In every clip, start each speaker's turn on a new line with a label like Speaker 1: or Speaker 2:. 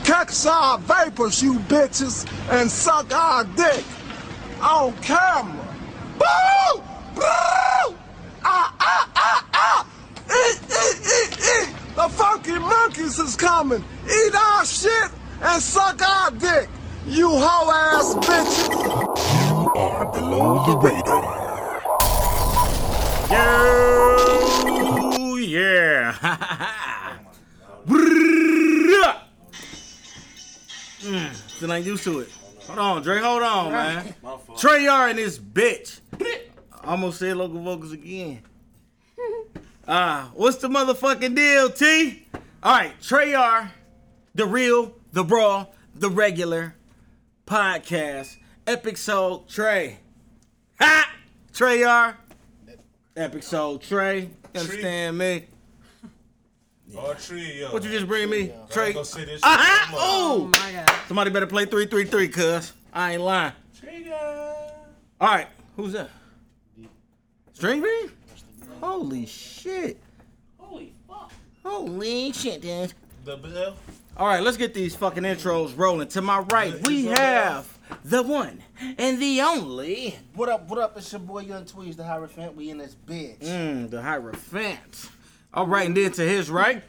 Speaker 1: Flex our vapors, you bitches, and suck our dick on camera. Boo! Boo! Ah, ah, ah, ah! Eat, eat, eat, eat! The funky monkeys is coming. Eat our shit and suck our dick, you hoe ass bitches.
Speaker 2: are below the radar.
Speaker 3: Yo, yeah. Brrrr. Mm, still ain't used to it. Hold on, Dre. Hold on, man. Trey Yard and this bitch. Almost said local vocals again. Ah, what's the motherfucking deal, T? All right, Trey Yard, the real, the raw, the regular podcast, Epic Soul Trey. Ha! Trey Yard. Epic Soul Trey. You understand me?
Speaker 4: Or tree, yo.
Speaker 3: What you just bring me? Trey.
Speaker 4: Go sit this
Speaker 3: Ah!
Speaker 4: shit.
Speaker 3: Oh!
Speaker 5: my god.
Speaker 3: Somebody better play 333, cuz. I ain't lying. All right, who's that? String bean? Holy shit. Holy fuck. Holy shit, dude.
Speaker 4: The bell.
Speaker 3: All right, let's get these fucking intros rolling. To my right, we have the one and the only,
Speaker 6: What up, what up? It's your boy Young Tweez, the Hierophant. We in this bitch.
Speaker 3: mm, the Hierophant. All right, and then to his right,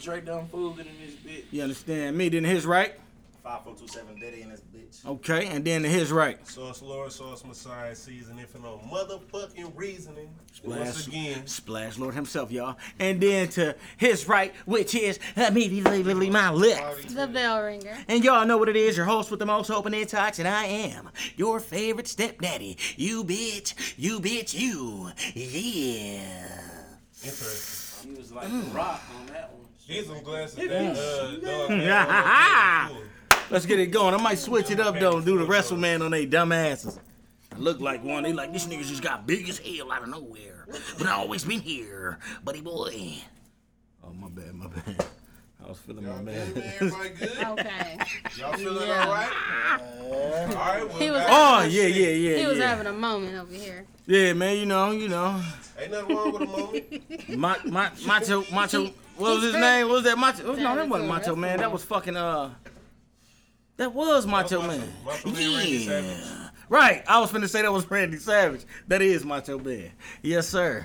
Speaker 6: Drake done fooled in this bitch.
Speaker 3: you understand me, then his right,
Speaker 6: 5427 Diddy in this bitch.
Speaker 3: okay, and then to his right.
Speaker 4: Sauce Lord, Sauce Messiah, seasoning for no motherfucking reasoning.
Speaker 3: Splash,
Speaker 4: Once again,
Speaker 3: Splash Lord himself, y'all. And then to his right, which is uh, immediately my left.
Speaker 5: The bell ringer.
Speaker 3: And y'all know what it is, your host with the most open intox, and I am your favorite stepdaddy. You bitch, you bitch, you. Yeah.
Speaker 4: interesting.
Speaker 6: He was like the rock on that one.
Speaker 4: These some glasses that uh, dog.
Speaker 7: uh,
Speaker 3: Yeah. Let's get it going. I might switch it up though and do the WrestleMan on they dumb asses. I look like one. They like, this nigga just got big as hell out of nowhere. But I always been here, buddy boy. Oh, my bad, my bad. I was feeling my bad.
Speaker 4: Everybody good?
Speaker 5: Okay.
Speaker 4: Y'all feeling
Speaker 5: Yeah.
Speaker 4: all right? All right. Well,
Speaker 5: He was-
Speaker 4: back-
Speaker 3: Oh yeah, yeah, yeah,
Speaker 5: He
Speaker 3: yeah.
Speaker 5: was having a moment over here.
Speaker 3: yeah, man. You know, you know.
Speaker 4: Ain't nothing wrong with a moment.
Speaker 3: Ma, ma, macho, macho. What was his
Speaker 5: He's
Speaker 3: name? What was that macho? oh, no,
Speaker 5: That
Speaker 3: that
Speaker 5: was
Speaker 3: wasn't
Speaker 5: a
Speaker 3: macho man. That
Speaker 5: wrestler.
Speaker 3: was fucking uh. That was macho man.
Speaker 4: Macho Man, Randy Savage.
Speaker 3: Yeah. Right. I was finna say that was Randy Savage. That is macho man. Yes, sir.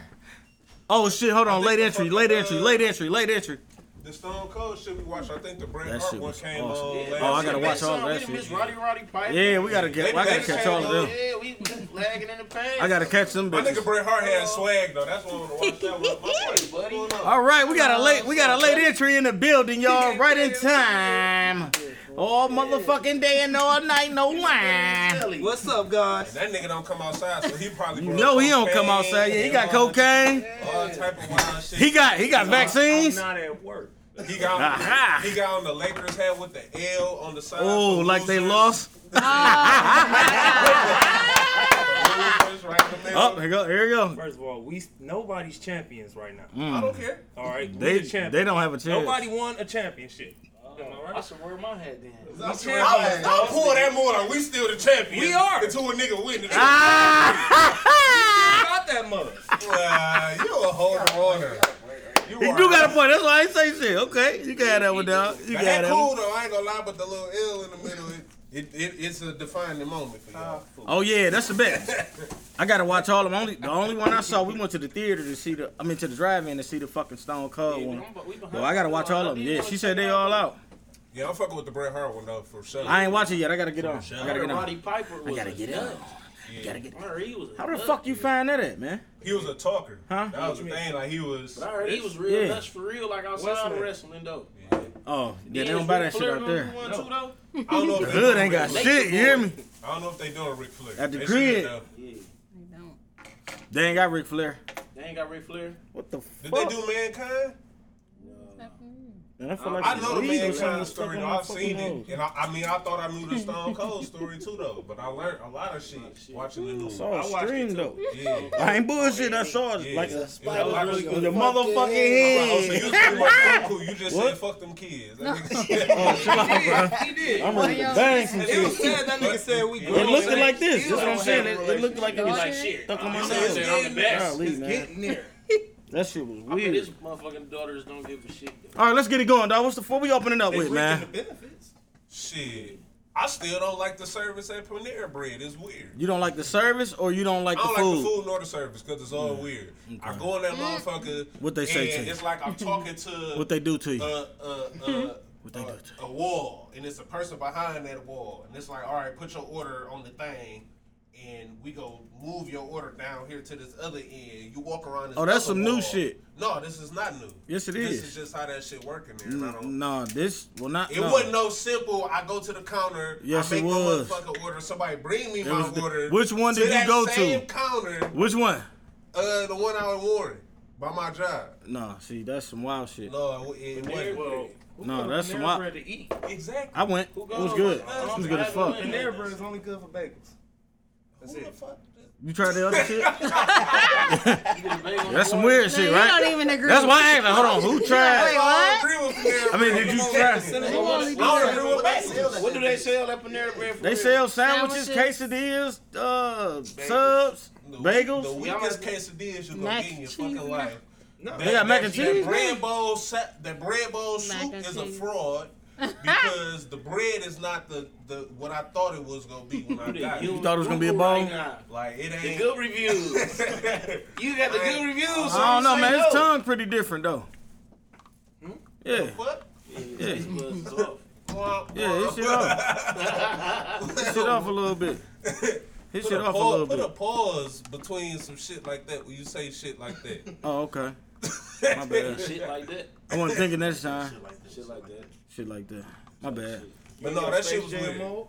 Speaker 3: Oh shit! Hold on.
Speaker 4: think
Speaker 3: Late
Speaker 4: the
Speaker 3: entry.
Speaker 4: fucking,
Speaker 3: Late entry.
Speaker 4: uh,
Speaker 3: Late entry. Late entry.
Speaker 4: The Stone Cold shit we watched, I think the Bret
Speaker 3: That
Speaker 4: Hart
Speaker 3: shit
Speaker 4: one
Speaker 3: was
Speaker 4: came
Speaker 3: awesome.
Speaker 4: on.
Speaker 3: Oh, I
Speaker 4: last
Speaker 3: gotta
Speaker 4: year.
Speaker 3: watch all that
Speaker 6: We done missed
Speaker 3: shit.
Speaker 6: Roddy Roddy Piper.
Speaker 3: Yeah, we gotta get.
Speaker 4: They-
Speaker 3: I gotta
Speaker 4: they
Speaker 3: catch all of them.
Speaker 6: Yeah, we was lagging in the pants.
Speaker 3: I gotta catch them
Speaker 4: My nigga
Speaker 3: bitches.
Speaker 4: Bret Hart had swag though. That's why I wanna watch that one. My boy,
Speaker 6: buddy.
Speaker 4: what's going on?
Speaker 3: All right, we got a late we got a late entry in the building, y'all. Right in time. All motherfucking day and all night, no line.
Speaker 7: What's up, guys?
Speaker 4: That nigga don't come outside, so he probably.
Speaker 3: You
Speaker 4: brought
Speaker 3: know he don't come
Speaker 4: cocaine
Speaker 3: outside. Yeah, he got
Speaker 4: and
Speaker 3: cocaine.
Speaker 4: All type of wild shit.
Speaker 3: He got he got vaccines.
Speaker 7: I'm not at work.
Speaker 4: He got
Speaker 3: Aha.
Speaker 4: he got on the Lakers hat with the L on the side.
Speaker 3: Oh,
Speaker 4: for
Speaker 3: like they
Speaker 4: losers.
Speaker 3: lost.
Speaker 4: Losers right in the middle.
Speaker 3: Oh, here go here you go.
Speaker 7: First of all, we nobody's champions right now.
Speaker 4: I don't care.
Speaker 7: All right,
Speaker 3: Mm. They
Speaker 7: we the champions.
Speaker 3: they don't have a chance.
Speaker 7: Nobody won a championship. Am I
Speaker 6: I
Speaker 7: right?
Speaker 6: should wear my hat then.
Speaker 4: I'm Don't pull that more. Like we still the champions.
Speaker 7: We are.
Speaker 4: Until a nigga win.
Speaker 3: Ah!
Speaker 7: Got that mother.
Speaker 4: Uh, you a hold of honor. You
Speaker 3: He
Speaker 4: are-
Speaker 3: do got a point. That's why I ain't say shit. Okay, you got that one, dog. You
Speaker 4: Now,
Speaker 3: got
Speaker 4: that
Speaker 3: that
Speaker 4: cool
Speaker 3: one.
Speaker 4: though. I ain't gonna lie, but the little L in the middle, it, it, it it's a defining moment for y'all.
Speaker 3: Oh yeah, that's the best. I gotta watch all of them. Only the only one I saw, we went to the theater to see the. I mean to the drive-in to see the fucking Stone Cold one. Well, I gotta watch all of them. Yeah, she said they all out.
Speaker 4: Yeah, I'm fucking with the Bret Hart one though for sure.
Speaker 3: I ain't watching yet. I gotta get on. I gotta get on.
Speaker 6: Roddy Piper was
Speaker 3: I gotta
Speaker 6: a
Speaker 3: get
Speaker 6: nut.
Speaker 3: on. I gotta get.
Speaker 6: Remember, he was a
Speaker 3: How the
Speaker 6: nut.
Speaker 3: fuck you find that at, man?
Speaker 4: He was a talker.
Speaker 3: Huh?
Speaker 4: That was the thing. Like he was.
Speaker 6: I heard he was real
Speaker 3: Yeah.
Speaker 6: nuts for real, like
Speaker 7: What's
Speaker 6: outside
Speaker 7: that?
Speaker 6: of wrestling though.
Speaker 3: Oh, yeah, they
Speaker 6: Is
Speaker 3: don't buy that
Speaker 6: Ric
Speaker 3: shit
Speaker 6: Flair
Speaker 3: out
Speaker 6: gonna do
Speaker 3: there.
Speaker 6: one
Speaker 7: No.
Speaker 6: too, though?
Speaker 4: I don't know if they
Speaker 3: Hood
Speaker 4: doing
Speaker 3: ain't got
Speaker 4: Ric-
Speaker 3: shit. You hear me?
Speaker 4: I don't know if they doing Ric Flair.
Speaker 3: At the
Speaker 4: They should
Speaker 3: crib.
Speaker 4: though.
Speaker 5: They don't.
Speaker 3: They ain't got Ric Flair.
Speaker 6: They ain't got Ric Flair.
Speaker 3: What the
Speaker 4: Did
Speaker 3: fuck?
Speaker 4: they do mankind?
Speaker 3: Man, I, feel like
Speaker 4: I
Speaker 3: she's
Speaker 4: know the
Speaker 3: legal trying to
Speaker 4: mankind
Speaker 3: stuff
Speaker 4: story.
Speaker 3: on
Speaker 4: Though.
Speaker 3: my
Speaker 4: I've seen
Speaker 3: fucking
Speaker 4: it,
Speaker 3: nose.
Speaker 4: and I, I mean, I thought I knew the Stone Cold story too, though. But I learned a lot of shit watching the news.
Speaker 3: Saw
Speaker 4: I
Speaker 3: a
Speaker 4: watched
Speaker 3: stream
Speaker 4: it
Speaker 3: though.
Speaker 4: too. Yeah.
Speaker 3: I ain't bullshit. I saw it
Speaker 4: Yeah.
Speaker 3: like
Speaker 4: It
Speaker 3: a
Speaker 4: was a lot of-
Speaker 3: on your motherfucking
Speaker 4: Oh, so
Speaker 3: head.
Speaker 4: you, pretty much cool. you just
Speaker 3: What?
Speaker 4: said fuck them kids. That nigga said-
Speaker 3: I'm gonna
Speaker 5: Why y'all
Speaker 3: bang
Speaker 5: saying
Speaker 3: some
Speaker 7: It was
Speaker 3: Oh, shit.
Speaker 7: sad that nigga said we
Speaker 3: It looked like this. That's what I'm saying. It, it looked like it was
Speaker 6: Like
Speaker 5: Yeah.
Speaker 6: shit.
Speaker 3: stuck on my
Speaker 6: I'm
Speaker 3: nose.
Speaker 6: saying I'm the best.
Speaker 3: Golly, man.
Speaker 7: getting there.
Speaker 3: That shit was
Speaker 6: I bet
Speaker 3: weird.
Speaker 6: his motherfucking daughters don't give a shit.
Speaker 3: All right, let's get it going, dog. What's the what we opening up with, man?
Speaker 4: Shit. I still don't like the service at Panera Bread. It's weird.
Speaker 3: You don't like the service, or you don't like
Speaker 4: I
Speaker 3: the
Speaker 4: don't
Speaker 3: food?
Speaker 4: like the food nor the service because it's all weird. I go in that motherfucker.
Speaker 3: What they say
Speaker 4: and
Speaker 3: to you?
Speaker 4: It's like I'm talking to
Speaker 3: What they do to you?
Speaker 4: uh, uh, uh,
Speaker 3: What they
Speaker 4: uh,
Speaker 3: do to
Speaker 4: a wall, and it's a person behind that wall, and it's like, all right, put your order on the thing, and we go move your order down here to this other end. You walk around. This
Speaker 3: Oh, that's
Speaker 4: other
Speaker 3: some new
Speaker 4: wall.
Speaker 3: shit.
Speaker 4: No, this is not new.
Speaker 3: Yes, it
Speaker 4: this
Speaker 3: is.
Speaker 4: This is just how that shit working there. and I don't-
Speaker 3: no, this will not.
Speaker 4: It
Speaker 3: no.
Speaker 4: wasn't no simple. I go to the counter.
Speaker 3: Yes,
Speaker 4: I
Speaker 3: it
Speaker 4: make
Speaker 3: was.
Speaker 4: my motherfucking order. Somebody bring me
Speaker 3: was
Speaker 4: my
Speaker 3: the-
Speaker 4: order.
Speaker 3: which one did
Speaker 4: to
Speaker 3: you
Speaker 4: that
Speaker 3: go to?
Speaker 4: Same counter.
Speaker 3: Which one?
Speaker 4: Uh, the one I awarded by my job.
Speaker 3: No, see, that's some wild shit.
Speaker 4: No, it, it wasn't.
Speaker 7: Well, who
Speaker 3: No,
Speaker 7: go to
Speaker 3: that's some
Speaker 7: Panera
Speaker 3: wild-
Speaker 7: Bread to eat.
Speaker 4: Exactly.
Speaker 3: I went. It was good. It was good as fuck.
Speaker 7: Panera Bread is only good for bagels. That's
Speaker 4: Who the
Speaker 7: it.
Speaker 4: fuck?
Speaker 3: You tried the other shit? that's some weird shit,
Speaker 5: you
Speaker 3: right?
Speaker 5: don't even agree.
Speaker 3: That's why I asked. Hold on, who
Speaker 5: Wait,
Speaker 3: tried?
Speaker 4: I
Speaker 5: what?
Speaker 4: don't agree with Panera
Speaker 3: I mean,
Speaker 4: Bread.
Speaker 3: did you
Speaker 4: Come on,
Speaker 3: try-
Speaker 4: listen.
Speaker 5: Who only
Speaker 4: I don't
Speaker 5: do
Speaker 4: agree
Speaker 5: that?
Speaker 4: with bagels.
Speaker 6: What do
Speaker 7: they sell at Panera Bread?
Speaker 3: They sell sandwiches,
Speaker 5: Sandwiches.
Speaker 3: quesadillas, uh, subs, bagels.
Speaker 4: The weakest quesadillas you gonna
Speaker 5: Mac
Speaker 4: get in your
Speaker 5: and
Speaker 4: fucking
Speaker 5: cheese.
Speaker 4: life.
Speaker 7: No.
Speaker 4: That-
Speaker 3: They got mac
Speaker 4: that-
Speaker 3: and cheese?
Speaker 4: That bread bowl, sa- that bread bowl
Speaker 5: Mac
Speaker 4: soup
Speaker 5: and
Speaker 4: is a
Speaker 5: cheese.
Speaker 4: fraud because the bread is not the, the what I thought it was gonna be when I got
Speaker 3: You
Speaker 4: it.
Speaker 3: thought it was gonna be a ball?
Speaker 4: Like it
Speaker 7: The
Speaker 4: ain't.
Speaker 7: good reviews. You got the good reviews. so
Speaker 3: I don't
Speaker 7: you
Speaker 3: know,
Speaker 7: say
Speaker 3: man. His
Speaker 7: no.
Speaker 3: tongue pretty different though. Yeah,
Speaker 4: What?
Speaker 3: yeah,
Speaker 4: Well,
Speaker 3: yeah. His shit off. His shit off a little bit. His
Speaker 4: Put,
Speaker 3: shit
Speaker 4: a,
Speaker 3: off a
Speaker 4: pause,
Speaker 3: little
Speaker 4: put a
Speaker 3: bit.
Speaker 4: pause between some shit like that when you say shit like that.
Speaker 3: Oh, okay. My bad.
Speaker 8: Shit like that.
Speaker 3: I wasn't thinking that time.
Speaker 8: Shit like that.
Speaker 3: Shit like that. My bad.
Speaker 4: But no, that shit was
Speaker 7: Space Jam
Speaker 4: weird.
Speaker 7: mode.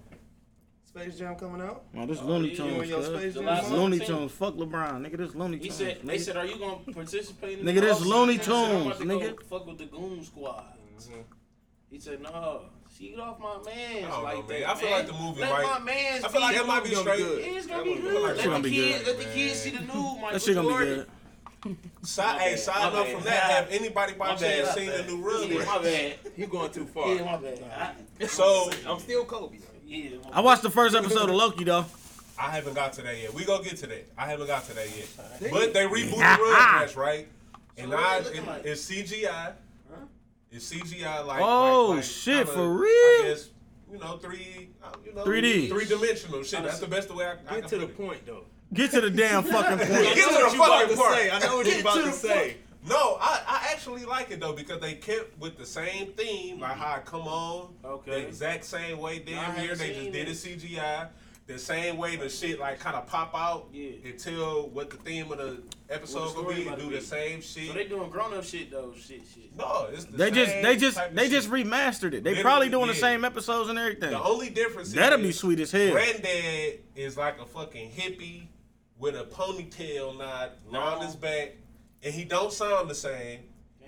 Speaker 7: Space Jam coming out.
Speaker 3: No, this Looney
Speaker 8: you
Speaker 3: Tunes.
Speaker 7: and your
Speaker 3: cuz.
Speaker 7: Space Jam
Speaker 3: This
Speaker 8: song?
Speaker 3: Looney Tunes. Fuck LeBron, nigga. This Looney
Speaker 8: He
Speaker 3: Tunes.
Speaker 8: said, they
Speaker 3: nigga.
Speaker 8: said, are you going to participate in
Speaker 3: Nigga, this
Speaker 8: lawsuit?"
Speaker 3: Looney
Speaker 8: He said, "I'm about
Speaker 3: Tunes,
Speaker 8: to go
Speaker 3: nigga."
Speaker 8: Fuck with the goon squad. He said, no. See, get off my man.
Speaker 4: Mm-hmm. I don't
Speaker 8: like
Speaker 4: know,
Speaker 8: that.
Speaker 4: man. I feel
Speaker 8: man.
Speaker 4: like the movie
Speaker 8: Let
Speaker 4: might-
Speaker 8: my man's
Speaker 4: I feel like
Speaker 8: be-
Speaker 4: it might be straight.
Speaker 8: It's gonna be
Speaker 4: like
Speaker 8: good.
Speaker 4: it's
Speaker 8: Let
Speaker 3: gonna
Speaker 8: the
Speaker 3: be
Speaker 8: kids,
Speaker 3: good,
Speaker 8: let the kids see the new Michael
Speaker 3: That shit gonna be
Speaker 8: Jordan.
Speaker 3: good.
Speaker 4: Side, hey, side
Speaker 8: My
Speaker 4: note
Speaker 8: bad.
Speaker 4: from that, have anybody by
Speaker 8: My
Speaker 4: chance
Speaker 8: bad.
Speaker 4: seen the new
Speaker 8: Yeah, my
Speaker 4: Rug?
Speaker 8: bad.
Speaker 7: You going too far.
Speaker 8: Yeah, my bad. I,
Speaker 4: So
Speaker 7: I'm still Kobe.
Speaker 8: yeah, my
Speaker 3: I watched the first episode of Loki though.
Speaker 4: I haven't got to that yet. We gonna get to that. I haven't got to that yet. But they rebooted the Rug Match, right? And
Speaker 8: what
Speaker 4: I,
Speaker 8: they looking
Speaker 4: it-
Speaker 8: like?
Speaker 4: it's CGI. It's CGI like.
Speaker 3: Oh,
Speaker 4: like- like
Speaker 3: shit,
Speaker 4: kinda,
Speaker 3: for
Speaker 4: I
Speaker 3: real?
Speaker 4: guess, you know, three, uh, you know,
Speaker 3: 3D.
Speaker 4: three dimensional shit. That's the best way I, I can
Speaker 7: Get to the
Speaker 4: put it.
Speaker 7: point though.
Speaker 3: Get to the damn fucking point.
Speaker 4: Get
Speaker 7: I
Speaker 4: to
Speaker 7: know what
Speaker 4: the
Speaker 7: you about
Speaker 4: fucking
Speaker 7: to
Speaker 4: part.
Speaker 7: say. I know what you about to say.
Speaker 4: No, I, I actually like it though because they kept with the same theme, like how I come on,
Speaker 8: Okay.
Speaker 4: the exact same way damn
Speaker 8: haven't
Speaker 4: here. They just
Speaker 8: seen
Speaker 4: did
Speaker 8: it.
Speaker 4: a CGI, the same way the shit like kind of pop out
Speaker 8: Yeah.
Speaker 4: and tell what the theme of the episode
Speaker 8: story
Speaker 4: gonna be, and
Speaker 8: about to
Speaker 4: do
Speaker 8: be.
Speaker 4: the same shit.
Speaker 8: So they doing grown up shit though. Shit, shit.
Speaker 4: no, it's the
Speaker 3: They
Speaker 4: same
Speaker 3: just, they
Speaker 4: type
Speaker 3: just,
Speaker 4: of
Speaker 3: they
Speaker 4: shit.
Speaker 3: just remastered it. They
Speaker 4: Literally,
Speaker 3: probably doing the
Speaker 4: yeah.
Speaker 3: same episodes and everything.
Speaker 4: the only difference
Speaker 3: That'd be
Speaker 4: is
Speaker 3: sweet as hell.
Speaker 4: Granddad is like a fucking hippie with a ponytail knot round his back, and he don't sound the same.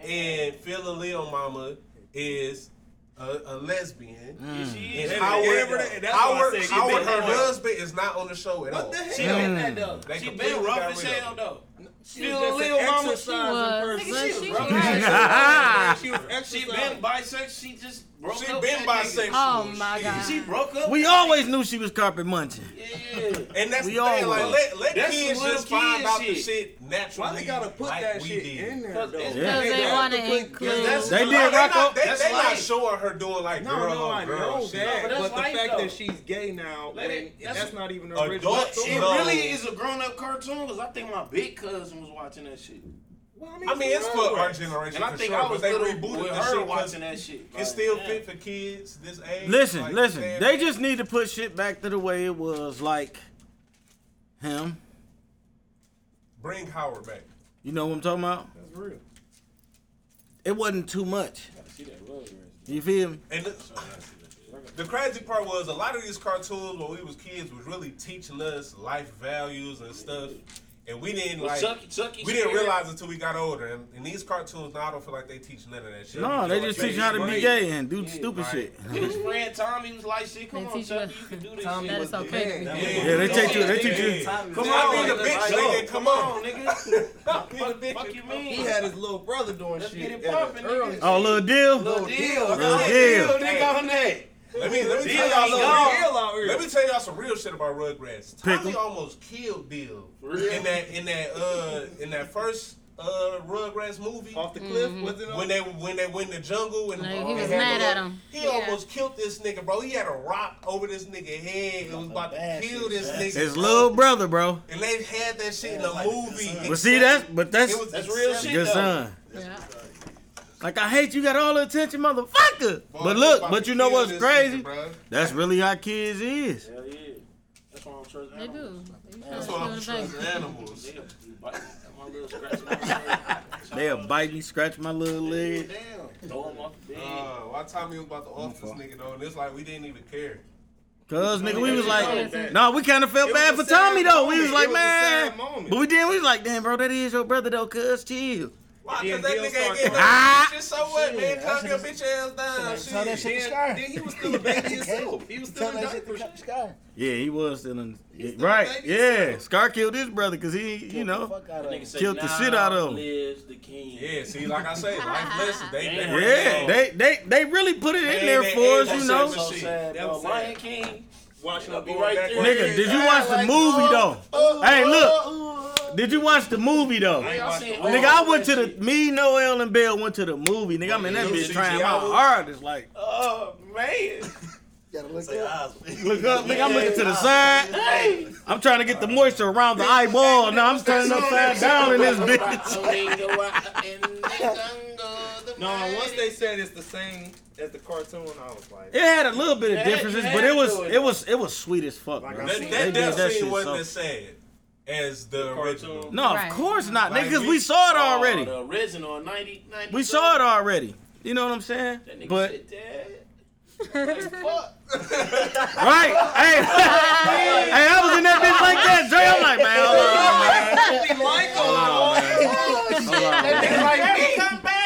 Speaker 4: And Phil and Lil Mama is a, a lesbian.
Speaker 3: Mm.
Speaker 8: Yeah, she
Speaker 4: And
Speaker 8: is.
Speaker 4: Howard,
Speaker 7: and that's why I
Speaker 4: Howard,
Speaker 7: said she
Speaker 4: Howard,
Speaker 7: been
Speaker 4: her
Speaker 7: that way.
Speaker 4: husband is not on the show at all.
Speaker 8: She been that though.
Speaker 4: They
Speaker 8: She
Speaker 4: completely
Speaker 8: been
Speaker 4: got
Speaker 8: rough as
Speaker 4: rid of
Speaker 8: hell
Speaker 4: her.
Speaker 8: though.
Speaker 7: She
Speaker 8: Still
Speaker 7: was
Speaker 8: a
Speaker 7: just
Speaker 8: little
Speaker 7: an
Speaker 8: mama.
Speaker 7: exercise
Speaker 5: She was.
Speaker 7: person.
Speaker 5: Nigga, she
Speaker 7: She
Speaker 5: was
Speaker 7: was
Speaker 3: right.
Speaker 7: She was
Speaker 8: She
Speaker 7: exercising.
Speaker 8: been bisexual. She just broke
Speaker 4: She
Speaker 8: up.
Speaker 4: been
Speaker 8: with that nigga.
Speaker 4: bisexual.
Speaker 5: Oh my god.
Speaker 8: She broke up.
Speaker 3: We
Speaker 8: with
Speaker 3: always knew she was carpet munching.
Speaker 8: that nigga. Yeah.
Speaker 4: And that's
Speaker 3: We
Speaker 4: the
Speaker 3: all
Speaker 4: thing. Like,
Speaker 3: was.
Speaker 4: let, let
Speaker 8: That's
Speaker 4: kids
Speaker 8: some little
Speaker 4: just find
Speaker 8: kid
Speaker 4: out the
Speaker 8: shit.
Speaker 4: shit naturally.
Speaker 7: Why they gotta put
Speaker 4: like
Speaker 7: that
Speaker 4: we
Speaker 7: shit
Speaker 4: did.
Speaker 7: in there
Speaker 8: Cause
Speaker 7: though?
Speaker 8: it's-
Speaker 3: Yeah.
Speaker 5: Because
Speaker 7: They
Speaker 5: they
Speaker 7: have
Speaker 5: want
Speaker 7: to
Speaker 5: to
Speaker 7: put-
Speaker 5: include.
Speaker 7: that's-
Speaker 3: They
Speaker 4: Like,
Speaker 3: did
Speaker 4: they
Speaker 3: rock
Speaker 4: not,
Speaker 3: up.
Speaker 4: They,
Speaker 8: That's
Speaker 4: they not
Speaker 8: life.
Speaker 4: showing her doing like
Speaker 7: No,
Speaker 4: girl
Speaker 7: no,
Speaker 4: on
Speaker 7: I
Speaker 4: girl
Speaker 7: know
Speaker 4: shit.
Speaker 7: that,
Speaker 8: No, but
Speaker 7: but,
Speaker 8: that's
Speaker 7: the
Speaker 8: life,
Speaker 7: fact
Speaker 8: though.
Speaker 7: that she's gay now,
Speaker 8: Let it-
Speaker 7: and
Speaker 8: that's-
Speaker 7: that's, not even an
Speaker 4: Adult
Speaker 7: original
Speaker 4: shit.
Speaker 7: story.
Speaker 8: It
Speaker 4: No.
Speaker 8: really is a grown up cartoon because I think my big cousin was watching that shit.
Speaker 7: Well,
Speaker 4: I mean, it's for our
Speaker 7: progress.
Speaker 4: generation
Speaker 8: And I
Speaker 4: for
Speaker 8: think
Speaker 4: sure,
Speaker 8: I was
Speaker 4: but they
Speaker 8: little
Speaker 4: rebooted
Speaker 8: with
Speaker 4: the
Speaker 8: her
Speaker 4: shit 'cause
Speaker 8: watching that shit. Like,
Speaker 4: It's still
Speaker 8: damn.
Speaker 4: fit for kids this age.
Speaker 3: Listen,
Speaker 4: like,
Speaker 3: listen.
Speaker 4: you said,
Speaker 3: They
Speaker 4: man.
Speaker 3: just need to put shit back to the way it was, like him.
Speaker 4: bring Howard back.
Speaker 3: You know what I'm talking about?
Speaker 7: That's real.
Speaker 3: It wasn't too much.
Speaker 8: See that rug rash.
Speaker 3: You feel me?
Speaker 4: And the, the crazy part was a lot of these cartoons when we was kids was really teaching us life values and stuff, and we didn't
Speaker 8: Well, E.
Speaker 4: like.
Speaker 8: Chucky- Chucky
Speaker 4: we didn't
Speaker 8: Spirit-
Speaker 4: realize until we got older, and, and these cartoons now I don't feel like they teach none of that shit.
Speaker 3: No, they just teach you how to be gay and do stupid
Speaker 4: right.
Speaker 3: shit.
Speaker 8: His friend Tommy was like, "Shit, come
Speaker 5: They
Speaker 8: on,
Speaker 5: teach
Speaker 8: Chucky,
Speaker 5: you-
Speaker 8: you can do this."
Speaker 7: Tommy
Speaker 8: shit.
Speaker 5: That
Speaker 7: was
Speaker 5: is okay to be
Speaker 7: Yeah,
Speaker 5: gay.
Speaker 3: Yeah, they teach you. They teach you.
Speaker 4: Yeah.
Speaker 8: Come
Speaker 4: I
Speaker 8: on,
Speaker 4: mean, the
Speaker 8: nigga,
Speaker 4: bitch,
Speaker 8: like,
Speaker 4: nigga, come on.
Speaker 8: nigga.
Speaker 4: Fuck
Speaker 8: Fuck you mean?
Speaker 7: He had his little brother doing
Speaker 8: Let's get
Speaker 7: shit
Speaker 8: it
Speaker 7: at
Speaker 8: poppin',
Speaker 7: an
Speaker 8: nigga.
Speaker 7: early.
Speaker 3: Oh, little deal.
Speaker 8: Little deal,
Speaker 3: Lil
Speaker 8: Lil
Speaker 3: Deal.
Speaker 8: nigga on that.
Speaker 4: Let me let me
Speaker 8: Deal
Speaker 4: tell
Speaker 8: ain't
Speaker 4: y'all
Speaker 8: gone.
Speaker 4: something.
Speaker 7: Real out here.
Speaker 4: Let me tell y'all some real shit about Rugrats. Tommy
Speaker 3: Pickle.
Speaker 4: almost killed Bill
Speaker 8: real?
Speaker 4: in that in that uh in that first uh, Rugrats movie
Speaker 7: Off the cliff, was it?
Speaker 4: when they when they went in the jungle and
Speaker 5: Like, Mm-hmm. he was
Speaker 4: and had
Speaker 5: mad
Speaker 4: the-
Speaker 5: at him.
Speaker 4: He
Speaker 5: Yeah.
Speaker 4: almost killed this nigga, bro. He had a rock over this nigga head. It was about to kill this nigga.
Speaker 3: His
Speaker 4: bro.
Speaker 3: little brother, bro.
Speaker 4: And they had that shit in a movie.
Speaker 3: But see that, but that's
Speaker 4: It was
Speaker 7: That's real shit,
Speaker 3: good
Speaker 7: though.
Speaker 3: son.
Speaker 5: Yeah.
Speaker 3: Like I hate you got all the attention, motherfucker.
Speaker 4: Boy,
Speaker 3: but
Speaker 4: they
Speaker 3: look,
Speaker 4: about
Speaker 3: but
Speaker 4: to
Speaker 3: you know
Speaker 4: kill
Speaker 3: what's
Speaker 4: this
Speaker 3: crazy?
Speaker 4: nigga, bro.
Speaker 3: That's really how kids is.
Speaker 8: Hell yeah. That's why I'm trust
Speaker 5: They
Speaker 8: animals.
Speaker 5: do. They
Speaker 4: That's
Speaker 5: try
Speaker 4: why I'm
Speaker 5: to kill the
Speaker 4: trusting
Speaker 5: baby.
Speaker 4: animals.
Speaker 8: They'll be biting. That's my little scratch on my
Speaker 3: They'll bite me, scratch my little leg.
Speaker 8: leg, throw him off the bed.
Speaker 4: Uh, why Tommy was about to off this nigga though, and it's like we didn't even care.
Speaker 3: Cause nigga, we was like, no,
Speaker 5: Innocent.
Speaker 3: we kind of felt
Speaker 7: It
Speaker 3: bad
Speaker 7: was a
Speaker 3: for Tommy
Speaker 7: sad
Speaker 3: though. We was like,
Speaker 7: moment. It was a
Speaker 3: man,
Speaker 7: sad moment.
Speaker 3: but we did. We was like, damn, bro, that is your brother though. Cuz chill.
Speaker 4: Why?
Speaker 7: And
Speaker 4: Cause that
Speaker 7: then Bill
Speaker 4: nigga
Speaker 7: started
Speaker 4: ain't getting no
Speaker 3: Ah!
Speaker 4: shit. So what, man?
Speaker 6: Shit,
Speaker 4: Calm your
Speaker 6: I should've-
Speaker 4: bitch ass down.
Speaker 6: Tell that
Speaker 4: Shit.
Speaker 6: shit to
Speaker 7: Then,
Speaker 6: Sky.
Speaker 7: then he was still a baby himself. He was still
Speaker 6: Tell
Speaker 7: in
Speaker 6: that shit
Speaker 7: diapers.
Speaker 6: to Sky.
Speaker 3: Yeah, he was still in. yeah,
Speaker 4: still
Speaker 3: right?
Speaker 4: a baby
Speaker 3: Yeah,
Speaker 4: still.
Speaker 3: Scar killed his brother because he, you
Speaker 6: Get the
Speaker 3: know,
Speaker 6: fuck out of
Speaker 8: Nigga
Speaker 6: here.
Speaker 8: say,
Speaker 3: Killed the shit out of
Speaker 8: "Now
Speaker 3: him."
Speaker 8: lives the king.
Speaker 4: Yeah, see, like I say, life lessons. They, they
Speaker 8: Yeah,
Speaker 3: yeah, they they they really put it in
Speaker 4: Hey,
Speaker 3: there
Speaker 4: man,
Speaker 3: for
Speaker 4: hey,
Speaker 3: us, you
Speaker 4: that's
Speaker 3: know.
Speaker 4: it.
Speaker 8: So
Speaker 4: Shit,
Speaker 8: sad,
Speaker 4: that
Speaker 8: bro.
Speaker 4: was
Speaker 8: Lion
Speaker 4: sad.
Speaker 8: King.
Speaker 4: watching
Speaker 8: I'll be right there.
Speaker 3: Nigga, did you watch the movie though? Hey, look, did you watch the movie though?
Speaker 8: Nigga, I seen all
Speaker 3: Nigga, I
Speaker 8: that
Speaker 3: went to the
Speaker 8: shit.
Speaker 3: me, Noel, and Bell went to the movie. Nigga, I'm in that
Speaker 4: You
Speaker 3: bitch
Speaker 4: see
Speaker 3: trying my
Speaker 4: Giallo?
Speaker 3: hardest. Like,
Speaker 8: Oh man.
Speaker 6: Gotta look up.
Speaker 3: look up, nigga, I'm looking to the side. I'm trying to get the moisture around the eyeball. Now I'm turning upside down in this bitch.
Speaker 7: No, once they said it's the same as the cartoon, I was like,
Speaker 3: It had a little bit of
Speaker 8: Yeah,
Speaker 3: differences,
Speaker 8: yeah,
Speaker 3: but it
Speaker 8: it
Speaker 3: was
Speaker 8: was.
Speaker 3: it was it was sweet as fuck.
Speaker 7: Like
Speaker 3: bro.
Speaker 7: I
Speaker 3: They
Speaker 7: said,
Speaker 4: That,
Speaker 3: did
Speaker 4: that death
Speaker 3: that
Speaker 4: scene
Speaker 3: shit
Speaker 4: wasn't as
Speaker 3: so-
Speaker 4: sad as the original.
Speaker 7: cartoon.
Speaker 3: No,
Speaker 5: Right.
Speaker 3: of course not,
Speaker 4: Like,
Speaker 3: nigga, because
Speaker 4: we-
Speaker 3: we saw it already.
Speaker 8: The original 90, 90
Speaker 3: We saw it already. You know what I'm saying?
Speaker 8: That nigga
Speaker 3: But
Speaker 8: shit dead.
Speaker 3: right, hey, hey, I was in that bitch like that, Dre. I'm like, man, hold on, man.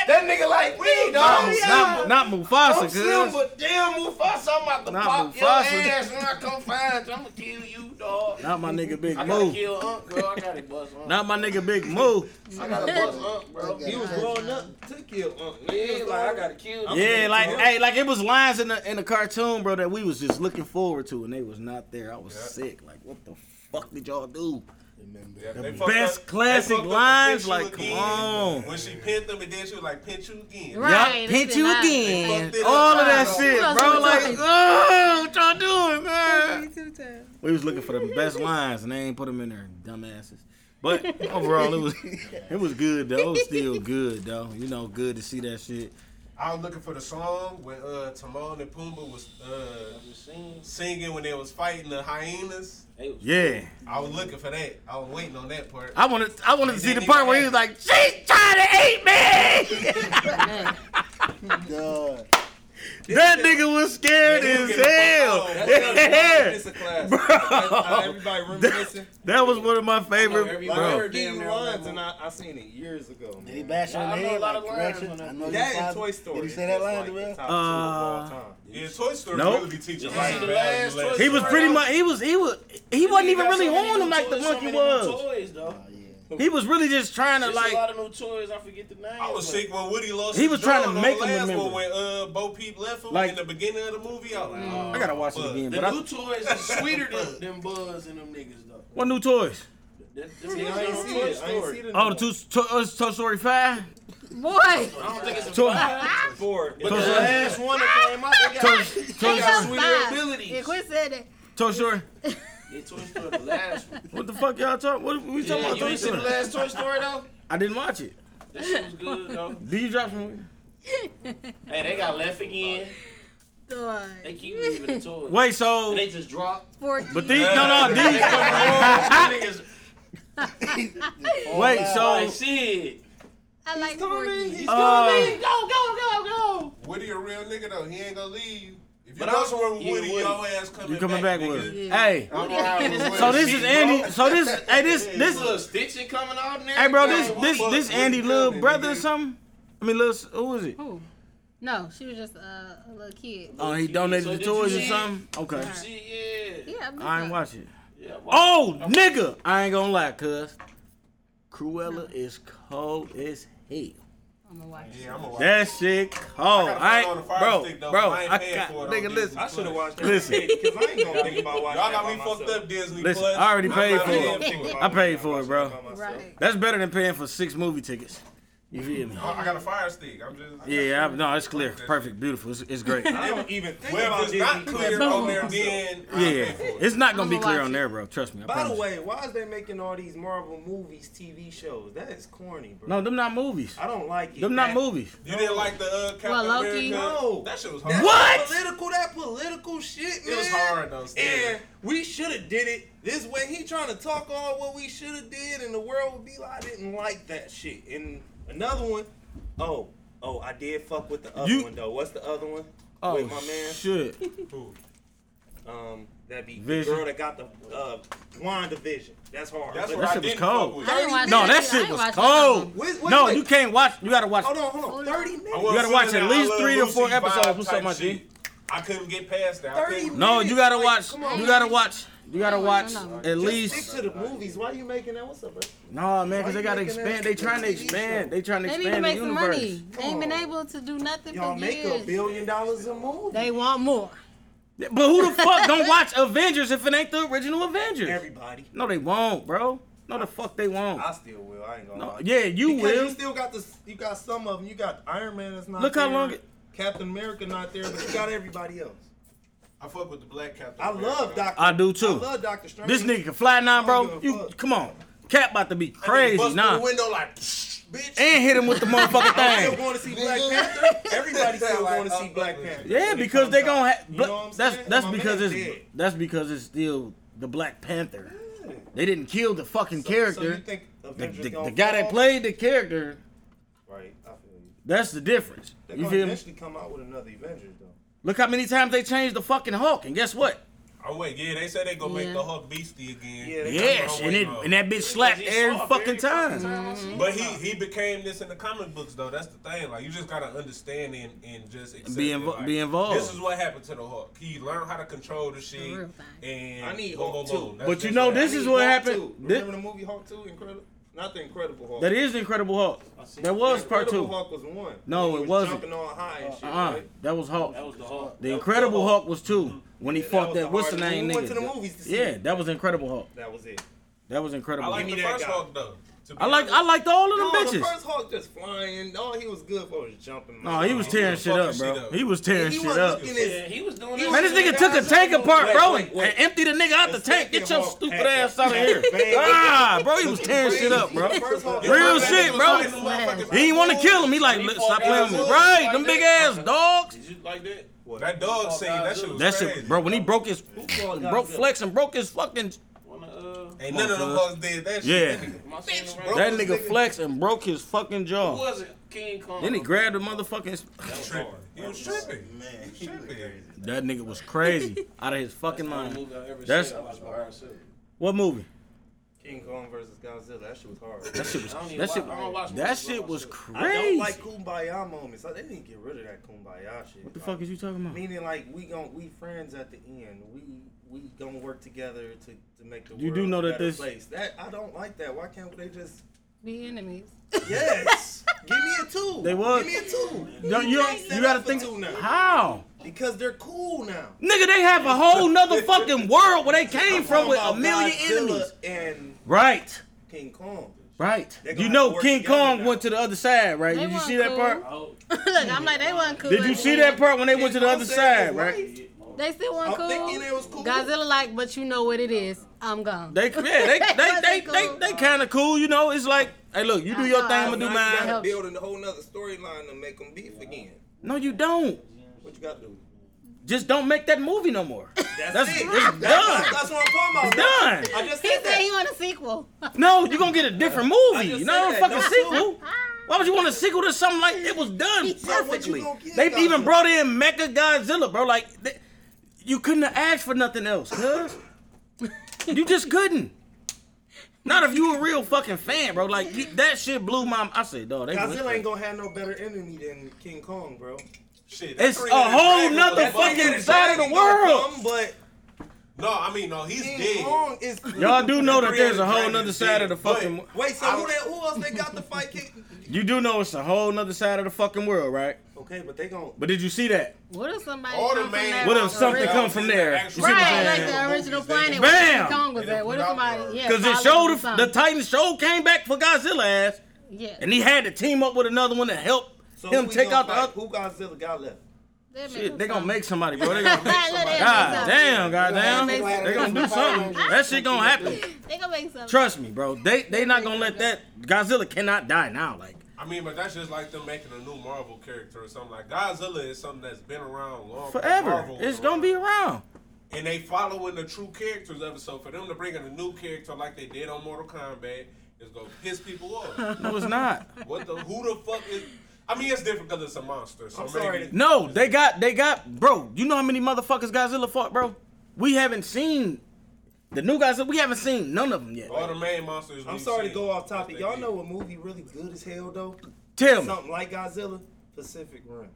Speaker 7: That nigga like me, dog.
Speaker 3: Not, not Mufasa,
Speaker 8: Slim,
Speaker 3: cuz.
Speaker 8: but damn Mufasa, I'm about to
Speaker 3: Not
Speaker 8: pop
Speaker 3: Mufasa.
Speaker 8: your ass when I come find you. I'm gonna kill you, dog.
Speaker 3: Not my nigga Big
Speaker 8: I gotta
Speaker 3: Mo.
Speaker 8: kill Unc, bro. I gotta bust Unc.
Speaker 3: Not my nigga Big Mo.
Speaker 8: I gotta bust Unc, bro.
Speaker 6: He was
Speaker 7: Growing up to kill Unc. Man,
Speaker 8: Yeah,
Speaker 7: he was
Speaker 8: like, I
Speaker 7: like,
Speaker 8: gotta kill you.
Speaker 3: Yeah, like hey, like it was lines in the in the cartoon, bro, that we was just looking forward to, and they was not there. I was sick. Like, what the fuck did y'all do?
Speaker 4: Yeah, they
Speaker 3: The
Speaker 4: fucked
Speaker 3: best
Speaker 4: they
Speaker 3: classic
Speaker 4: fucked up the
Speaker 3: lines,
Speaker 4: pinch you
Speaker 3: like, come
Speaker 4: again.
Speaker 3: on.
Speaker 4: When she pinned them and then she was like, pinch you again.
Speaker 5: Right.
Speaker 3: Yup,
Speaker 5: they
Speaker 3: hit
Speaker 5: did
Speaker 3: you
Speaker 5: not-
Speaker 3: again.
Speaker 4: Fucked it
Speaker 3: All
Speaker 4: up,
Speaker 3: of that
Speaker 4: bro.
Speaker 3: shit,
Speaker 5: What
Speaker 3: bro.
Speaker 5: else we
Speaker 3: Like,
Speaker 5: talking?
Speaker 3: oh, what y'all doing, man?
Speaker 5: Two times.
Speaker 3: We was looking for the best lines, and they ain't put them in there, dumbasses. But overall, it was it was good though. It was still good though. You know, good to see that shit.
Speaker 4: I was looking for the song when uh, Timon and Pumbaa was uh, singing when they was fighting the hyenas.
Speaker 3: Yeah,
Speaker 4: I was looking for that. I was waiting on that part.
Speaker 3: I wanted I wanted to see the part where he was like, "She's trying to eat me."
Speaker 6: Duh.
Speaker 3: that nigga was scared
Speaker 4: Yeah, he was
Speaker 3: as
Speaker 4: getting
Speaker 3: hell.
Speaker 8: "Oh,
Speaker 4: fucked
Speaker 3: Yeah.
Speaker 7: It's a classic.
Speaker 3: Bro.
Speaker 7: uh, Everybody reminiscing.
Speaker 3: That was one of my
Speaker 7: Like,
Speaker 3: favorite.
Speaker 7: I
Speaker 3: Bro.
Speaker 7: heard these lines and I, I seen it years ago.
Speaker 6: Did he
Speaker 7: Man.
Speaker 6: bash
Speaker 8: Yeah,
Speaker 6: on the
Speaker 8: I know a
Speaker 6: head?
Speaker 8: lot
Speaker 6: Like,
Speaker 8: of lines
Speaker 6: correction?
Speaker 8: on that
Speaker 6: I know
Speaker 8: bitch.
Speaker 6: you
Speaker 7: That and
Speaker 6: five-
Speaker 7: Toy Story.
Speaker 6: Did he say
Speaker 7: is
Speaker 6: that
Speaker 7: just
Speaker 6: line,
Speaker 7: like
Speaker 6: Darrell?
Speaker 7: the top two
Speaker 3: Uh,
Speaker 7: of all time.
Speaker 4: Yeah, Toy Story
Speaker 3: Nope.
Speaker 4: really be teaching
Speaker 8: Did you
Speaker 4: life
Speaker 8: see the
Speaker 4: values
Speaker 8: last
Speaker 4: lessons.
Speaker 8: Toy
Speaker 3: He was pretty much he was he was he wasn't even really on him like the monkey was.
Speaker 8: Toys, though.
Speaker 3: He was really just trying to
Speaker 8: There's
Speaker 3: like
Speaker 8: a lot of new toys. I forget the name.
Speaker 4: I was
Speaker 8: but-
Speaker 4: sick when Woody lost.
Speaker 3: He
Speaker 4: his
Speaker 3: was trying to
Speaker 4: job on
Speaker 3: make
Speaker 4: the
Speaker 3: him
Speaker 4: last
Speaker 3: remember.
Speaker 4: one when uh, Bo Peep left him
Speaker 3: Like-
Speaker 4: in the beginning of the movie. I was like, oh,
Speaker 3: I gotta watch it
Speaker 4: Buzz.
Speaker 3: again.
Speaker 8: The
Speaker 3: But I,
Speaker 8: new toys are sweeter than, than Buzz and them niggas though.
Speaker 3: what new toys?
Speaker 8: That, them
Speaker 7: See,
Speaker 8: niggas
Speaker 7: I ain't
Speaker 8: on
Speaker 7: see
Speaker 8: Toy
Speaker 7: it. I ain't
Speaker 8: Story.
Speaker 7: see the
Speaker 3: Oh, the two to, uh, Toy Story Five.
Speaker 5: Boy.
Speaker 8: I don't think it's a
Speaker 3: Toy-
Speaker 8: five.
Speaker 7: four.
Speaker 8: But
Speaker 3: Toy-
Speaker 8: the last one that came out, they
Speaker 3: Toy,
Speaker 8: got,
Speaker 3: Toy,
Speaker 8: they got
Speaker 3: Story,
Speaker 8: sweeter
Speaker 5: Five.
Speaker 8: abilities.
Speaker 5: Yeah, quit saying that.
Speaker 3: Toy Story.
Speaker 8: Yeah, Toy Story, the last one.
Speaker 3: What the fuck y'all talking? What we talking
Speaker 8: Yeah,
Speaker 3: about?
Speaker 8: you
Speaker 3: Toy
Speaker 8: ain't seen the
Speaker 3: Story.
Speaker 8: last Toy Story though?
Speaker 3: I didn't watch it.
Speaker 8: That shit was good though.
Speaker 3: Do you drop some?
Speaker 8: Hey, they got left again. They
Speaker 5: Boy.
Speaker 8: keep leaving the toys.
Speaker 3: Wait, so
Speaker 8: And they just drop.
Speaker 5: 14.
Speaker 3: but these no no
Speaker 8: They
Speaker 3: these
Speaker 8: come home, them niggas,
Speaker 3: wait
Speaker 8: like
Speaker 3: so
Speaker 8: shit.
Speaker 5: I like 14.
Speaker 3: uh,
Speaker 8: Go, go, go, go.
Speaker 4: Woody a real nigga though. He ain't gonna leave. If you
Speaker 8: But
Speaker 4: go
Speaker 8: I-
Speaker 4: somewhere with
Speaker 8: yeah,
Speaker 4: Woody,
Speaker 8: Woody.
Speaker 4: your ass coming.
Speaker 3: you coming back
Speaker 4: nigga.
Speaker 3: with? it.
Speaker 5: Yeah.
Speaker 3: Hey,
Speaker 4: I'm riding with
Speaker 3: so
Speaker 4: Woody.
Speaker 3: this is Andy. So this hey this
Speaker 8: This little
Speaker 3: this
Speaker 8: stitching coming out now.
Speaker 3: hey bro this this this Andy little brother or something. I mean, little who is it?
Speaker 5: Who? No, she was just uh, a little kid.
Speaker 3: Oh, he donated the toys or something. Okay,
Speaker 8: Shit, yeah.
Speaker 5: Yeah, I'm
Speaker 3: I ain't watch it.
Speaker 8: yeah well,
Speaker 3: Oh, nigga! I ain't gonna lie, cuz. Cruella is cold as hell.
Speaker 5: I'm gonna watch it.
Speaker 4: Yeah, I'm a rock.
Speaker 3: That shit cold.
Speaker 4: gotta put
Speaker 3: I,
Speaker 4: it on the
Speaker 3: ain't,
Speaker 4: fire
Speaker 3: bro,
Speaker 4: stick, though,
Speaker 3: bro,
Speaker 4: I ain't
Speaker 3: I
Speaker 4: paying
Speaker 3: got,
Speaker 4: for it on
Speaker 3: nigga,
Speaker 4: Disney
Speaker 3: listen,
Speaker 7: I should have watched that.
Speaker 3: Listen.
Speaker 7: because I ain't gonna think about watching
Speaker 4: Y'all
Speaker 7: that.
Speaker 4: got
Speaker 7: by
Speaker 4: me fucked
Speaker 7: myself.
Speaker 4: up, Disney
Speaker 3: Listen,
Speaker 4: Plus.
Speaker 3: I already
Speaker 4: I'm
Speaker 3: paid
Speaker 4: not
Speaker 3: for it.
Speaker 4: paying
Speaker 7: If
Speaker 4: for
Speaker 7: I
Speaker 3: I paid for it,
Speaker 7: watched
Speaker 3: bro.
Speaker 7: that by myself.
Speaker 5: Right.
Speaker 3: That's better than paying for six movie tickets. You feel me?
Speaker 4: I got a fire stick. I'm just.
Speaker 3: Yeah, I, no, it's clear, perfect, beautiful. It's, it's great.
Speaker 7: I don't even think
Speaker 4: Well, if it's
Speaker 7: about Disney
Speaker 4: not
Speaker 7: Plus
Speaker 4: clear
Speaker 7: by
Speaker 4: on there,
Speaker 7: myself.
Speaker 4: then I
Speaker 3: Yeah,
Speaker 4: pay for it.
Speaker 3: it's not gonna be
Speaker 5: I'ma
Speaker 3: clear
Speaker 5: watch
Speaker 3: on
Speaker 5: it.
Speaker 3: there, bro. Trust me. I
Speaker 7: By the
Speaker 3: promise.
Speaker 7: way, why is they making all these Marvel movies, TV shows? That is corny, bro.
Speaker 3: no, them not movies.
Speaker 7: I don't like it.
Speaker 3: Them not
Speaker 7: That-
Speaker 3: movies.
Speaker 4: You didn't like the uh, Captain
Speaker 5: Well,
Speaker 4: America?
Speaker 5: Loki?
Speaker 7: No.
Speaker 4: that shit was hard.
Speaker 7: That
Speaker 3: What?
Speaker 7: Political, that political shit, man.
Speaker 4: It was hard though. Still.
Speaker 7: And we should have did it this way. He trying to talk all what we should have did, and the world would be like, I didn't like that shit. And another one, oh, oh, I did fuck with the other
Speaker 3: You-
Speaker 7: one though. What's the other one?
Speaker 3: Oh
Speaker 7: with my man.
Speaker 3: shit.
Speaker 4: Who?
Speaker 7: Um, that'd be
Speaker 3: Vision.
Speaker 7: the girl that got the uh, Wanda Vision. That's hard.
Speaker 4: That's
Speaker 7: But-
Speaker 4: what
Speaker 3: That
Speaker 4: I
Speaker 3: shit was
Speaker 4: didn't fuck
Speaker 3: cold.
Speaker 4: with.
Speaker 5: I didn't watch
Speaker 3: No, that
Speaker 5: either. I
Speaker 3: shit
Speaker 5: ain't
Speaker 3: was
Speaker 5: watched that
Speaker 3: cold.
Speaker 5: one.
Speaker 7: Wait, wait,
Speaker 3: No,
Speaker 7: wait.
Speaker 3: you can't watch. You gotta watch.
Speaker 7: Hold on, hold on. Thirty minutes.
Speaker 4: I
Speaker 3: You gotta
Speaker 4: wasn't
Speaker 3: watch
Speaker 4: feeling
Speaker 3: at
Speaker 4: that
Speaker 3: least
Speaker 4: I Love
Speaker 3: three to four
Speaker 4: Lucy vibe
Speaker 3: episodes. What's up,
Speaker 4: type
Speaker 3: my G?
Speaker 4: shit. I couldn't get past that. I
Speaker 7: Thirty
Speaker 4: couldn't-
Speaker 3: No, you gotta
Speaker 7: Like,
Speaker 3: watch.
Speaker 7: come on,
Speaker 3: You
Speaker 7: man.
Speaker 3: gotta watch. You gotta
Speaker 5: No, no,
Speaker 3: watch
Speaker 5: no.
Speaker 3: at
Speaker 7: Just
Speaker 3: least.
Speaker 7: stick to the movies. Why you making that? What's up, bro?
Speaker 3: No, man, because they gotta
Speaker 7: Why you making
Speaker 3: expand.
Speaker 7: that
Speaker 3: They trying to
Speaker 7: TV show?
Speaker 3: expand. They trying to
Speaker 5: They need to
Speaker 3: expand the
Speaker 5: make some
Speaker 3: universe.
Speaker 5: money. They ain't been
Speaker 7: Come on.
Speaker 5: able to do nothing
Speaker 7: Y'all
Speaker 5: for
Speaker 7: make a
Speaker 5: years.
Speaker 7: billion dollars a movie.
Speaker 5: They want more.
Speaker 3: But who the fuck don't watch Avengers if it ain't the original Avengers?
Speaker 7: Everybody.
Speaker 3: No, they won't, bro. No, the fuck they won't.
Speaker 7: I still will. I ain't gonna.
Speaker 3: No,
Speaker 7: lie.
Speaker 3: yeah, you
Speaker 7: Because
Speaker 3: will.
Speaker 7: You still got this. You got some of them. You got Iron Man that's not.
Speaker 3: Look
Speaker 7: there,
Speaker 3: how long it-
Speaker 7: Captain America not there, but you got everybody else.
Speaker 4: I fuck with the black Captain.
Speaker 7: I
Speaker 4: America.
Speaker 7: love Doctor.
Speaker 3: I do too.
Speaker 7: I love Doctor Strange.
Speaker 3: This nigga can fly now,
Speaker 7: give
Speaker 3: bro.
Speaker 7: a
Speaker 3: You
Speaker 7: fuck.
Speaker 3: come on. Cap about to be
Speaker 4: I didn't
Speaker 3: crazy
Speaker 4: bust
Speaker 3: now.
Speaker 4: through the window like, bitch.
Speaker 3: and hit him with the
Speaker 7: I'm
Speaker 3: motherfucking
Speaker 7: still
Speaker 3: thing.
Speaker 7: going to see Black Panther. Everybody still
Speaker 4: Like,
Speaker 7: going to see
Speaker 4: uh,
Speaker 7: Black Panther.
Speaker 3: Yeah,
Speaker 7: when it
Speaker 3: because
Speaker 7: comes
Speaker 3: they
Speaker 7: out.
Speaker 3: gonna have.
Speaker 7: You know what I'm
Speaker 3: that's
Speaker 7: saying?
Speaker 3: that's
Speaker 7: My
Speaker 3: because
Speaker 7: man's
Speaker 3: it's
Speaker 7: dead.
Speaker 3: that's because it's still the Black Panther.
Speaker 7: Yeah.
Speaker 3: They didn't kill the fucking
Speaker 7: So- So you
Speaker 3: character.
Speaker 7: think
Speaker 3: the,
Speaker 7: Avengers
Speaker 3: the,
Speaker 7: gonna
Speaker 3: the guy that
Speaker 7: fall?
Speaker 3: played the character,
Speaker 7: Right. I feel you.
Speaker 3: that's the difference.
Speaker 7: They're
Speaker 3: you
Speaker 7: gonna
Speaker 3: feel me?
Speaker 7: eventually come out with another Avengers though.
Speaker 3: Look how many times they changed the fucking Hulk, and guess what?
Speaker 4: Oh wait, yeah, they said they gonna make
Speaker 5: Yeah.
Speaker 4: the Hulk beastie again.
Speaker 7: Yeah, they
Speaker 3: Yes, and it and that bitch slapped
Speaker 8: He's
Speaker 3: every
Speaker 8: soft
Speaker 3: fucking time.
Speaker 8: time.
Speaker 4: But he he became this in the comic books though. That's the thing. Like you just gotta understand and, and just accept
Speaker 3: be
Speaker 4: it.
Speaker 3: invo-
Speaker 4: Like,
Speaker 3: be involved.
Speaker 4: This is what happened to the Hulk. He learned how to control the shit.
Speaker 5: real thing.
Speaker 4: And
Speaker 7: I need
Speaker 4: boom,
Speaker 7: Hulk
Speaker 4: boom,
Speaker 7: too.
Speaker 4: boom. That's-
Speaker 3: But you
Speaker 4: that's
Speaker 3: know,
Speaker 4: what
Speaker 3: this
Speaker 4: happened.
Speaker 3: is what
Speaker 7: Hulk
Speaker 3: happened.
Speaker 7: Two.
Speaker 3: This,
Speaker 7: Remember the movie Hulk Two? Incredible. Not the Incredible Hulk.
Speaker 3: that is the Incredible Hulk.
Speaker 8: see.
Speaker 3: That was part
Speaker 7: Incredible
Speaker 3: two.
Speaker 7: Hulk was one.
Speaker 3: No,
Speaker 7: When he
Speaker 3: it
Speaker 7: was
Speaker 3: wasn't.
Speaker 7: Jumping all high and shit.
Speaker 3: Uh,
Speaker 7: right?
Speaker 3: that was Hulk.
Speaker 8: That was the Hulk.
Speaker 3: The
Speaker 7: That was
Speaker 3: Incredible
Speaker 7: the
Speaker 3: Hulk was two when he
Speaker 7: Yeah, that
Speaker 3: fought
Speaker 7: was
Speaker 3: that
Speaker 7: the
Speaker 3: what's the
Speaker 7: hardest-
Speaker 3: name
Speaker 7: we
Speaker 3: nigga.
Speaker 7: went to the movies to see
Speaker 3: yeah,
Speaker 7: it.
Speaker 3: that was Incredible Hulk.
Speaker 7: That was it.
Speaker 3: That was Incredible.
Speaker 4: I
Speaker 3: Hulk.
Speaker 4: like
Speaker 7: Give
Speaker 4: the
Speaker 7: me that
Speaker 4: first
Speaker 7: guy.
Speaker 4: Hulk though. to be
Speaker 3: I like
Speaker 4: honest.
Speaker 3: I liked all of them
Speaker 7: No, the
Speaker 3: bitches.
Speaker 7: first Hulk just flying. All he was good for was jumping.
Speaker 3: No, he was tearing shit up,
Speaker 4: Fucking shit
Speaker 3: bro.
Speaker 4: up.
Speaker 3: He was tearing
Speaker 7: He
Speaker 3: shit
Speaker 7: wasn't
Speaker 3: up.
Speaker 7: looking
Speaker 8: Yeah,
Speaker 7: as
Speaker 8: he was doing
Speaker 7: He
Speaker 8: that.
Speaker 3: Man, this nigga took a tank apart,
Speaker 7: Wait,
Speaker 3: bro,
Speaker 7: wait,
Speaker 3: and
Speaker 7: wait.
Speaker 3: emptied the nigga out the
Speaker 7: Let's
Speaker 3: tank.
Speaker 7: take
Speaker 3: Get
Speaker 7: it
Speaker 3: your
Speaker 7: off.
Speaker 3: stupid
Speaker 7: Hey,
Speaker 3: ass out of here.
Speaker 7: man.
Speaker 3: Ah, bro, he was tearing shit up, bro.
Speaker 7: The first Hulk-
Speaker 3: Real
Speaker 7: That
Speaker 3: shit,
Speaker 7: nigga was
Speaker 3: bro.
Speaker 7: fighting them motherfuckers.
Speaker 3: He didn't want to kill him. He like,
Speaker 8: He
Speaker 3: "Look,
Speaker 8: fought
Speaker 3: stop playing with
Speaker 8: Godzilla
Speaker 3: me. Right,
Speaker 8: like
Speaker 3: them
Speaker 8: that?
Speaker 3: big ass
Speaker 8: Uh-huh.
Speaker 3: dogs.
Speaker 8: Did you like that?
Speaker 4: that dog scene. That shit was
Speaker 3: That
Speaker 4: crazy.
Speaker 3: shit, bro, when he broke his,
Speaker 7: fought
Speaker 3: broke
Speaker 7: Godzilla?
Speaker 3: flex and broke his fucking,
Speaker 8: Wanna, uh,
Speaker 4: Ain't none of them
Speaker 3: Come on,
Speaker 4: Hulks did that
Speaker 3: yeah.
Speaker 4: shit. That nigga-
Speaker 8: am I saying the right?
Speaker 4: bro.
Speaker 3: That nigga flex and broke his fucking
Speaker 8: Who
Speaker 3: jaw.
Speaker 8: was it? King Kong.
Speaker 3: Then he grabbed the motherfucking.
Speaker 4: Tripping. He was tripping.
Speaker 6: Man,
Speaker 4: He was tripping.
Speaker 3: That nigga was crazy out of his fucking mind. That's- What movie?
Speaker 7: King Kong versus Godzilla. That shit was hard.
Speaker 3: That shit was.
Speaker 8: I don't even
Speaker 3: That
Speaker 8: watch-
Speaker 3: shit.
Speaker 8: I don't watch
Speaker 3: That
Speaker 8: movies, I
Speaker 3: shit
Speaker 8: watch
Speaker 3: was
Speaker 8: shit.
Speaker 3: crazy.
Speaker 7: I don't like kumbaya moments. Like, They didn't get rid of that kumbaya shit.
Speaker 3: What the fuck is you talking about?
Speaker 7: Meaning like we gon' we friends at the end. We we gonna work together to, to make the
Speaker 3: You
Speaker 7: world
Speaker 3: do know
Speaker 7: a
Speaker 3: that
Speaker 7: better
Speaker 3: this-
Speaker 7: place. That I don't like that. Why can't they just
Speaker 5: Be enemies.
Speaker 7: yes? Give me a two.
Speaker 3: They was-
Speaker 7: Give me a two.
Speaker 3: No, you
Speaker 7: They set
Speaker 3: you gotta
Speaker 7: up for
Speaker 3: think
Speaker 7: two now.
Speaker 3: how.
Speaker 7: because they're cool now.
Speaker 3: Nigga, they have a whole nother fucking world where they came from with a
Speaker 7: Talking
Speaker 3: million
Speaker 7: about Godzilla
Speaker 3: enemies.
Speaker 7: and
Speaker 3: Right,
Speaker 7: King Kong.
Speaker 3: right.
Speaker 7: They gonna
Speaker 3: You
Speaker 7: have to
Speaker 3: know
Speaker 7: work
Speaker 3: King
Speaker 7: together
Speaker 3: Kong
Speaker 7: now.
Speaker 3: went to the other side, right?
Speaker 5: They
Speaker 3: Did you
Speaker 5: weren't
Speaker 3: see that
Speaker 5: cool.
Speaker 3: part?
Speaker 8: Oh,
Speaker 5: Look, I'm like, they wasn't cool.
Speaker 3: Did you see that part when they went to the
Speaker 7: I'm
Speaker 3: other
Speaker 7: saying
Speaker 3: side,
Speaker 7: it's
Speaker 3: right?
Speaker 7: life.
Speaker 5: They still weren't
Speaker 7: I'm
Speaker 5: cool.
Speaker 7: thinking they was cool.
Speaker 5: Godzilla like, but you know what it is. I'm gone.
Speaker 3: They yeah, they
Speaker 5: Wasn't
Speaker 3: they they
Speaker 5: cool.
Speaker 3: they, they kind of cool, you know. It's like, hey, look, you do your
Speaker 5: Uh-huh.
Speaker 3: thing, I'ma
Speaker 7: Now
Speaker 3: do
Speaker 7: you
Speaker 3: mine.
Speaker 7: gotta build a whole nother storyline to make them beef again.
Speaker 3: No, you don't.
Speaker 7: What you gotta do?
Speaker 3: Just don't make that movie no more.
Speaker 7: That's,
Speaker 3: That's-
Speaker 7: it.
Speaker 3: it's done.
Speaker 7: That's, that's what I'm talking about.
Speaker 3: Done.
Speaker 7: I just
Speaker 5: he said
Speaker 7: said that.
Speaker 5: he want a sequel.
Speaker 3: No, you're gonna get a different movie.
Speaker 7: just
Speaker 3: You
Speaker 7: said
Speaker 3: know,
Speaker 7: that.
Speaker 3: fucking
Speaker 7: Don't
Speaker 3: sequel. Why would you want a sequel to something like it was done
Speaker 5: So what you
Speaker 3: perfectly?
Speaker 7: gonna get,
Speaker 3: They
Speaker 7: Godzilla?
Speaker 3: even brought in Mecha Godzilla, bro. Like, th- you couldn't have asked for nothing else, cuz. you just couldn't. Not if you a real fucking fan, bro. Like you, that shit blew my. I said, dog, they. went
Speaker 7: Godzilla
Speaker 3: crazy.
Speaker 7: ain't gonna have no better enemy than King Kong, bro.
Speaker 4: Shit. that
Speaker 3: It's uh, a
Speaker 4: 300
Speaker 3: whole
Speaker 4: dragon
Speaker 3: nother
Speaker 4: was-
Speaker 3: fucking side of the world.
Speaker 7: Come, but
Speaker 4: No, I mean no. He's
Speaker 7: King
Speaker 4: dead.
Speaker 7: Kong is.
Speaker 3: Y'all do know that
Speaker 4: Three
Speaker 3: there's a
Speaker 4: hundred
Speaker 3: whole
Speaker 4: dragons
Speaker 3: nother side of
Speaker 4: dead,
Speaker 3: the fucking.
Speaker 4: but-
Speaker 7: Wait, so who, that, who else they got to fight King?
Speaker 3: You do know it's a whole nother side of the fucking world, right?
Speaker 7: Okay, but they gon'
Speaker 3: But did you see that?
Speaker 5: What if somebody
Speaker 4: Or the
Speaker 5: come from
Speaker 4: main-
Speaker 5: that
Speaker 3: What if
Speaker 5: original-
Speaker 3: something
Speaker 4: Right.
Speaker 3: come from there? You
Speaker 4: Right,
Speaker 3: see what I'm
Speaker 5: Right,
Speaker 3: saying?
Speaker 5: like the original planet
Speaker 3: Bam!
Speaker 5: where King Kong was at. What if somebody? yeah,
Speaker 3: Because it
Speaker 5: followed
Speaker 3: showed
Speaker 5: or
Speaker 3: if the
Speaker 5: something.
Speaker 3: Titan show came back for Godzilla ass,
Speaker 5: Yeah,
Speaker 3: and he had to team up with another one to help
Speaker 7: so
Speaker 3: him
Speaker 7: who we
Speaker 3: take
Speaker 7: gonna
Speaker 3: out the
Speaker 7: fight?
Speaker 3: other.
Speaker 7: Who Godzilla got left?
Speaker 5: They'll make
Speaker 3: Shit,
Speaker 5: us
Speaker 3: they gonna
Speaker 5: some.
Speaker 3: make somebody, bro. They
Speaker 5: Look,
Speaker 3: gonna make
Speaker 5: they'll make
Speaker 3: God
Speaker 5: something.
Speaker 3: damn, goddamn.
Speaker 5: They gonna
Speaker 3: They gonna do
Speaker 6: make
Speaker 3: something.
Speaker 6: something.
Speaker 3: That shit gonna happen.
Speaker 5: They gonna make something.
Speaker 3: Trust me, bro. They they not gonna let that Godzilla cannot die now. Like
Speaker 4: I mean, but that's just like them making a new Marvel character or something. Like Godzilla is something that's been around long
Speaker 3: forever,
Speaker 4: Marvel was
Speaker 3: it's gonna be
Speaker 4: around.
Speaker 3: around.
Speaker 4: and they following the true characters of it. So for them to bring in a new character like they did on Mortal Kombat is gonna piss people off.
Speaker 3: No, it's not.
Speaker 4: what the? Who the fuck is? I mean, it's different because it's a monster. So
Speaker 7: I'm sorry.
Speaker 4: maybe-
Speaker 3: No, they got they got bro. You know how many motherfuckers Godzilla fought, bro? We haven't seen the new Godzilla. We haven't seen none of them yet.
Speaker 4: All the main monsters.
Speaker 7: I'm
Speaker 4: we've
Speaker 7: sorry
Speaker 4: seen.
Speaker 7: to go off topic.
Speaker 4: They
Speaker 7: Y'all
Speaker 4: did.
Speaker 7: know a movie really good as hell though.
Speaker 3: Tell me,
Speaker 7: Something like Godzilla, Pacific Rim.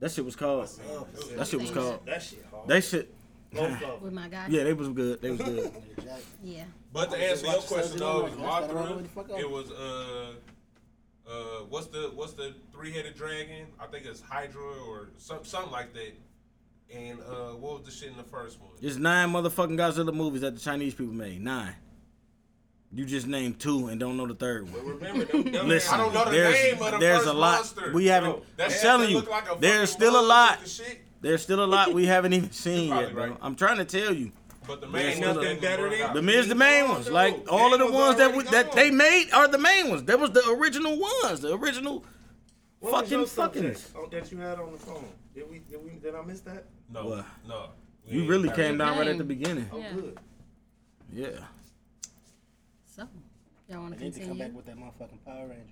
Speaker 3: that shit was called.
Speaker 7: Oh,
Speaker 3: That shit was called.
Speaker 7: That shit hard.
Speaker 3: They shit.
Speaker 7: Both of them.
Speaker 5: With Oh my guy.
Speaker 3: Yeah, they was good. They was good.
Speaker 5: Yeah.
Speaker 4: But to answer your
Speaker 6: watch the
Speaker 4: question
Speaker 6: Sunday
Speaker 4: though, it
Speaker 6: morning.
Speaker 4: was
Speaker 6: That's better than
Speaker 4: Mothra.
Speaker 6: what the fuck I-
Speaker 4: It was uh, uh, what's the what's the three headed dragon? I think it's Hydra or some, something like that. And uh, what was the shit in the first one?
Speaker 3: There's nine motherfucking Godzilla movies that the Chinese people made. Nine. You just named two and don't know the third one.
Speaker 7: Remember them? them
Speaker 3: Listen,
Speaker 4: I don't know the
Speaker 3: there's,
Speaker 4: name of the
Speaker 3: there's
Speaker 4: first
Speaker 3: a lot.
Speaker 4: monster.
Speaker 3: We haven't.
Speaker 4: Bro, that
Speaker 3: I'm
Speaker 4: shit
Speaker 3: telling you,
Speaker 4: look like a
Speaker 3: there's
Speaker 4: fucking
Speaker 3: still a lot.
Speaker 4: monster with the shit.
Speaker 3: There's still a lot we haven't even seen
Speaker 4: You're
Speaker 3: yet,
Speaker 4: probably
Speaker 3: bro.
Speaker 4: right.
Speaker 3: I'm trying to tell you.
Speaker 4: But the
Speaker 3: There's
Speaker 4: main
Speaker 3: nothing
Speaker 4: nothing
Speaker 7: better
Speaker 4: better
Speaker 7: than-
Speaker 4: than
Speaker 3: The men's the main ones. Like all of the ones that we, that they made are the main ones. That was the original ones. The original
Speaker 7: What was
Speaker 3: fucking
Speaker 7: your
Speaker 3: fucking.
Speaker 7: subject on- That you had on the phone. Did we? Did we? Did I miss that?
Speaker 4: No,
Speaker 3: What?
Speaker 4: no. We
Speaker 3: You
Speaker 4: ain't
Speaker 3: really
Speaker 4: got
Speaker 3: came
Speaker 4: it.
Speaker 3: down right at
Speaker 5: Dang.
Speaker 3: the beginning.
Speaker 7: Oh,
Speaker 5: Yeah.
Speaker 7: good.
Speaker 3: Yeah.
Speaker 5: So, y'all want to
Speaker 6: They need to come back
Speaker 5: continue?
Speaker 6: with that motherfucking Power Rangers.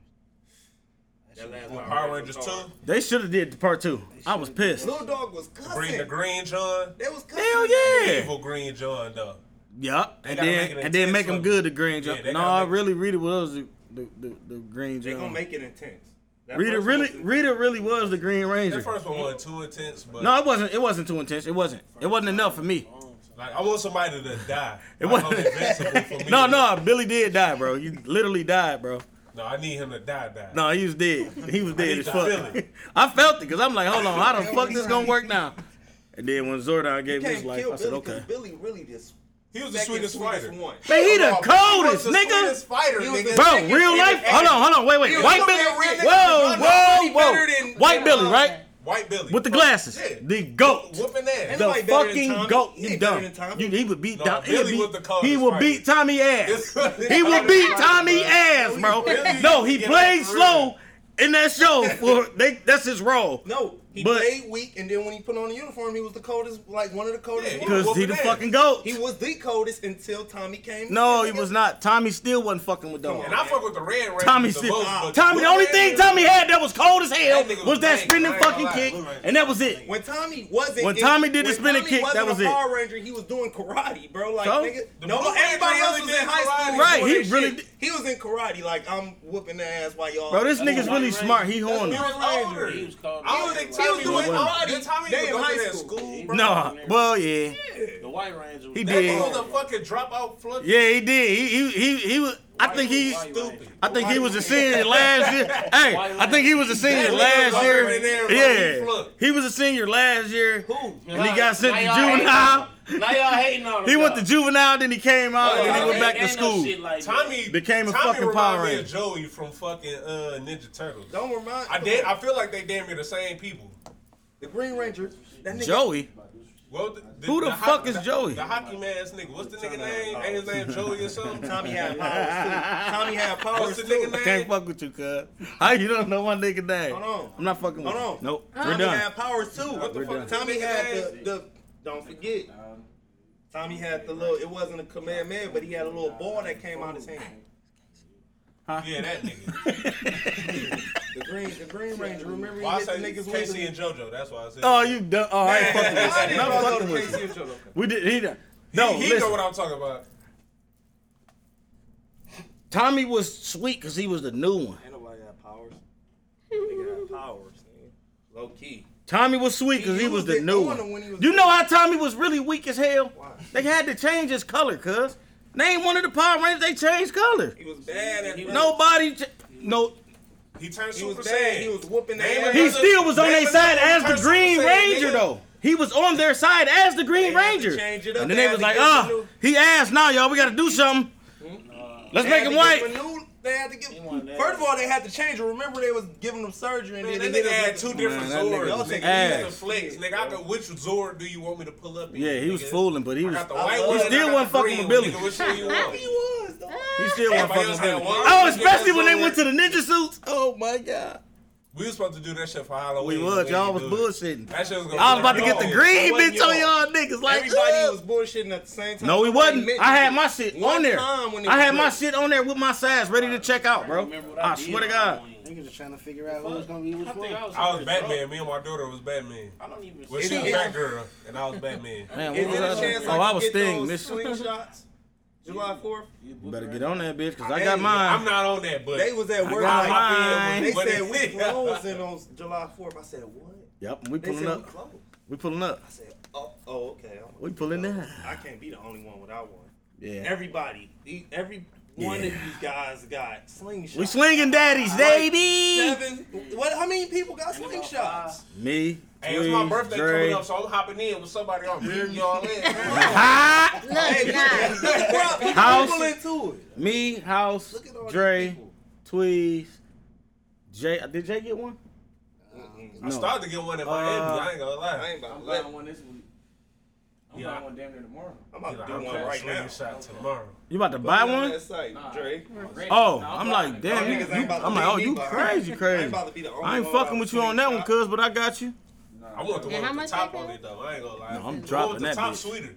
Speaker 7: That last
Speaker 4: With Power Rangers two.
Speaker 3: They should have did part two. I was pissed.
Speaker 7: Little dog was
Speaker 4: Bring the
Speaker 7: cussing.
Speaker 4: Green John.
Speaker 7: They was cussing.
Speaker 3: Hell yeah.
Speaker 4: Evil Green John though.
Speaker 3: Yup, and
Speaker 4: gotta
Speaker 3: then
Speaker 4: make it
Speaker 3: and then
Speaker 4: intense
Speaker 3: make them
Speaker 4: for-
Speaker 3: good the green
Speaker 4: Yeah,
Speaker 3: jump.
Speaker 4: they
Speaker 3: no,
Speaker 4: gotta
Speaker 3: I
Speaker 4: make-
Speaker 3: really Rita was the the, the, the green
Speaker 7: They gonna
Speaker 3: jump.
Speaker 7: make it intense. That
Speaker 3: Rita
Speaker 7: first
Speaker 3: really
Speaker 7: one was-
Speaker 3: Rita really was the Green
Speaker 4: That
Speaker 3: Ranger.
Speaker 4: first one wasn't too intense, but
Speaker 3: No, it wasn't. It wasn't too intense. It wasn't. It wasn't enough for me.
Speaker 7: Oh,
Speaker 4: like I want somebody to die.
Speaker 3: It
Speaker 4: It
Speaker 3: wasn't-
Speaker 4: wasn't.
Speaker 3: No, no, Billy did die, bro. You literally died, bro.
Speaker 4: No, I need him to die. Die.
Speaker 3: No, he was dead. He was dead
Speaker 4: need
Speaker 3: as
Speaker 4: to
Speaker 3: fuck.
Speaker 4: feel it.
Speaker 3: I felt it because I'm like, hold on, how the fuck this gonna work now? And then when Zordon gave
Speaker 7: You
Speaker 3: his
Speaker 7: can't
Speaker 3: life,
Speaker 7: kill
Speaker 3: I said,
Speaker 7: Billy 'cause
Speaker 3: okay.
Speaker 7: Billy really just.
Speaker 4: he was the sweetest fighter.
Speaker 7: one.
Speaker 3: Man, he the
Speaker 4: Come on, bro. He was
Speaker 3: coldest,
Speaker 4: the
Speaker 3: nigga.
Speaker 4: sweetest fighter, nigga.
Speaker 3: Bro, real life. Hold on, hold on, wait, wait.
Speaker 7: You
Speaker 3: White
Speaker 7: look at real
Speaker 3: Billy.
Speaker 7: niggas,
Speaker 3: Whoa,
Speaker 7: y'all know
Speaker 3: whoa,
Speaker 7: he
Speaker 3: whoa.
Speaker 7: better than-
Speaker 3: White Billy, right?
Speaker 4: White Billy
Speaker 3: With the
Speaker 4: Fuck,
Speaker 3: glasses.
Speaker 4: yeah.
Speaker 3: The goat.
Speaker 4: whooping ass.
Speaker 3: The
Speaker 7: Nobody better than
Speaker 3: fucking
Speaker 7: Tommy.
Speaker 3: goat.
Speaker 7: He
Speaker 3: He
Speaker 7: ain't better
Speaker 3: dumb.
Speaker 7: than Tommy.
Speaker 3: You, he would beat
Speaker 4: No,
Speaker 3: Dom- he would
Speaker 4: Billy was the
Speaker 3: beat,
Speaker 4: coldest
Speaker 3: he would
Speaker 4: fighter.
Speaker 3: beat Tommy ass. he would
Speaker 4: Coldest
Speaker 3: beat
Speaker 4: fighter,
Speaker 3: Tommy
Speaker 4: bro.
Speaker 3: ass, bro.
Speaker 4: Billy-
Speaker 3: No, he
Speaker 4: Yeah,
Speaker 3: played
Speaker 4: for
Speaker 3: slow in that show. For they, that's his role.
Speaker 7: No, he
Speaker 3: But-
Speaker 7: played weak, and then when he put on the uniform, he was the coldest, like one of the coldest.
Speaker 4: Yeah,
Speaker 7: ones.
Speaker 3: because he
Speaker 4: whooping
Speaker 3: the
Speaker 4: ass.
Speaker 3: fucking goat.
Speaker 7: he was the coldest until Tommy came.
Speaker 3: No, he
Speaker 7: in, nigga.
Speaker 3: was not. Tommy still wasn't fucking with Dom.
Speaker 4: And I fuck with the Red Ranger.
Speaker 3: Tommy
Speaker 4: the
Speaker 3: still.
Speaker 4: most, but
Speaker 3: Tommy, the only thing Tommy had that was cold as hell
Speaker 4: That nigga
Speaker 3: was
Speaker 4: was
Speaker 3: that
Speaker 4: bang,
Speaker 3: spinning
Speaker 4: I ain't
Speaker 3: fucking
Speaker 4: gonna lie,
Speaker 3: kick,
Speaker 4: Blue Ranger.
Speaker 3: and that was it.
Speaker 7: When Tommy wasn't,
Speaker 3: When
Speaker 7: in-
Speaker 3: Tommy did the
Speaker 7: when
Speaker 3: spinning
Speaker 7: Tommy
Speaker 3: kick, that
Speaker 7: wasn't
Speaker 3: was
Speaker 7: a
Speaker 3: it.
Speaker 7: Power Ranger, he was doing karate, bro. Like
Speaker 3: So?
Speaker 7: nigga,
Speaker 4: The
Speaker 7: no,
Speaker 4: Blue Ranger
Speaker 7: everybody else
Speaker 4: really
Speaker 7: was in
Speaker 4: did
Speaker 7: high
Speaker 4: karate.
Speaker 7: school.
Speaker 3: Right,
Speaker 7: doing
Speaker 3: he
Speaker 7: that
Speaker 3: really
Speaker 7: shit.
Speaker 3: did-
Speaker 7: He was in karate. Like I'm whooping the ass while y'all.
Speaker 3: Bro, this
Speaker 7: That's
Speaker 3: nigga's
Speaker 7: what
Speaker 3: really
Speaker 7: White
Speaker 3: smart. He
Speaker 4: That's
Speaker 3: horny.
Speaker 4: He was older.
Speaker 8: He was called.
Speaker 4: I don't think
Speaker 8: the
Speaker 7: He was
Speaker 4: Tommy
Speaker 7: doing
Speaker 4: was
Speaker 7: karate.
Speaker 4: older. Tommy
Speaker 7: They
Speaker 4: was
Speaker 7: in
Speaker 4: going
Speaker 7: high
Speaker 4: to that
Speaker 7: school.
Speaker 4: school.
Speaker 8: Bro,
Speaker 3: Nah, well, yeah,
Speaker 8: The White Ranger. Was
Speaker 3: He
Speaker 8: the
Speaker 4: That
Speaker 3: Yeah.
Speaker 4: nigga was
Speaker 8: dog.
Speaker 4: a fucking dropout flip.
Speaker 3: yeah, he did. He he he, he was. I think he.
Speaker 8: White Ranger.
Speaker 4: stupid.
Speaker 3: I think he was a senior last year. Hey, I think he was a senior
Speaker 4: That nigga
Speaker 3: last
Speaker 4: was
Speaker 3: year.
Speaker 4: older than everybody. He
Speaker 3: Yeah,
Speaker 4: flunked.
Speaker 3: he was a senior last year.
Speaker 8: Who?
Speaker 3: And he got sent to
Speaker 8: Now y'all hating
Speaker 3: juvenile.
Speaker 8: on him. Now y'all hating on him.
Speaker 3: He went
Speaker 8: though.
Speaker 3: to juvenile, then he came out, and then he
Speaker 8: Ain't-
Speaker 3: went back to
Speaker 8: ain't no
Speaker 3: school.
Speaker 8: shit like that.
Speaker 4: Tommy
Speaker 3: Became a
Speaker 4: Tommy
Speaker 3: fucking
Speaker 4: reminded
Speaker 3: Power
Speaker 4: me of
Speaker 3: Ranger.
Speaker 4: Joey from fucking uh, Ninja Turtles.
Speaker 7: Don't remind.
Speaker 4: I did. I feel like they damn near the same people.
Speaker 7: The Green Ranger. That nigga.
Speaker 3: Joey,
Speaker 4: Well, the,
Speaker 3: Who the
Speaker 4: hockey-
Speaker 3: fuck is Joey?
Speaker 4: The hockey mask nigga. What's the nigga name? Ain't his name Joey or something?
Speaker 7: Tommy had powers too. Tommy had powers
Speaker 4: What's the
Speaker 7: too.
Speaker 4: nigga
Speaker 3: I
Speaker 4: name?
Speaker 3: can't fuck with you, cuz. How you don't know my nigga name?
Speaker 7: Hold on.
Speaker 3: I'm not fucking with
Speaker 7: Hold
Speaker 3: you.
Speaker 7: on.
Speaker 3: Nope, we're
Speaker 7: Tommy
Speaker 3: done.
Speaker 7: had powers too. What
Speaker 4: We're
Speaker 7: the
Speaker 4: done.
Speaker 7: fuck? Tommy had the, the don't forget.
Speaker 8: Um,
Speaker 7: Tommy had the little. It wasn't a command man, but he had a little ball that came out his hand.
Speaker 4: Yeah, that nigga.
Speaker 7: The green, the Green Ranger. Remember he
Speaker 4: Why I
Speaker 7: hit the
Speaker 4: say
Speaker 7: niggas with
Speaker 4: Casey
Speaker 7: the-
Speaker 4: and JoJo. That's why I said.
Speaker 3: Oh, you done? Oh, I ain't fucking with
Speaker 7: I
Speaker 3: you.
Speaker 7: didn't
Speaker 3: Not
Speaker 7: know I
Speaker 3: fucking
Speaker 7: go to
Speaker 3: with you.
Speaker 7: Casey and Joe. Okay.
Speaker 3: We did. He done. No,
Speaker 4: he
Speaker 3: listen.
Speaker 4: know what I'm talking about.
Speaker 3: Tommy was sweet because he was the new one.
Speaker 7: Ain't nobody got powers. Nigga had powers, nigga. Low key.
Speaker 3: Tommy was sweet because he,
Speaker 7: He
Speaker 3: was
Speaker 7: used
Speaker 3: the
Speaker 7: it
Speaker 3: new
Speaker 7: on him
Speaker 3: one.
Speaker 7: when he was
Speaker 3: you
Speaker 7: doing
Speaker 3: know how Tommy was really weak as hell?
Speaker 7: Why?
Speaker 3: They had to change his color, cuz. Name one of the Power Rangers, they changed color.
Speaker 7: He was bad at
Speaker 8: He was-
Speaker 7: first.
Speaker 3: Nobody, ch- no,
Speaker 4: He turned
Speaker 7: He was
Speaker 4: Super
Speaker 7: bad.
Speaker 4: Saiyan.
Speaker 7: He was whooping
Speaker 4: Name
Speaker 7: their ass.
Speaker 3: He
Speaker 4: another-
Speaker 3: still was on
Speaker 4: name
Speaker 3: their side
Speaker 4: another
Speaker 3: as the
Speaker 4: person
Speaker 3: Green
Speaker 4: who said,
Speaker 3: Ranger,
Speaker 4: nigga,
Speaker 3: though. He was on their side as the Green
Speaker 7: They had to
Speaker 3: Ranger.
Speaker 7: change it up.
Speaker 3: And then they
Speaker 7: They had
Speaker 3: was
Speaker 7: to
Speaker 3: like,
Speaker 7: give
Speaker 3: ah,
Speaker 7: him
Speaker 3: he asked now, y'all. We got to do something. Let's
Speaker 7: They
Speaker 3: make
Speaker 7: had
Speaker 3: him
Speaker 7: to
Speaker 3: white.
Speaker 7: give him a new- They had to give.
Speaker 8: want that.
Speaker 7: First of all, they had to change it. Remember, they was giving them surgery and
Speaker 4: Man, that
Speaker 7: then they
Speaker 4: nigga had two different
Speaker 3: that nigga
Speaker 4: Zords.
Speaker 7: was
Speaker 4: Nigga,
Speaker 3: ass.
Speaker 4: He was a flex. Nigga, I could, which Zord do you want me to pull up in?
Speaker 3: Yeah, he was
Speaker 4: nigga?
Speaker 3: fooling, but he
Speaker 4: I
Speaker 3: was
Speaker 4: got the white
Speaker 7: love
Speaker 4: one.
Speaker 7: it.
Speaker 4: I
Speaker 7: Still
Speaker 4: got
Speaker 3: wasn't
Speaker 4: the
Speaker 3: fucking
Speaker 4: green
Speaker 3: with
Speaker 4: one.
Speaker 3: Billy.
Speaker 4: Nigga, which one you want?
Speaker 7: was though.
Speaker 3: he still wasn't fucking
Speaker 4: Everybody
Speaker 3: with
Speaker 4: else had
Speaker 3: him.
Speaker 4: one.
Speaker 3: Oh,
Speaker 4: Nigga,
Speaker 3: especially when they
Speaker 4: Zord.
Speaker 3: went to the ninja suits. Oh my god,
Speaker 4: We was supposed to do that shit for
Speaker 3: we
Speaker 4: Halloween.
Speaker 3: was
Speaker 4: but
Speaker 3: y'all was
Speaker 4: didn't do it.
Speaker 3: bullshitting.
Speaker 4: That shit was gonna
Speaker 3: I was about to
Speaker 4: be
Speaker 3: get the
Speaker 4: wrong.
Speaker 3: green
Speaker 7: Wasn't
Speaker 3: bitch on
Speaker 7: y'all.
Speaker 3: y'all niggas. Like
Speaker 7: Everybody
Speaker 3: ugh.
Speaker 7: was bullshitting at the same time.
Speaker 3: No, he
Speaker 7: Nobody
Speaker 3: wasn't.
Speaker 7: meant
Speaker 3: I had
Speaker 7: to.
Speaker 3: my shit
Speaker 7: One
Speaker 3: on there.
Speaker 7: time when it
Speaker 3: I had
Speaker 7: was
Speaker 3: my
Speaker 7: lit.
Speaker 3: shit on there with my size ready to check out, bro. I swear to God.
Speaker 6: Niggas just trying to figure out who's gonna be which one.
Speaker 4: I was Batman. Me and my daughter was Batman.
Speaker 8: I don't even.
Speaker 4: Well, she
Speaker 7: Is
Speaker 4: was
Speaker 7: it-
Speaker 4: Batgirl, and I was Batman.
Speaker 3: Man,
Speaker 7: Is
Speaker 3: what
Speaker 7: there
Speaker 3: was
Speaker 7: a
Speaker 3: I
Speaker 7: chance
Speaker 3: doing?
Speaker 7: I
Speaker 3: Oh, I
Speaker 7: can
Speaker 3: was
Speaker 7: get
Speaker 3: Sting,
Speaker 7: those
Speaker 3: bitch.
Speaker 7: slingshots? July 4th?
Speaker 3: You better get on that bitch, cause I
Speaker 7: Hey,
Speaker 3: got
Speaker 4: I'm
Speaker 3: mine.
Speaker 4: not on that, but
Speaker 7: They was at work.
Speaker 3: got
Speaker 7: like,
Speaker 3: mine.
Speaker 7: They
Speaker 4: But
Speaker 7: said we
Speaker 4: it's-
Speaker 7: closing on July 4th. I said, what?
Speaker 3: Yep, we
Speaker 7: They
Speaker 3: pulling
Speaker 7: said we
Speaker 3: up.
Speaker 7: closed.
Speaker 3: We pulling up.
Speaker 7: I said, oh, oh okay. I'm-
Speaker 3: We pulling up.
Speaker 7: I can't be the only one without one.
Speaker 3: Yeah.
Speaker 7: Everybody, e- every one of these guys got slingshots.
Speaker 3: We slinging daddies, baby.
Speaker 7: Seven. What? How many people got slingshots?
Speaker 3: Me,
Speaker 4: Hey, it's my
Speaker 3: Tweez,
Speaker 4: birthday
Speaker 3: Dre.
Speaker 4: coming up, so I'm hopping in with somebody on rear y'all in.
Speaker 3: Hot.
Speaker 5: Look, nah.
Speaker 3: House.
Speaker 7: People into it.
Speaker 3: Me, House,
Speaker 7: Look at all these
Speaker 3: Dre,
Speaker 7: people.
Speaker 3: Tweez, Jay. Did Jay get one?
Speaker 4: I started to get one in Miami. I ain't gonna
Speaker 7: I
Speaker 4: lie.
Speaker 7: ain't about
Speaker 8: I'm
Speaker 7: to let.
Speaker 8: buying one this week. I'm
Speaker 4: Yeah.
Speaker 8: buying one damn near tomorrow.
Speaker 7: I'm about
Speaker 4: Like,
Speaker 7: to do
Speaker 4: I'm
Speaker 7: one right now.
Speaker 4: shot tomorrow.
Speaker 3: You about to buy
Speaker 7: Look at
Speaker 3: one?
Speaker 7: that site,
Speaker 8: Nah.
Speaker 7: Dre.
Speaker 8: We're great.
Speaker 3: Oh,
Speaker 8: No,
Speaker 3: I'm
Speaker 8: buying
Speaker 3: like,
Speaker 8: it.
Speaker 3: damn,
Speaker 7: Y'all
Speaker 3: you,
Speaker 7: niggas ain't
Speaker 3: you,
Speaker 7: about to
Speaker 3: I'm like,
Speaker 7: beat
Speaker 3: oh,
Speaker 7: me
Speaker 3: you
Speaker 7: by-
Speaker 3: crazy,
Speaker 7: I ain't
Speaker 3: crazy.
Speaker 7: about to be the only
Speaker 3: I ain't
Speaker 7: one without
Speaker 3: fucking with you on that one,
Speaker 7: slingshots.
Speaker 3: cuz, but I got you.
Speaker 4: I want the
Speaker 5: how
Speaker 4: one with
Speaker 5: much
Speaker 4: the top
Speaker 5: that
Speaker 4: on
Speaker 5: is?
Speaker 4: it though. I ain't gonna lie.
Speaker 3: No, I'm
Speaker 4: The
Speaker 3: dropping
Speaker 4: one with the
Speaker 3: that
Speaker 4: top
Speaker 3: bitch.
Speaker 4: sweeter.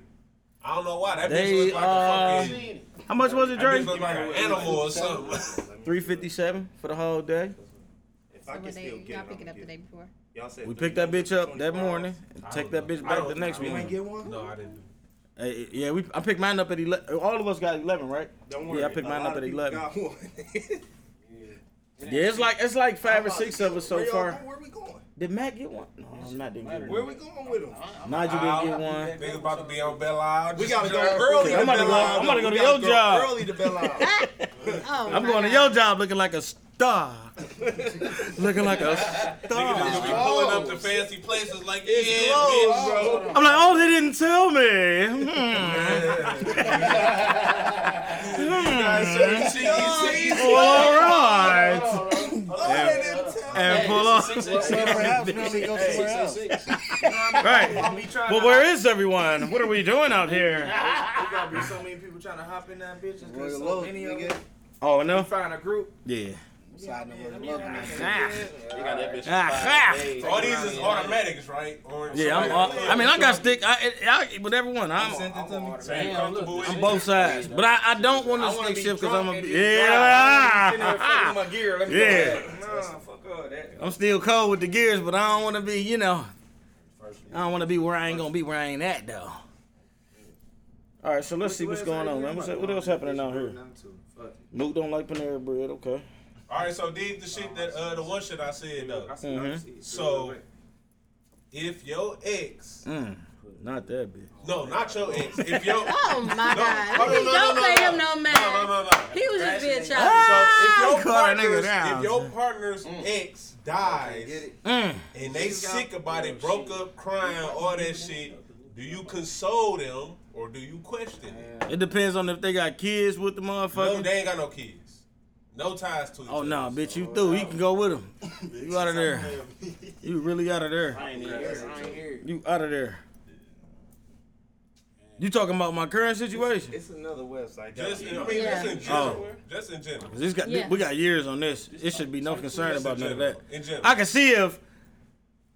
Speaker 4: I don't know why that
Speaker 3: They,
Speaker 4: bitch look like
Speaker 3: uh,
Speaker 4: a fucking.
Speaker 3: How much was it,
Speaker 4: That
Speaker 3: Dre?
Speaker 4: bitch look like an animal or something.
Speaker 3: Three fifty-seven for the whole day.
Speaker 7: If I
Speaker 5: Well,
Speaker 7: can
Speaker 5: they-
Speaker 7: still get
Speaker 5: y'all
Speaker 7: it,
Speaker 5: pick it
Speaker 7: I'ma
Speaker 5: up the
Speaker 7: get
Speaker 5: day
Speaker 7: it.
Speaker 5: before.
Speaker 7: Y'all said
Speaker 3: We
Speaker 7: three
Speaker 3: picked that
Speaker 7: days,
Speaker 3: bitch up that
Speaker 7: 24
Speaker 3: morning
Speaker 7: hours.
Speaker 3: and take that bitch
Speaker 4: I
Speaker 3: back
Speaker 4: don't
Speaker 3: the next
Speaker 4: know.
Speaker 3: morning.
Speaker 7: Get one?
Speaker 4: no, I didn't.
Speaker 3: Hey, yeah, we I picked mine up at eleven. All of us got eleven, right?
Speaker 7: Don't worry.
Speaker 3: Yeah, I picked
Speaker 7: a
Speaker 3: mine
Speaker 7: lot
Speaker 3: up
Speaker 7: of
Speaker 3: at
Speaker 7: people
Speaker 3: eleven.
Speaker 7: got one.
Speaker 3: Yeah, it's like it's like five or six of us so
Speaker 7: Where y'all
Speaker 3: far.
Speaker 7: go? Where we going?
Speaker 3: Did Matt get one? No, I'm not didn't get
Speaker 7: Where
Speaker 3: one.
Speaker 7: we going with them?
Speaker 3: Nigel didn't get one.
Speaker 4: Niggas about to be on Belle Isle.
Speaker 7: We gotta go
Speaker 4: Just-
Speaker 7: early.
Speaker 3: I'm about to
Speaker 7: Belle
Speaker 3: go-
Speaker 7: Isle.
Speaker 3: I'm about to go
Speaker 7: We
Speaker 3: to
Speaker 7: gotta
Speaker 3: your job.
Speaker 7: Early to Belle Isle.
Speaker 5: Oh,
Speaker 3: I'm
Speaker 5: my
Speaker 3: going to
Speaker 5: God.
Speaker 3: your job looking like a star. looking like a
Speaker 4: Niggas just be
Speaker 3: star.
Speaker 4: pulling up to fancy places like, yeah,
Speaker 7: closed,
Speaker 4: bitch.
Speaker 7: bro.
Speaker 3: I'm like, oh, they didn't tell me. Hmm. Well, Hmm. all right. And pull off.
Speaker 6: Perhaps we only go somewhere else.
Speaker 3: Right. But where is everyone? What are we doing out here?
Speaker 8: gotta be so many people trying to hop in that bitch. Just
Speaker 6: Royal
Speaker 8: cause so
Speaker 6: Oak,
Speaker 8: many of
Speaker 6: nigga.
Speaker 8: them
Speaker 3: Oh no.
Speaker 8: find a group.
Speaker 3: Yeah.
Speaker 6: Side note, Royal Oak, nigga.
Speaker 3: Ah.
Speaker 8: You got that bitch.
Speaker 3: Ah,
Speaker 8: five
Speaker 3: crap.
Speaker 8: days.
Speaker 4: All these is automatics, right? Or
Speaker 3: Yeah. I'm, uh, I, I mean, I got stick. I, I, with everyone, I'm
Speaker 7: Send it to me.
Speaker 4: Ain't comfortable with
Speaker 3: on
Speaker 4: it.
Speaker 3: both sides. But I, I don't want to stick shift because I'm a yeah.
Speaker 8: my gear. Let me
Speaker 3: Yeah.
Speaker 8: go back. Nah, fuck all that.
Speaker 3: I'm still cold with the gears, but I don't want to be, you know, I don't want to be where I ain't gonna be where I ain't at though. All right, so let's see what's going on, man. What's, what else happening out here? Nuke don't like Panera Bread. Okay.
Speaker 4: All right, so dig the shit that uh the one shit I said though.
Speaker 3: Mhm.
Speaker 4: So if your ex,
Speaker 3: Mm, not that bitch.
Speaker 4: no, not your ex, if your
Speaker 5: Oh, my God.
Speaker 4: Hold on, no,
Speaker 5: Don't
Speaker 4: no,
Speaker 5: play
Speaker 4: no,
Speaker 5: him no man.
Speaker 4: No, no, no, no.
Speaker 5: He was just being
Speaker 4: So
Speaker 5: childish.
Speaker 4: if your
Speaker 3: Ah, cut a nigga
Speaker 4: partner's,
Speaker 3: down.
Speaker 4: if your partner's
Speaker 7: Mm.
Speaker 4: ex dies
Speaker 3: Mm.
Speaker 4: and they sick about it, broke up crying, all that shit, do you console them or do you question it?
Speaker 3: It depends on if they got kids with the
Speaker 4: No,
Speaker 3: motherfucker.
Speaker 4: they ain't got no kids. No ties to each
Speaker 3: Oh
Speaker 4: other.
Speaker 3: no, bitch, you through. You can go with him. You out of there. You really out of there.
Speaker 8: I ain't here. I ain't here.
Speaker 3: You out of there. You talking about my current situation?
Speaker 7: It's another website.
Speaker 4: Just, I
Speaker 7: Gotta
Speaker 4: mean,
Speaker 7: be-
Speaker 4: just in general.
Speaker 3: Oh.
Speaker 4: Just in general.
Speaker 3: This got
Speaker 5: Yeah.
Speaker 3: we got years on this. It should be no concern
Speaker 4: Just in
Speaker 3: about none of
Speaker 4: general.
Speaker 3: that.
Speaker 4: In general.
Speaker 3: I can see if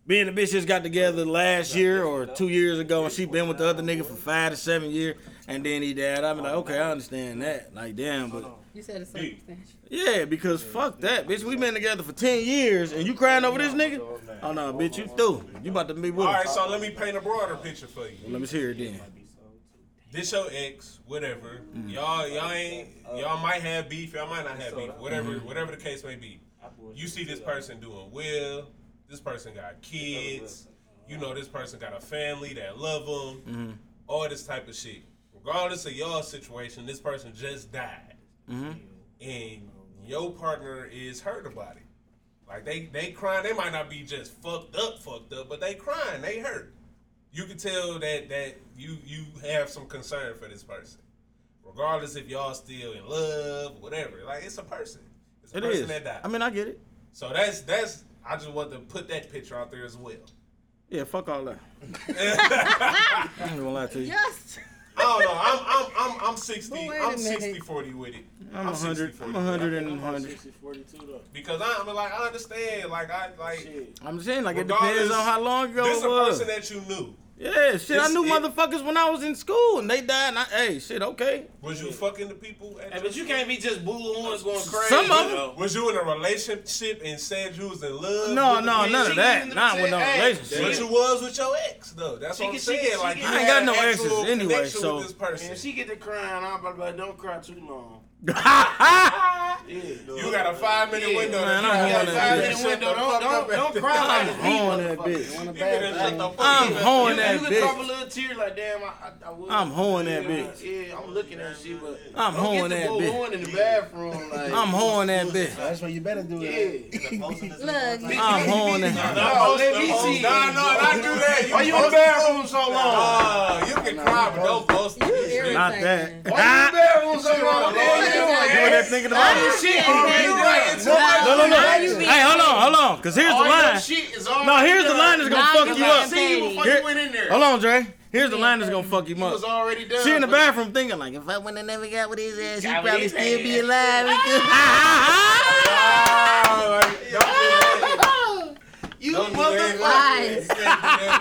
Speaker 3: me and the bitch just got together last year or two years ago, and she been with the other nigga for five to seven years, and then he died. I'm like, okay, I understand that. Like, damn, but
Speaker 5: You said it's circumstantial.
Speaker 3: yeah, because fuck that, bitch. We been together for ten years, and you crying over this nigga? Oh no, bitch, you through. You about to be with
Speaker 4: All
Speaker 3: him.
Speaker 4: right, so let me paint a broader picture for you.
Speaker 3: Let me hear it then.
Speaker 4: This your ex, whatever. Y'all, y'all ain't, y'all might have beef. Y'all might not have beef. Whatever, whatever the case may be. You see this person doing well. This person got kids. You know, this person got a family that love them. All this type of shit. Regardless of y'all situation, this person just died, and your partner is hurt about it. Like they they crying. They might not be just fucked up, fucked up, but they crying. They hurt. You can tell that that you you have some concern for this person, regardless if y'all still in love, whatever. Like it's a person. It's a
Speaker 3: It
Speaker 4: person
Speaker 3: is.
Speaker 4: that died.
Speaker 3: I mean, I get it.
Speaker 4: so that's that's. I just want to put that picture out there as well.
Speaker 3: Yeah, fuck all that. I ain't gonna lie to you.
Speaker 5: Yes.
Speaker 4: I don't know. I'm I'm I'm I'm sixty.
Speaker 5: Wait a
Speaker 4: I'm
Speaker 5: minute.
Speaker 4: 60 40 with it.
Speaker 3: I'm a 100.
Speaker 4: 60-40
Speaker 3: I'm
Speaker 4: with it.
Speaker 3: 100 and
Speaker 8: I'm about
Speaker 3: 100.
Speaker 8: 60, 42 though.
Speaker 4: Because I, I'm like I understand. Like I like.
Speaker 8: Shit.
Speaker 3: I'm saying, like, it
Speaker 4: Regardless,
Speaker 3: depends on how long ago
Speaker 4: This
Speaker 3: it
Speaker 4: a
Speaker 3: was.
Speaker 4: person that you knew.
Speaker 3: Yeah, shit. I
Speaker 4: This-
Speaker 3: knew
Speaker 4: it-
Speaker 3: motherfuckers when I was in school, and they died. And I, hey, shit, okay.
Speaker 4: Was you fucking the people? At
Speaker 8: Hey,
Speaker 4: your
Speaker 8: but you
Speaker 4: school?
Speaker 8: can't be just booing ones going crazy.
Speaker 3: Some of 'em.
Speaker 8: though.
Speaker 4: Was you in a relationship and said you was in love?
Speaker 3: No,
Speaker 4: with
Speaker 3: no,
Speaker 4: the
Speaker 3: none
Speaker 4: bitch?
Speaker 3: of that. Not with no
Speaker 8: Hey,
Speaker 4: But
Speaker 3: relationship.
Speaker 8: shit.
Speaker 4: you was with your ex though. That's
Speaker 8: She
Speaker 4: what I'm
Speaker 8: can- she
Speaker 4: saying.
Speaker 8: can- she
Speaker 4: like
Speaker 8: can
Speaker 4: you
Speaker 8: have
Speaker 4: had
Speaker 3: I ain't got no
Speaker 4: actual
Speaker 3: exes anyway,
Speaker 4: connection
Speaker 3: so-
Speaker 4: with this person.
Speaker 8: If she get to crying, I'm about to be like, don't cry too long. Yeah.
Speaker 4: you got a five minute
Speaker 8: Yeah,
Speaker 4: window.
Speaker 3: man,
Speaker 4: to
Speaker 3: I
Speaker 4: try
Speaker 3: don't
Speaker 4: to
Speaker 3: wanna
Speaker 4: get
Speaker 3: do
Speaker 4: five
Speaker 3: that.
Speaker 4: minute window.
Speaker 8: Don't, don't, don't cry like a
Speaker 3: I'm
Speaker 8: thief,
Speaker 3: on that
Speaker 8: motherfucker.
Speaker 3: bitch.
Speaker 6: Want
Speaker 4: You
Speaker 6: a
Speaker 4: better
Speaker 6: bad
Speaker 4: shut the
Speaker 6: thing?
Speaker 4: fuck
Speaker 3: I'm
Speaker 4: up.
Speaker 3: hoeing
Speaker 8: You-
Speaker 3: that
Speaker 8: You can drop a
Speaker 3: bitch.
Speaker 8: little tear like, damn, I, I, I would.
Speaker 3: I'm hoeing that
Speaker 8: Yeah,
Speaker 3: bitch.
Speaker 8: Yeah, I'm looking at you, but
Speaker 3: I'm
Speaker 8: don't
Speaker 3: hoeing
Speaker 8: get the
Speaker 3: that
Speaker 8: bull
Speaker 3: bitch.
Speaker 8: going in the bathroom. Like,
Speaker 3: I'm hoeing that bitch.
Speaker 6: That's why you better do
Speaker 8: Yeah.
Speaker 6: it.
Speaker 5: Look.
Speaker 3: I'm hoeing that.
Speaker 8: No, let me see.
Speaker 4: Nah, no, not do that.
Speaker 8: Why you in the bathroom so long?
Speaker 4: Uh, you can cry, but don't boast.
Speaker 5: You
Speaker 4: this bitch.
Speaker 5: irritating.
Speaker 3: Not that.
Speaker 8: Why you in the bathroom so long?
Speaker 4: What you
Speaker 8: What
Speaker 3: You
Speaker 8: you
Speaker 3: in
Speaker 8: doing?
Speaker 3: there thinking about it?
Speaker 8: shit.
Speaker 4: You right, it's too much.
Speaker 3: No, no, no.
Speaker 5: Why you being
Speaker 3: Hey, hold on, hold on. Cause here's the
Speaker 8: All your
Speaker 3: line.
Speaker 8: shit is all
Speaker 3: No, here's the line that's
Speaker 5: Now
Speaker 3: gonna fuck you
Speaker 5: you're
Speaker 3: up.
Speaker 5: being petty.
Speaker 8: Before
Speaker 3: Here-
Speaker 8: you went in there,
Speaker 3: Hold on, Dre. Here's the line that's gonna fuck you
Speaker 8: it was
Speaker 3: up.
Speaker 8: already done.
Speaker 3: She in the
Speaker 8: but-
Speaker 3: bathroom thinking like, if I would have never got with his ass,
Speaker 8: Got
Speaker 3: he'd
Speaker 8: with
Speaker 3: probably
Speaker 8: his
Speaker 3: still be
Speaker 8: ass.
Speaker 3: alive.
Speaker 8: You
Speaker 4: Don't do that.
Speaker 8: motherfucker.
Speaker 5: Lies.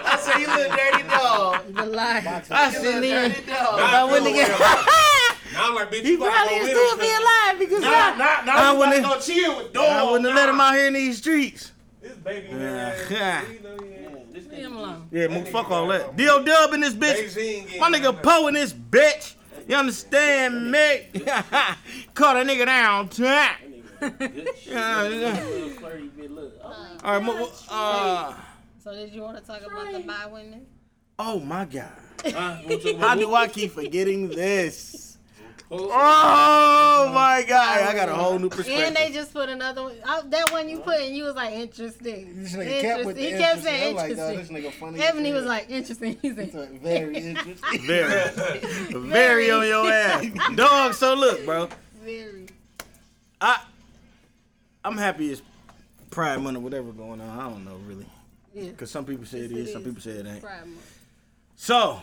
Speaker 8: I say you little dirty dog.
Speaker 5: The lies.
Speaker 3: I
Speaker 8: You
Speaker 3: sitting
Speaker 8: little
Speaker 3: there.
Speaker 8: dirty dog.
Speaker 4: Nah,
Speaker 3: I wouldn't
Speaker 4: feel
Speaker 3: have
Speaker 4: real.
Speaker 3: got.
Speaker 4: Now I'm like, bitch,
Speaker 3: He
Speaker 4: you gotta
Speaker 3: probably
Speaker 4: go
Speaker 3: would
Speaker 4: with
Speaker 3: still
Speaker 4: him.
Speaker 3: be alive because
Speaker 8: Nah,
Speaker 3: I,
Speaker 8: nah, nah.
Speaker 3: I
Speaker 8: I wouldn't
Speaker 3: wouldn't-
Speaker 8: go chill with dog.
Speaker 3: I wouldn't have let him out here in these streets.
Speaker 4: This baby
Speaker 3: Yeah.
Speaker 4: man. you know, yeah.
Speaker 5: Leave him alone.
Speaker 3: Yeah, move,
Speaker 4: nigga
Speaker 3: fuck all
Speaker 4: got
Speaker 3: that. D.O. Dub in this
Speaker 4: Beijing
Speaker 3: bitch.
Speaker 4: getting
Speaker 3: My nigga
Speaker 4: that.
Speaker 3: Poe in this bitch. You understand, Mick? Caught a nigga down. tap. Yeah, yeah. All right, mo- uh,
Speaker 5: So did you want to talk about the bi women?
Speaker 3: oh my God. How
Speaker 8: How
Speaker 3: do I keep forgetting this? Oh my God. I got a whole new
Speaker 5: And they
Speaker 3: perspective.
Speaker 5: just put another one. I, that one you put and you was like interesting.
Speaker 6: This nigga kept with
Speaker 5: Interesting. He
Speaker 6: the
Speaker 5: kept saying
Speaker 6: interesting. I'm like, dawg,
Speaker 5: interesting.
Speaker 6: this nigga funny. as
Speaker 5: Ebony
Speaker 6: hell.
Speaker 5: was like interesting. He's like,
Speaker 6: It's very interesting.
Speaker 3: Very, very on your ass. Dog, so look, bro.
Speaker 5: very.
Speaker 3: I I'm happy it's Pride Month or whatever going on. I don't know really,
Speaker 5: Yeah.
Speaker 3: cause some people say it is,
Speaker 5: Yes, it
Speaker 3: some
Speaker 5: is.
Speaker 3: people say it ain't.
Speaker 5: Pride Month.
Speaker 3: So.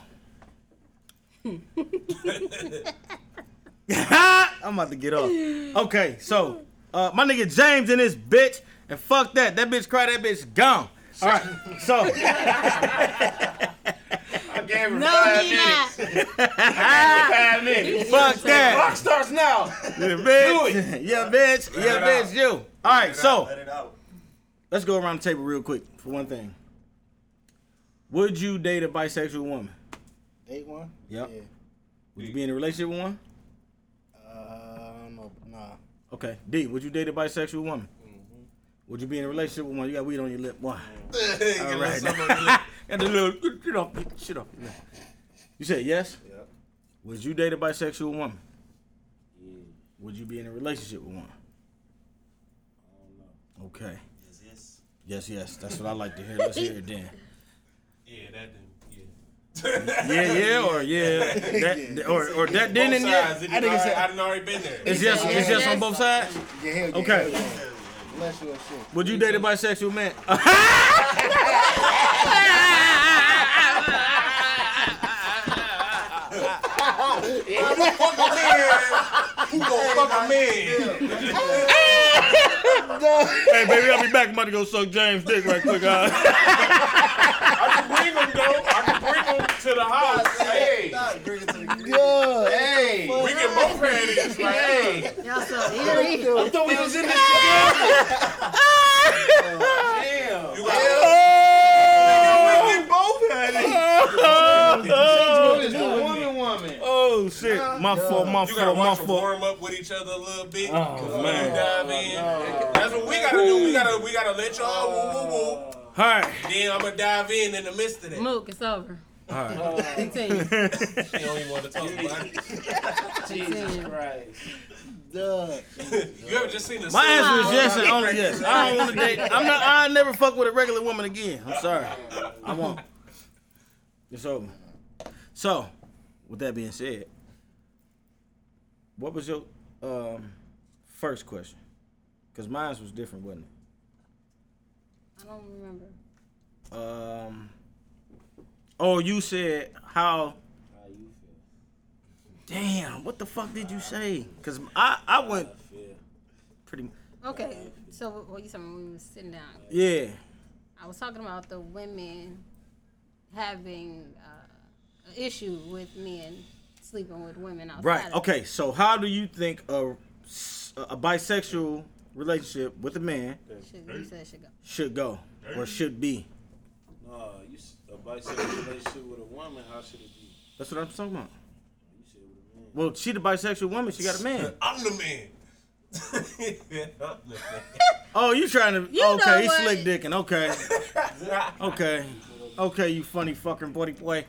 Speaker 3: I'm about to get off. Okay, so uh, my nigga James and this bitch, and fuck that. That bitch cried. That bitch gone. All right, so
Speaker 8: gave her
Speaker 5: No,
Speaker 8: five
Speaker 5: he
Speaker 8: minutes.
Speaker 5: not.
Speaker 8: Five minutes.
Speaker 3: fuck that.
Speaker 8: starts now.
Speaker 3: Yeah, bitch. Yeah, bitch. Yeah,
Speaker 4: it out.
Speaker 3: bitch. You. All right, so.
Speaker 4: it out.
Speaker 3: Let's go around the table real quick for one thing. Would you date a bisexual woman?
Speaker 6: Eight one.
Speaker 3: Yep.
Speaker 6: Yeah.
Speaker 3: Would you be in a relationship with one?
Speaker 6: Uh, no, nah.
Speaker 3: Okay. D, would you date a bisexual woman? Mm-hmm. Would you be in a relationship with one? You got weed on your lip. Why? All right. Got the little shit off. Shit off. You said yes?
Speaker 8: Yep.
Speaker 3: Would you date a bisexual woman? Would you be in a relationship with one? Okay. Yes, yes. That's what I like to hear. Let's hear it then.
Speaker 4: Yeah, that dude.
Speaker 3: Yeah, yeah, or yeah, that, or or that
Speaker 4: Yeah.
Speaker 3: didn't. and yeah.
Speaker 4: I think it's I done already been there.
Speaker 3: It's just it's just on both sides.
Speaker 6: Yeah, hell yeah.
Speaker 3: Okay.
Speaker 6: hell yeah. Bless your shit.
Speaker 3: Would you date a bisexual man?
Speaker 4: fuck a man. Who gon' fuck a man?
Speaker 3: hey baby, I'll be back. I'm about to go suck James' dick right quick. Uh.
Speaker 4: I can bring him though. I can bring him to the house. Hey,
Speaker 6: Yeah.
Speaker 8: Hey.
Speaker 4: we can both have this. Like, hey,
Speaker 5: Y'all so eerie.
Speaker 8: I thought we was in this together. Damn.
Speaker 4: you got we can both have it.
Speaker 3: oh,
Speaker 8: It's a woman, woman.
Speaker 3: shit! My fault, my
Speaker 4: You gotta
Speaker 3: fault, my
Speaker 4: watch them
Speaker 3: fault.
Speaker 4: warm up with each other a little bit.
Speaker 3: Oh,
Speaker 4: You
Speaker 3: man.
Speaker 4: dive in. That's what we gotta do. We gotta we gotta let y'all woo woo woo.
Speaker 3: All right,
Speaker 4: Then I'ma dive in in the midst of that.
Speaker 5: Mook, it's over. Continue.
Speaker 4: She don't even want to talk about it.
Speaker 8: Jesus Christ.
Speaker 6: Duh.
Speaker 4: You ever just seen a
Speaker 3: My
Speaker 4: scene-
Speaker 3: answer is yes and only yes. I don't want to date. I'm not. I never fuck with a regular woman again. I'm sorry. I won't. It's over. So, with that being said, what was your um, first question? Because mine was different, wasn't
Speaker 5: I don't remember.
Speaker 3: it? Um. Oh, you said how?
Speaker 8: How you feel?
Speaker 3: Damn. What the fuck did you say? Because I I went
Speaker 8: I feel.
Speaker 3: pretty.
Speaker 5: Okay, so well, you said when we were sitting down,
Speaker 3: Yeah.
Speaker 5: I was talking about the women having uh, an issue with men sleeping with women outside.
Speaker 3: Right.
Speaker 5: of-
Speaker 3: Okay. So, how do you think a a bisexual relationship with a man
Speaker 5: Should, you said should go.
Speaker 3: should go or should be?
Speaker 8: No, you s- a bisexual relationship with a woman, how should it be?
Speaker 3: That's what I'm talking about.
Speaker 8: You said with a man.
Speaker 3: Well, she the bisexual woman. She got a man.
Speaker 4: I'm the man. yeah, I'm the man.
Speaker 3: Oh, you trying to?
Speaker 5: You know
Speaker 3: okay, he's
Speaker 5: what?
Speaker 3: slick dicking. Okay, okay, okay. You funny fucking buddy boy.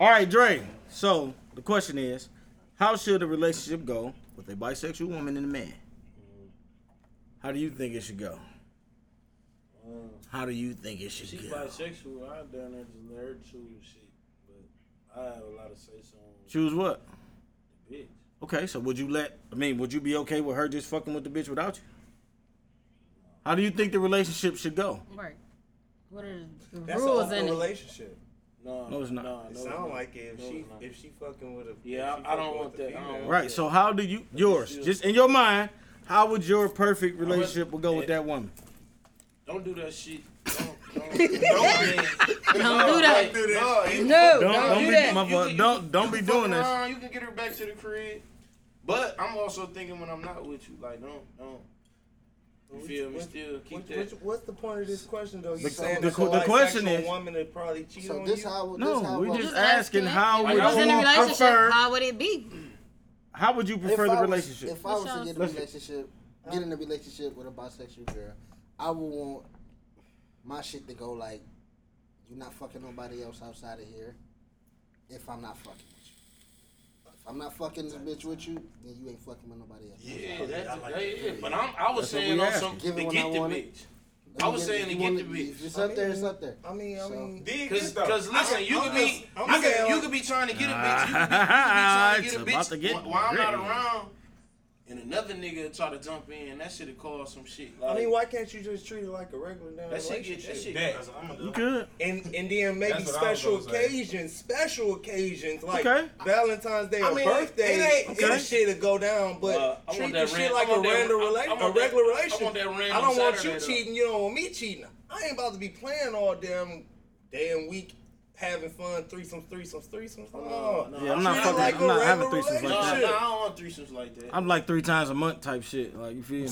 Speaker 3: All right, Dre. So the question is, how should a relationship go with a bisexual woman and a man? How do you think it should go? How do you think it
Speaker 8: She's
Speaker 3: should go?
Speaker 8: bisexual. I down there just let her choose shit, but I have a lot of say so on
Speaker 3: Choose what?
Speaker 8: the bitch.
Speaker 3: Okay, so would you let? I mean, would you be okay with her just fucking with the bitch without you? How do you think the relationship should go?
Speaker 5: Right. What are the
Speaker 7: That's an
Speaker 5: rules in
Speaker 7: open
Speaker 5: it?
Speaker 7: relationship.
Speaker 8: No,
Speaker 3: No, it's not.
Speaker 8: No,
Speaker 7: It
Speaker 8: no,
Speaker 7: sound
Speaker 8: no.
Speaker 7: like if
Speaker 8: No,
Speaker 7: she
Speaker 8: it's not.
Speaker 7: if she fucking with a
Speaker 8: Yeah,
Speaker 7: if she
Speaker 8: I- I don't
Speaker 7: fucking
Speaker 8: want
Speaker 7: with a
Speaker 8: that. I don't
Speaker 7: female,
Speaker 3: Right. So how do you yours just in your mind? How would your perfect relationship would go
Speaker 7: eh,
Speaker 3: with that woman?
Speaker 8: Don't do that shit. Don't, don't, don't,
Speaker 5: Don't do that.
Speaker 8: do that.
Speaker 7: No, you-
Speaker 5: No,
Speaker 3: Don't
Speaker 5: don't
Speaker 3: don't
Speaker 5: do
Speaker 3: be
Speaker 5: that.
Speaker 3: my fault. don't don't be
Speaker 8: You fuck
Speaker 3: doing this.
Speaker 8: around, You can get her back to the crib, but I'm also thinking when I'm not with you, like don't, don't. You feel me?
Speaker 7: what-
Speaker 8: Still keep
Speaker 7: Which,
Speaker 8: that.
Speaker 7: which, what's the point of this question though? You
Speaker 3: The-
Speaker 7: saying
Speaker 3: the-
Speaker 7: it's a
Speaker 3: the question
Speaker 7: bisexual
Speaker 3: is-
Speaker 7: woman that probably cheat
Speaker 6: So
Speaker 7: on
Speaker 6: this
Speaker 7: you?
Speaker 6: how this
Speaker 3: No,
Speaker 6: how
Speaker 3: we
Speaker 6: I-
Speaker 3: just asking how would
Speaker 5: If I was in a
Speaker 3: you
Speaker 5: relationship,
Speaker 3: prefer?
Speaker 5: how would it be?
Speaker 3: How would you prefer
Speaker 6: if
Speaker 3: the
Speaker 6: I was-
Speaker 3: relationship?
Speaker 6: If I was to
Speaker 5: Michelle.
Speaker 6: get in a relationship, get
Speaker 9: Um,
Speaker 6: in a relationship with a bisexual girl, I would want my shit to go like, you're not fucking nobody else outside of here. If I'm not fucking with you, if I'm not fucking this bitch with you, then you ain't fucking with nobody else.
Speaker 8: Yeah, that's yeah, yeah. But I'm, I was
Speaker 3: That's what
Speaker 8: saying
Speaker 3: we
Speaker 8: on
Speaker 3: asking.
Speaker 8: something
Speaker 6: Give
Speaker 8: to
Speaker 6: it when I
Speaker 8: get the
Speaker 6: want it.
Speaker 8: bitch. I was saying to get the
Speaker 6: If
Speaker 8: bitch.
Speaker 6: it's up there, it's up there.
Speaker 7: I mean, I
Speaker 6: So-
Speaker 7: mean,
Speaker 4: Dig
Speaker 8: Cause,
Speaker 4: this though.
Speaker 8: cause listen, you could be,
Speaker 7: I'm
Speaker 8: I could,
Speaker 7: saying-
Speaker 8: you could be trying to get a bitch. You could be, you could be trying to get a
Speaker 3: It's about to
Speaker 8: bitch
Speaker 3: get
Speaker 8: while I'm not
Speaker 3: gritty.
Speaker 8: around, and another nigga try to jump in. That shit'd cause some shit.
Speaker 7: I
Speaker 8: Like,
Speaker 7: mean, why can't you just treat it like a regular damn
Speaker 8: that shit get
Speaker 7: relationship?
Speaker 8: that shit.
Speaker 4: That.
Speaker 3: You could.
Speaker 7: and and then maybe
Speaker 4: That's what I was
Speaker 7: special
Speaker 4: gonna say.
Speaker 7: occasions, special occasions like
Speaker 3: Okay.
Speaker 7: Valentine's Day
Speaker 4: I
Speaker 7: or
Speaker 4: mean,
Speaker 7: birthday,
Speaker 4: it ain't-
Speaker 3: Okay.
Speaker 7: ain't shit to go down. But
Speaker 8: Uh, I
Speaker 7: treat
Speaker 8: want
Speaker 7: the
Speaker 8: that
Speaker 7: shit
Speaker 8: ran-
Speaker 7: like
Speaker 8: I
Speaker 7: a
Speaker 8: want that-
Speaker 7: random
Speaker 8: I- I
Speaker 7: relation, a
Speaker 8: want that-
Speaker 7: regular
Speaker 8: I want
Speaker 7: relationship.
Speaker 8: that random
Speaker 7: I don't want
Speaker 8: Saturday,
Speaker 7: you
Speaker 8: though.
Speaker 7: cheating. You don't want me cheating. I ain't about to be playing all damn damn week. Having fun, threesomes, threesomes, threesomes. No,
Speaker 8: no,
Speaker 3: Yeah, I'm
Speaker 8: I'm
Speaker 3: not
Speaker 8: trying
Speaker 3: fucking.
Speaker 8: like
Speaker 3: I'm
Speaker 7: a
Speaker 3: not having
Speaker 7: regular
Speaker 3: threesomes
Speaker 8: No, no, I
Speaker 3: like
Speaker 7: relationship.
Speaker 3: that.
Speaker 8: don't want threesomes like that.
Speaker 3: I'm like three times a month type shit. Like you feel me?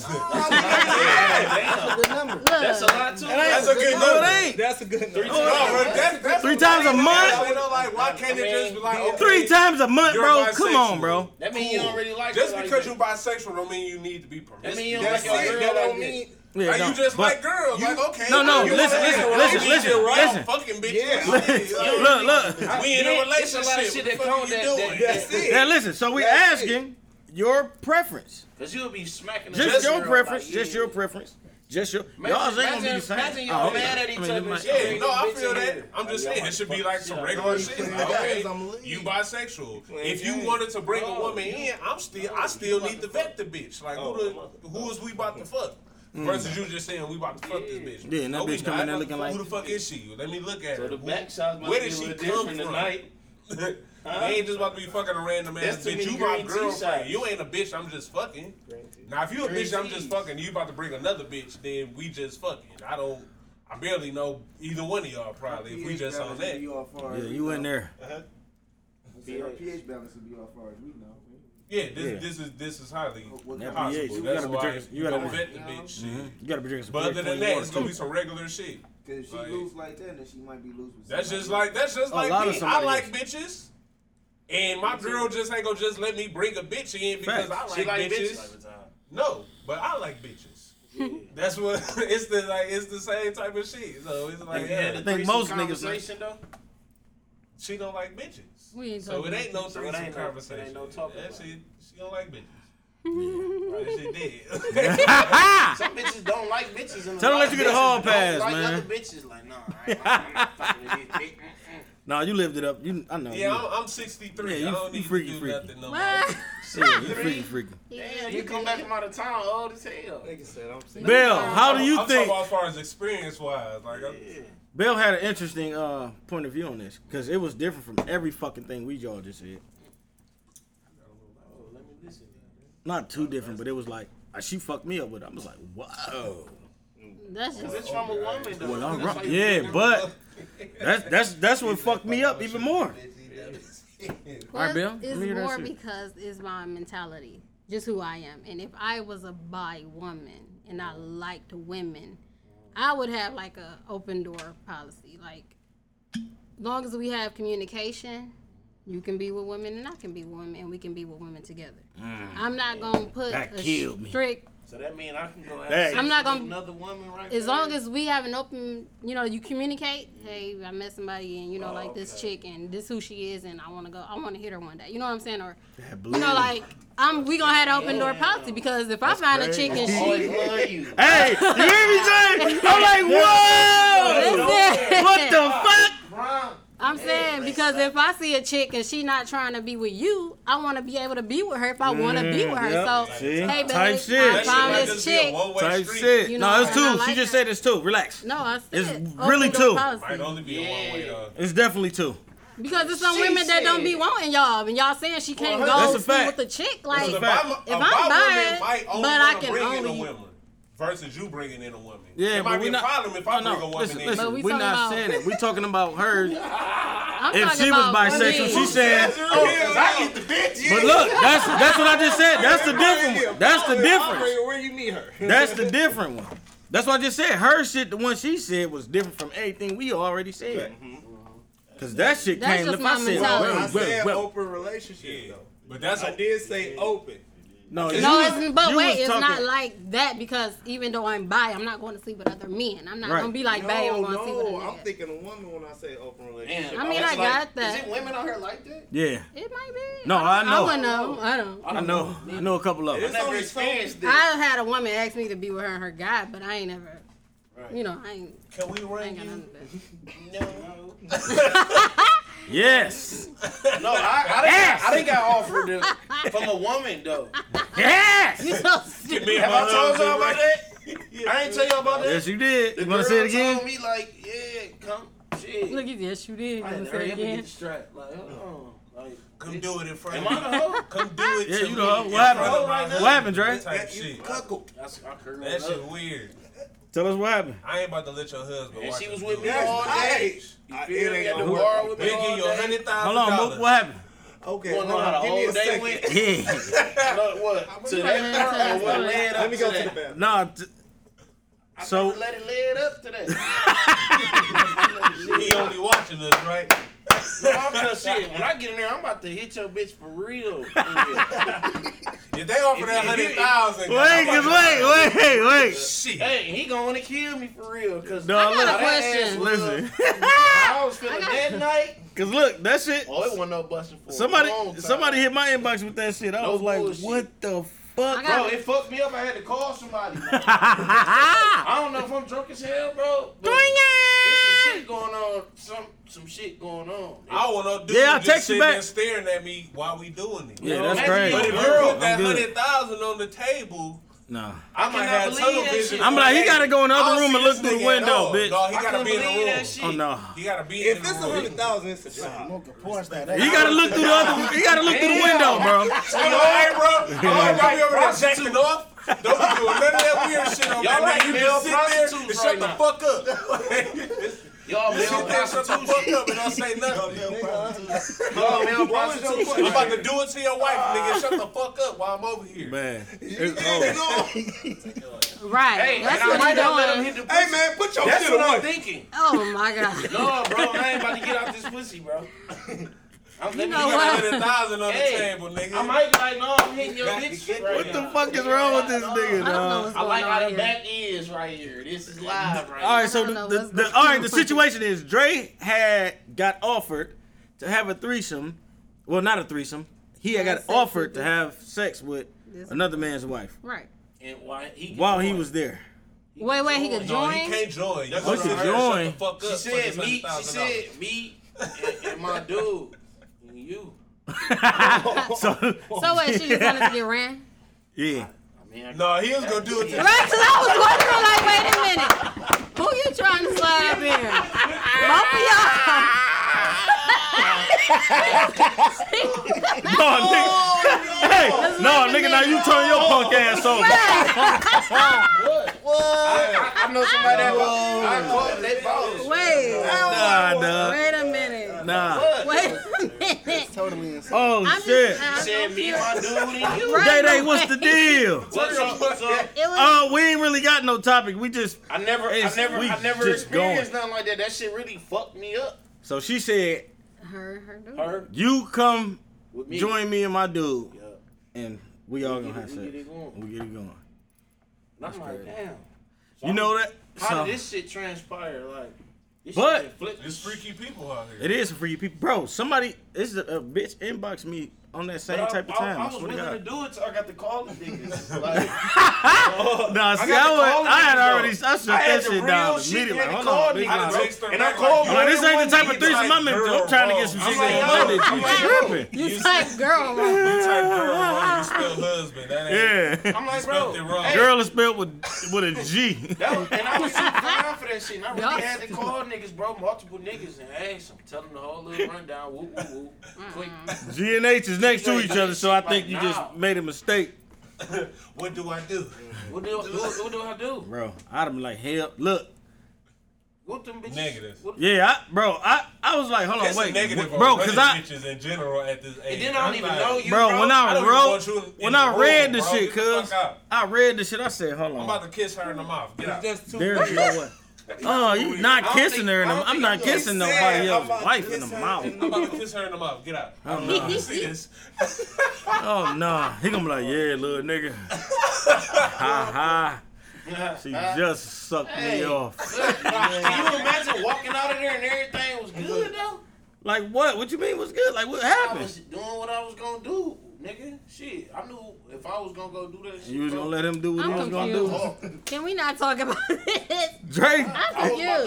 Speaker 8: Damn,
Speaker 6: Good number.
Speaker 8: that's a lot too.
Speaker 4: That's a good
Speaker 3: No,
Speaker 4: number.
Speaker 3: it ain't.
Speaker 7: That's a good three
Speaker 4: No, but that's- that's
Speaker 3: Three
Speaker 4: what
Speaker 3: times a
Speaker 4: I'm
Speaker 3: month?
Speaker 4: saying, though, Like, why can't it just be like okay,
Speaker 3: Three times a month,
Speaker 4: you're
Speaker 3: bro. Come on,
Speaker 4: bisexual.
Speaker 3: bro.
Speaker 8: That mean you don't really like
Speaker 4: Just
Speaker 8: her like
Speaker 4: because
Speaker 8: that.
Speaker 4: you're bisexual don't mean you need to be promiscuous.
Speaker 8: That mean you don't
Speaker 4: That's
Speaker 8: like your
Speaker 4: it.
Speaker 8: girl
Speaker 7: That
Speaker 8: like
Speaker 7: don't
Speaker 8: that.
Speaker 7: mean
Speaker 3: Yeah,
Speaker 4: Are
Speaker 3: no,
Speaker 4: you just
Speaker 3: but-
Speaker 4: like girls? like okay,
Speaker 3: No, no,
Speaker 4: you wanna
Speaker 3: listen,
Speaker 4: be
Speaker 3: listen,
Speaker 4: around
Speaker 3: listen,
Speaker 4: bitches,
Speaker 3: listen,
Speaker 4: around
Speaker 3: listen.
Speaker 4: Fucking bitches.
Speaker 7: Yeah.
Speaker 4: Yeah.
Speaker 3: Look, look.
Speaker 4: We in a
Speaker 8: Yeah, it's a
Speaker 4: relationship.
Speaker 8: lot of
Speaker 4: What
Speaker 8: shit that
Speaker 4: the fuck
Speaker 8: come
Speaker 4: you
Speaker 8: that-
Speaker 4: doing?
Speaker 8: that-
Speaker 7: that's it.
Speaker 3: Now listen. So we
Speaker 7: That's it.
Speaker 3: asking your preference.
Speaker 8: Cause you'll be smacking. the
Speaker 3: Just
Speaker 8: dress
Speaker 3: your
Speaker 8: around,
Speaker 3: preference.
Speaker 8: like,
Speaker 3: Just
Speaker 8: yeah.
Speaker 3: your preference. Just your.
Speaker 8: Imagine-
Speaker 3: Y'all ain't gonna be the same.
Speaker 8: imagine- imagine
Speaker 3: I
Speaker 8: y'all
Speaker 3: hope
Speaker 8: mad
Speaker 3: not.
Speaker 8: at each
Speaker 3: I mean,
Speaker 8: other
Speaker 3: it
Speaker 8: and
Speaker 3: might-
Speaker 8: shit.
Speaker 4: Yeah, no, I
Speaker 8: Bitch
Speaker 4: feel
Speaker 8: in
Speaker 4: that.
Speaker 8: here.
Speaker 4: I'm just
Speaker 7: Like,
Speaker 4: saying
Speaker 7: y'all
Speaker 4: it should be
Speaker 7: fuck
Speaker 4: like some
Speaker 8: shit.
Speaker 4: regular shit.
Speaker 7: playing
Speaker 4: Okay,
Speaker 7: games, I'ma leave.
Speaker 4: you bisexual.
Speaker 7: playing
Speaker 4: If you
Speaker 7: games.
Speaker 4: wanted to bring a
Speaker 8: Oh,
Speaker 4: woman in, I'm still, I still need to vet the bitch. Like
Speaker 7: Oh,
Speaker 4: who the, who is we about to fuck? Versus you just saying we about to fuck this bitch.
Speaker 3: Yeah, and that
Speaker 4: No, we
Speaker 3: bitch coming
Speaker 4: not.
Speaker 3: there looking like-
Speaker 4: who the fuck is she? Let me look at
Speaker 8: So
Speaker 4: her.
Speaker 8: the
Speaker 4: Who-
Speaker 8: back shots might
Speaker 4: Where
Speaker 8: be
Speaker 4: did
Speaker 8: a
Speaker 4: she
Speaker 8: little
Speaker 4: come
Speaker 8: different
Speaker 4: from?
Speaker 8: tonight.
Speaker 4: You ain't just about to be fucking a random ass
Speaker 8: That's too
Speaker 4: bitch.
Speaker 8: many
Speaker 4: You my
Speaker 8: green tea
Speaker 4: girlfriend.
Speaker 8: shots.
Speaker 4: You ain't a bitch. I'm just fucking. Now if you a
Speaker 8: Green
Speaker 4: bitch, I'm just
Speaker 8: teas.
Speaker 4: fucking. You about to bring another bitch, then we just fucking. I don't. I barely know either one of y'all probably. If we just on that.
Speaker 3: Yeah, you in there.
Speaker 9: Our pH balance would be off far as we know.
Speaker 4: Yeah, this,
Speaker 3: Yeah.
Speaker 4: this is this is highly
Speaker 9: What
Speaker 3: Yeah,
Speaker 4: possible.
Speaker 3: pH, you
Speaker 4: That's
Speaker 3: gotta be
Speaker 4: why
Speaker 3: drinking- you gotta
Speaker 4: don't
Speaker 3: be- Mm-hmm.
Speaker 4: vet the bitch shit.
Speaker 3: You gotta be drinking some.
Speaker 4: But other
Speaker 3: clear,
Speaker 4: than
Speaker 3: clean
Speaker 4: that,
Speaker 3: water,
Speaker 4: it's gonna
Speaker 3: too.
Speaker 4: be some regular shit.
Speaker 9: Because if she
Speaker 4: Like-
Speaker 9: lose like that, then she might be loose with
Speaker 4: That's
Speaker 9: somebody else.
Speaker 4: just like that's just
Speaker 3: A
Speaker 4: like
Speaker 3: lot
Speaker 4: me.
Speaker 3: of
Speaker 4: I
Speaker 3: somebody
Speaker 4: like
Speaker 3: else.
Speaker 4: bitches, and my girl just ain't gonna just let me bring a bitch in because
Speaker 3: Facts.
Speaker 4: I like,
Speaker 8: She like
Speaker 4: bitches.
Speaker 8: bitches.
Speaker 4: No, but I like bitches. That's what it's the like. It's the same type of shit. So it's like yeah.
Speaker 3: think most niggas
Speaker 8: Conversation though.
Speaker 4: She don't like bitches.
Speaker 5: We ain't
Speaker 4: So it
Speaker 5: talking
Speaker 4: ain't no
Speaker 8: So it
Speaker 4: threesome
Speaker 8: ain't no- it ain't
Speaker 4: conversation.
Speaker 8: no talking
Speaker 4: That
Speaker 8: about
Speaker 4: shit- she don't like bitches. That shit dead.
Speaker 3: Ha
Speaker 8: Some bitches don't like bitches. And
Speaker 3: Tell her
Speaker 8: a
Speaker 3: let
Speaker 8: lot
Speaker 3: you
Speaker 8: of
Speaker 3: get a
Speaker 8: bitches
Speaker 3: hall
Speaker 8: don't
Speaker 3: pass,
Speaker 8: like
Speaker 3: man.
Speaker 8: Other bitches like, nah, I ain't, I'm not fucking with his dick. Mm-mm.
Speaker 3: Nah, you lived it up. You, I know.
Speaker 4: yeah,
Speaker 3: you,
Speaker 4: I'm, I'm 63.
Speaker 3: Yeah, you-
Speaker 4: I don't
Speaker 3: you
Speaker 4: need
Speaker 3: freaky,
Speaker 4: to do
Speaker 3: freaky.
Speaker 4: nothing no more.
Speaker 5: What?
Speaker 3: yeah, you freaky, freaky.
Speaker 8: Damn, you come back from out of town old as hell.
Speaker 7: Nigga said I'm sick.
Speaker 3: Bill, how do you
Speaker 4: I'm
Speaker 3: think?
Speaker 4: talking about as far as experience wise. Like, I'm,
Speaker 3: Bill had an interesting uh, point of view on this because it was different from every fucking thing we y'all just said. Not too different, but it was like uh, she fucked me up with. it. I was like, whoa.
Speaker 5: That's
Speaker 8: It's
Speaker 5: just
Speaker 8: from a woman though.
Speaker 3: Well, all
Speaker 8: That's
Speaker 3: right.
Speaker 8: why you
Speaker 3: Yeah,
Speaker 8: think
Speaker 3: but that's that's that's what fucked me up even more. All right, Bill, let
Speaker 5: It's
Speaker 3: me hear that
Speaker 5: more
Speaker 3: shit.
Speaker 5: because it's my mentality, just who I am. And if I was a bi woman and I liked women, I would have like a open door policy. Like, long as we have communication, you can be with women and I can be with women and we can be with women together. I'm not gonna put
Speaker 3: Mm. That killed
Speaker 5: a
Speaker 3: me.
Speaker 5: strict
Speaker 8: So that mean I can go out
Speaker 3: Hey.
Speaker 5: I'm not gonna-
Speaker 8: another woman right
Speaker 5: as
Speaker 8: there?
Speaker 5: long as we have an open, you know, you communicate. Hey, I met somebody, and you know, like this chick, and this who she is, and I want to go. I want to hit her one day. You know what I'm saying? Or you know, like I'm. We gonna have an open door policy because if I find a chick and
Speaker 8: always
Speaker 5: she,
Speaker 8: love you.
Speaker 3: Hey, you hear me say? I'm like, whoa!
Speaker 5: Listen.
Speaker 3: What the fuck?
Speaker 5: I'm saying because if I see a chick and she not trying to be with you, I want to be able to be with her if I want to be with her.
Speaker 3: Mm-hmm. yep.
Speaker 5: So
Speaker 3: See?
Speaker 5: hey, babe,
Speaker 3: Type shit.
Speaker 5: I
Speaker 3: That shit
Speaker 5: found
Speaker 3: might
Speaker 5: this
Speaker 4: just be a
Speaker 5: chick.
Speaker 4: one-way
Speaker 3: Type
Speaker 4: street.
Speaker 3: shit.
Speaker 5: You
Speaker 3: no,
Speaker 5: know,
Speaker 3: it's
Speaker 5: and
Speaker 3: two.
Speaker 5: I
Speaker 3: she
Speaker 5: like
Speaker 3: just
Speaker 5: that.
Speaker 3: said it's two. Relax.
Speaker 5: No, I said
Speaker 3: It's
Speaker 5: open
Speaker 3: really
Speaker 5: door
Speaker 3: two.
Speaker 5: policy.
Speaker 4: Might only be a uh, one way though.
Speaker 3: It's definitely two.
Speaker 5: Because there's some women that don't be wanting y'all, and y'all saying she can't
Speaker 3: Well, that's
Speaker 5: go
Speaker 3: a
Speaker 5: sleep
Speaker 3: fact.
Speaker 5: with a chick.
Speaker 4: So
Speaker 5: Like,
Speaker 3: a
Speaker 4: if
Speaker 3: fact.
Speaker 4: I'm,
Speaker 5: If
Speaker 4: a
Speaker 5: I'm
Speaker 4: bi
Speaker 5: buying,
Speaker 4: woman might only
Speaker 5: but I
Speaker 4: wanna
Speaker 5: can
Speaker 4: bring
Speaker 5: only-
Speaker 4: in a woman versus you bringing in a woman.
Speaker 3: Yeah,
Speaker 4: it
Speaker 3: but
Speaker 4: might
Speaker 3: we
Speaker 4: be
Speaker 3: not.
Speaker 4: a problem if I
Speaker 3: no, no,
Speaker 4: bring a woman
Speaker 3: listen,
Speaker 4: in.
Speaker 5: But
Speaker 3: listen.
Speaker 5: we
Speaker 3: We're
Speaker 5: talking
Speaker 3: not
Speaker 5: about-
Speaker 3: saying it. We're talking about her.
Speaker 5: I'm
Speaker 3: If
Speaker 5: talking
Speaker 3: she was
Speaker 5: about
Speaker 3: bisexual,
Speaker 5: women.
Speaker 3: she said.
Speaker 4: Oh,
Speaker 8: I get the bitch.
Speaker 3: But look, that's that's what I just said. That's the different one. That's the difference.
Speaker 7: Where you meet her?
Speaker 3: That's the different one. That's what I just said. Her shit, the one she said, was different from everything we already said. Mm-hmm.
Speaker 4: Mm-hmm.
Speaker 3: Cause that shit
Speaker 5: That's
Speaker 3: came
Speaker 5: just
Speaker 3: if
Speaker 5: my
Speaker 3: I said,
Speaker 5: mentality.
Speaker 7: I
Speaker 3: well, well,
Speaker 7: said
Speaker 3: well.
Speaker 7: open relationship
Speaker 4: Yeah,
Speaker 7: though.
Speaker 4: but that's
Speaker 7: I did say open.
Speaker 3: no, you
Speaker 5: No,
Speaker 3: was-
Speaker 5: it's, but
Speaker 3: you
Speaker 5: wait,
Speaker 3: was
Speaker 5: it's
Speaker 3: talking-
Speaker 5: not like that because even though I'm bi, I'm not going to sleep with other men. I'm not
Speaker 3: Right.
Speaker 5: gonna be like,
Speaker 7: no,
Speaker 5: babe, I'm gonna
Speaker 7: no,
Speaker 5: sleep with a nigga.
Speaker 7: I'm thinking a woman when I say open relationship.
Speaker 8: Damn,
Speaker 5: I mean,
Speaker 8: was
Speaker 5: I
Speaker 8: like,
Speaker 5: got that.
Speaker 8: Is it women on here like that?
Speaker 3: Yeah,
Speaker 5: it might be.
Speaker 3: No, I know.
Speaker 5: I wouldn't know. I don't.
Speaker 3: I know. I know a couple of
Speaker 8: I
Speaker 3: them.
Speaker 8: never
Speaker 7: only
Speaker 8: experienced this.
Speaker 5: I had a woman ask me to be with her and her guy, but I ain't ever. You know, I ain't,
Speaker 4: Can we
Speaker 5: I
Speaker 4: run
Speaker 5: ain't got
Speaker 4: you?
Speaker 5: nothing to do.
Speaker 3: Yes,
Speaker 8: No, I, I, didn't, I didn't got offered it from a woman though.
Speaker 3: yes,
Speaker 5: You so stupid.
Speaker 4: Me and
Speaker 8: Have
Speaker 4: my
Speaker 8: I told
Speaker 4: husband,
Speaker 8: y'all about
Speaker 4: right?
Speaker 8: that? I ain't tell y'all about that.
Speaker 3: yes. You did.
Speaker 8: The
Speaker 3: You want to
Speaker 8: girl
Speaker 3: say it again?
Speaker 8: told me like, yeah, come, shit.
Speaker 5: Look at this, you did.
Speaker 8: I
Speaker 5: I'm
Speaker 8: had
Speaker 5: gonna
Speaker 8: to hurry
Speaker 5: say
Speaker 8: up and get
Speaker 5: again.
Speaker 8: the strap. Like, hold on. Like,
Speaker 4: Come do it in front
Speaker 8: Am I
Speaker 4: of
Speaker 8: the
Speaker 4: me.
Speaker 8: hoe?
Speaker 4: Come do it
Speaker 3: Yeah,
Speaker 4: to
Speaker 3: you
Speaker 4: me.
Speaker 3: the hoe.
Speaker 4: in
Speaker 3: What happened?
Speaker 4: front of my
Speaker 8: Right now?
Speaker 4: husband.
Speaker 3: What happened, Dre?
Speaker 4: That Type shit.
Speaker 8: Cuckold. That's I curled
Speaker 4: That
Speaker 8: up.
Speaker 4: shit weird.
Speaker 3: Tell us what happened.
Speaker 4: I ain't about to let your husband
Speaker 8: And
Speaker 4: watch
Speaker 8: she
Speaker 4: it.
Speaker 8: was with me
Speaker 7: That's
Speaker 8: all day.
Speaker 7: nice.
Speaker 8: You
Speaker 7: I- it
Speaker 8: feel me?
Speaker 7: ain't
Speaker 8: At the
Speaker 7: gonna
Speaker 8: bar
Speaker 7: work.
Speaker 8: with me
Speaker 4: They give
Speaker 8: all
Speaker 4: you a
Speaker 8: day.
Speaker 4: hundred thousand
Speaker 3: Hold on, Mook, what
Speaker 4: dollars.
Speaker 3: happened?
Speaker 7: Okay,
Speaker 8: You wanna
Speaker 7: hold
Speaker 8: know
Speaker 7: on.
Speaker 8: how the
Speaker 7: Give me
Speaker 8: whole
Speaker 7: a
Speaker 8: day
Speaker 7: second.
Speaker 8: went?
Speaker 3: Yeah.
Speaker 8: Look, what? To
Speaker 5: trying to
Speaker 8: that part or what
Speaker 5: tell
Speaker 8: led up
Speaker 7: Let me go to
Speaker 8: that?
Speaker 7: the bathroom.
Speaker 3: Nah. T-
Speaker 8: I
Speaker 3: So-
Speaker 8: never let it lead up to that.
Speaker 4: He only watching us, right?
Speaker 8: So I'm just shit. When I get in there, I'm about to hit your bitch for real.
Speaker 4: If they offer that
Speaker 8: If you-
Speaker 4: hundred thousand,
Speaker 3: wait, 'cause wait, wait, wait.
Speaker 4: Shit.
Speaker 8: hey, he gonna kill me for real. Cause
Speaker 3: No,
Speaker 5: I got a
Speaker 3: look,
Speaker 5: question.
Speaker 3: listen.
Speaker 8: I was feeling that night.
Speaker 3: Cause look, that shit.
Speaker 8: Oh, it wasn't no busting for a
Speaker 3: Somebody,
Speaker 8: long time.
Speaker 3: somebody hit my inbox with that shit. I
Speaker 8: No
Speaker 3: was like,
Speaker 8: bullshit.
Speaker 3: what the fuck?
Speaker 5: I got-
Speaker 8: Bro, it fucked me up. I had to call somebody. I don't know if I'm drunk as hell, bro. But there's some shit going on. Some some shit going on.
Speaker 4: I want no dude
Speaker 3: Yeah, I'll
Speaker 4: just
Speaker 3: text you
Speaker 4: sitting
Speaker 3: back.
Speaker 4: there staring at me while we doing it.
Speaker 3: Yeah, that's
Speaker 8: Imagine
Speaker 3: crazy.
Speaker 8: you
Speaker 4: But if you
Speaker 8: I'm
Speaker 4: put
Speaker 8: good.
Speaker 4: that hundred thousand on the table,
Speaker 3: Nah.
Speaker 4: I might
Speaker 8: cannot
Speaker 4: have
Speaker 8: believe
Speaker 4: tunnel
Speaker 8: that
Speaker 4: vision.
Speaker 8: shit.
Speaker 3: I'm like, he gotta go in the
Speaker 4: I
Speaker 3: other
Speaker 4: don't
Speaker 3: room
Speaker 4: see
Speaker 3: and
Speaker 4: this
Speaker 3: look through the
Speaker 4: nigga at
Speaker 3: window,
Speaker 4: all. No,
Speaker 3: bitch.
Speaker 4: he
Speaker 8: I
Speaker 4: gotta
Speaker 8: couldn't
Speaker 4: be in
Speaker 8: believe
Speaker 4: the
Speaker 8: that
Speaker 4: room.
Speaker 8: shit.
Speaker 3: Oh no.
Speaker 4: He gotta be in
Speaker 7: If
Speaker 4: the
Speaker 7: it's a
Speaker 4: room.
Speaker 7: hundred thousand, it's a job.
Speaker 6: Smoke a porn star. That
Speaker 3: You gotta look through the other. You gotta look through the window, bro.
Speaker 4: Hey, yo, hey, bro. Y'all ain't got me over there jacking off. Don't be doing none of that weird shit on
Speaker 8: Y'all
Speaker 4: that.
Speaker 8: like
Speaker 4: You
Speaker 8: male
Speaker 4: just sit there and
Speaker 8: prostitutes
Speaker 4: shut
Speaker 8: right
Speaker 4: the
Speaker 8: now.
Speaker 4: fuck up.
Speaker 8: Y'all male
Speaker 4: Sit there and shut the
Speaker 8: prostitution.
Speaker 4: fuck up and don't say nothing.
Speaker 8: Y'all male
Speaker 7: was your
Speaker 8: prostitution.
Speaker 4: I'm about to do it to your wife, nigga. Shut the fuck up while I'm over here.
Speaker 3: Man, it's over.
Speaker 5: Right.
Speaker 8: Hey, and
Speaker 5: That's
Speaker 8: I might not
Speaker 5: what
Speaker 8: let
Speaker 5: you
Speaker 8: him
Speaker 5: doing.
Speaker 8: hit the pussy.
Speaker 7: Hey man, put your
Speaker 8: That's
Speaker 7: shit
Speaker 8: what
Speaker 7: away.
Speaker 8: I'm thinking.
Speaker 5: Oh my god.
Speaker 8: No, bro, I ain't about to get out this pussy, bro. I'm you
Speaker 4: You
Speaker 5: know what?
Speaker 4: got a hundred thousand on the
Speaker 8: Hey,
Speaker 4: table, nigga.
Speaker 8: I might be like, no, I'm hitting your bitch. Right
Speaker 3: What the
Speaker 8: now.
Speaker 3: fuck is wrong with this nigga,
Speaker 5: I don't know
Speaker 3: dog?
Speaker 5: what's
Speaker 8: I
Speaker 5: going
Speaker 8: like how
Speaker 5: on
Speaker 8: the
Speaker 5: here.
Speaker 8: back is right here. This is live right
Speaker 3: All
Speaker 8: here.
Speaker 3: right, so the,
Speaker 5: I don't know
Speaker 3: the,
Speaker 5: what's
Speaker 3: the
Speaker 5: going
Speaker 3: all right, the
Speaker 5: on.
Speaker 3: situation is Dre had got offered to have a threesome. Well, not a threesome. He had
Speaker 5: Have
Speaker 3: got
Speaker 5: sex with
Speaker 3: offered to
Speaker 5: this-
Speaker 3: have sex with
Speaker 5: this-
Speaker 3: another man's wife
Speaker 5: Right.
Speaker 8: And why he can
Speaker 3: while he
Speaker 8: join.
Speaker 3: was there.
Speaker 5: Wait, wait, he could
Speaker 4: No,
Speaker 5: join?
Speaker 4: he can't join. That's
Speaker 3: Oh,
Speaker 4: what
Speaker 3: he
Speaker 4: I
Speaker 3: can
Speaker 4: heard. Shut
Speaker 3: join.
Speaker 4: the fuck
Speaker 8: She
Speaker 4: up.
Speaker 8: said me. She
Speaker 4: $100,000.
Speaker 8: said me and, and my dude. And you.
Speaker 3: So,
Speaker 5: So wait, she just wanted to get ran?
Speaker 3: yeah.
Speaker 8: I mean, I
Speaker 4: No, he was gonna do it. To-
Speaker 5: Right, because I was wondering, like, wait a minute. Who you trying to slide up here? Both of y'all.
Speaker 3: No,
Speaker 5: Oh,
Speaker 3: nigga. Hey, no, nigga, now you turn your punk ass over.
Speaker 8: I, I know somebody that I caught they balls.
Speaker 5: Wait,
Speaker 3: Nah, nah.
Speaker 5: wait a minute.
Speaker 3: Nah.
Speaker 5: Wait a minute.
Speaker 6: Totally insane.
Speaker 3: Oh,
Speaker 5: I'm
Speaker 3: shit.
Speaker 5: just, I'm
Speaker 8: Said me,
Speaker 5: confused.
Speaker 8: my dude, and you.
Speaker 5: Right,
Speaker 3: Day Day,
Speaker 5: no,
Speaker 3: what's the
Speaker 5: wait.
Speaker 3: deal?
Speaker 8: What's up? What's up?
Speaker 5: It was,
Speaker 3: Uh, we ain't really got no topic. We just
Speaker 8: I never, I
Speaker 3: It's-
Speaker 8: never,
Speaker 3: we
Speaker 8: I never
Speaker 3: just
Speaker 8: experienced
Speaker 3: going.
Speaker 8: nothing like that. That shit really fucked me up.
Speaker 3: so she said,
Speaker 5: her, her, dude.
Speaker 8: Um, Her
Speaker 3: "You come
Speaker 8: with me.
Speaker 3: join me and my dude,
Speaker 8: Yeah.
Speaker 3: and we all gonna
Speaker 8: get
Speaker 3: have
Speaker 8: it- we
Speaker 3: sex.
Speaker 8: get it going.
Speaker 3: We get it going.
Speaker 8: And I'm like, damn. So
Speaker 3: You know that?
Speaker 8: How
Speaker 3: So,
Speaker 8: did this shit transpire? Like, this
Speaker 3: But-
Speaker 8: shit flipped.
Speaker 4: There's freaky people out here.
Speaker 3: it is for you people, bro. Somebody, this is a, a bitch inboxed me on that same
Speaker 8: But I-
Speaker 3: type of
Speaker 8: I-
Speaker 3: time.
Speaker 8: I,
Speaker 3: I,
Speaker 8: was
Speaker 3: swear to
Speaker 8: willing to
Speaker 3: God.
Speaker 8: do it till I got the call to niggas. Like,
Speaker 3: Nah, see, I, was-
Speaker 8: got the call
Speaker 3: I had
Speaker 8: niggas,
Speaker 3: already, I
Speaker 8: though.
Speaker 3: shut
Speaker 8: I had
Speaker 3: that
Speaker 8: the
Speaker 3: shit
Speaker 8: real
Speaker 3: down
Speaker 8: shit
Speaker 3: immediately. Like,
Speaker 8: and
Speaker 3: hold
Speaker 8: the call
Speaker 3: on,
Speaker 8: niggas.
Speaker 3: big
Speaker 4: I done
Speaker 8: Nah.
Speaker 3: guy.
Speaker 4: text her
Speaker 8: And I
Speaker 4: back
Speaker 8: called
Speaker 4: you
Speaker 3: Like, this
Speaker 8: Everyone
Speaker 3: ain't the type of
Speaker 8: needs,
Speaker 3: threesome
Speaker 8: like,
Speaker 3: I'm into. I'm
Speaker 4: girl
Speaker 3: trying to get some
Speaker 4: balls.
Speaker 3: shit
Speaker 4: I'm
Speaker 3: that
Speaker 4: like,
Speaker 3: money.
Speaker 4: yo,
Speaker 3: You tripping?
Speaker 5: You type girl wrong.
Speaker 4: You type girl wrong, you spell husband. That ain't
Speaker 3: Yeah,
Speaker 8: I'm like, bro,
Speaker 4: spelled it wrong.
Speaker 3: girl is spelled with with a G.
Speaker 8: That was, and I was too proud for that shit. And I really
Speaker 5: Y'all-
Speaker 8: had to call niggas, bro, multiple niggas, and ask them, tell them the whole little rundown, woo woo woo, quick.
Speaker 3: G and H is next to each other, so I think you just made a mistake,
Speaker 4: What do I do?
Speaker 8: What do, what, what do I do?
Speaker 3: bro. I'd have been like, hell, look,
Speaker 8: What them bitches?
Speaker 4: Negative.
Speaker 8: What,
Speaker 3: yeah, I, bro, I, I was like, hold on,
Speaker 4: It's
Speaker 3: Oh, wait,
Speaker 4: a negative on
Speaker 3: bro,
Speaker 4: running
Speaker 3: cause I,
Speaker 4: bitches in general at this age.
Speaker 8: and then I don't
Speaker 4: I'm
Speaker 8: even
Speaker 4: like,
Speaker 8: know you,
Speaker 3: bro, when I,
Speaker 4: I don't even want you
Speaker 3: wrote,
Speaker 4: in
Speaker 3: when
Speaker 4: the
Speaker 3: I
Speaker 4: room,
Speaker 3: read the
Speaker 4: bro.
Speaker 3: shit,
Speaker 4: Get the
Speaker 3: cuz
Speaker 4: fuck out.
Speaker 3: I read the shit, I said, hold
Speaker 4: I'm
Speaker 3: on,
Speaker 4: about to kiss her in the mouth. Get out.
Speaker 7: Just too
Speaker 3: there's your what? Oh, you not kissing her, and
Speaker 7: I
Speaker 3: I'm,
Speaker 7: don't
Speaker 3: I'm
Speaker 7: think
Speaker 3: not
Speaker 7: you know
Speaker 3: kissing
Speaker 7: what he said.
Speaker 3: nobody
Speaker 7: I'm
Speaker 3: else's
Speaker 7: about to
Speaker 3: wife in the
Speaker 7: kiss her
Speaker 3: mouth.
Speaker 7: and-
Speaker 4: I'm about to kiss her in the mouth. Get out.
Speaker 3: Oh no,
Speaker 4: You see this?
Speaker 3: oh no, he gonna be like, yeah, little nigga, ha ha. She just sucked me off.
Speaker 8: Can you imagine walking out of there and everything was good though?
Speaker 3: Like what? What you mean? What's good? Like what
Speaker 8: I
Speaker 3: happened?
Speaker 8: was doing what I was gonna do, nigga. Shit, I knew if I was gonna go do that shit.
Speaker 3: You was
Speaker 8: bro,
Speaker 3: gonna let him do what
Speaker 5: I'm
Speaker 3: he was gonna do.
Speaker 5: confused. Can we not talk about this?
Speaker 3: Drake,
Speaker 5: I'm
Speaker 8: I was about to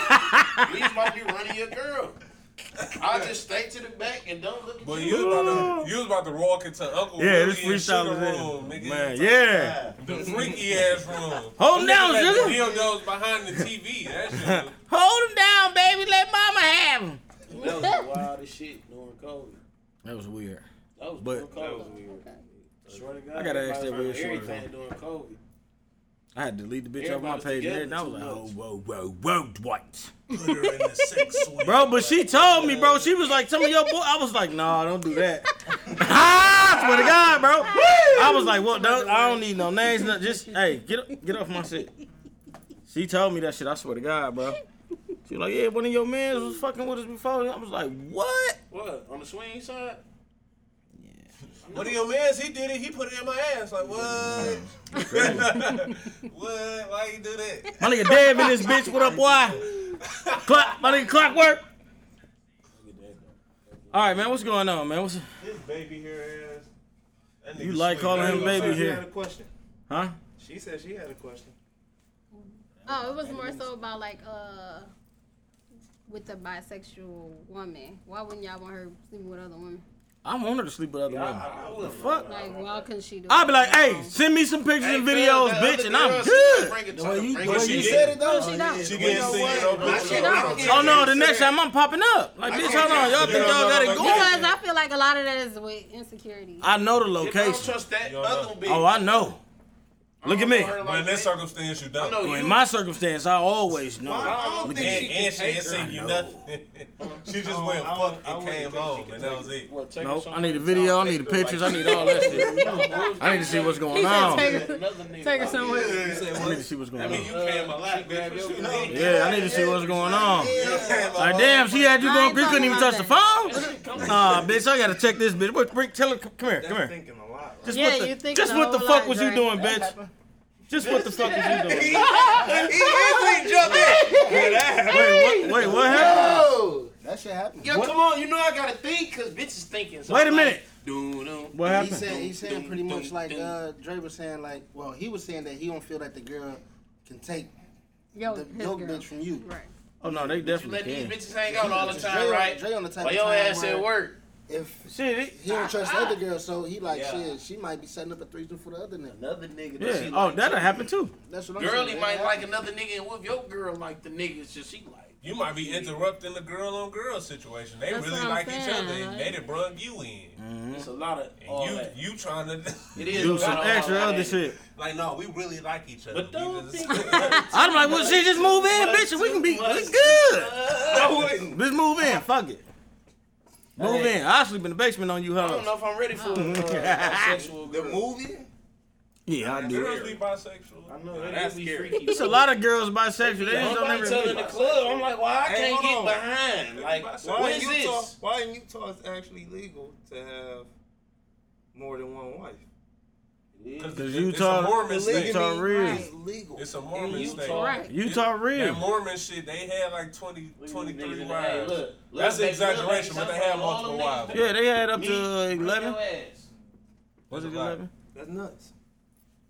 Speaker 8: haul. you was about to be running your girl. I just stay to the back and don't look at
Speaker 4: But
Speaker 8: you.
Speaker 4: you was about to, you was about to walk into Uncle
Speaker 3: yeah, this
Speaker 4: Willie and
Speaker 3: freestyle
Speaker 4: Sugar
Speaker 3: is
Speaker 4: room, nigga.
Speaker 3: it, man.
Speaker 4: It's
Speaker 3: Yeah,
Speaker 4: like The freaky ass room.
Speaker 3: Hold down,
Speaker 4: Like
Speaker 3: Sugar.
Speaker 4: the dildos behind the TV. That shit. was-
Speaker 3: hold him down, baby. Let mama have him.
Speaker 8: That was the wildest shit during COVID.
Speaker 3: That was weird.
Speaker 8: That was
Speaker 3: But-
Speaker 8: during COVID. That was weird. Swear to God,
Speaker 3: I gotta ask that
Speaker 8: everybody
Speaker 3: real
Speaker 8: found
Speaker 3: short,
Speaker 8: Everything during COVID.
Speaker 3: I had to delete the bitch off my
Speaker 8: Everybody's
Speaker 3: page,
Speaker 8: together
Speaker 3: and I was
Speaker 8: too
Speaker 3: like, oh,
Speaker 8: much.
Speaker 3: whoa, whoa, whoa, Dwight.
Speaker 4: Put her in the sex suite.
Speaker 3: Bro, but she told me, bro. She was like, some of your boy. I was like, nah, don't do that. I swear to God, bro. I was like, well, don't, I don't need no names. No, just, hey, get get off my shit. She told me that shit. I swear to God, bro. She was like, yeah, one of your mans was fucking with us before. I was like, what?
Speaker 8: What? On the swing side?
Speaker 4: One of your mans, he did it. He put it in my ass. Like what? what? Why you do that?
Speaker 3: My nigga Dev in this bitch. What up, boy? Clock, my nigga Clockwork. All right, man. What's going on, man? What's
Speaker 4: This baby hair ass. That nigga
Speaker 3: You like
Speaker 4: sweet.
Speaker 3: calling
Speaker 4: That
Speaker 3: him
Speaker 4: nigga
Speaker 3: baby
Speaker 4: sweet.
Speaker 7: She
Speaker 3: here.
Speaker 7: had a question.
Speaker 3: huh?
Speaker 7: She said she had a question.
Speaker 5: Oh, it was more so about like uh with the bisexual woman. Why wouldn't y'all want her sleeping with other women?
Speaker 3: I want her to sleep with other women.
Speaker 8: The
Speaker 3: Fuck.
Speaker 5: Like, why couldn't she do
Speaker 3: I'll be like,
Speaker 5: that?
Speaker 3: hey, send me some pictures and videos, bitch, and I'm good.
Speaker 8: The way you,
Speaker 4: But she
Speaker 6: you
Speaker 4: did.
Speaker 6: said it though.
Speaker 5: No, she don't.
Speaker 4: She getting seen in no
Speaker 8: I
Speaker 4: picture.
Speaker 5: can't- I can't-
Speaker 3: Oh no, the next time I'm popping up. Like, bitch, hold on, y'all think y'all got it going?
Speaker 5: Because I feel like a lot of that is with insecurity.
Speaker 3: I know the
Speaker 8: If I don't
Speaker 3: location.
Speaker 8: trust that
Speaker 4: You don't
Speaker 8: other
Speaker 4: know.
Speaker 8: bitch.
Speaker 3: Oh, I know. Look at me.
Speaker 4: But in that circumstance, you
Speaker 8: I
Speaker 4: don't.
Speaker 8: know you.
Speaker 3: In my circumstance, I always know.
Speaker 8: I don't
Speaker 4: And,
Speaker 8: think she can
Speaker 4: and she
Speaker 8: take
Speaker 4: ain't
Speaker 8: her.
Speaker 4: seen you nothing. she just went fuck and came home, and that was it.
Speaker 8: Well, take her
Speaker 3: Nope. I
Speaker 8: somewhere
Speaker 3: need a
Speaker 8: else.
Speaker 3: video. I need the pictures. I need all that shit. I need to see what's
Speaker 5: He
Speaker 3: going
Speaker 5: said,
Speaker 3: on.
Speaker 5: take her,
Speaker 8: Another nigga.
Speaker 5: take her somewhere.
Speaker 3: I need to see what's going
Speaker 4: I mean,
Speaker 3: on.
Speaker 4: you came a lot, bitch. What you know?
Speaker 3: Yeah, I need to see what's going on.
Speaker 4: You came a
Speaker 3: Like,
Speaker 4: lot.
Speaker 3: damn, she had you
Speaker 5: I
Speaker 3: going.
Speaker 5: ain't
Speaker 3: You couldn't
Speaker 5: talking
Speaker 3: even
Speaker 5: about
Speaker 3: touch the
Speaker 5: that.
Speaker 3: phone. Nah, bitch, I gotta check this bitch. What, bring, tell her, come here, come
Speaker 7: That's
Speaker 3: here.
Speaker 7: thinking a lot.
Speaker 3: Just
Speaker 5: Yeah,
Speaker 3: what
Speaker 5: you
Speaker 3: the,
Speaker 5: thinking
Speaker 3: just
Speaker 5: a
Speaker 3: what the
Speaker 5: whole
Speaker 3: fuck
Speaker 5: lot,
Speaker 3: was you
Speaker 5: Dre.
Speaker 3: doing, bitch? Just what the fuck was you doing?
Speaker 7: He is jumping.
Speaker 3: Wait, what, wait, what happened?
Speaker 6: Oh, That shit happened.
Speaker 8: Yo, come on, you know I gotta think, cause bitches thinking. So
Speaker 3: Wait a
Speaker 8: I'm
Speaker 3: minute.
Speaker 8: Like, doo, doo.
Speaker 3: What
Speaker 6: He
Speaker 3: happened?
Speaker 6: said he said pretty much like uh, Dre was saying like well he was saying that he don't feel that the girl can take
Speaker 5: Yo,
Speaker 6: the
Speaker 5: his girl.
Speaker 6: dope bitch from you.
Speaker 5: Right.
Speaker 3: oh no, they
Speaker 8: You let
Speaker 3: definitely
Speaker 8: these
Speaker 3: can.
Speaker 8: bitches hang out all the
Speaker 6: Dre
Speaker 8: time,
Speaker 6: on-
Speaker 8: right?
Speaker 6: Dre on the type
Speaker 8: While
Speaker 6: of
Speaker 8: your
Speaker 6: time
Speaker 8: ass at
Speaker 6: where-
Speaker 8: work.
Speaker 6: If
Speaker 3: Shit, it-
Speaker 6: he don't trust the other girl, so he like
Speaker 7: Yeah.
Speaker 6: shit. She might be setting up a threesome for the other nigga.
Speaker 8: Another nigga. that
Speaker 3: yeah.
Speaker 8: she
Speaker 3: Oh,
Speaker 8: like.
Speaker 3: that'll happen too.
Speaker 6: That's what I'm
Speaker 8: Girlie
Speaker 6: saying.
Speaker 8: might
Speaker 6: That
Speaker 8: like
Speaker 6: happened.
Speaker 8: another nigga, and what if your girl like the nigga? It's just she like.
Speaker 4: You might be interrupting the girl on girl situation. They
Speaker 5: That's
Speaker 4: really
Speaker 5: what
Speaker 4: like
Speaker 5: I'm
Speaker 4: each
Speaker 5: saying,
Speaker 4: other, and
Speaker 5: like-
Speaker 4: they done brung you in.
Speaker 8: It's a lot of all
Speaker 4: And
Speaker 8: that.
Speaker 4: you you trying to
Speaker 8: It is
Speaker 3: Mm-hmm. Do
Speaker 8: a lot
Speaker 3: some
Speaker 8: of all
Speaker 3: extra
Speaker 8: that.
Speaker 3: other shit.
Speaker 4: like, no, we really like each other.
Speaker 8: But don't
Speaker 4: We
Speaker 8: think
Speaker 4: just-
Speaker 3: I'm like, well, shit, just move in, bitch, and we can be, it's good.
Speaker 8: I wouldn't.
Speaker 3: Just move in, fuck it. Move
Speaker 8: Hey.
Speaker 3: in. I'll sleep in the basement on you,
Speaker 8: I don't know
Speaker 3: hoes.
Speaker 8: if I'm ready for uh, a sexual
Speaker 7: The
Speaker 8: girl.
Speaker 7: movie?
Speaker 3: Yeah, I
Speaker 4: Girls
Speaker 3: do.
Speaker 4: be bisexual.
Speaker 8: I know
Speaker 7: Nah,
Speaker 8: it
Speaker 7: that's
Speaker 8: is be
Speaker 7: scary.
Speaker 8: freaky.
Speaker 3: It's a lot of girls bisexual. They just don't
Speaker 8: Nobody
Speaker 3: ever.
Speaker 8: tell in the club. I'm like, well, I
Speaker 7: Hey,
Speaker 8: can't get
Speaker 7: hold on.
Speaker 8: behind. Like,
Speaker 4: Everybody
Speaker 8: what
Speaker 7: in
Speaker 8: is
Speaker 7: Utah,
Speaker 8: this?
Speaker 7: why in Utah it's actually legal to have more than one wife?
Speaker 3: Cause
Speaker 4: it's-
Speaker 3: Utah,
Speaker 4: it's a Mormon thing.
Speaker 3: Utah real.
Speaker 5: Right.
Speaker 6: legal.
Speaker 4: It's a Mormon
Speaker 8: Utah.
Speaker 4: thing.
Speaker 5: Right.
Speaker 3: Utah
Speaker 4: That
Speaker 3: real.
Speaker 4: Mormon shit, they had like 20, 23
Speaker 8: Hey,
Speaker 4: wives.
Speaker 8: look, look,
Speaker 4: That's an
Speaker 8: they- look,
Speaker 4: exaggeration,
Speaker 8: they
Speaker 4: but they
Speaker 8: talking
Speaker 4: had
Speaker 8: about all
Speaker 4: multiple
Speaker 8: them niggas
Speaker 4: wives.
Speaker 3: Yeah, they had up
Speaker 8: Me,
Speaker 3: to uh,
Speaker 8: bring
Speaker 3: eleven.
Speaker 8: your ass.
Speaker 3: Was it
Speaker 4: That's a lot.
Speaker 3: eleven?
Speaker 7: That's nuts.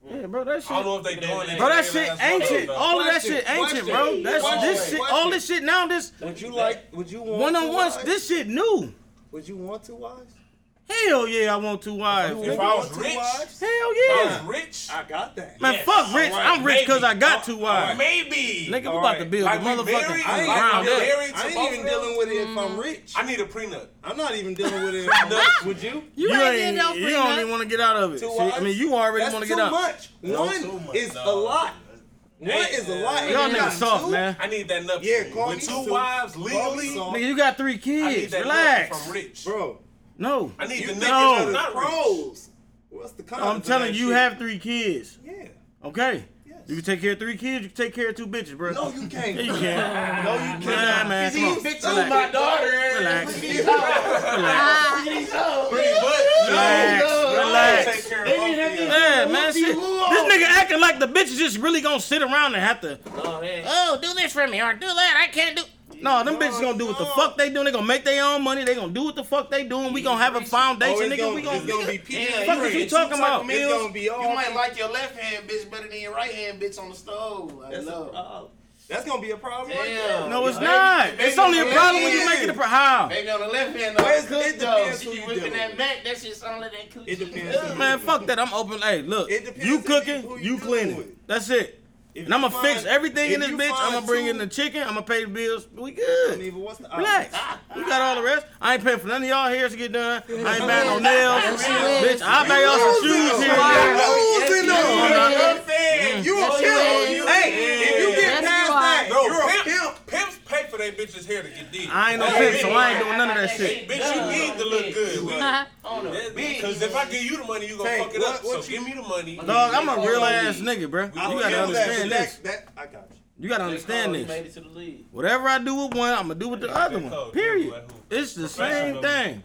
Speaker 3: Yeah, bro, that shit.
Speaker 4: I don't know if they doing that.
Speaker 3: Bro, that
Speaker 4: They
Speaker 3: shit
Speaker 4: last
Speaker 3: ancient.
Speaker 4: long,
Speaker 3: All of that
Speaker 7: Question,
Speaker 3: shit ancient,
Speaker 7: question,
Speaker 3: bro. That's this
Speaker 7: question,
Speaker 3: shit. All this shit now. This
Speaker 7: Would you like? Would you want
Speaker 3: one
Speaker 7: two
Speaker 3: on one.
Speaker 7: wives?
Speaker 3: This shit new.
Speaker 7: Would you want two wives?
Speaker 3: Hell yeah, I want two wives.
Speaker 4: though.
Speaker 3: nigga.
Speaker 4: If I was
Speaker 7: Want two
Speaker 4: rich, if
Speaker 7: wives?
Speaker 3: Hell
Speaker 4: I
Speaker 3: yeah.
Speaker 4: was rich,
Speaker 7: I got that.
Speaker 3: Man,
Speaker 4: yes.
Speaker 3: fuck rich.
Speaker 4: Alright,
Speaker 3: I'm rich because I
Speaker 4: maybe.
Speaker 3: got two wives.
Speaker 4: maybe.
Speaker 3: Nigga, we
Speaker 7: All
Speaker 3: about to
Speaker 7: right.
Speaker 3: build a
Speaker 4: Like, we
Speaker 3: motherfucking
Speaker 4: married?
Speaker 7: I ain't,
Speaker 3: ground
Speaker 4: I'm
Speaker 3: up.
Speaker 4: married.
Speaker 7: I ain't
Speaker 4: to both
Speaker 7: even
Speaker 4: of them?
Speaker 7: dealing with it if I'm rich.
Speaker 4: I need a prenup.
Speaker 7: I'm not even dealing with it if I'm rich. Would you?
Speaker 5: You,
Speaker 3: Mm. You
Speaker 5: ain't getting
Speaker 3: ain't.
Speaker 5: no
Speaker 3: You don't
Speaker 5: prenup.
Speaker 3: even want to get out of it. See, I
Speaker 7: wives?
Speaker 3: mean, you already
Speaker 7: That's
Speaker 3: want to get
Speaker 7: too
Speaker 3: out.
Speaker 7: much. One
Speaker 4: too much.
Speaker 7: is a
Speaker 4: No.
Speaker 7: lot. One
Speaker 4: Hey,
Speaker 7: is a
Speaker 4: yeah.
Speaker 7: lot. and
Speaker 3: Y'all
Speaker 7: you
Speaker 3: niggas
Speaker 7: got
Speaker 3: soft,
Speaker 7: two?
Speaker 3: man.
Speaker 4: I need that nuptial.
Speaker 7: Yeah, call
Speaker 4: With
Speaker 7: me
Speaker 4: two
Speaker 7: soft.
Speaker 4: wives
Speaker 7: Call me
Speaker 4: legally,
Speaker 7: soft.
Speaker 3: Nigga, you got three
Speaker 4: I need
Speaker 3: kids.
Speaker 4: that
Speaker 3: Relax.
Speaker 4: nuptial from rich.
Speaker 7: Bro,
Speaker 3: No,
Speaker 4: I need the
Speaker 7: you
Speaker 4: niggas
Speaker 7: think it's
Speaker 4: that's not rich.
Speaker 7: pros. What's the con?
Speaker 3: I'm telling you, you have three kids.
Speaker 7: Yeah.
Speaker 3: Okay.
Speaker 7: Yes.
Speaker 3: You can take care of three kids. You can take care of two bitches, bro.
Speaker 7: No, you can't.
Speaker 3: Yeah, you can.
Speaker 7: No, you
Speaker 3: Nah,
Speaker 7: can't.
Speaker 3: man, come on.
Speaker 8: Bitch, I'm my daughter.
Speaker 3: Relax. Relax.
Speaker 4: No,
Speaker 3: Relax. Relax.
Speaker 4: Take care of both of them.
Speaker 3: Yeah, man, shit. This nigga acting like the bitch is just really gonna sit around and have to.
Speaker 8: Oh, hey.
Speaker 3: Oh, do this for me or do that. I can't do. No, them bitches gonna do what the fuck they doing. They gonna make their own money. They gonna do what the fuck they doing. We gonna have a foundation,
Speaker 7: Oh, it's
Speaker 3: nigga.
Speaker 7: gonna-
Speaker 3: we gonna.
Speaker 7: it's gonna be
Speaker 8: Yeah,
Speaker 7: PJ.
Speaker 3: Fuck is you
Speaker 8: rich.
Speaker 3: talking
Speaker 8: type
Speaker 3: about?
Speaker 8: of
Speaker 7: It's
Speaker 8: meals,
Speaker 7: gonna be
Speaker 4: Oh,
Speaker 7: all
Speaker 8: You might
Speaker 7: people.
Speaker 8: like your left hand bitch better than your right hand bitch on the stove. I
Speaker 7: That's a
Speaker 8: love.
Speaker 7: problem. That's gonna be a problem right there.
Speaker 8: Damn.
Speaker 3: no, it's
Speaker 8: Maybe-
Speaker 3: not.
Speaker 8: maybe
Speaker 3: It's only a
Speaker 8: on the
Speaker 3: problem
Speaker 8: left
Speaker 3: when you
Speaker 8: hand.
Speaker 3: make it a pro- how.
Speaker 8: Maybe on the left hand, though.
Speaker 7: Well,
Speaker 8: It's
Speaker 7: it
Speaker 8: good,
Speaker 7: depends
Speaker 8: though.
Speaker 7: who
Speaker 8: She
Speaker 7: you
Speaker 8: be whipping
Speaker 7: dealing
Speaker 8: that
Speaker 7: with.
Speaker 8: back. That shit's only that coochie.
Speaker 7: It depends who
Speaker 8: Ugh.
Speaker 3: Man, fuck that. I'm open. Hey, look.
Speaker 7: It depends
Speaker 3: You
Speaker 7: on who
Speaker 3: cooking,
Speaker 7: you
Speaker 3: you cleaning.
Speaker 7: doing.
Speaker 3: That's it.
Speaker 7: If
Speaker 3: and I'm
Speaker 7: you
Speaker 3: gonna fix
Speaker 7: find-
Speaker 3: everything
Speaker 7: if
Speaker 3: in this
Speaker 7: you
Speaker 3: bitch. I'm gonna
Speaker 7: find
Speaker 3: bring in
Speaker 7: two-
Speaker 3: the chicken. I'm gonna pay the bills. We good.
Speaker 7: Neva, what's the
Speaker 3: Relax. We got all the rest. I ain't paying for none of y'all hairs to get done. I ain't buying no nails. Bitch, I buy y'all some shoes here and there.
Speaker 7: Losing
Speaker 3: Yeah.
Speaker 7: them.
Speaker 4: I'm saying,
Speaker 7: You a
Speaker 4: Oh,
Speaker 7: pimp. Hey, if you get
Speaker 5: Oh, That's
Speaker 7: past
Speaker 5: why.
Speaker 7: that,
Speaker 4: Bro,
Speaker 7: you're a
Speaker 4: pimp-
Speaker 7: pimp.
Speaker 4: Pimps pay for their bitches hair to get deep.
Speaker 3: I ain't no
Speaker 4: Hey,
Speaker 3: pimp, so I ain't doing none of that shit.
Speaker 4: Bitch, you need to look good. We-
Speaker 8: On a bitch.
Speaker 4: Because if I give you the money, you gonna
Speaker 7: Hey,
Speaker 4: fuck it
Speaker 7: what-
Speaker 4: up.
Speaker 7: what
Speaker 4: So
Speaker 7: you-
Speaker 4: give me the money.
Speaker 3: Dog, I'm a real ass nigga, bruh.
Speaker 7: I
Speaker 3: You
Speaker 7: feel
Speaker 3: gotta
Speaker 7: that,
Speaker 3: understand
Speaker 7: but that-
Speaker 3: this.
Speaker 7: That, I got you.
Speaker 3: You gotta understand
Speaker 8: You
Speaker 3: this.
Speaker 8: made it to the league.
Speaker 3: Whatever I do with one, I'm gonna do with the other one. Period. It's the same thing.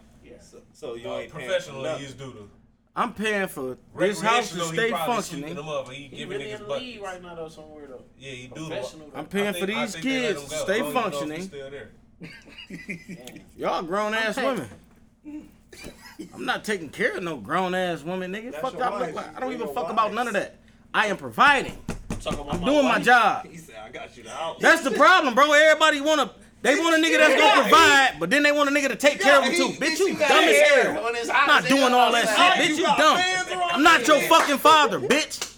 Speaker 7: So, so you
Speaker 4: Uh,
Speaker 7: ain't paying for
Speaker 4: professionally,
Speaker 7: nothing.
Speaker 4: he's doo-doo.
Speaker 3: I'm paying for this house to
Speaker 4: Recreational, he
Speaker 3: stay
Speaker 4: probably
Speaker 3: functioning.
Speaker 4: sweeping Them up. He
Speaker 8: He
Speaker 4: giving
Speaker 8: really in
Speaker 4: niggas
Speaker 8: the league
Speaker 4: buckets.
Speaker 8: right now, though, somewhere, though.
Speaker 4: Yeah, he do.
Speaker 8: Professional, though.
Speaker 3: I'm paying
Speaker 4: I
Speaker 3: for
Speaker 4: think- I
Speaker 3: these
Speaker 4: think they let
Speaker 3: kids
Speaker 4: him
Speaker 3: to
Speaker 4: go. I
Speaker 3: stay
Speaker 4: don't even know if he's
Speaker 3: functioning.
Speaker 4: still there.
Speaker 3: Y'all grown ass
Speaker 5: Okay.
Speaker 3: women. I'm not taking care of no grown ass woman, nigga.
Speaker 7: That's
Speaker 3: fuck
Speaker 7: your
Speaker 3: y'all look
Speaker 7: wife.
Speaker 3: like. I don't
Speaker 7: They're
Speaker 3: even
Speaker 7: your
Speaker 3: fuck about
Speaker 7: wives.
Speaker 3: none of that. I am providing.
Speaker 8: Talk about
Speaker 3: I'm doing my
Speaker 8: wife.
Speaker 3: job.
Speaker 7: He said, I got you the house.
Speaker 3: That's the problem, bro. Everybody wanna they want a nigga that's gonna provide, but then they want a nigga to take care of them too.
Speaker 7: he-
Speaker 3: Bitch,
Speaker 7: he-
Speaker 3: you
Speaker 7: he
Speaker 3: dumb
Speaker 7: got
Speaker 3: as
Speaker 7: hair
Speaker 3: hell.
Speaker 8: When it's
Speaker 3: I'm
Speaker 8: hot
Speaker 3: not
Speaker 8: as
Speaker 3: doing
Speaker 8: hell
Speaker 3: all that
Speaker 8: outside,
Speaker 3: shit, bitch.
Speaker 7: you
Speaker 3: You
Speaker 7: got fans
Speaker 3: dumb.
Speaker 7: around
Speaker 3: I'm not your
Speaker 7: here.
Speaker 3: fucking father, bitch.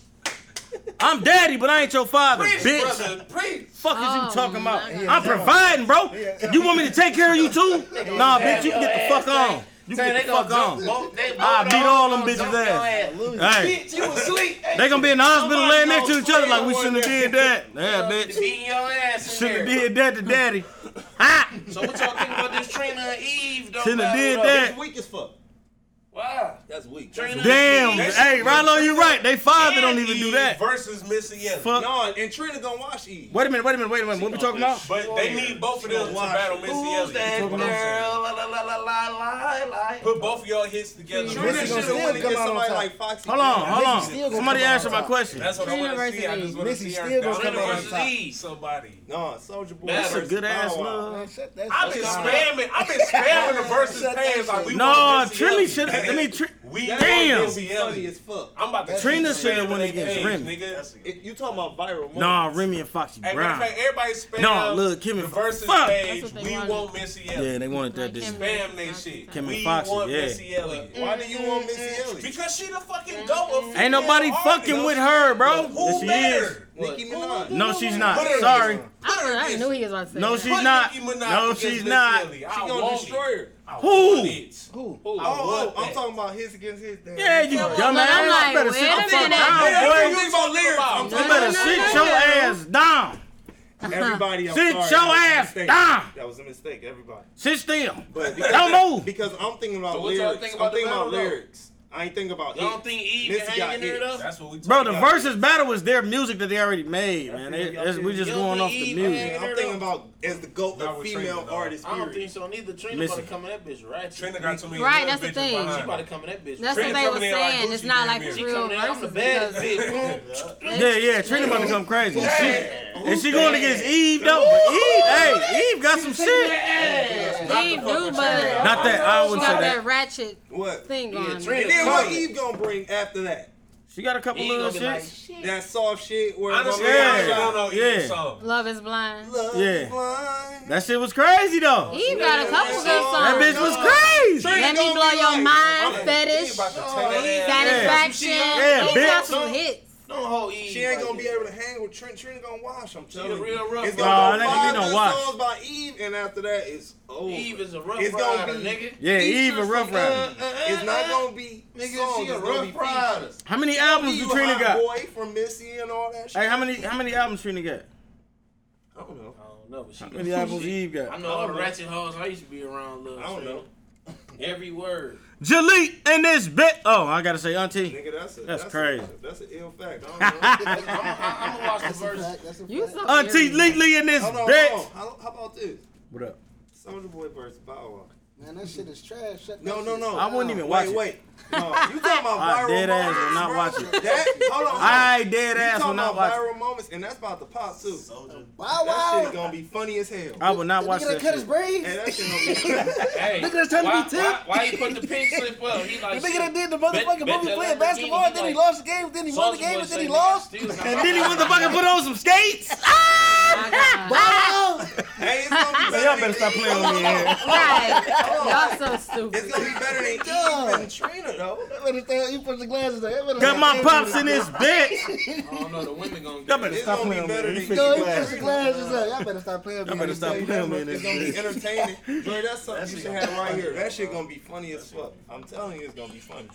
Speaker 3: I'm daddy, but I ain't your father, bitch.
Speaker 4: Brother, preach.
Speaker 3: Fuck is you
Speaker 5: Oh,
Speaker 3: talking about?
Speaker 5: my
Speaker 3: I'm providing, bro. You want me to take care of you too? Nah, bitch, you can get the fuck on. You can
Speaker 8: They
Speaker 3: get the
Speaker 8: gonna
Speaker 3: fuck
Speaker 8: jump
Speaker 3: on.
Speaker 8: both- they both
Speaker 3: I
Speaker 8: of
Speaker 3: beat all them
Speaker 8: gonna
Speaker 3: bitches'
Speaker 8: jump your
Speaker 3: ass. Hey,
Speaker 8: Bitch, you was asleep.
Speaker 3: they gonna be in the hospital
Speaker 8: Somebody
Speaker 3: laying next to
Speaker 8: gonna
Speaker 3: each other
Speaker 8: slam
Speaker 3: like we
Speaker 8: one
Speaker 3: shouldn't have did that. Yeah, bitch.
Speaker 8: Beating your ass in there.
Speaker 3: Shouldn't have did that to daddy. Ha!
Speaker 8: So what y'all think about this Trina and Eve? Don't
Speaker 3: Shouldn't have
Speaker 8: battle
Speaker 3: did
Speaker 8: though?
Speaker 3: that.
Speaker 7: Weak as fuck.
Speaker 8: Why?
Speaker 7: That's weak.
Speaker 4: Trina-
Speaker 3: Damn.
Speaker 4: That shit-
Speaker 3: Hey, Rilo, you right. They father don't even do that.
Speaker 4: Versus Missy Elliott.
Speaker 3: Fuck.
Speaker 7: No, and Trina gonna watch E.
Speaker 3: Wait a minute, wait a minute, wait a minute. What we talking about?
Speaker 4: But they need both of them to battle Missy
Speaker 8: Who's that
Speaker 4: Elliott.
Speaker 8: girl? La la la la la la.
Speaker 4: Put both of y'all hits together.
Speaker 6: Trina
Speaker 7: Trina
Speaker 6: Missy
Speaker 7: should
Speaker 6: gonna
Speaker 7: have
Speaker 6: still
Speaker 7: went
Speaker 6: come
Speaker 7: against
Speaker 6: out on
Speaker 7: somebody
Speaker 6: top.
Speaker 7: like Foxy.
Speaker 3: Hold on, hold on.
Speaker 6: Missy still gonna
Speaker 3: Somebody
Speaker 6: come out
Speaker 3: answer
Speaker 6: on
Speaker 3: my
Speaker 6: top.
Speaker 3: question.
Speaker 4: That's what I
Speaker 5: Trina
Speaker 4: want to see. I
Speaker 5: versus
Speaker 4: just
Speaker 5: E.
Speaker 4: want to
Speaker 6: Missy
Speaker 4: see her.
Speaker 6: still gonna
Speaker 4: Trina
Speaker 6: come out on
Speaker 4: versus
Speaker 6: top.
Speaker 4: E. Somebody.
Speaker 7: No, Soldier Boy.
Speaker 8: That's a
Speaker 7: versus
Speaker 3: Good ass
Speaker 7: Bow Wow.
Speaker 3: love.
Speaker 6: Man, shut that
Speaker 4: I've
Speaker 6: shit
Speaker 4: been
Speaker 6: up.
Speaker 4: spamming. I've been spamming the versus
Speaker 6: Shut that
Speaker 4: pairs like
Speaker 6: shit.
Speaker 4: we
Speaker 3: No,
Speaker 4: want Missy
Speaker 3: Trini
Speaker 4: Elliott.
Speaker 3: should have. Let me. Tr-
Speaker 4: We
Speaker 3: Damn.
Speaker 4: want Missy
Speaker 7: Funny as
Speaker 4: Elliott.
Speaker 7: fuck.
Speaker 4: I'm about to.
Speaker 3: Trina
Speaker 4: spam
Speaker 3: should've went
Speaker 4: they
Speaker 3: against
Speaker 4: page,
Speaker 3: Remy.
Speaker 4: Nigga.
Speaker 7: It- You talking about viral?
Speaker 3: Nah,
Speaker 7: moments.
Speaker 3: Remy and Foxy
Speaker 4: Hey, matter of
Speaker 3: Brown.
Speaker 4: fact, everybody spam.
Speaker 3: No, look, Kim
Speaker 4: the
Speaker 3: and-
Speaker 4: versus
Speaker 3: fuck.
Speaker 4: page.
Speaker 5: That's what they
Speaker 4: We
Speaker 5: wanted.
Speaker 4: want Missy
Speaker 3: Yeah,
Speaker 4: Elliott.
Speaker 3: they wanted that
Speaker 5: Like
Speaker 3: this.
Speaker 5: him.
Speaker 4: Spam they shit.
Speaker 3: Kim and
Speaker 4: we
Speaker 3: Foxy,
Speaker 4: want
Speaker 3: yeah.
Speaker 4: Missy Elliott.
Speaker 7: Why do you want Missy Elliott?
Speaker 4: Because she the fucking goat of
Speaker 3: Ain't nobody
Speaker 4: female
Speaker 3: fucking
Speaker 4: artists.
Speaker 3: with her, bro.
Speaker 4: Who
Speaker 3: Yes, she is.
Speaker 4: better?
Speaker 7: Nicki Minaj.
Speaker 3: No, she's not.
Speaker 4: Put her
Speaker 3: Sorry.
Speaker 4: against-
Speaker 5: I, thought- I knew he was about to say
Speaker 3: No,
Speaker 5: that.
Speaker 3: she's
Speaker 4: Put
Speaker 3: not.
Speaker 4: Nicki Minaj
Speaker 3: No,
Speaker 4: against
Speaker 3: she's
Speaker 4: Missy
Speaker 3: not.
Speaker 4: Elliott. I
Speaker 7: She gonna
Speaker 4: want it.
Speaker 7: destroy her.
Speaker 4: I
Speaker 3: Who?
Speaker 4: want it.
Speaker 6: Who?
Speaker 7: Oh,
Speaker 4: I
Speaker 7: oh,
Speaker 4: want
Speaker 7: I'm
Speaker 4: that.
Speaker 7: talking about his against his. Damn.
Speaker 3: Yeah, you dumbass.
Speaker 5: I'm like,
Speaker 3: You better
Speaker 5: wait
Speaker 3: sit
Speaker 5: a
Speaker 3: the fuck
Speaker 5: minute.
Speaker 3: down, boy.
Speaker 4: Hey,
Speaker 7: about lyrics. I'm
Speaker 3: You
Speaker 7: talking
Speaker 3: better
Speaker 5: no,
Speaker 3: sit
Speaker 5: no,
Speaker 3: your
Speaker 5: no.
Speaker 3: ass down.
Speaker 7: everybody. I'm
Speaker 3: Sit your
Speaker 7: sorry. That was a
Speaker 3: ass
Speaker 7: mistake.
Speaker 3: down.
Speaker 7: That was a mistake, everybody.
Speaker 3: Sit still.
Speaker 7: But
Speaker 3: Don't move.
Speaker 7: Because I'm thinking about
Speaker 8: So what y'all
Speaker 7: lyrics.
Speaker 8: think
Speaker 7: I'm
Speaker 8: about the
Speaker 7: thinking about
Speaker 8: battle, though?
Speaker 7: lyrics. I ain't thinking about.
Speaker 8: Y'all
Speaker 7: it.
Speaker 8: think E
Speaker 7: Missy
Speaker 8: can
Speaker 7: got
Speaker 8: hang in there
Speaker 7: it.
Speaker 8: though?
Speaker 4: That's what we
Speaker 3: Bro, the
Speaker 4: talking about.
Speaker 3: versus battle was their music that they already made, man. It- it's- we just
Speaker 8: You
Speaker 3: going off
Speaker 8: don't
Speaker 3: the
Speaker 8: think
Speaker 3: music.
Speaker 8: Eve
Speaker 7: I'm thinking about as the goat
Speaker 4: Not
Speaker 7: of
Speaker 4: with
Speaker 7: female
Speaker 4: Trina, though.
Speaker 7: artists.
Speaker 8: I don't
Speaker 7: period.
Speaker 8: think so. Neither Trina
Speaker 3: Listen.
Speaker 8: about to come in that bitch right.
Speaker 4: Trina got too many
Speaker 5: Right,
Speaker 4: little
Speaker 5: that's the
Speaker 4: bitches
Speaker 5: thing.
Speaker 8: She
Speaker 4: behind
Speaker 8: about to
Speaker 4: her.
Speaker 8: come in that bitch.
Speaker 5: That's
Speaker 4: Trina
Speaker 5: what they were
Speaker 4: coming in like
Speaker 5: saying.
Speaker 4: Gucci
Speaker 5: it's not
Speaker 4: down
Speaker 5: like
Speaker 4: here.
Speaker 5: it's
Speaker 4: She
Speaker 5: real
Speaker 8: coming in, I'm the
Speaker 5: versus
Speaker 8: bad
Speaker 5: because
Speaker 8: bitch.
Speaker 3: Yeah, yeah, Trina about to come crazy. And She, and she going
Speaker 7: bad?
Speaker 3: against Eve though. But Eve, hey, Eve got some shit.
Speaker 5: they do, but
Speaker 3: Not that I
Speaker 5: she
Speaker 3: wouldn't say
Speaker 5: got that
Speaker 3: that.
Speaker 5: ratchet
Speaker 7: What?
Speaker 5: thing
Speaker 8: Yeah,
Speaker 5: on.
Speaker 8: Trina
Speaker 7: And then what
Speaker 8: Carter.
Speaker 7: Eve gonna bring after that?
Speaker 3: She got a couple
Speaker 8: He
Speaker 3: little
Speaker 8: gonna be like,
Speaker 3: shits.
Speaker 8: shit.
Speaker 7: That soft shit where
Speaker 4: Honestly,
Speaker 3: Yeah.
Speaker 4: I don't know
Speaker 3: Yeah.
Speaker 4: Eve song.
Speaker 5: Love is blind.
Speaker 3: Yeah.
Speaker 7: blind.
Speaker 3: That shit was crazy though.
Speaker 5: He got a couple good songs.
Speaker 3: That bitch was crazy.
Speaker 5: Let me
Speaker 7: gonna
Speaker 5: blow
Speaker 7: be
Speaker 5: your
Speaker 7: like,
Speaker 5: mind,
Speaker 4: I'm-
Speaker 5: fetish,
Speaker 4: Eve about to take that ass.
Speaker 5: satisfaction.
Speaker 3: Yeah,
Speaker 5: he got
Speaker 3: bitch.
Speaker 5: some hits.
Speaker 8: Don't hold E.
Speaker 7: She ain't
Speaker 8: like
Speaker 7: gonna be
Speaker 8: that.
Speaker 7: able to hang with Trent. Trent gonna wash. I'm telling
Speaker 8: a
Speaker 7: you.
Speaker 8: real rough
Speaker 7: It's
Speaker 8: guy.
Speaker 3: Nah,
Speaker 7: gonna
Speaker 3: that
Speaker 7: go
Speaker 3: nigga
Speaker 7: five
Speaker 3: don't
Speaker 7: good
Speaker 3: watch.
Speaker 7: songs by Eve, and after that, it's over.
Speaker 8: Eve is a rough
Speaker 7: It's gonna
Speaker 8: rider,
Speaker 7: be-
Speaker 8: nigga.
Speaker 3: Yeah, Eve a
Speaker 8: just
Speaker 3: rough
Speaker 8: like,
Speaker 3: rider.
Speaker 8: uh, uh, uh,
Speaker 7: It's not
Speaker 8: uh,
Speaker 7: gonna be
Speaker 8: Nigga,
Speaker 7: songs.
Speaker 8: she a
Speaker 7: it's gonna
Speaker 8: rough
Speaker 7: be
Speaker 8: rider.
Speaker 7: features.
Speaker 3: How many albums
Speaker 7: You
Speaker 3: do Trina
Speaker 7: hot
Speaker 3: got?
Speaker 7: Boy from Missy and all that. Shit.
Speaker 3: Hey, how many how many albums Trina got?
Speaker 7: I don't know.
Speaker 8: I don't know, but she
Speaker 3: How
Speaker 8: got
Speaker 3: many
Speaker 8: some
Speaker 3: albums
Speaker 8: shit.
Speaker 3: Eve
Speaker 8: I
Speaker 3: got?
Speaker 8: know all the ratchet hoes I used to be around. Little
Speaker 7: I don't know.
Speaker 8: Every word.
Speaker 3: Jalit in this bit. Oh, I gotta say, Auntie.
Speaker 7: Nigga, that's a,
Speaker 3: That's
Speaker 7: a-
Speaker 3: crazy.
Speaker 7: that's an ill fact. I don't know.
Speaker 8: I'm, I'm gonna watch the
Speaker 6: That's a
Speaker 8: verse.
Speaker 6: fact. That's a
Speaker 5: You
Speaker 6: fact.
Speaker 5: so
Speaker 3: Auntie
Speaker 5: eerie.
Speaker 3: Lee in this
Speaker 7: Hold on,
Speaker 3: bit.
Speaker 7: hold on. How, how about this?
Speaker 3: What up?
Speaker 7: Soldier Boy versus Bow Wow.
Speaker 6: Man, that shit is trash. Shut
Speaker 7: No,
Speaker 6: that
Speaker 7: no,
Speaker 6: shit
Speaker 7: no.
Speaker 3: I
Speaker 6: down.
Speaker 3: wouldn't even
Speaker 7: Wait,
Speaker 3: watch it.
Speaker 7: wait. No, you talking about
Speaker 3: I
Speaker 7: viral
Speaker 3: dead ass
Speaker 7: moments?
Speaker 3: will not
Speaker 7: bro.
Speaker 3: watch it.
Speaker 7: That, hold on. hold on.
Speaker 3: I dead
Speaker 7: You
Speaker 3: ass will
Speaker 7: talking
Speaker 3: not
Speaker 7: about
Speaker 3: watch it.
Speaker 7: viral moments, and that's about to pop too.
Speaker 6: Wow,
Speaker 7: That shit
Speaker 6: wow.
Speaker 7: gonna be funny as hell.
Speaker 3: I will not watch
Speaker 6: Nigga done
Speaker 3: that
Speaker 6: cut his
Speaker 3: shit.
Speaker 6: braids.
Speaker 7: And that shit gonna be.
Speaker 8: Hey,
Speaker 6: Nigga, that's trying to
Speaker 8: why,
Speaker 6: be tipped.
Speaker 8: Why, why he put the pink slip up? He like
Speaker 6: The nigga
Speaker 8: shit.
Speaker 6: that did the
Speaker 8: Bet-
Speaker 6: motherfucking
Speaker 8: bet
Speaker 6: movie
Speaker 8: that
Speaker 6: playing
Speaker 8: Lamborghini
Speaker 6: basketball, then he
Speaker 8: like-
Speaker 6: lost the game, then he won the
Speaker 8: Soulja
Speaker 6: game,
Speaker 8: Boy
Speaker 6: and then
Speaker 8: say
Speaker 6: he
Speaker 8: nigga
Speaker 6: lost.
Speaker 8: still not-
Speaker 3: And then he went to fucking put on some skates. Ah!
Speaker 5: My God.
Speaker 7: Hey, it's gonna be
Speaker 3: Man, y'all
Speaker 7: better
Speaker 3: better
Speaker 7: than
Speaker 3: stop playing with me in here.
Speaker 5: Right. Y'all so
Speaker 7: It's
Speaker 5: stupid.
Speaker 7: gonna be better than Eve and Trina though.
Speaker 6: You put the glasses on.
Speaker 3: Got
Speaker 6: That better-
Speaker 3: my pops in this bitch.
Speaker 8: I don't know. The women gonna
Speaker 3: Y'all
Speaker 8: get
Speaker 3: better
Speaker 7: It's
Speaker 3: stop
Speaker 7: gonna be
Speaker 3: playing with
Speaker 7: better
Speaker 3: me. You
Speaker 7: than
Speaker 6: Yo,
Speaker 3: fix
Speaker 6: you
Speaker 3: your
Speaker 6: put
Speaker 3: glasses.
Speaker 6: the glasses up. Y'all better stop playing. with
Speaker 3: Y'all
Speaker 6: me
Speaker 3: better
Speaker 6: on
Speaker 3: stop
Speaker 6: stage.
Speaker 3: playing with me in
Speaker 7: It's gonna be
Speaker 3: this bitch.
Speaker 7: entertaining. Bro, that's something you should have right here. That shit gonna be funny as fuck. I'm telling you, it's gonna be funny.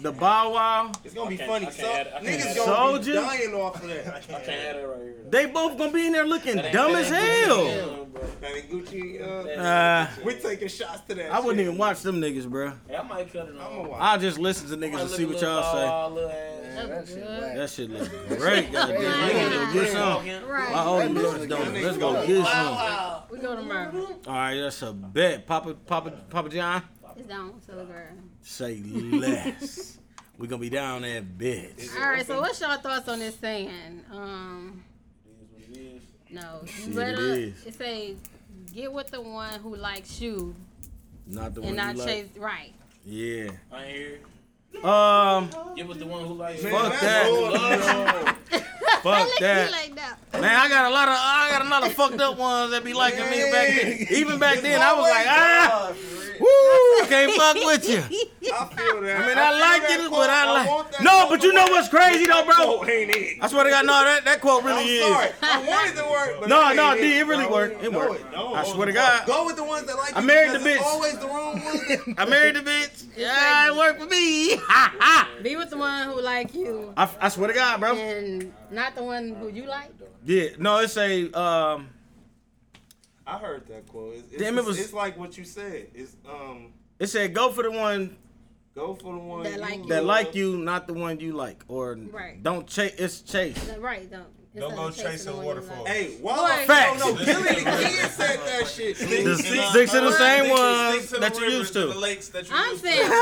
Speaker 3: The Bow Wow.
Speaker 7: It's gonna be
Speaker 8: can't-
Speaker 7: funny.
Speaker 8: I can't
Speaker 7: So,
Speaker 8: add- I can't
Speaker 7: niggas
Speaker 8: add-
Speaker 7: gonna be
Speaker 3: Soulja?
Speaker 7: dying off of that.
Speaker 8: I can't have that right here.
Speaker 3: They both gonna be in there looking
Speaker 8: That ain't-
Speaker 3: dumb
Speaker 8: that
Speaker 3: as
Speaker 8: ain't good.
Speaker 3: hell.
Speaker 8: bro.
Speaker 7: Man, and Gucci, uh,
Speaker 3: Uh,
Speaker 7: we taking shots to that.
Speaker 3: I wouldn't
Speaker 7: shit.
Speaker 3: even watch them niggas, bro.
Speaker 8: Hey, I might cut it
Speaker 7: I'm gonna
Speaker 8: off.
Speaker 7: watch.
Speaker 3: I'll just listen to niggas and see what y'all
Speaker 8: y'all
Speaker 6: Man, that shit
Speaker 3: say.
Speaker 6: whack.
Speaker 3: That shit look great, goddamn. We gonna go get some. My
Speaker 5: Right.
Speaker 3: old bitch don't. Let's go get some.
Speaker 5: We go to Myrtle.
Speaker 3: All right, that's a bet. Papa, Papa, Papa John,
Speaker 5: It's down to the girl.
Speaker 3: say less. We gonna be down that bitch.
Speaker 5: All right, so what's y'all thoughts on this saying? Um, no,
Speaker 3: Shit,
Speaker 5: you better.
Speaker 3: it
Speaker 5: It,
Speaker 3: is.
Speaker 5: say, get with the one who likes you
Speaker 3: Not the one
Speaker 5: and not
Speaker 3: you like.
Speaker 5: chase. Right.
Speaker 3: Yeah.
Speaker 8: I hear.
Speaker 3: Um.
Speaker 8: Get with the one who likes
Speaker 7: Man,
Speaker 3: Fuck
Speaker 7: that's
Speaker 3: that.
Speaker 7: old, bro.
Speaker 3: Fuck that.
Speaker 5: like that.
Speaker 3: Man, I got a lot of I got a lot of fucked up ones that be liking me back then. Even back then, I was
Speaker 5: Oh
Speaker 3: like, ah, woo, can't fuck with you.
Speaker 7: I feel that.
Speaker 3: I mean, I like
Speaker 7: feel that
Speaker 3: it,
Speaker 7: quote.
Speaker 3: but
Speaker 7: I
Speaker 3: I
Speaker 7: want
Speaker 3: like.
Speaker 7: that
Speaker 3: No,
Speaker 7: quote,
Speaker 3: but you know what's crazy though, bro?
Speaker 7: Quote ain't it?
Speaker 3: I swear to God, no, that that quote
Speaker 7: I'm
Speaker 3: really
Speaker 7: sorry.
Speaker 3: is.
Speaker 7: I wanted to work, but
Speaker 3: No,
Speaker 7: that
Speaker 3: no,
Speaker 7: ain't
Speaker 3: D, it really
Speaker 7: bro.
Speaker 3: worked. It
Speaker 7: No,
Speaker 3: worked.
Speaker 7: don't.
Speaker 3: I swear to God.
Speaker 7: Go with the ones that like
Speaker 3: I
Speaker 7: you
Speaker 3: married
Speaker 7: because
Speaker 3: the
Speaker 7: it's
Speaker 3: bitch.
Speaker 7: Always the wrong ones. that-
Speaker 3: I married the bitch. Yeah, it worked for me. Ha ha.
Speaker 5: Be with the one who like you
Speaker 3: I, I swear to God, bro.
Speaker 5: and not the one who you like.
Speaker 3: Yeah, no, it's a um.
Speaker 7: I heard that quote. It's, it's,
Speaker 3: Damn, it was-
Speaker 7: It's like what you said. It's um.
Speaker 3: It said go for the one
Speaker 7: Go for the one
Speaker 5: That like
Speaker 3: that
Speaker 5: you.
Speaker 3: like you, not the one you like, or
Speaker 5: Right.
Speaker 3: don't chase. It's chase.
Speaker 5: Right, don't. it's
Speaker 4: Don't
Speaker 5: not
Speaker 4: go
Speaker 5: chasing the
Speaker 4: chasing
Speaker 5: one you
Speaker 4: waterfalls.
Speaker 5: like.
Speaker 7: Hey, Walla.
Speaker 5: Right.
Speaker 3: Facts.
Speaker 7: No, Billy the Kid said that shit.
Speaker 3: The
Speaker 7: nigga.
Speaker 3: six, six of the same ones
Speaker 4: Sticks to the
Speaker 3: that you
Speaker 4: rivers
Speaker 3: used
Speaker 4: and The
Speaker 3: to.
Speaker 4: lakes that you
Speaker 5: I'm
Speaker 4: used to.
Speaker 5: saying, how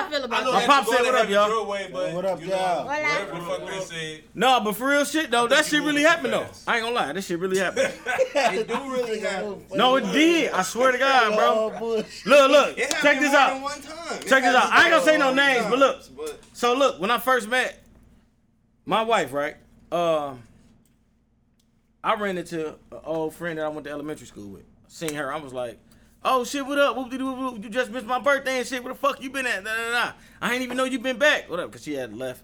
Speaker 5: y'all feel
Speaker 4: I
Speaker 5: about
Speaker 4: know
Speaker 3: My
Speaker 5: that?
Speaker 4: that
Speaker 3: pops
Speaker 4: you
Speaker 3: said,
Speaker 4: wanna
Speaker 3: "What up,
Speaker 4: have it
Speaker 3: y'all?"
Speaker 4: Your way, but
Speaker 9: What up,
Speaker 4: you
Speaker 9: y'all?
Speaker 4: know,
Speaker 5: What up?
Speaker 4: whatever the fuck they said.
Speaker 3: No, but for real shit though, that
Speaker 4: you
Speaker 3: shit really
Speaker 4: moving
Speaker 3: happened though.
Speaker 4: fast.
Speaker 3: I ain't gonna lie, this shit really happened.
Speaker 7: It do really happen.
Speaker 3: no, it did. I swear to God,
Speaker 9: Oh,
Speaker 3: bro.
Speaker 9: bullshit.
Speaker 3: Look, look.
Speaker 7: It happened
Speaker 3: Check this
Speaker 7: more
Speaker 3: out.
Speaker 7: than One time. It
Speaker 3: Check this out. I ain't gonna say no
Speaker 7: happened more
Speaker 3: names,
Speaker 7: than
Speaker 3: but
Speaker 7: one
Speaker 3: look.
Speaker 7: time. But
Speaker 3: So look, when I first met my wife, right? Um, I ran into an old friend that I went to elementary school with. Seen her, I was like, "Oh shit, what up? Whoop de whoop whoop. You just missed my birthday and shit. Where the fuck you been at? Nah, nah, nah. I ain't even know you been back. What up? Cause she had left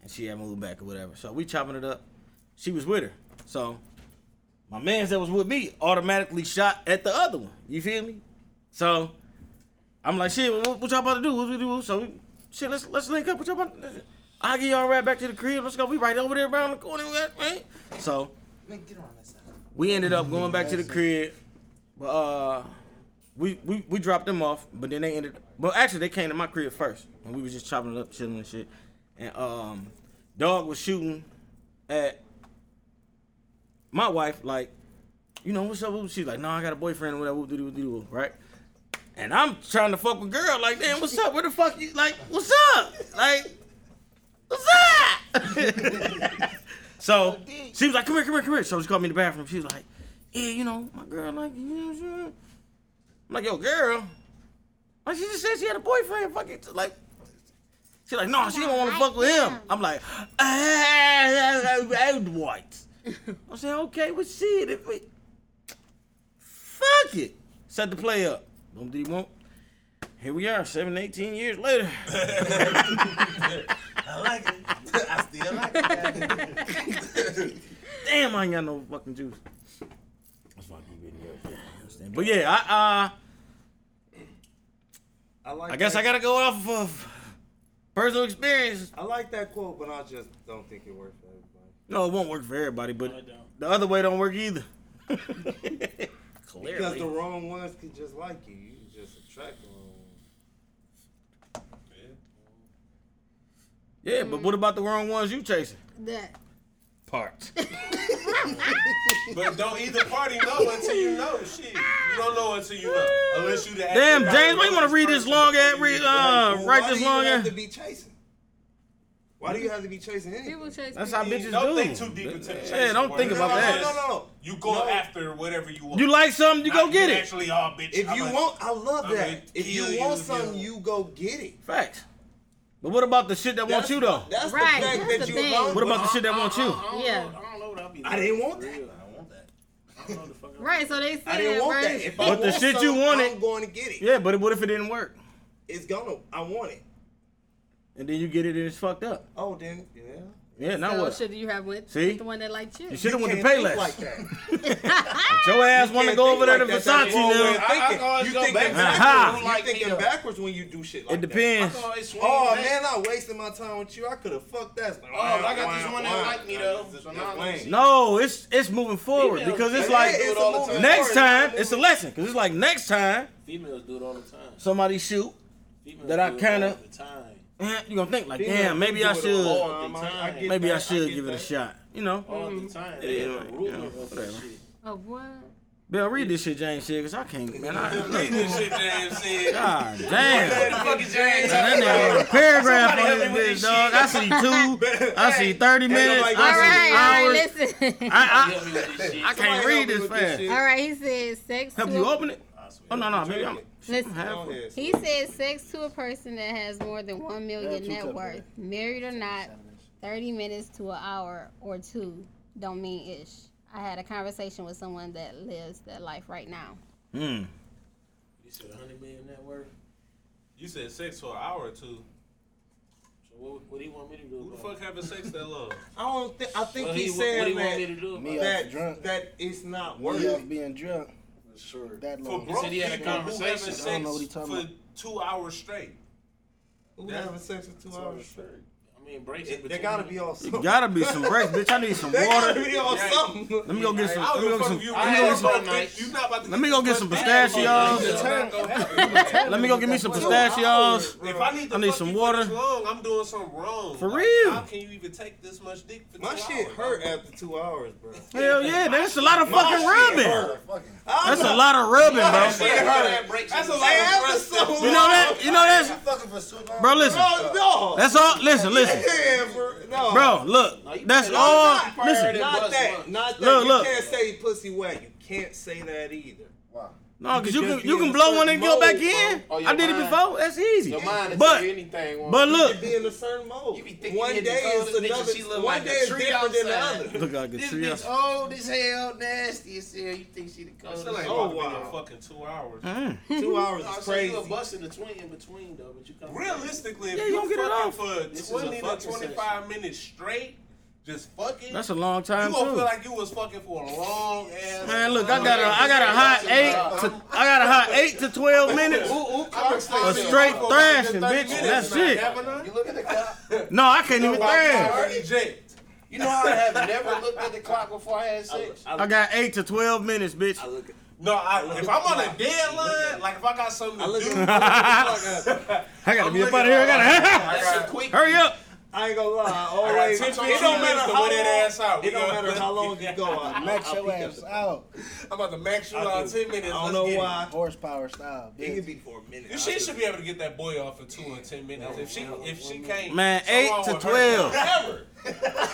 Speaker 3: and she had moved back or whatever. So we chopping it up. She was with her. So my man's that was with me automatically shot at the other one. You feel me? So I'm like, shit, what, what y'all about to do? What we do? So we, shit, let's let's link up. What y'all about? To, I'll get y'all right back to the crib. Let's go. We right over there around the corner, right? So we ended up going back to the crib. But uh, we, we we dropped them off, but then they ended. Well, actually, they came to my crib first, and we was just chopping it up, chilling and shit. And um, dog was shooting at my wife, like, you know, what's up? whoop?" She's like, no, I got a boyfriend, whatever, whoop, doo-doo, doo-doo, whoop, right? And I'm trying to fuck with girl, like, damn, what's up? Where the fuck you? Like, what's up? Like, what's up? so she was like, come here, come here, come here. So she called me in the bathroom. She was like, yeah, you know, my girl, like, you know what I'm saying? I'm like, yo, girl. Like, she just said she had a boyfriend. Fuck it. Like, she like, no, she don't want to fuck with him. I'm like, ah, what? I said, okay, well, shit, if we, fuck it. Set the play up. Boom, dee, boom. Here we are, seven, 18 years later.
Speaker 4: I like it. I still like it.
Speaker 3: Damn, I ain't got no fucking juice. That's why I keep getting here. I understand. But yeah, I, uh,
Speaker 7: I, like
Speaker 3: I guess
Speaker 7: that-
Speaker 3: I gotta go off of personal experience.
Speaker 7: I like that quote, but I just don't think it works for everybody.
Speaker 3: No, it won't work for everybody,
Speaker 10: No,
Speaker 3: but
Speaker 10: it don't.
Speaker 3: the other way don't work either.
Speaker 7: Because the
Speaker 10: Clearly.
Speaker 7: wrong ones can just like you. You can just attract the wrong ones.
Speaker 3: yeah, but what about the wrong ones you chasing?
Speaker 5: That.
Speaker 3: Parts.
Speaker 4: But don't either party know until you know. Shit, you don't know until you know. Unless you the
Speaker 3: Damn,
Speaker 4: actual-
Speaker 3: James, why you wanna read this long ass, read, uh,
Speaker 7: Well,
Speaker 3: write
Speaker 7: why
Speaker 3: this
Speaker 7: do
Speaker 3: long
Speaker 7: you have
Speaker 3: ass?
Speaker 7: to be chasing? Why do you have to be chasing anything?
Speaker 5: People chase
Speaker 3: That's how
Speaker 5: people.
Speaker 3: bitches
Speaker 4: Don't
Speaker 3: do.
Speaker 4: think too deep into the
Speaker 3: Yeah,
Speaker 4: chasing
Speaker 3: don't
Speaker 4: part.
Speaker 3: think
Speaker 7: no,
Speaker 3: about
Speaker 7: no,
Speaker 3: that.
Speaker 7: no, no, no.
Speaker 4: You go after whatever you want.
Speaker 3: You like something, you go
Speaker 4: Not
Speaker 3: get it.
Speaker 4: Actually, all bitch.
Speaker 7: If
Speaker 4: I'm
Speaker 7: you
Speaker 4: a-
Speaker 7: want, I love
Speaker 4: I'm
Speaker 7: that.
Speaker 4: gonna
Speaker 7: If
Speaker 4: kill
Speaker 7: you
Speaker 4: you
Speaker 7: want
Speaker 4: if
Speaker 7: something,
Speaker 4: you-
Speaker 7: you go get it.
Speaker 3: Facts. But what about the shit that wants you though?
Speaker 7: That's
Speaker 5: Right,
Speaker 7: the fact
Speaker 5: that's
Speaker 7: that
Speaker 5: the
Speaker 7: you
Speaker 5: thing.
Speaker 7: alone.
Speaker 3: What about the shit that
Speaker 8: I-
Speaker 3: wants
Speaker 8: I-
Speaker 3: you?
Speaker 4: uh-huh.
Speaker 8: I don't
Speaker 5: Yeah.
Speaker 8: know- I don't know what I'll be.
Speaker 7: I didn't want
Speaker 8: For
Speaker 7: that.
Speaker 8: real, I don't want that. I don't know the fuck. I-
Speaker 5: Right, so they said,
Speaker 7: I didn't want that.
Speaker 5: right?
Speaker 7: If I
Speaker 3: But the
Speaker 7: want
Speaker 3: shit you
Speaker 7: something,
Speaker 3: wanted-
Speaker 7: I'm going to get it.
Speaker 3: Yeah, but what if it didn't work?
Speaker 7: It's gonna. I want it.
Speaker 3: And then you get it and it's fucked up.
Speaker 7: Oh, then yeah.
Speaker 3: Yeah, now
Speaker 5: so
Speaker 3: what?
Speaker 5: should you have went
Speaker 3: See?
Speaker 5: with the one that liked you?
Speaker 3: You should have went to
Speaker 7: Can't think
Speaker 3: Payless.
Speaker 7: Like that.
Speaker 3: But your ass want to go
Speaker 7: can't think
Speaker 3: over there to
Speaker 7: like that. That's
Speaker 3: Versace
Speaker 7: the wrong way
Speaker 3: now.
Speaker 7: of
Speaker 8: I- I
Speaker 7: thinking.
Speaker 8: always
Speaker 7: You
Speaker 8: go
Speaker 7: thinking
Speaker 8: back
Speaker 7: backwards.
Speaker 8: to
Speaker 3: Aha.
Speaker 8: people
Speaker 7: You
Speaker 8: like
Speaker 7: thinking
Speaker 8: me, though.
Speaker 7: backwards when you do shit like
Speaker 3: It
Speaker 7: that.
Speaker 8: I
Speaker 3: depends.
Speaker 8: can always swing
Speaker 7: Oh
Speaker 8: back.
Speaker 7: man, I wasted my time with you. I could have fucked that.
Speaker 8: Oh, but I got this one that like me, though. So now I'm gonna see.
Speaker 3: No, it's it's moving forward
Speaker 8: Females-
Speaker 3: because it's
Speaker 8: Yeah,
Speaker 3: like
Speaker 8: it's do it all the time.
Speaker 3: next time it's a lesson because it's like next time
Speaker 10: Females do it all the time.
Speaker 3: somebody shoot,
Speaker 10: Females
Speaker 3: That I
Speaker 10: do it all
Speaker 3: kinda-
Speaker 10: the time.
Speaker 3: eh, you gonna think like, damn, maybe I should,
Speaker 10: all the time.
Speaker 3: maybe I should
Speaker 10: get
Speaker 3: give it a
Speaker 10: that.
Speaker 3: shot. You know,
Speaker 10: All the time.
Speaker 3: Yeah,
Speaker 10: They have
Speaker 3: right,
Speaker 10: a ruler
Speaker 3: yeah,
Speaker 10: of
Speaker 3: whatever.
Speaker 10: that shit.
Speaker 5: Oh, what?
Speaker 3: Bill, read this shit, James, shit, cause I can't, man. I,
Speaker 4: Read
Speaker 3: look,
Speaker 4: this shit, James said.
Speaker 3: God damn.
Speaker 4: Fuck it, James.
Speaker 3: That nigga wrote a paragraph
Speaker 4: Somebody
Speaker 3: on
Speaker 4: help me with
Speaker 3: this bitch,
Speaker 4: this
Speaker 3: dog. I see two. I see 30 minutes.
Speaker 7: nobody
Speaker 5: All
Speaker 7: That's
Speaker 5: right, all
Speaker 3: I
Speaker 5: right,
Speaker 3: see hours.
Speaker 5: listen.
Speaker 3: I,
Speaker 10: Help me with this shit.
Speaker 3: I, I can't read this fast.
Speaker 5: all right, he said sex.
Speaker 3: Help
Speaker 5: to
Speaker 3: you
Speaker 5: a-
Speaker 3: open it? Oh, no, no. Maybe I'm.
Speaker 5: Listen.
Speaker 3: I'm half-
Speaker 5: He said sex to a person that has more than one million
Speaker 9: two
Speaker 5: net
Speaker 9: cup,
Speaker 5: worth, married or not, thirty minutes to an hour or two don't mean ish. I had a conversation with someone that lives that life right now.
Speaker 3: Hmm.
Speaker 10: You said 100 million net worth.
Speaker 4: You said sex for an hour or two.
Speaker 10: So what, what do you want me to do?
Speaker 4: Who the
Speaker 10: about it?
Speaker 4: fuck having sex that long?
Speaker 7: I don't. Th- I think
Speaker 10: What he-
Speaker 7: he's
Speaker 10: what, what do
Speaker 7: saying
Speaker 10: you want me to
Speaker 7: that
Speaker 10: do? about
Speaker 9: Me
Speaker 10: it?
Speaker 9: up.
Speaker 7: that
Speaker 9: Drunk.
Speaker 7: that it's not worth
Speaker 9: Worry
Speaker 7: it.
Speaker 9: of being drunk. Sure. That
Speaker 4: For
Speaker 9: long.
Speaker 4: broke
Speaker 10: said he had a
Speaker 4: people who having
Speaker 10: conversation.
Speaker 4: sex
Speaker 9: I don't know what he
Speaker 4: for
Speaker 9: talking
Speaker 4: two hours straight.
Speaker 7: Who having sex for two hours straight?
Speaker 10: I I mean, breaks.
Speaker 7: It- there gotta be all
Speaker 3: It gotta be some breaks, bitch. I need some
Speaker 7: There
Speaker 3: water.
Speaker 7: gotta be all something.
Speaker 3: Let me go get some.
Speaker 4: I
Speaker 3: Let me go
Speaker 4: don't give
Speaker 3: get
Speaker 4: a
Speaker 3: some.
Speaker 4: fuck if
Speaker 3: Let me go get some.
Speaker 4: you You not about to
Speaker 3: Let me go get some pistachios. Let me go get me some pistachios.
Speaker 4: If I need, to
Speaker 3: I need
Speaker 4: fuck
Speaker 3: some
Speaker 4: you for
Speaker 3: water.
Speaker 4: this long, I'm doing something wrong.
Speaker 3: For
Speaker 4: Like,
Speaker 3: real.
Speaker 4: How can you even take this much dick for
Speaker 7: My
Speaker 4: two
Speaker 7: shit
Speaker 4: hours?
Speaker 7: hurt after two hours, bro.
Speaker 3: Hell yeah, that's a lot of fucking rubbing.
Speaker 7: I
Speaker 3: That's
Speaker 7: don't
Speaker 3: a lot of rubbing, bro.
Speaker 7: know. Shit hurt. That's a lot. After so long.
Speaker 3: You know that? You know that's
Speaker 6: Fucking for so long.
Speaker 3: bro. Listen,
Speaker 7: Oh,
Speaker 3: that's all. Listen,
Speaker 7: no.
Speaker 3: listen,
Speaker 7: Yeah, bro. No.
Speaker 3: bro. Look, that's all. Listen,
Speaker 7: Not that. Not that.
Speaker 3: Look,
Speaker 7: you
Speaker 3: look.
Speaker 7: can't say pussy whack. You can't say that either.
Speaker 3: no, cause you
Speaker 7: You
Speaker 3: can
Speaker 7: just
Speaker 3: you
Speaker 7: be
Speaker 3: can
Speaker 7: in
Speaker 3: blow
Speaker 7: a
Speaker 3: one and
Speaker 10: certain
Speaker 3: go back
Speaker 10: mode,
Speaker 3: in.
Speaker 10: bro. Oh, your
Speaker 3: I did it
Speaker 10: mind-
Speaker 3: before. That's easy.
Speaker 10: Your mind will
Speaker 3: But
Speaker 10: tell you anything. woman.
Speaker 3: but look,
Speaker 7: You be in a certain mode.
Speaker 10: You be thinking
Speaker 7: one
Speaker 10: you in
Speaker 7: day is
Speaker 10: the
Speaker 7: another.
Speaker 10: she look
Speaker 7: one
Speaker 10: like a
Speaker 7: day is
Speaker 10: tree
Speaker 7: different than the
Speaker 10: outside.
Speaker 7: other.
Speaker 3: look like a
Speaker 10: this
Speaker 3: tree.
Speaker 10: bitch old as hell, nasty as hell. You think she the coldest?
Speaker 4: Still ain't
Speaker 7: Oh,
Speaker 4: about to be
Speaker 7: wow.
Speaker 4: in fucking two hours.
Speaker 3: Hmm?
Speaker 7: Two hours
Speaker 10: I
Speaker 8: Oh,
Speaker 7: is
Speaker 10: say
Speaker 7: crazy.
Speaker 10: you a bust in the twin in between though, but you come
Speaker 4: Realistically, if
Speaker 3: Yeah, you
Speaker 4: you
Speaker 3: don't get it off.
Speaker 4: fucking
Speaker 10: This is
Speaker 4: for
Speaker 10: a
Speaker 4: twenty to
Speaker 10: fucking
Speaker 4: twenty-five minutes straight, just fucking.
Speaker 3: That's a long time
Speaker 4: you gonna feel
Speaker 3: too.
Speaker 4: like you was fucking for a long ass.
Speaker 3: Man, look, I got a I got a hot eight to I got a hot eight to twelve minutes. A straight thrashing, bitch. That's it.
Speaker 4: Kavanaugh.
Speaker 10: You look at the clock.
Speaker 3: No, I can't even thrash.
Speaker 4: Eject.
Speaker 10: You know how I have never looked at the clock before I had sex.
Speaker 3: I got eight to twelve minutes, bitch.
Speaker 10: look at
Speaker 4: No, I, if I'm on a deadline, like if I got something to do,
Speaker 3: I gotta be up out of here. I gotta
Speaker 10: that's a quick.
Speaker 3: hurry up.
Speaker 7: I ain't gonna lie. I
Speaker 4: I
Speaker 7: always.
Speaker 4: got ten
Speaker 7: It
Speaker 4: minutes
Speaker 7: don't matter
Speaker 4: to
Speaker 7: how
Speaker 4: wear that
Speaker 7: long.
Speaker 4: ass out.
Speaker 7: It
Speaker 4: We
Speaker 7: don't
Speaker 4: gonna-
Speaker 7: matter how long you go. I
Speaker 6: Max your ass out.
Speaker 4: I'm about to max you
Speaker 7: I
Speaker 4: out
Speaker 7: do.
Speaker 4: ten minutes.
Speaker 7: I don't
Speaker 4: Let's
Speaker 7: know
Speaker 4: get it.
Speaker 7: why.
Speaker 6: Horsepower style.
Speaker 7: It can
Speaker 6: Bitch.
Speaker 7: be for a minute.
Speaker 4: You she should be able to get that boy off in two and ten minutes. If she if she can't,
Speaker 3: Man,
Speaker 4: something
Speaker 3: eight
Speaker 4: wrong
Speaker 3: to
Speaker 4: with her.
Speaker 3: 12.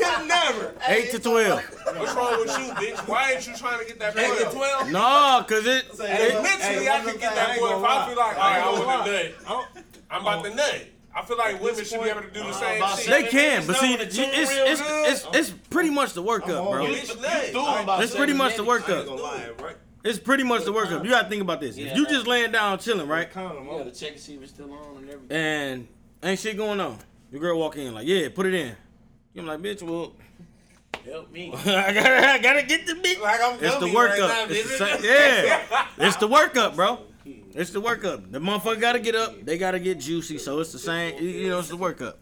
Speaker 4: Never.
Speaker 7: never.
Speaker 3: Eight to twelve.
Speaker 4: What's wrong with you, bitch? Why ain't you trying to get that boy off?
Speaker 7: twelve.
Speaker 3: No, cause it.
Speaker 4: Hey,
Speaker 7: Hey,
Speaker 4: mentally,
Speaker 7: hey,
Speaker 4: I can get
Speaker 7: I
Speaker 4: that
Speaker 7: ain't
Speaker 4: boy if
Speaker 7: gonna
Speaker 4: I
Speaker 7: lie.
Speaker 4: feel like, all right,
Speaker 7: I ain't
Speaker 4: I want
Speaker 7: gonna
Speaker 4: to
Speaker 7: lie.
Speaker 4: nut. I'm about to nut. I feel like women should be able to do the same
Speaker 10: about to
Speaker 4: shit.
Speaker 3: They can, but see, it's it's it's it's, it's pretty much the workup, bro.
Speaker 4: You nut.
Speaker 3: That's pretty much the workup.
Speaker 7: lie, right?
Speaker 3: It's pretty much the workup. You gotta think about this. If you just laying down chilling, right?
Speaker 7: Condom.
Speaker 10: You
Speaker 7: I'm-
Speaker 10: gotta check and see if it's still on and everything.
Speaker 3: and ain't shit going on. Your girl walk in like, yeah, put it in. I'm like, bitch, well,
Speaker 10: Help me.
Speaker 3: I gotta, I gotta get the bitch.
Speaker 4: Like I'm
Speaker 3: It's the
Speaker 4: dummy
Speaker 3: workup.
Speaker 4: right now,
Speaker 3: it's the
Speaker 4: bitch.
Speaker 3: same, yeah, it's the workup, bro. It's the workup. The motherfucker gotta get up. They gotta get juicy. So it's the same. You you know, it's the workup.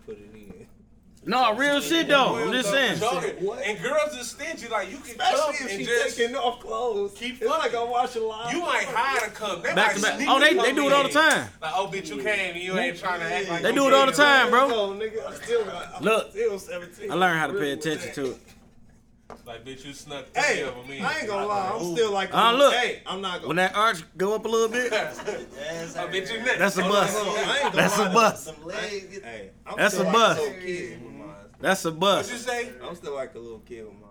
Speaker 3: No, real shit though. I'm just saying.
Speaker 4: Joking. And girls is stingy. Like you can come
Speaker 7: Especially if
Speaker 4: and
Speaker 7: she
Speaker 4: just
Speaker 7: taking off clothes. Keep it's like I'm watching live.
Speaker 4: you might hide a cum. They
Speaker 3: Back
Speaker 4: might
Speaker 3: to back.
Speaker 4: sneak
Speaker 3: Oh, they
Speaker 4: a
Speaker 3: they
Speaker 4: cum
Speaker 3: do it all the
Speaker 4: in.
Speaker 3: time.
Speaker 4: Like oh, bitch, you came and you ain't trying to act like
Speaker 3: They
Speaker 4: you
Speaker 3: do it all the
Speaker 4: did
Speaker 3: time, bro.
Speaker 7: No, nigga, I'm still, I'm
Speaker 3: Look.
Speaker 7: still 17.
Speaker 3: I learned how to pay attention to it.
Speaker 4: Like bitch, you snuck three
Speaker 7: Hey,
Speaker 4: of them in.
Speaker 7: I ain't gonna lie. I'm still like,
Speaker 3: Uh, look.
Speaker 7: hey, I'm not
Speaker 3: When
Speaker 7: gonna.
Speaker 3: that arch go up a little bit,
Speaker 4: I bet Oh, you next.
Speaker 3: that's a bust.
Speaker 7: I ain't gonna
Speaker 3: That's
Speaker 7: lie
Speaker 3: a
Speaker 7: to-
Speaker 3: bust.
Speaker 7: Hey, I'm
Speaker 3: That's a
Speaker 7: still like
Speaker 3: bust.
Speaker 7: little kid with mine.
Speaker 3: That's a
Speaker 4: What you
Speaker 3: bust.
Speaker 4: say?
Speaker 7: I'm still like a little kid with mine.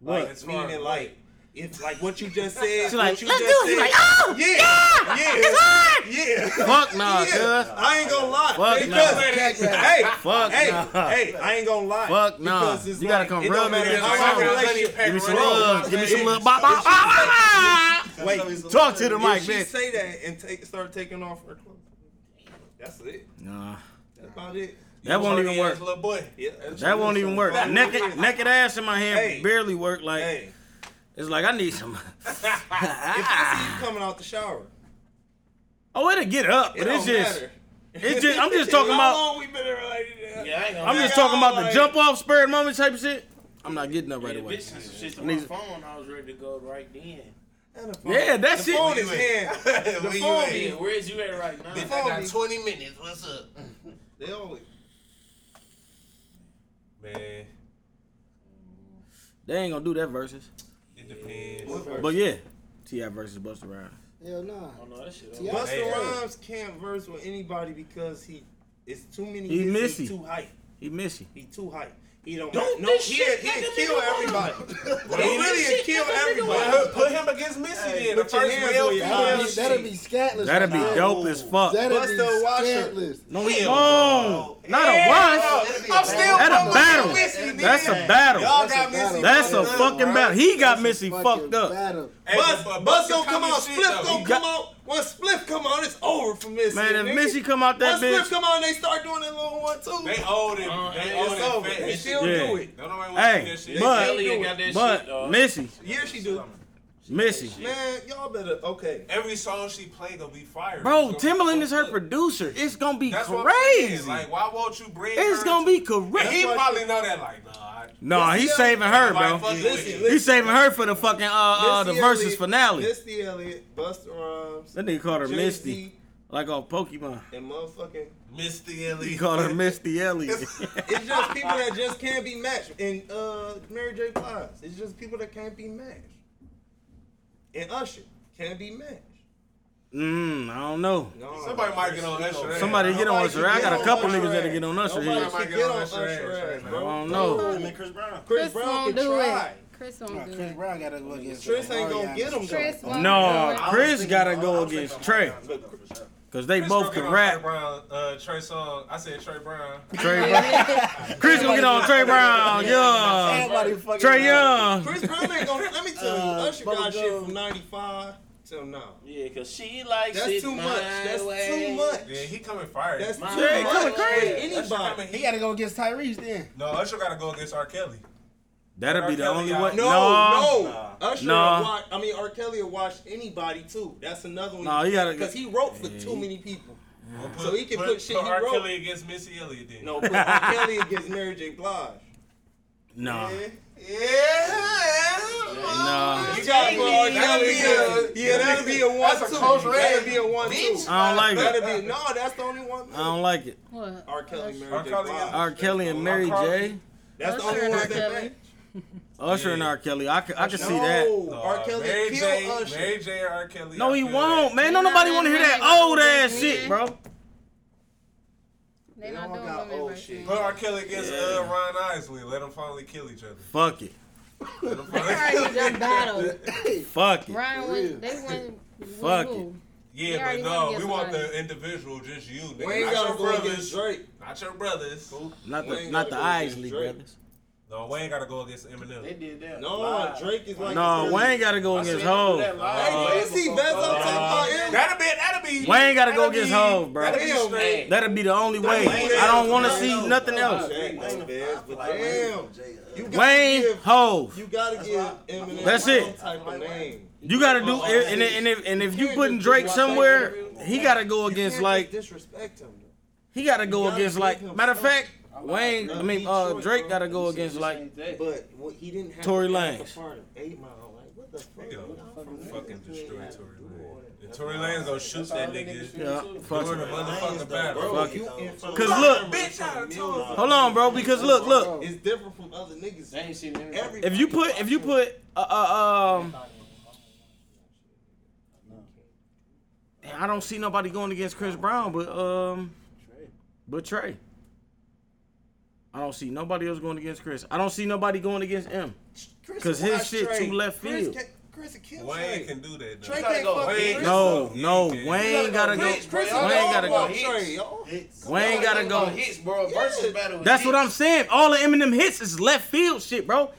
Speaker 3: What?
Speaker 7: Like, meaning like, if like what you just said,
Speaker 3: She like,
Speaker 7: what you
Speaker 3: let's do
Speaker 7: just
Speaker 3: it. She
Speaker 7: said,
Speaker 3: like, oh,
Speaker 7: yeah,
Speaker 3: it's
Speaker 7: yeah,
Speaker 3: hard.
Speaker 7: yeah.
Speaker 3: Fuck nah,
Speaker 7: Yeah,
Speaker 3: cuz.
Speaker 7: I ain't gonna lie.
Speaker 3: Fuck
Speaker 7: because,
Speaker 3: nah.
Speaker 7: hey,
Speaker 3: Fuck
Speaker 7: hey,
Speaker 3: nah.
Speaker 7: hey, I ain't gonna lie.
Speaker 3: Fuck nah.
Speaker 7: Because it's
Speaker 3: You gotta
Speaker 7: like,
Speaker 3: come
Speaker 7: it
Speaker 3: rub
Speaker 7: don't
Speaker 3: it
Speaker 7: matter
Speaker 3: in.
Speaker 7: how my
Speaker 3: Fuck.
Speaker 7: relationship-
Speaker 3: Give me some love. Give me some love. Bop, bop, bop, bop, bop. Wait, talk to the mic,
Speaker 7: if she
Speaker 3: bitch.
Speaker 7: say that and take start taking off her clothes, that's it.
Speaker 3: Nah,
Speaker 7: That's about it.
Speaker 3: that won't even
Speaker 4: Dirty
Speaker 3: work.
Speaker 4: ass Little boy.
Speaker 7: Yeah.
Speaker 3: That won't even work. Naked, naked ass in my hand
Speaker 7: Hey.
Speaker 3: barely work. Like
Speaker 7: Hey,
Speaker 3: it's like I need some.
Speaker 7: if
Speaker 3: Ah.
Speaker 7: I see you coming out the shower,
Speaker 3: Oh, it'll get up,
Speaker 7: it
Speaker 3: but it's
Speaker 7: don't
Speaker 3: just,
Speaker 7: matter.
Speaker 3: it's just. I'm just talking
Speaker 7: How
Speaker 3: about.
Speaker 7: long we been in a relationship?
Speaker 10: Yeah, I ain't gonna
Speaker 3: I'm just
Speaker 7: Yeah,
Speaker 3: talking about the
Speaker 7: like-
Speaker 3: jump off spurred moment type of shit. I'm not getting up right
Speaker 10: The
Speaker 3: away.
Speaker 10: bitch sent some shit to my phone. I was ready to go right then.
Speaker 3: Yeah,
Speaker 7: The
Speaker 3: that's it.
Speaker 7: phone is here.
Speaker 4: Where you
Speaker 7: phone
Speaker 4: at?
Speaker 7: is-
Speaker 10: Yeah, where is you at right now?
Speaker 4: Bitch, I got 20 minutes. What's up?
Speaker 7: They always.
Speaker 4: Man,
Speaker 3: They ain't gonna do that versus.
Speaker 4: it depends.
Speaker 3: But yeah, Ti versus Busta Rhymes.
Speaker 6: Hell nah.
Speaker 10: Oh, no, that shit.
Speaker 6: T.I.
Speaker 7: Busta
Speaker 4: Hey, hey.
Speaker 7: Rhymes can't verse with anybody because he it's too many.
Speaker 3: He
Speaker 7: hits,
Speaker 3: missy.
Speaker 7: He too hype.
Speaker 3: He missy.
Speaker 7: He too hype. He don't.
Speaker 10: Don't
Speaker 7: no,
Speaker 10: this
Speaker 7: he
Speaker 10: shit
Speaker 7: he
Speaker 10: make a
Speaker 7: kill
Speaker 10: nigga
Speaker 7: everybody.
Speaker 10: Don't
Speaker 7: he
Speaker 10: this
Speaker 7: really
Speaker 10: shit
Speaker 7: kill
Speaker 10: make a nigga
Speaker 7: everybody.
Speaker 4: Put, put him against Missy then. The
Speaker 7: put your
Speaker 4: first
Speaker 7: hands
Speaker 4: male
Speaker 7: on your
Speaker 4: female
Speaker 7: eyes.
Speaker 6: That'd be,
Speaker 4: shit.
Speaker 6: that'd be scatless.
Speaker 3: That'd be
Speaker 6: right
Speaker 3: dope as fuck.
Speaker 6: there. That'd
Speaker 7: Busta
Speaker 6: be
Speaker 7: Washer.
Speaker 6: scatless.
Speaker 3: No, he won't. Not a wash.
Speaker 4: I'm still
Speaker 3: That a
Speaker 4: fucking
Speaker 3: battle.
Speaker 4: with Missy, nigga.
Speaker 3: That's a battle.
Speaker 4: Y'all got Missy.
Speaker 3: That's a
Speaker 4: fucked up,
Speaker 3: fucking
Speaker 4: right?
Speaker 3: battle. He got
Speaker 6: That's a
Speaker 3: Missy
Speaker 6: fucking
Speaker 3: fucked up.
Speaker 6: battle.
Speaker 4: Hey,
Speaker 7: Bus,
Speaker 4: but- but
Speaker 7: bus
Speaker 4: Busta
Speaker 7: don't come
Speaker 4: coming
Speaker 7: out.
Speaker 4: shit,
Speaker 7: Spliff
Speaker 4: though.
Speaker 7: don't
Speaker 4: He
Speaker 7: come out. Once Spliff come out, it's over for Missy.
Speaker 3: Man, if
Speaker 7: nigga.
Speaker 3: Missy come out that
Speaker 7: once Spliff
Speaker 3: bitch,
Speaker 7: come out, and they start doing that little one too.
Speaker 4: They old it. They
Speaker 7: Uh, it's
Speaker 4: old
Speaker 7: over.
Speaker 4: it.
Speaker 7: They
Speaker 4: Fat.
Speaker 7: still
Speaker 3: Yeah.
Speaker 7: do it.
Speaker 4: Don't nobody want to do
Speaker 3: hey,
Speaker 4: that shit.
Speaker 3: but
Speaker 10: Kelly ain't got that shit,
Speaker 3: but
Speaker 10: dog.
Speaker 3: Missy,
Speaker 7: Yeah, she do.
Speaker 3: Missy.
Speaker 7: Man, y'all better okay.
Speaker 4: Every song she play gonna be fire.
Speaker 3: Bro, Timbaland is her producer. It's gonna be
Speaker 4: That's what I'm saying.
Speaker 3: crazy.
Speaker 4: Like, why won't you bring?
Speaker 3: It's
Speaker 4: her
Speaker 3: gonna be
Speaker 4: And he
Speaker 3: crazy.
Speaker 4: probably know that. Like, nah. I-
Speaker 3: No, he's saving her, bro. He's saving her for the fucking uh, uh the versus finale.
Speaker 7: Misty Elliott, Buster Rhymes,
Speaker 3: That nigga called her
Speaker 7: Jay-Z,
Speaker 3: Misty, like on Pokemon.
Speaker 7: and motherfucking.
Speaker 4: Misty
Speaker 3: He
Speaker 4: Elliott.
Speaker 3: called her Misty Elliott.
Speaker 7: It's just people that just can't be matched. And uh, Mary J. Blige. It's just people that can't be matched. And Usher can't be matched.
Speaker 3: mm, I don't know.
Speaker 7: No,
Speaker 4: Somebody might get on Usher. ass.
Speaker 3: Somebody get on
Speaker 7: Nobody
Speaker 3: Usher.
Speaker 7: can
Speaker 3: I
Speaker 7: get
Speaker 3: got a
Speaker 7: on
Speaker 3: couple
Speaker 7: Usher
Speaker 3: niggas that'll
Speaker 7: ass.
Speaker 3: get on Usher.
Speaker 7: Nobody
Speaker 3: here.
Speaker 7: can
Speaker 4: Somebody
Speaker 7: get
Speaker 4: get on
Speaker 7: on
Speaker 4: Usher
Speaker 7: Usher
Speaker 4: ass,
Speaker 7: ass,
Speaker 4: man.
Speaker 3: I
Speaker 7: bro.
Speaker 3: don't know.
Speaker 8: and Chris Brown.
Speaker 7: Chris Brown
Speaker 5: won't
Speaker 7: can
Speaker 5: do
Speaker 7: try.
Speaker 5: it. Chris
Speaker 6: Nah,
Speaker 5: won't do
Speaker 6: Chris
Speaker 5: it.
Speaker 6: Brown gotta go against.
Speaker 7: Tris ain't
Speaker 6: Ariana
Speaker 7: gonna get him
Speaker 6: Grant.
Speaker 5: Chris won't
Speaker 3: No,
Speaker 5: do it.
Speaker 3: Chris gotta go against Trey because they
Speaker 4: Chris
Speaker 3: both
Speaker 4: gonna get
Speaker 3: can
Speaker 4: on Trey
Speaker 3: rap.
Speaker 4: Brown, uh, Trey Song. I said Trey Brown.
Speaker 3: Trey Brown. Chris gonna get on Trey Brown. Yeah.
Speaker 6: Everybody fucking.
Speaker 3: Trey Young.
Speaker 7: Chris Brown ain't gonna. Let me tell you,
Speaker 6: Uh,
Speaker 7: Usher got
Speaker 6: Bubba
Speaker 7: shit
Speaker 6: Joe.
Speaker 7: from '95 till now.
Speaker 10: Yeah, cause she likes
Speaker 7: That's
Speaker 10: it
Speaker 7: too
Speaker 10: my
Speaker 7: much. That's
Speaker 10: way.
Speaker 7: too much.
Speaker 4: Yeah, he coming fire.
Speaker 7: That's too
Speaker 10: My
Speaker 3: Jay,
Speaker 7: much.
Speaker 3: come
Speaker 7: for
Speaker 3: crazy.
Speaker 7: Anybody.
Speaker 6: He gotta go against Tyrese then.
Speaker 4: No, Usher gotta go against R. Kelly.
Speaker 3: That'll be the
Speaker 4: R. Kelly
Speaker 3: only
Speaker 4: out.
Speaker 3: one.
Speaker 7: No,
Speaker 3: No.
Speaker 7: no. Usher
Speaker 3: Nah.
Speaker 7: will watch, I mean, R. Kelly will watch anybody too. That's another one.
Speaker 3: Nah, he gotta-
Speaker 7: Because he wrote for too many people.
Speaker 4: Well,
Speaker 7: So he can put shit he
Speaker 4: R.
Speaker 7: wrote.
Speaker 4: Kelly against Missy Elliott then.
Speaker 7: No, put R. Kelly against Mary J. Blige.
Speaker 3: No.
Speaker 4: Yeah.
Speaker 3: No.
Speaker 4: You gotta put R.
Speaker 7: That'd
Speaker 4: Kelly
Speaker 7: be a,
Speaker 4: against.
Speaker 7: yeah, that'd be a one
Speaker 4: That's
Speaker 7: two.
Speaker 4: a close
Speaker 7: that'd
Speaker 4: red.
Speaker 7: be a one two.
Speaker 10: Bitch.
Speaker 3: I don't like it.
Speaker 7: That'd be no. That's the only one.
Speaker 3: I don't like it.
Speaker 5: What?
Speaker 7: R. Kelly, Mary
Speaker 4: R.
Speaker 7: J.
Speaker 4: Kelly
Speaker 7: Blige.
Speaker 4: and-
Speaker 3: R. Kelly and Mary J.
Speaker 7: That's the
Speaker 5: Usher
Speaker 7: only
Speaker 5: and
Speaker 7: one
Speaker 5: R. Kelly.
Speaker 7: that.
Speaker 3: Usher and
Speaker 4: Yeah.
Speaker 3: R. Kelly. I can, I can
Speaker 7: no,
Speaker 3: see that.
Speaker 7: R. Kelly
Speaker 4: Mary
Speaker 7: killed
Speaker 4: J,
Speaker 7: Usher.
Speaker 4: Mary J. and R. Kelly.
Speaker 3: No,
Speaker 4: I
Speaker 3: he
Speaker 4: feel
Speaker 3: won't,
Speaker 4: that.
Speaker 3: man. Don't nobody want to hear that old ass shit, bro.
Speaker 5: They
Speaker 7: They
Speaker 5: not
Speaker 7: all
Speaker 5: doing
Speaker 7: got
Speaker 5: women
Speaker 7: old
Speaker 5: versus
Speaker 7: shit.
Speaker 5: men.
Speaker 4: Put R. Kelly against uh, Ron Isley. Let them finally kill each other.
Speaker 3: Fuck it.
Speaker 4: Let 'em
Speaker 5: They
Speaker 4: finally-
Speaker 5: already done battle.
Speaker 3: Fuck it.
Speaker 5: Ryan went. They went. with
Speaker 3: Fuck
Speaker 5: who? They
Speaker 4: yeah,
Speaker 5: already
Speaker 4: but
Speaker 5: wanna
Speaker 4: no,
Speaker 5: get
Speaker 4: we want
Speaker 5: somebody.
Speaker 4: the individual, just you. Nigga.
Speaker 7: We ain't
Speaker 4: Not your
Speaker 7: gotta go
Speaker 4: brothers.
Speaker 7: against Drake.
Speaker 4: Not your brothers.
Speaker 3: Not
Speaker 7: We
Speaker 3: the
Speaker 7: ain't
Speaker 3: not the
Speaker 7: gotta go against
Speaker 3: Isley
Speaker 7: Drake.
Speaker 3: brothers.
Speaker 4: No, we ain't gotta go against Eminem.
Speaker 10: They did that.
Speaker 7: No,
Speaker 10: live.
Speaker 7: Drake is like.
Speaker 3: No, Wayne gotta go against Hove.
Speaker 7: Hey,
Speaker 10: Hey,
Speaker 7: did you see Bezo talk about him?
Speaker 4: That'll be. That'll be.
Speaker 3: Wayne gotta go
Speaker 4: that'll
Speaker 3: against
Speaker 4: be-
Speaker 3: Hove, bro.
Speaker 4: That'll be
Speaker 7: Damn,
Speaker 4: straight.
Speaker 3: That'll be the only way. I don't want to see nothing else.
Speaker 7: Damn. You gotta
Speaker 3: Wayne
Speaker 7: give-
Speaker 3: Hove.
Speaker 7: You gotta give Eminem
Speaker 3: That's
Speaker 7: some
Speaker 3: it.
Speaker 7: type of name.
Speaker 3: You gotta do, and, and if and if you putting Drake somewhere, he gotta go against
Speaker 7: Can't
Speaker 3: like
Speaker 7: just disrespect him.
Speaker 3: he gotta go against like. Matter of fact, Wayne, I mean uh,
Speaker 7: Detroit,
Speaker 3: Drake
Speaker 7: bro.
Speaker 3: gotta go against like.
Speaker 7: But what he didn't have
Speaker 3: Tory
Speaker 7: to have
Speaker 3: Lanez.
Speaker 7: the part of Eight Mile. Like what the fuck?
Speaker 4: Nigga,
Speaker 7: What the fuck?
Speaker 4: Fucking destroy Tory Lane. And Tory Lane's gonna shoot that nigga
Speaker 3: Yeah, fuck
Speaker 4: during the
Speaker 3: it.
Speaker 4: motherfucking battle.
Speaker 7: Bro,
Speaker 3: Fuck
Speaker 7: you in front
Speaker 3: Cause
Speaker 7: of
Speaker 3: look-
Speaker 7: cameras
Speaker 4: Bitch, outta
Speaker 7: for millions.
Speaker 3: Hold on, bro. Because look, look.
Speaker 7: It's different from other niggas.
Speaker 10: They ain't seen him.
Speaker 7: Every
Speaker 3: If you put if you put uh, uh um. I don't see nobody going against Chris Brown, but um, but Trey. I don't see nobody else going against Chris. I don't see nobody going against him.
Speaker 7: Chris
Speaker 3: 'Cause his
Speaker 7: watched
Speaker 3: shit
Speaker 7: Drake.
Speaker 3: too left
Speaker 7: Chris
Speaker 3: field.
Speaker 7: ca- Chris will kill
Speaker 4: Wayne
Speaker 7: Drake.
Speaker 4: can do that. though.
Speaker 7: Drake can't
Speaker 10: go.
Speaker 7: fuck
Speaker 4: Wayne-
Speaker 7: Chris.
Speaker 3: No, no,
Speaker 4: Yeah.
Speaker 3: Wayne gotta go.
Speaker 10: Chris, Chris
Speaker 3: Wayne
Speaker 10: is
Speaker 3: gotta
Speaker 10: all
Speaker 3: go.
Speaker 10: about
Speaker 7: Chris
Speaker 10: hits.
Speaker 7: Trey, yo.
Speaker 3: Wayne gotta go.
Speaker 10: Hits, bro. Versus
Speaker 7: Yeah.
Speaker 10: battle. is
Speaker 3: That's what
Speaker 10: hits.
Speaker 3: I'm saying. All of Eminem hits is left field shit, bro.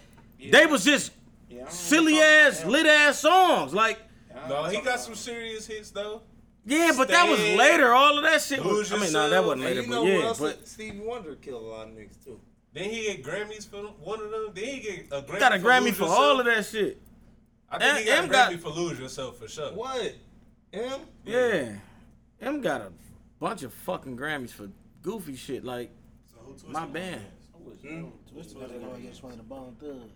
Speaker 3: They was just
Speaker 10: Yeah, I don't
Speaker 3: silly
Speaker 10: know.
Speaker 3: ass, lit ass songs. Like,
Speaker 4: No, he got some serious hits though.
Speaker 3: yeah, but that was
Speaker 4: Stand,
Speaker 3: later. All of that shit was.
Speaker 4: Lose
Speaker 3: I mean, no, that
Speaker 4: Yourself,
Speaker 3: wasn't
Speaker 7: And
Speaker 3: later,
Speaker 7: you know
Speaker 3: but
Speaker 7: what
Speaker 3: yeah.
Speaker 7: else?
Speaker 3: But
Speaker 7: Stevie Wonder killed a lot of niggas too.
Speaker 4: Then he get Grammys for one of them. Then he get a Grammy.
Speaker 3: got a Grammy
Speaker 4: Lose
Speaker 3: for
Speaker 4: Yourself.
Speaker 3: all of that shit.
Speaker 4: I think he
Speaker 3: And-
Speaker 4: got a
Speaker 3: and
Speaker 4: Grammy
Speaker 3: got-
Speaker 4: for Lose Yourself for sure.
Speaker 7: What? Him?
Speaker 3: Yeah, M got a bunch of fucking Grammys for goofy shit. Like my band.
Speaker 6: Twista gotta go against one of the Bone Thugs.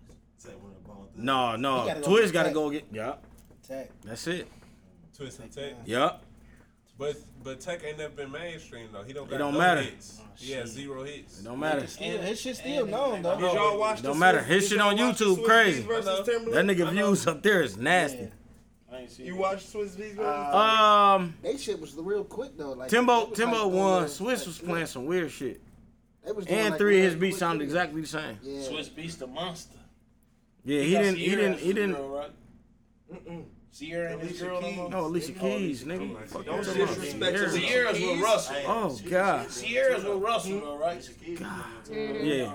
Speaker 3: No, no,
Speaker 6: He gotta go
Speaker 3: Twist
Speaker 6: get
Speaker 3: gotta
Speaker 6: that.
Speaker 3: go get. Yeah,
Speaker 6: Tech.
Speaker 3: that's it.
Speaker 4: Twist and Tech.
Speaker 3: Yeah.
Speaker 4: But but Tech ain't never been mainstream though. He don't. Got
Speaker 3: don't
Speaker 4: no
Speaker 3: matter. Oh,
Speaker 4: Hits. he has zero hits.
Speaker 3: Don't matter.
Speaker 6: Still, his shit still known though.
Speaker 7: Did y'all watch
Speaker 3: Don't
Speaker 7: the
Speaker 3: matter.
Speaker 7: Swiss-
Speaker 3: His
Speaker 7: did
Speaker 3: shit
Speaker 7: y'all
Speaker 3: on
Speaker 7: watch the
Speaker 3: YouTube
Speaker 7: Swiss
Speaker 3: crazy.
Speaker 7: Beats versus
Speaker 4: I know.
Speaker 3: That
Speaker 7: Timberland?
Speaker 3: nigga views up there is nasty.
Speaker 10: I ain't seen
Speaker 7: You
Speaker 10: it.
Speaker 7: watched Swiss Beats versus
Speaker 3: Um,
Speaker 6: They shit was real quick though. Like
Speaker 3: Timbo
Speaker 6: they was,
Speaker 3: Timbo
Speaker 6: like,
Speaker 3: won.
Speaker 6: doing-
Speaker 3: Swiss was playing some weird shit,
Speaker 6: They was doing,
Speaker 3: and
Speaker 6: like,
Speaker 3: three of
Speaker 6: real
Speaker 3: his beats
Speaker 6: quick
Speaker 3: sounded
Speaker 6: videos.
Speaker 3: exactly the same.
Speaker 6: Yeah.
Speaker 10: Swiss Beast the monster.
Speaker 3: Yeah, he
Speaker 10: got
Speaker 3: didn't. He
Speaker 10: Sierra
Speaker 3: didn't.
Speaker 10: and
Speaker 3: He
Speaker 10: his
Speaker 3: didn't.
Speaker 10: girl, right? Sierra and his
Speaker 7: Alicia
Speaker 10: girl.
Speaker 7: Keys.
Speaker 3: No, Alicia Keys,
Speaker 4: Come
Speaker 3: nigga.
Speaker 4: on,
Speaker 3: Fuck
Speaker 4: don't
Speaker 3: that
Speaker 7: disrespect
Speaker 3: shit.
Speaker 7: Alicia
Speaker 3: Sierra.
Speaker 10: Sierra's with Russell.
Speaker 3: Oh god.
Speaker 10: Sierra's with Russell, though, right?
Speaker 3: Yeah.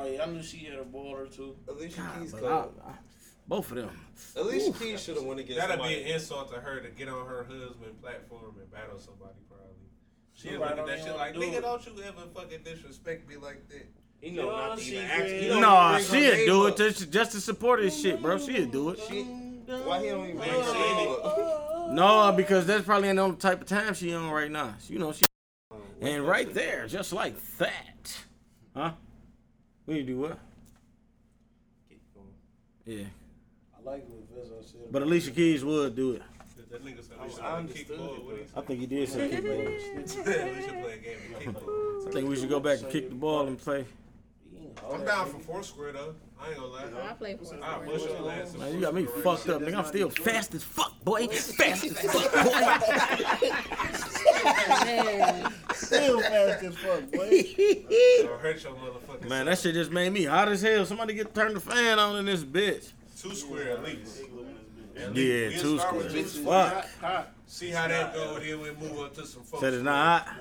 Speaker 10: Oh, yeah, I knew she had a baller too.
Speaker 7: Alicia Keys
Speaker 3: But I,
Speaker 7: cold.
Speaker 3: I, both of them.
Speaker 7: Alicia Keys should have went against
Speaker 4: That'd be
Speaker 7: somebody.
Speaker 4: an insult to her to get on her husband platform and battle somebody probably. She'll
Speaker 10: Nobody
Speaker 4: look at
Speaker 10: don't
Speaker 4: that
Speaker 10: even
Speaker 4: shit
Speaker 10: wanna
Speaker 4: like,
Speaker 10: do
Speaker 4: nigga,
Speaker 10: it."
Speaker 4: don't you ever fucking disrespect me like that.
Speaker 7: He know
Speaker 10: Yo,
Speaker 7: not to
Speaker 10: she
Speaker 7: even ask.
Speaker 10: great.
Speaker 7: he don't
Speaker 3: Nah,
Speaker 7: even bring her
Speaker 3: she'd
Speaker 7: name
Speaker 3: do it
Speaker 7: up.
Speaker 3: to, just to support his shit, bro. She'd do it.
Speaker 7: She- Why he don't even
Speaker 4: Ain't seen it.
Speaker 3: No, because that's probably the only type of time she on right now. You know she and right there, just like that, huh? We do what? Yeah,
Speaker 11: I like what Vizzo said.
Speaker 3: but Alicia Keys would do it.
Speaker 4: That nigga said,
Speaker 11: I
Speaker 4: I
Speaker 11: understood it,
Speaker 4: What he
Speaker 3: I think he did say kick balls.
Speaker 4: said. We should play a game of kickball.
Speaker 3: I think we should go back and kick the ball and play.
Speaker 4: I'm down for Foursquare, though. I ain't gonna lie.
Speaker 5: I play for
Speaker 4: I
Speaker 5: Foursquare.
Speaker 4: bust your ass in
Speaker 3: Man, you got me
Speaker 4: Foursquare.
Speaker 3: fucked up, nigga. I'm still fast as fuck, boy. Fast as fuck, boy.
Speaker 5: Man,
Speaker 11: Still fast as fuck, boy.
Speaker 4: Don't hurt your
Speaker 3: Man,
Speaker 4: motherfucking self.
Speaker 3: that shit just made me hot as hell. Somebody get turned the fan on in this bitch.
Speaker 4: Two square at least. At
Speaker 3: Yeah,
Speaker 4: least. We'll
Speaker 3: two
Speaker 4: start with
Speaker 3: squares.
Speaker 4: two
Speaker 3: Fuck.
Speaker 4: See how that go, then we move up to some folks.
Speaker 3: Said it's not hot.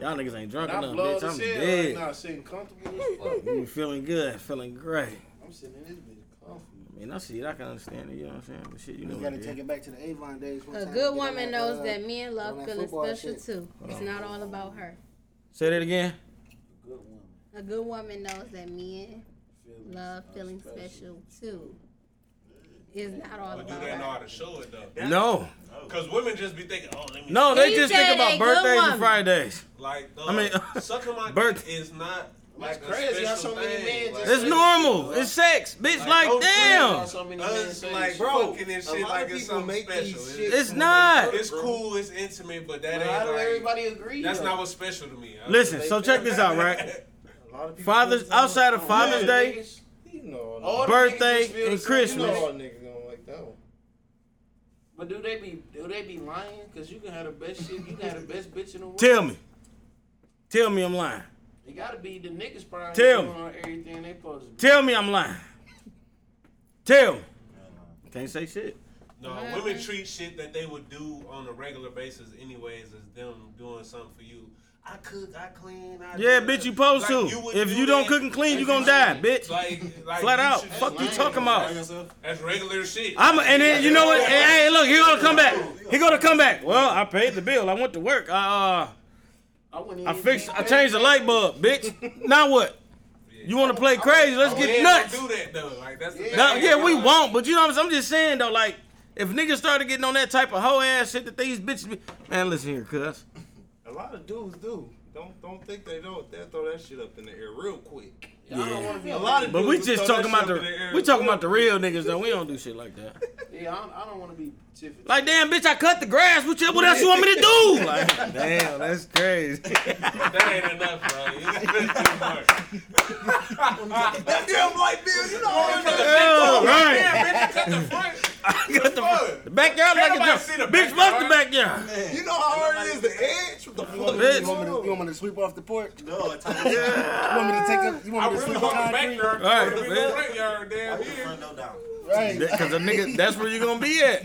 Speaker 3: Y'all niggas ain't drunk
Speaker 11: I
Speaker 3: enough,
Speaker 11: blow
Speaker 3: bitch.
Speaker 11: the
Speaker 3: I'm
Speaker 11: shit right
Speaker 3: dead.
Speaker 11: now, sitting comfortable as fuck.
Speaker 3: You feeling good, feeling great.
Speaker 11: I'm sitting in this bitch comfortable.
Speaker 3: I mean, I see it. I can understand it. You know what I'm saying? But shit, you know
Speaker 6: You
Speaker 3: what
Speaker 6: gotta
Speaker 3: it
Speaker 6: take
Speaker 3: is.
Speaker 6: it back to the Avon days. one
Speaker 5: a
Speaker 6: time.
Speaker 5: good
Speaker 6: Get on
Speaker 5: woman knows
Speaker 6: uh,
Speaker 5: that men
Speaker 6: on
Speaker 5: love
Speaker 6: that
Speaker 5: feeling
Speaker 6: football
Speaker 5: special
Speaker 6: shit.
Speaker 5: too. It's not all about her.
Speaker 3: Say that again.
Speaker 11: Good woman.
Speaker 5: A good woman knows that men
Speaker 11: Feeling
Speaker 5: love feeling special too. It's not all
Speaker 4: But do
Speaker 5: about
Speaker 4: they know how
Speaker 5: her.
Speaker 4: to show it though?
Speaker 3: No,
Speaker 4: Cause women just be thinking, oh, let me.
Speaker 3: no, they
Speaker 5: He
Speaker 3: just think
Speaker 5: said
Speaker 3: about
Speaker 5: a good
Speaker 3: birthdays
Speaker 5: woman.
Speaker 3: and Fridays.
Speaker 4: Like, uh,
Speaker 3: I mean,
Speaker 4: sucking my
Speaker 3: birth-
Speaker 4: dick is not like a
Speaker 8: crazy
Speaker 4: special
Speaker 8: how so many
Speaker 4: thing.
Speaker 8: men just
Speaker 3: It's
Speaker 8: say-
Speaker 3: normal. It's sex, bitch. Like,
Speaker 4: don't
Speaker 11: oh,
Speaker 3: damn,
Speaker 8: So many men
Speaker 4: Us
Speaker 8: say
Speaker 4: like
Speaker 8: shit.
Speaker 7: Bro,
Speaker 4: fucking and
Speaker 7: a
Speaker 4: shit
Speaker 7: lot
Speaker 4: like
Speaker 7: of
Speaker 4: it's
Speaker 7: people
Speaker 4: something
Speaker 7: make these
Speaker 4: special.
Speaker 7: shit-
Speaker 4: It's,
Speaker 3: it's not.
Speaker 4: it's cool, it's intimate, but that
Speaker 8: But How do
Speaker 4: ain't like
Speaker 8: everybody agree?
Speaker 4: that's
Speaker 8: though?
Speaker 4: not what's special to me. I-
Speaker 3: Listen, so check this out, right?
Speaker 11: A lot of people
Speaker 3: Fathers
Speaker 11: feel the same
Speaker 3: outside of
Speaker 11: way.
Speaker 3: Father's Day,
Speaker 11: You know, all
Speaker 8: All the niggas
Speaker 3: birthday,
Speaker 8: just feel the
Speaker 3: and
Speaker 8: same.
Speaker 11: niggas- you know
Speaker 3: Christmas.
Speaker 11: all niggas don't like that one.
Speaker 8: But do they be do they be lying? Cause you can have the best shit, you can have the best bitch in the world.
Speaker 3: Tell me, tell me I'm lying.
Speaker 8: It gotta be the niggas probably
Speaker 3: Tell
Speaker 8: doing
Speaker 3: me.
Speaker 8: on everything they supposed to be.
Speaker 3: Tell me I'm lying. Tell me. Can't say shit.
Speaker 4: No, women treat shit that they would do on a regular basis anyways as them doing something for you. I cook, I clean. I
Speaker 3: Yeah, bitch,
Speaker 4: do that.
Speaker 3: you supposed
Speaker 4: Like,
Speaker 3: to.
Speaker 4: would
Speaker 3: if
Speaker 4: do
Speaker 3: you don't
Speaker 4: that
Speaker 3: cook and clean,
Speaker 4: as
Speaker 3: you gonna
Speaker 4: you-
Speaker 3: die, bitch.
Speaker 4: Like, like
Speaker 3: Flat
Speaker 4: you
Speaker 3: out.
Speaker 4: should
Speaker 3: Fuck
Speaker 4: just
Speaker 3: you
Speaker 4: do
Speaker 3: talking
Speaker 4: that.
Speaker 3: about?
Speaker 4: That's regular shit.
Speaker 3: I'm and then you know what? Hey, hey, look, he gonna come back. He gonna come back. Well, I paid the bill. I went to work. I
Speaker 8: I wouldn't
Speaker 3: uh, I
Speaker 8: even
Speaker 3: fixed.
Speaker 8: be
Speaker 3: I changed the light bulb, bitch. Now what? You want to play crazy? Let's get
Speaker 4: Men
Speaker 3: nuts.
Speaker 4: Don't do that though. Like that's the thing.
Speaker 3: Now, yeah, we won't. But you know what I'm saying? I'm just saying though, like if niggas started getting on that type of hoe ass shit that these bitches, be, man, listen here, cuz.
Speaker 7: A lot of dudes do. Don't don't think they don't. They throw that shit up in the air real quick.
Speaker 8: I don't wanna be
Speaker 7: A lot of
Speaker 3: But
Speaker 7: dudes
Speaker 3: we
Speaker 7: will
Speaker 3: just
Speaker 7: throw that
Speaker 3: talking about
Speaker 7: shit up
Speaker 3: the
Speaker 7: in air
Speaker 3: we talking about the real
Speaker 7: real
Speaker 3: niggas though. We don't do shit like that.
Speaker 8: yeah, I don't, I don't wanna be Tiffany.
Speaker 3: Like damn, bitch, I cut the grass. What, you, what else you want me to do? Like damn, that's crazy.
Speaker 4: That ain't enough, bro. It's too much. That damn light bill, you know.
Speaker 3: Oh, right.
Speaker 4: Damn, bitch, cut the front.
Speaker 3: I got the, the backyard like a
Speaker 4: nobody
Speaker 3: joke.
Speaker 4: see the
Speaker 3: Bitch, fuck the backyard.
Speaker 7: quick. You know how hard it is the edge with the
Speaker 6: You
Speaker 7: fuck.
Speaker 6: want, me to,
Speaker 3: Bitch.
Speaker 6: you, want me to, you want me to sweep off the porch? You
Speaker 11: No, it's the
Speaker 6: want me to take up?
Speaker 4: I
Speaker 6: You want me to
Speaker 4: really
Speaker 6: sweep
Speaker 4: want
Speaker 6: off
Speaker 4: the
Speaker 6: concrete?
Speaker 4: backyard.
Speaker 3: Right,
Speaker 4: Right, the
Speaker 3: man.
Speaker 4: front yard down here.
Speaker 11: front no down.
Speaker 6: Right.
Speaker 3: Because a nigga, that's where you gonna be at.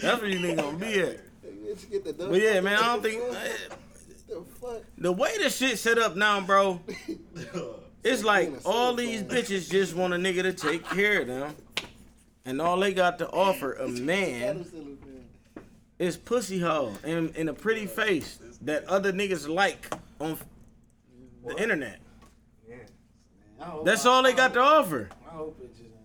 Speaker 3: That's where you nigga gonna be at.
Speaker 6: Let's get the dust
Speaker 3: But yeah,
Speaker 6: off
Speaker 3: man, I don't
Speaker 6: the
Speaker 3: think
Speaker 6: floor. The fuck?
Speaker 3: the way this shit set up now, bro. It's like all these bitches just want a nigga to take care of them, and all they got to offer a man
Speaker 6: Adam Silver, man.
Speaker 3: is pussy hole and, and a pretty face that other niggas like on the internet.
Speaker 6: I hope-
Speaker 3: That's all they got to offer.
Speaker 6: I hope it just ain't that.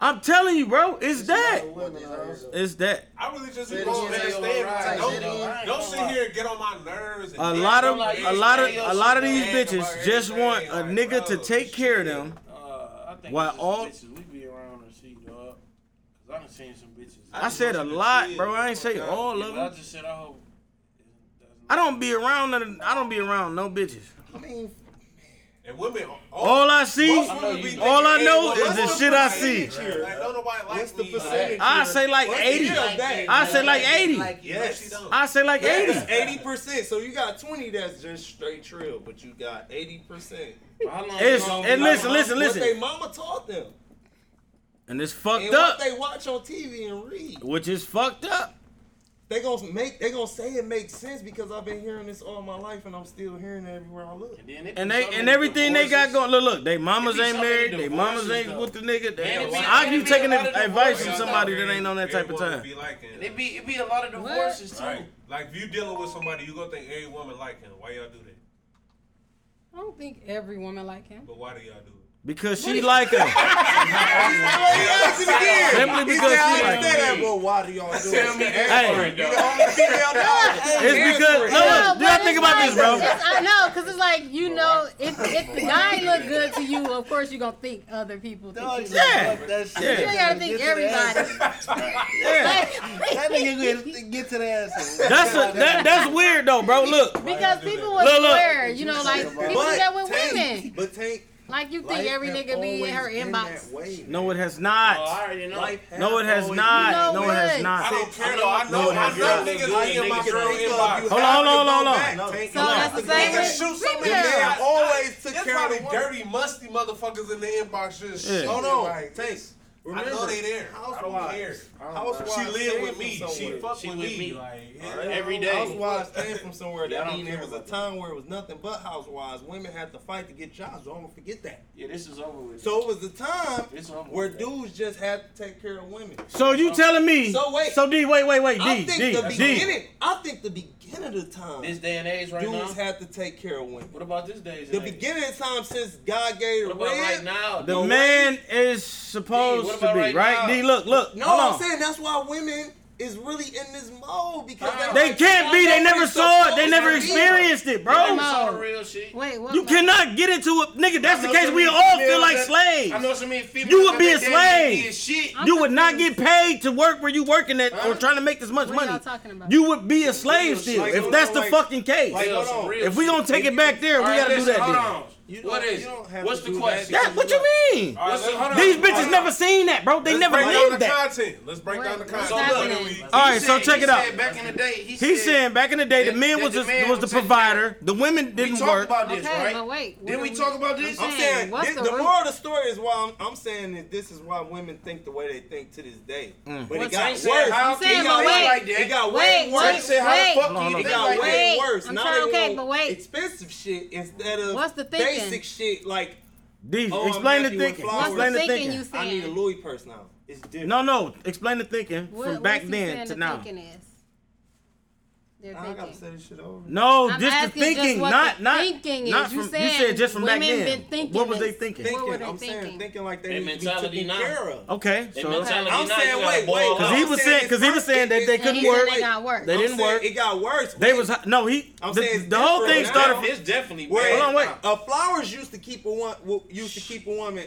Speaker 3: I'm telling you, bro, it's that.
Speaker 6: The women are also-
Speaker 3: It's that.
Speaker 4: I really just
Speaker 8: Say
Speaker 4: don't
Speaker 8: it again,
Speaker 4: understand.
Speaker 8: say it
Speaker 4: why.
Speaker 8: again.
Speaker 4: Don't,
Speaker 8: Say it again.
Speaker 4: don't, sit here and get on my nerves. And
Speaker 3: A lot of
Speaker 8: like,
Speaker 3: a lot of
Speaker 8: stay
Speaker 3: a lot of these
Speaker 4: your shit,
Speaker 3: bitches
Speaker 4: bro.
Speaker 3: just want a
Speaker 4: Everything,
Speaker 3: nigga
Speaker 4: like,
Speaker 3: to
Speaker 4: bro,
Speaker 3: take care of
Speaker 4: shit.
Speaker 3: them.
Speaker 8: Uh, I think
Speaker 3: Why
Speaker 8: it's just
Speaker 3: all-
Speaker 8: bitches we be around and see dog. Cause I done seen some bitches.
Speaker 3: I said a
Speaker 4: want you to
Speaker 3: lot,
Speaker 4: chill.
Speaker 3: bro. I ain't say
Speaker 4: Fuck
Speaker 3: all
Speaker 8: Yeah,
Speaker 3: of
Speaker 8: but I
Speaker 3: them.
Speaker 8: just said I hope.
Speaker 3: I don't be around none of, I don't be around no bitches.
Speaker 6: I mean,
Speaker 4: and women.
Speaker 3: All I see,
Speaker 4: most women be
Speaker 3: all I
Speaker 4: thinking,
Speaker 3: know
Speaker 4: hey,
Speaker 3: is the
Speaker 4: what's
Speaker 3: shit I
Speaker 4: up,
Speaker 3: see.
Speaker 4: right? Like, don't nobody like
Speaker 7: What's the
Speaker 4: me, like,
Speaker 7: percentage?
Speaker 3: I say like
Speaker 7: What's the
Speaker 3: eighty.
Speaker 7: deal with that?
Speaker 3: I say like eighty.
Speaker 4: she
Speaker 7: Yes.
Speaker 4: don't.
Speaker 3: I say like eighty.
Speaker 7: Eighty percent. So you got twenty that's just straight trill, but you got eighty percent.
Speaker 8: How long
Speaker 3: It's
Speaker 8: you gonna
Speaker 3: and
Speaker 8: be-
Speaker 3: listen, listen,
Speaker 7: What they
Speaker 3: listen.
Speaker 7: mama taught them,
Speaker 3: And it's
Speaker 7: and
Speaker 3: fucked
Speaker 7: what
Speaker 3: up,
Speaker 7: they watch on TV and read,
Speaker 3: which is fucked up.
Speaker 7: they gonna make they gonna say it makes sense because I've been hearing this all my life and I'm still hearing it everywhere I look.
Speaker 8: then it be
Speaker 3: And
Speaker 8: so
Speaker 3: they
Speaker 8: many
Speaker 3: and everything they got
Speaker 8: divorces.
Speaker 3: going. Look, look, they mamas
Speaker 8: It be
Speaker 3: ain't
Speaker 8: so many
Speaker 3: married. They mamas
Speaker 8: divorces,
Speaker 3: ain't
Speaker 8: though.
Speaker 3: with the nigga.
Speaker 8: Man, it
Speaker 3: They,
Speaker 8: be-
Speaker 3: how you
Speaker 8: it be a
Speaker 3: taking
Speaker 8: lot of
Speaker 3: advice
Speaker 8: divorces
Speaker 3: from
Speaker 8: out
Speaker 3: somebody
Speaker 4: there.
Speaker 3: that ain't on that type of
Speaker 4: Every woman
Speaker 3: time?
Speaker 4: Be liking.
Speaker 8: It be it be a lot of
Speaker 5: What?
Speaker 8: divorces too.
Speaker 4: Right. Like if you dealing with somebody, you gonna think every woman like him. Why y'all do that?
Speaker 5: I don't think every woman like him.
Speaker 4: But why do y'all do it?
Speaker 3: Because she like him. Simply because she like him.
Speaker 7: why do y'all do
Speaker 3: Tell me
Speaker 7: it?
Speaker 3: Hey. It's because no, look,
Speaker 5: No,
Speaker 3: do y'all
Speaker 5: but
Speaker 3: think
Speaker 5: it's
Speaker 3: about
Speaker 5: like-
Speaker 3: this, bro?
Speaker 5: it's- I know, cause it's like you know, if if the guy look good to you, of course you are gonna think other people. Think you
Speaker 3: Yeah.
Speaker 5: look good.
Speaker 3: Yeah.
Speaker 5: You gotta think everybody.
Speaker 8: That nigga get, get to the ass.
Speaker 3: That's a, that, that's weird though, bro. Look,
Speaker 5: Because people was
Speaker 3: Look, look.
Speaker 5: weird, you know, like people do that with women.
Speaker 7: But Tank,
Speaker 5: Like you
Speaker 7: Life
Speaker 5: think every
Speaker 7: have
Speaker 5: nigga be in
Speaker 7: always
Speaker 5: her
Speaker 7: been
Speaker 5: inbox.
Speaker 7: that way.
Speaker 3: no, it has not.
Speaker 8: Oh,
Speaker 3: No, it has not. No, it has not.
Speaker 4: I don't care though. I know,
Speaker 3: No, it
Speaker 4: I
Speaker 3: has
Speaker 4: know
Speaker 3: not.
Speaker 4: niggas be in my
Speaker 7: Niggas
Speaker 4: girl
Speaker 7: think of
Speaker 4: inbox.
Speaker 7: you
Speaker 3: Hold on, hold
Speaker 7: have
Speaker 3: on,
Speaker 7: to
Speaker 3: hold
Speaker 7: go
Speaker 3: on.
Speaker 7: back.
Speaker 3: No.
Speaker 7: Tank,
Speaker 5: So that's the same
Speaker 4: Niggas
Speaker 5: with
Speaker 4: shoot some
Speaker 7: The man
Speaker 4: niggas.
Speaker 7: always took
Speaker 4: There's
Speaker 7: care of
Speaker 4: probably
Speaker 7: the woman.
Speaker 4: dirty, musty motherfuckers in the inbox just
Speaker 3: Yeah.
Speaker 4: shit.
Speaker 7: Hold on,
Speaker 4: Like,
Speaker 7: Tank. Remember,
Speaker 4: I know they there. I don't
Speaker 7: Housewives.
Speaker 4: care.
Speaker 7: Housewives
Speaker 4: She live
Speaker 7: came
Speaker 4: with
Speaker 7: from
Speaker 4: me. She
Speaker 7: somewhere.
Speaker 4: fuck
Speaker 10: She
Speaker 4: with
Speaker 10: with
Speaker 4: me.
Speaker 10: me.
Speaker 4: Like,
Speaker 10: Every day.
Speaker 7: Housewives came from somewhere.
Speaker 10: Yeah, I
Speaker 7: That
Speaker 10: don't
Speaker 7: mean there
Speaker 10: care
Speaker 7: was a
Speaker 10: about that.
Speaker 7: time where it was nothing but housewives. Women had to fight to get jobs. Don't ever forget that.
Speaker 10: Yeah, this is over with.
Speaker 7: So it was the time
Speaker 10: It's over
Speaker 7: where
Speaker 10: with.
Speaker 7: dudes just had to take care of women.
Speaker 3: So you telling me?
Speaker 7: So wait.
Speaker 3: So D, wait, wait, wait,
Speaker 7: I
Speaker 3: D,
Speaker 7: think
Speaker 3: D,
Speaker 7: the
Speaker 3: D.
Speaker 7: beginning. I think the beginning of the time,
Speaker 10: this day and age right
Speaker 7: dudes
Speaker 10: now.
Speaker 7: had to take care of women.
Speaker 10: What about this day?
Speaker 7: The beginning of time since God gave
Speaker 10: What
Speaker 7: the
Speaker 10: about
Speaker 7: red.
Speaker 10: right now?
Speaker 3: The
Speaker 10: No way.
Speaker 3: man is supposed
Speaker 10: D, what
Speaker 3: to
Speaker 10: about
Speaker 3: be
Speaker 10: right
Speaker 3: right.
Speaker 10: now?
Speaker 3: D, look, look.
Speaker 7: No,
Speaker 3: hold
Speaker 7: I'm
Speaker 3: on.
Speaker 7: saying that's why women is really in this mode because
Speaker 10: How?
Speaker 3: They can't be. They never saw it. They never experienced it,
Speaker 10: I
Speaker 3: bro.
Speaker 5: No.
Speaker 10: saw the real shit.
Speaker 5: Wait, what?
Speaker 3: You
Speaker 5: about-
Speaker 3: cannot get into a nigga.
Speaker 10: I
Speaker 3: That's the
Speaker 10: know
Speaker 3: case.
Speaker 10: some
Speaker 3: We
Speaker 10: many
Speaker 3: all
Speaker 10: females
Speaker 3: feel like
Speaker 10: that-
Speaker 3: slaves.
Speaker 10: I know some many females.
Speaker 3: You would
Speaker 10: that
Speaker 3: be a
Speaker 10: they didn't
Speaker 3: slave.
Speaker 10: did Shit.
Speaker 5: I'm
Speaker 3: You would not get
Speaker 5: confused.
Speaker 3: paid to work where you working at or
Speaker 10: Huh?
Speaker 3: trying to make this much
Speaker 5: What
Speaker 3: money.
Speaker 5: y'all talking about?
Speaker 3: You would be a slave still
Speaker 7: like,
Speaker 3: if
Speaker 7: hold
Speaker 3: that's
Speaker 7: on,
Speaker 3: the
Speaker 7: like-
Speaker 3: fucking case.
Speaker 7: like,
Speaker 10: Tell
Speaker 7: hold
Speaker 10: some
Speaker 7: on.
Speaker 10: real
Speaker 3: if we
Speaker 10: shit.
Speaker 3: gonna take it back there,
Speaker 10: All
Speaker 3: we
Speaker 10: right,
Speaker 3: gotta
Speaker 10: listen,
Speaker 3: do that.
Speaker 10: Hold
Speaker 3: Then.
Speaker 10: on.
Speaker 7: You
Speaker 10: What
Speaker 7: don't-
Speaker 10: is
Speaker 7: you
Speaker 10: it?
Speaker 7: don't have
Speaker 10: What's
Speaker 7: to
Speaker 10: the
Speaker 7: do
Speaker 10: question?
Speaker 7: that
Speaker 3: That what you mean?
Speaker 4: All right,
Speaker 10: What's
Speaker 4: let's-
Speaker 10: the-
Speaker 4: hold on.
Speaker 3: These
Speaker 4: Hold
Speaker 3: bitches
Speaker 4: on.
Speaker 3: never seen that, bro. They
Speaker 4: Let's
Speaker 3: never
Speaker 4: break down
Speaker 3: lived
Speaker 4: the
Speaker 3: that.
Speaker 4: content. Let's break
Speaker 5: What-
Speaker 4: down the
Speaker 5: what's
Speaker 4: content.
Speaker 5: happening?
Speaker 4: literally-
Speaker 10: He
Speaker 3: All right, so
Speaker 10: said-
Speaker 3: check
Speaker 10: he
Speaker 3: it out.
Speaker 10: said Back in the day, he,
Speaker 3: He's
Speaker 10: said-
Speaker 3: saying back in the day, the
Speaker 10: that-
Speaker 3: men
Speaker 10: that
Speaker 3: was
Speaker 10: the
Speaker 3: the,
Speaker 10: man
Speaker 3: was the
Speaker 10: was taking
Speaker 3: provider. The women
Speaker 10: We
Speaker 3: didn't
Speaker 10: talked
Speaker 3: work.
Speaker 10: about
Speaker 5: Okay,
Speaker 10: this, right?
Speaker 5: but wait.
Speaker 10: Didn't
Speaker 5: what
Speaker 10: we
Speaker 5: do
Speaker 10: talk about this?
Speaker 7: I'm
Speaker 5: Man,
Speaker 7: saying
Speaker 5: what's
Speaker 7: this,
Speaker 5: the
Speaker 7: the,
Speaker 5: root?
Speaker 7: moral of the story is why I'm, I'm saying that this is why women think the way they think to this day.
Speaker 3: Mm.
Speaker 7: But it
Speaker 10: What's-
Speaker 7: got
Speaker 10: I'm
Speaker 7: worse.
Speaker 10: saying, how
Speaker 7: It
Speaker 10: can
Speaker 5: you
Speaker 7: got
Speaker 5: think
Speaker 7: way-
Speaker 10: like that?
Speaker 7: It got way
Speaker 5: Wait, wait,
Speaker 7: worse.
Speaker 10: said, how the
Speaker 5: wait.
Speaker 10: fuck
Speaker 3: you
Speaker 7: It
Speaker 3: think
Speaker 7: got
Speaker 10: like
Speaker 7: way
Speaker 5: that?
Speaker 7: worse.
Speaker 5: I'm
Speaker 7: now
Speaker 5: sorry,
Speaker 7: they
Speaker 5: okay,
Speaker 7: want
Speaker 5: but wait.
Speaker 7: expensive shit instead of
Speaker 5: What's the thinking?
Speaker 7: basic shit like
Speaker 3: D,
Speaker 7: Oh, I'm
Speaker 3: explain the
Speaker 7: happy with
Speaker 3: thinking.
Speaker 7: flowers.
Speaker 5: What's
Speaker 3: Explain
Speaker 5: the
Speaker 3: the
Speaker 5: thinking you
Speaker 3: thinking.
Speaker 7: I need a
Speaker 5: saying?
Speaker 7: Louis purse now. It's different.
Speaker 3: No, no. Explain the thinking
Speaker 5: What-
Speaker 3: from
Speaker 5: what's
Speaker 3: back
Speaker 5: he
Speaker 3: then
Speaker 5: saying
Speaker 3: to
Speaker 5: the
Speaker 3: now.
Speaker 5: thinking is? They're
Speaker 7: I gotta
Speaker 5: thinking.
Speaker 7: say this shit over.
Speaker 3: No, just
Speaker 5: I'm
Speaker 3: the
Speaker 5: asking just
Speaker 3: thinking,
Speaker 5: what
Speaker 3: not
Speaker 5: the
Speaker 3: not
Speaker 5: thinking is.
Speaker 3: not
Speaker 5: You
Speaker 3: from. You
Speaker 5: saying
Speaker 3: said just from back
Speaker 5: women
Speaker 3: then.
Speaker 5: been thinking
Speaker 3: what was they
Speaker 5: this.
Speaker 3: thinking?
Speaker 5: What were
Speaker 7: Thinking,
Speaker 5: they
Speaker 7: I'm saying
Speaker 5: thinking?
Speaker 7: thinking like they
Speaker 10: Their
Speaker 7: need to be
Speaker 10: mentality
Speaker 7: taken
Speaker 10: now.
Speaker 7: care of.
Speaker 3: Okay,
Speaker 10: They
Speaker 3: so
Speaker 10: mentality
Speaker 7: I'm
Speaker 10: now, you
Speaker 7: saying,
Speaker 10: gotta
Speaker 7: wait,
Speaker 10: boil
Speaker 7: wait.
Speaker 10: up.
Speaker 3: because he
Speaker 7: I'm
Speaker 3: was
Speaker 7: saying
Speaker 3: saying because he
Speaker 7: it's
Speaker 3: was saying that
Speaker 7: perfect.
Speaker 3: they
Speaker 7: And
Speaker 3: couldn't
Speaker 5: he said
Speaker 3: work.
Speaker 5: they not work.
Speaker 3: They
Speaker 7: I'm
Speaker 3: didn't
Speaker 7: saying
Speaker 3: work.
Speaker 7: It got worse.
Speaker 3: They
Speaker 7: Wait.
Speaker 3: was no he.
Speaker 7: I'm
Speaker 3: the-
Speaker 7: saying it's
Speaker 3: the whole thing
Speaker 7: different now.
Speaker 3: started.
Speaker 10: It's definitely
Speaker 7: Where
Speaker 10: bad.
Speaker 3: Hold on, wait.
Speaker 7: Uh, flowers used to keep a one wo- used to keep a woman.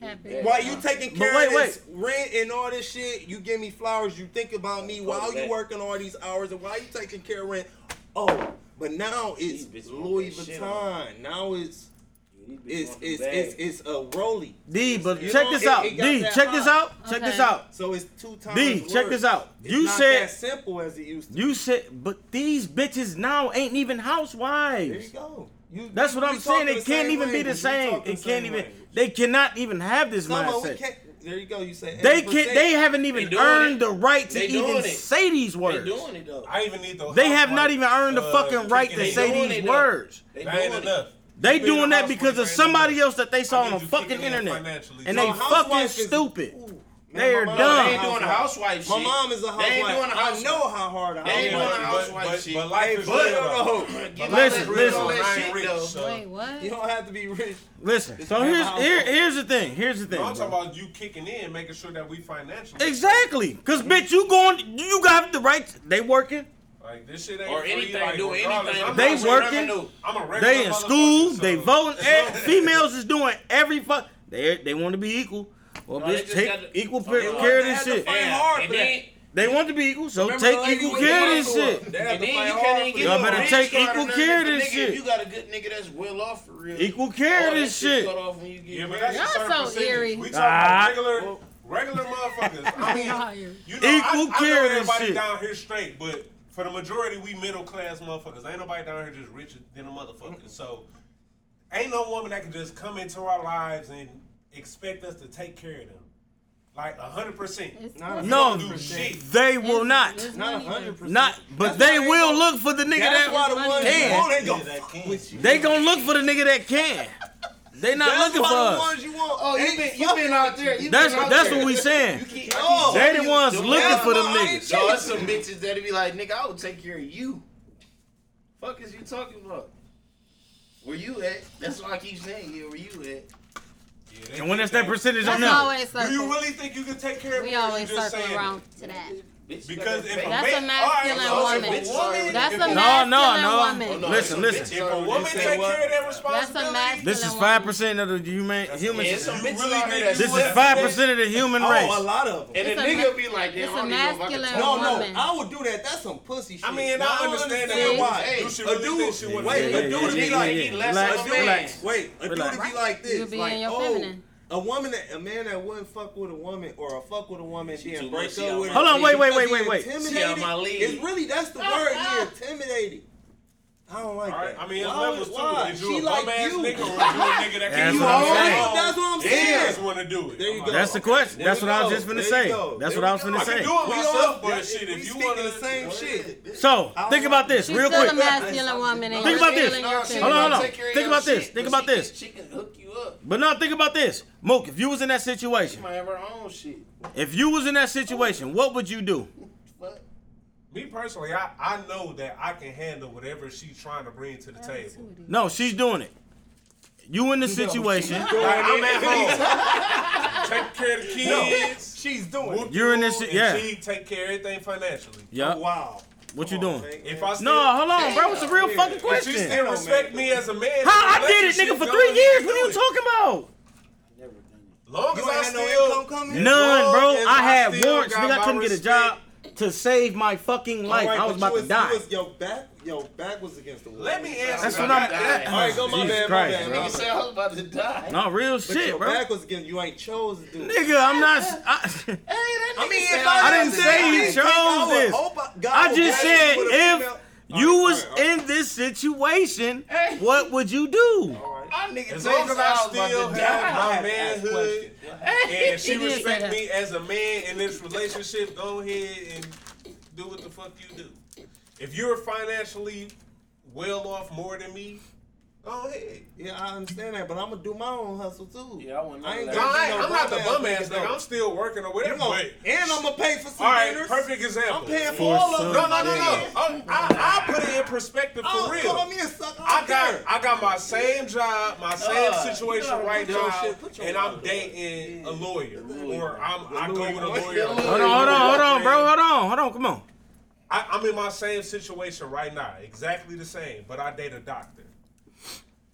Speaker 5: Happy.
Speaker 7: While you taking
Speaker 3: But
Speaker 7: care
Speaker 3: wait,
Speaker 7: of this rent and all this shit, you give me flowers. You think about me while you
Speaker 10: that.
Speaker 7: working all these hours, and while you taking care of rent. Oh, but now it's
Speaker 10: These bitches want
Speaker 7: Louis
Speaker 10: that shit on.
Speaker 7: Vuitton. Now it's it's
Speaker 10: want them
Speaker 7: it's
Speaker 10: bad.
Speaker 7: it's, it's a Rolly.
Speaker 3: D, but
Speaker 7: You
Speaker 3: check
Speaker 7: know,
Speaker 3: this
Speaker 7: it-
Speaker 3: out.
Speaker 7: it got
Speaker 3: D,
Speaker 7: that
Speaker 3: check this
Speaker 7: high.
Speaker 3: out. Check this
Speaker 5: Okay.
Speaker 3: out.
Speaker 7: So it's two times.
Speaker 3: D, check
Speaker 7: worse.
Speaker 3: this out.
Speaker 7: It's
Speaker 3: You
Speaker 7: not
Speaker 3: said-
Speaker 7: that simple as it used to. be.
Speaker 3: You said, but these bitches now ain't even
Speaker 7: There you
Speaker 3: housewives.
Speaker 7: go. You,
Speaker 3: That's what
Speaker 7: we
Speaker 3: I'm
Speaker 7: talking
Speaker 3: saying. It
Speaker 7: the
Speaker 3: can't
Speaker 7: same
Speaker 3: even be the
Speaker 7: language. We
Speaker 3: same.
Speaker 7: talking
Speaker 3: It
Speaker 7: the
Speaker 3: can't
Speaker 7: same
Speaker 3: even.
Speaker 7: language.
Speaker 3: They cannot even have this
Speaker 7: No, but we
Speaker 3: mindset.
Speaker 7: can't. There you go. You say
Speaker 3: They
Speaker 7: 80%.
Speaker 3: can't. They haven't even
Speaker 10: They doing
Speaker 3: earned
Speaker 10: it.
Speaker 3: the right to
Speaker 10: They doing
Speaker 3: even
Speaker 10: it.
Speaker 3: say these
Speaker 10: They
Speaker 3: words.
Speaker 10: doing it though.
Speaker 4: I even need those.
Speaker 3: They have not
Speaker 4: housewives,
Speaker 3: even earned the
Speaker 4: uh,
Speaker 3: fucking right to
Speaker 4: kicking
Speaker 10: They
Speaker 3: say
Speaker 10: doing
Speaker 3: these
Speaker 10: it, though.
Speaker 3: words.
Speaker 10: They
Speaker 4: That ain't
Speaker 10: doing it.
Speaker 4: enough.
Speaker 3: They
Speaker 4: You been in
Speaker 3: doing
Speaker 4: the
Speaker 3: that
Speaker 4: house
Speaker 3: because
Speaker 4: when
Speaker 3: of
Speaker 4: you ain't
Speaker 3: somebody
Speaker 4: enough.
Speaker 3: else that they saw
Speaker 4: I
Speaker 3: on
Speaker 4: need
Speaker 3: the
Speaker 4: you
Speaker 3: fucking
Speaker 4: kicking in
Speaker 3: internet,
Speaker 4: financially.
Speaker 3: and
Speaker 4: So
Speaker 3: they
Speaker 4: a
Speaker 3: fucking
Speaker 7: housewife is-
Speaker 3: stupid.
Speaker 7: Ooh, man,
Speaker 3: They
Speaker 7: my
Speaker 3: are
Speaker 7: mom-
Speaker 10: They
Speaker 3: dumb.
Speaker 10: ain't doing the housewife shit.
Speaker 7: My mom is a housewife.
Speaker 10: They ain't doing the
Speaker 7: I
Speaker 10: housewife.
Speaker 7: know how hard I
Speaker 10: They ain't doing the
Speaker 7: am.
Speaker 4: But-
Speaker 10: housewife
Speaker 4: but-
Speaker 10: shit.
Speaker 4: But life is
Speaker 7: But-
Speaker 4: real, though.
Speaker 10: Get
Speaker 4: Life
Speaker 3: Listen,
Speaker 4: is
Speaker 10: all
Speaker 4: real,
Speaker 10: that-
Speaker 3: listen.
Speaker 10: all
Speaker 4: though, and
Speaker 10: that
Speaker 4: I ain't
Speaker 10: shit,
Speaker 4: rich,
Speaker 10: though.
Speaker 4: so-
Speaker 5: Wait, what?
Speaker 7: You don't have to be rich.
Speaker 3: Listen. So
Speaker 7: not
Speaker 3: here's
Speaker 7: my
Speaker 3: here,
Speaker 7: fault.
Speaker 3: here's the thing. Here's the thing.
Speaker 4: No, I'm
Speaker 3: bro.
Speaker 4: talking about you kicking in, making sure that we financially.
Speaker 3: Exactly, cause bitch, you going, you got the right. They working,
Speaker 4: Like this shit ain't
Speaker 10: Or
Speaker 4: free,
Speaker 10: anything,
Speaker 4: like,
Speaker 10: do
Speaker 4: regardless,
Speaker 10: anything.
Speaker 4: I'm
Speaker 3: They
Speaker 4: not saying
Speaker 3: working.
Speaker 4: revenue. I'm a regular.
Speaker 3: they in school,
Speaker 4: motherfucker, so-
Speaker 3: they voting. eh, females is doing every fuck. They they want to be equal. Well,
Speaker 10: No, they
Speaker 3: bitch,
Speaker 10: just
Speaker 3: take
Speaker 10: gotta-
Speaker 3: equal
Speaker 10: They
Speaker 3: pa-
Speaker 10: want-
Speaker 3: care of
Speaker 7: they
Speaker 3: this
Speaker 7: had to
Speaker 3: shit.
Speaker 7: fight.
Speaker 10: Yeah,
Speaker 7: hard
Speaker 10: and
Speaker 7: for that.
Speaker 10: then-
Speaker 3: They want to be equal, so
Speaker 7: Remember the
Speaker 3: take
Speaker 7: lady
Speaker 3: equal
Speaker 7: with
Speaker 3: care
Speaker 7: the
Speaker 3: of this
Speaker 7: muscle
Speaker 3: shit.
Speaker 7: up? They had
Speaker 10: And
Speaker 7: to
Speaker 10: then
Speaker 7: fight
Speaker 10: you
Speaker 7: hard
Speaker 10: can't even
Speaker 7: for that.
Speaker 10: get
Speaker 3: Y'all
Speaker 10: no
Speaker 3: better
Speaker 10: rich
Speaker 3: take
Speaker 10: card or
Speaker 3: equal
Speaker 10: nothing,
Speaker 3: care of
Speaker 10: but
Speaker 3: this
Speaker 10: nigga,
Speaker 3: shit.
Speaker 10: If you got a good nigga that's well off for real.
Speaker 3: Equal care
Speaker 10: all
Speaker 3: of
Speaker 10: that
Speaker 3: this
Speaker 10: shit.
Speaker 3: shit.
Speaker 10: cut off when you get
Speaker 4: Yeah, but
Speaker 10: rich.
Speaker 4: that's
Speaker 5: Y'all
Speaker 4: a certain
Speaker 5: so
Speaker 4: percentage.
Speaker 5: eerie.
Speaker 4: We talking
Speaker 3: Ah.
Speaker 4: about regular, regular motherfuckers. I mean,
Speaker 5: Y'all eerie.
Speaker 4: you know,
Speaker 3: Equal
Speaker 4: I, I
Speaker 3: care
Speaker 4: know
Speaker 3: of this
Speaker 4: everybody
Speaker 3: shit.
Speaker 4: down here straight, but for the majority, we middle class motherfuckers. Ain't nobody down here just richer than a motherfucker. So, ain't no woman that can just come into our lives and expect us to take care of them. Like hundred percent.
Speaker 5: It's
Speaker 7: Not
Speaker 5: money.
Speaker 3: No,
Speaker 4: Do shit.
Speaker 3: they will
Speaker 5: It's-
Speaker 3: not,
Speaker 5: it's
Speaker 7: Not
Speaker 5: money.
Speaker 7: hundred percent.
Speaker 3: not. But
Speaker 7: That's
Speaker 3: they
Speaker 7: why
Speaker 3: will
Speaker 7: they-
Speaker 3: look for the nigga
Speaker 7: That's
Speaker 3: that.
Speaker 7: why the ones you
Speaker 3: can.
Speaker 7: want, they
Speaker 4: Yeah,
Speaker 7: gonna
Speaker 4: that
Speaker 7: fuck
Speaker 4: can.
Speaker 7: with you.
Speaker 3: They gonna look for the nigga that can. They not
Speaker 7: That's
Speaker 3: looking for
Speaker 7: why the
Speaker 3: us.
Speaker 7: ones you want.
Speaker 10: Oh, you
Speaker 7: ain't
Speaker 10: been you
Speaker 7: fucking
Speaker 10: been
Speaker 7: with
Speaker 10: out
Speaker 7: you.
Speaker 10: there. You
Speaker 3: That's
Speaker 10: been out
Speaker 3: that's
Speaker 10: there.
Speaker 3: what we saying.
Speaker 10: You keep-
Speaker 7: Oh,
Speaker 3: They the ones looking
Speaker 7: That's
Speaker 3: for them
Speaker 7: why I ain't
Speaker 3: niggas.
Speaker 7: shit.
Speaker 10: Yo, it's some bitches that be like, nigga, I will take care of you. Fuck is you talking about? Where you at? That's why I keep saying, yeah, where you at?
Speaker 3: and when that's that percentage on
Speaker 5: That's
Speaker 3: them.
Speaker 5: always circle.
Speaker 4: Do you really think you can take care of
Speaker 5: We
Speaker 4: me or you
Speaker 5: always
Speaker 4: just
Speaker 5: circle
Speaker 4: saying it?
Speaker 5: around to that.
Speaker 4: Because if a
Speaker 5: That's
Speaker 4: man- all right,
Speaker 5: a
Speaker 4: so if
Speaker 5: masculine
Speaker 4: a
Speaker 5: woman.
Speaker 4: woman-
Speaker 5: That's
Speaker 4: if
Speaker 5: a
Speaker 4: a-
Speaker 3: No, no,
Speaker 5: Masculine
Speaker 3: no.
Speaker 5: woman.
Speaker 3: Listen,
Speaker 4: If a
Speaker 3: listen.
Speaker 4: woman take care of that
Speaker 5: That's a
Speaker 4: responsibility,
Speaker 5: masculine
Speaker 3: This is
Speaker 5: woman.
Speaker 3: five percent of the human human.
Speaker 4: it's some bitches
Speaker 3: Really
Speaker 4: out here
Speaker 3: think- This
Speaker 4: that do
Speaker 3: is
Speaker 4: that
Speaker 3: five
Speaker 4: shit.
Speaker 3: percent of the human
Speaker 4: Oh,
Speaker 3: race.
Speaker 4: a lot of 'em.
Speaker 3: And
Speaker 4: It's
Speaker 3: the
Speaker 4: a
Speaker 3: nigga
Speaker 4: be like, I
Speaker 7: It's a
Speaker 4: don't even fucking
Speaker 7: masculine
Speaker 4: talk.
Speaker 7: No, no, I would do that. That's some pussy shit.
Speaker 4: I mean, I
Speaker 7: Now
Speaker 4: understand that.
Speaker 7: why.
Speaker 4: Hey,
Speaker 7: a
Speaker 4: you should really think she
Speaker 7: dude,
Speaker 4: would've
Speaker 7: wait,
Speaker 4: been
Speaker 7: a
Speaker 4: there.
Speaker 7: dude to be
Speaker 4: Yeah,
Speaker 7: like,
Speaker 4: yeah, yeah. Relax,
Speaker 7: a dude,
Speaker 4: relax.
Speaker 7: wait, a dude to
Speaker 4: Relax.
Speaker 7: be like
Speaker 4: You'll
Speaker 7: this,
Speaker 4: be
Speaker 7: like,
Speaker 4: in your
Speaker 7: oh,
Speaker 4: feminine.
Speaker 7: a woman, that, a man that wouldn't fuck with a woman or a fuck with a woman then
Speaker 10: too
Speaker 7: break
Speaker 10: much,
Speaker 7: up
Speaker 10: y'all.
Speaker 7: with. her
Speaker 10: Hold on, wait, wait,
Speaker 7: because
Speaker 10: wait,
Speaker 7: he
Speaker 10: wait, wait. See, I'm my
Speaker 7: intimidated.
Speaker 10: lead.
Speaker 7: It's really that's the word here, intimidating. I don't like that.
Speaker 4: I mean, it's
Speaker 7: Why would-
Speaker 4: levels too.
Speaker 7: why?
Speaker 4: Is
Speaker 7: She
Speaker 4: you a
Speaker 7: like
Speaker 4: bum ass
Speaker 7: you.
Speaker 4: nigga or is you a nigga that
Speaker 3: That's
Speaker 4: can
Speaker 3: what I'm saying.
Speaker 7: That's what I'm
Speaker 4: Yeah,
Speaker 7: saying.
Speaker 4: just want to do it. There you
Speaker 3: That's the question. That's what I was just finna say. That's what I was finna
Speaker 4: I
Speaker 3: say.
Speaker 4: can do it myself, but shit,
Speaker 7: we
Speaker 4: if you
Speaker 7: speaking
Speaker 4: want
Speaker 7: the same shit.
Speaker 3: So think about this
Speaker 5: She's
Speaker 3: real
Speaker 5: still
Speaker 3: quick.
Speaker 5: a masculine woman. and
Speaker 3: Think
Speaker 5: you're
Speaker 3: about this.
Speaker 5: feeling your
Speaker 3: Hold on, hold on.
Speaker 5: feelings.
Speaker 3: Think about this. Think about this.
Speaker 10: She can hook you up.
Speaker 3: But no, think about this, Mook. If you was in that situation,
Speaker 10: She might have her own shit.
Speaker 3: if you was in that situation, what would you do?
Speaker 4: Me personally, I, I know that I can handle whatever she's trying to bring to the table.
Speaker 3: No, she's doing it. You in the situation.
Speaker 4: Like, I'm at home. Take care of the
Speaker 3: No,
Speaker 4: kids. she's doing
Speaker 3: it. You're in this- yeah.
Speaker 4: She take care of everything financially.
Speaker 3: Yeah.
Speaker 4: Wow.
Speaker 3: What you doing?
Speaker 4: If I still,
Speaker 3: No, hold on, bro. It's a real fucking
Speaker 4: If she
Speaker 3: question.
Speaker 4: still respect me as a man.
Speaker 3: How I
Speaker 4: let
Speaker 3: did
Speaker 4: your
Speaker 3: it,
Speaker 4: shit
Speaker 3: nigga, for
Speaker 4: go,
Speaker 3: three
Speaker 4: you
Speaker 3: years.
Speaker 4: do
Speaker 3: What are you
Speaker 4: it.
Speaker 3: talking about?
Speaker 4: Long as
Speaker 7: You ain't
Speaker 4: I
Speaker 7: had no
Speaker 4: still
Speaker 7: income coming in?
Speaker 3: None, bro.
Speaker 7: As long
Speaker 3: I
Speaker 7: as I
Speaker 3: had
Speaker 7: still
Speaker 3: warrants,
Speaker 7: got
Speaker 3: nigga. I
Speaker 7: my
Speaker 3: couldn't get a job to save my fucking life.
Speaker 7: Alright,
Speaker 3: I was
Speaker 7: but
Speaker 3: about
Speaker 7: you
Speaker 3: to die.
Speaker 7: You was, your back, your back was against the wall.
Speaker 4: Let me answer
Speaker 3: That's what I'm- that-
Speaker 7: All right, go my
Speaker 3: Jesus
Speaker 7: bad,
Speaker 3: Christ,
Speaker 7: my bad.
Speaker 3: bro.
Speaker 7: my
Speaker 3: Nigga
Speaker 7: bad.
Speaker 3: said
Speaker 10: I was about to die.
Speaker 3: No, real shit,
Speaker 7: your
Speaker 3: bro.
Speaker 7: back was against. You ain't chose to do. it.
Speaker 3: Nigga, I'm not. I,
Speaker 7: I mean, if
Speaker 3: I didn't say he
Speaker 7: didn't think I
Speaker 3: chose
Speaker 7: would
Speaker 3: this.
Speaker 4: Oh,
Speaker 7: hope God
Speaker 3: I
Speaker 7: would
Speaker 3: just
Speaker 7: bless
Speaker 3: said
Speaker 7: me with a female-
Speaker 3: if you was in this situation, what would you do?
Speaker 10: I nigga
Speaker 4: As long as I still have my manhood and she
Speaker 10: He did say
Speaker 4: respect
Speaker 10: that.
Speaker 4: me as a man in this relationship, go ahead and do what the fuck you do. If you're financially well off more than me, go ahead.
Speaker 7: Yeah, I understand that, but I'm gonna do my own hustle too. Yeah, I want. I ain't
Speaker 4: No, I
Speaker 7: gonna
Speaker 4: ain't-
Speaker 7: do no
Speaker 4: I'm not the bum
Speaker 7: nigga,
Speaker 4: ass
Speaker 7: though.
Speaker 4: nigga. I'm still working or whatever.
Speaker 7: You gonna-
Speaker 4: but-
Speaker 7: and I'm gonna pay for some
Speaker 4: All right,
Speaker 7: dinners.
Speaker 4: perfect example.
Speaker 7: I'm paying for For all of some
Speaker 4: No, no, no, no.
Speaker 7: dinners.
Speaker 4: I'm- I, I put it in perspective for
Speaker 7: Oh,
Speaker 4: real.
Speaker 7: call me a sucker.
Speaker 4: I got I got my same job,
Speaker 10: Uh,
Speaker 4: my same
Speaker 7: Nah,
Speaker 4: situation
Speaker 7: nah,
Speaker 4: right
Speaker 7: put your
Speaker 4: now,
Speaker 7: shit- put your
Speaker 4: and
Speaker 7: wallet
Speaker 4: I'm dating a lawyer, or I'm I go with a lawyer.
Speaker 3: Hold on, hold on, hold on, bro. Hold on, hold on. Come on.
Speaker 4: I, I'm in my same situation right now, exactly the same, but I date a doctor.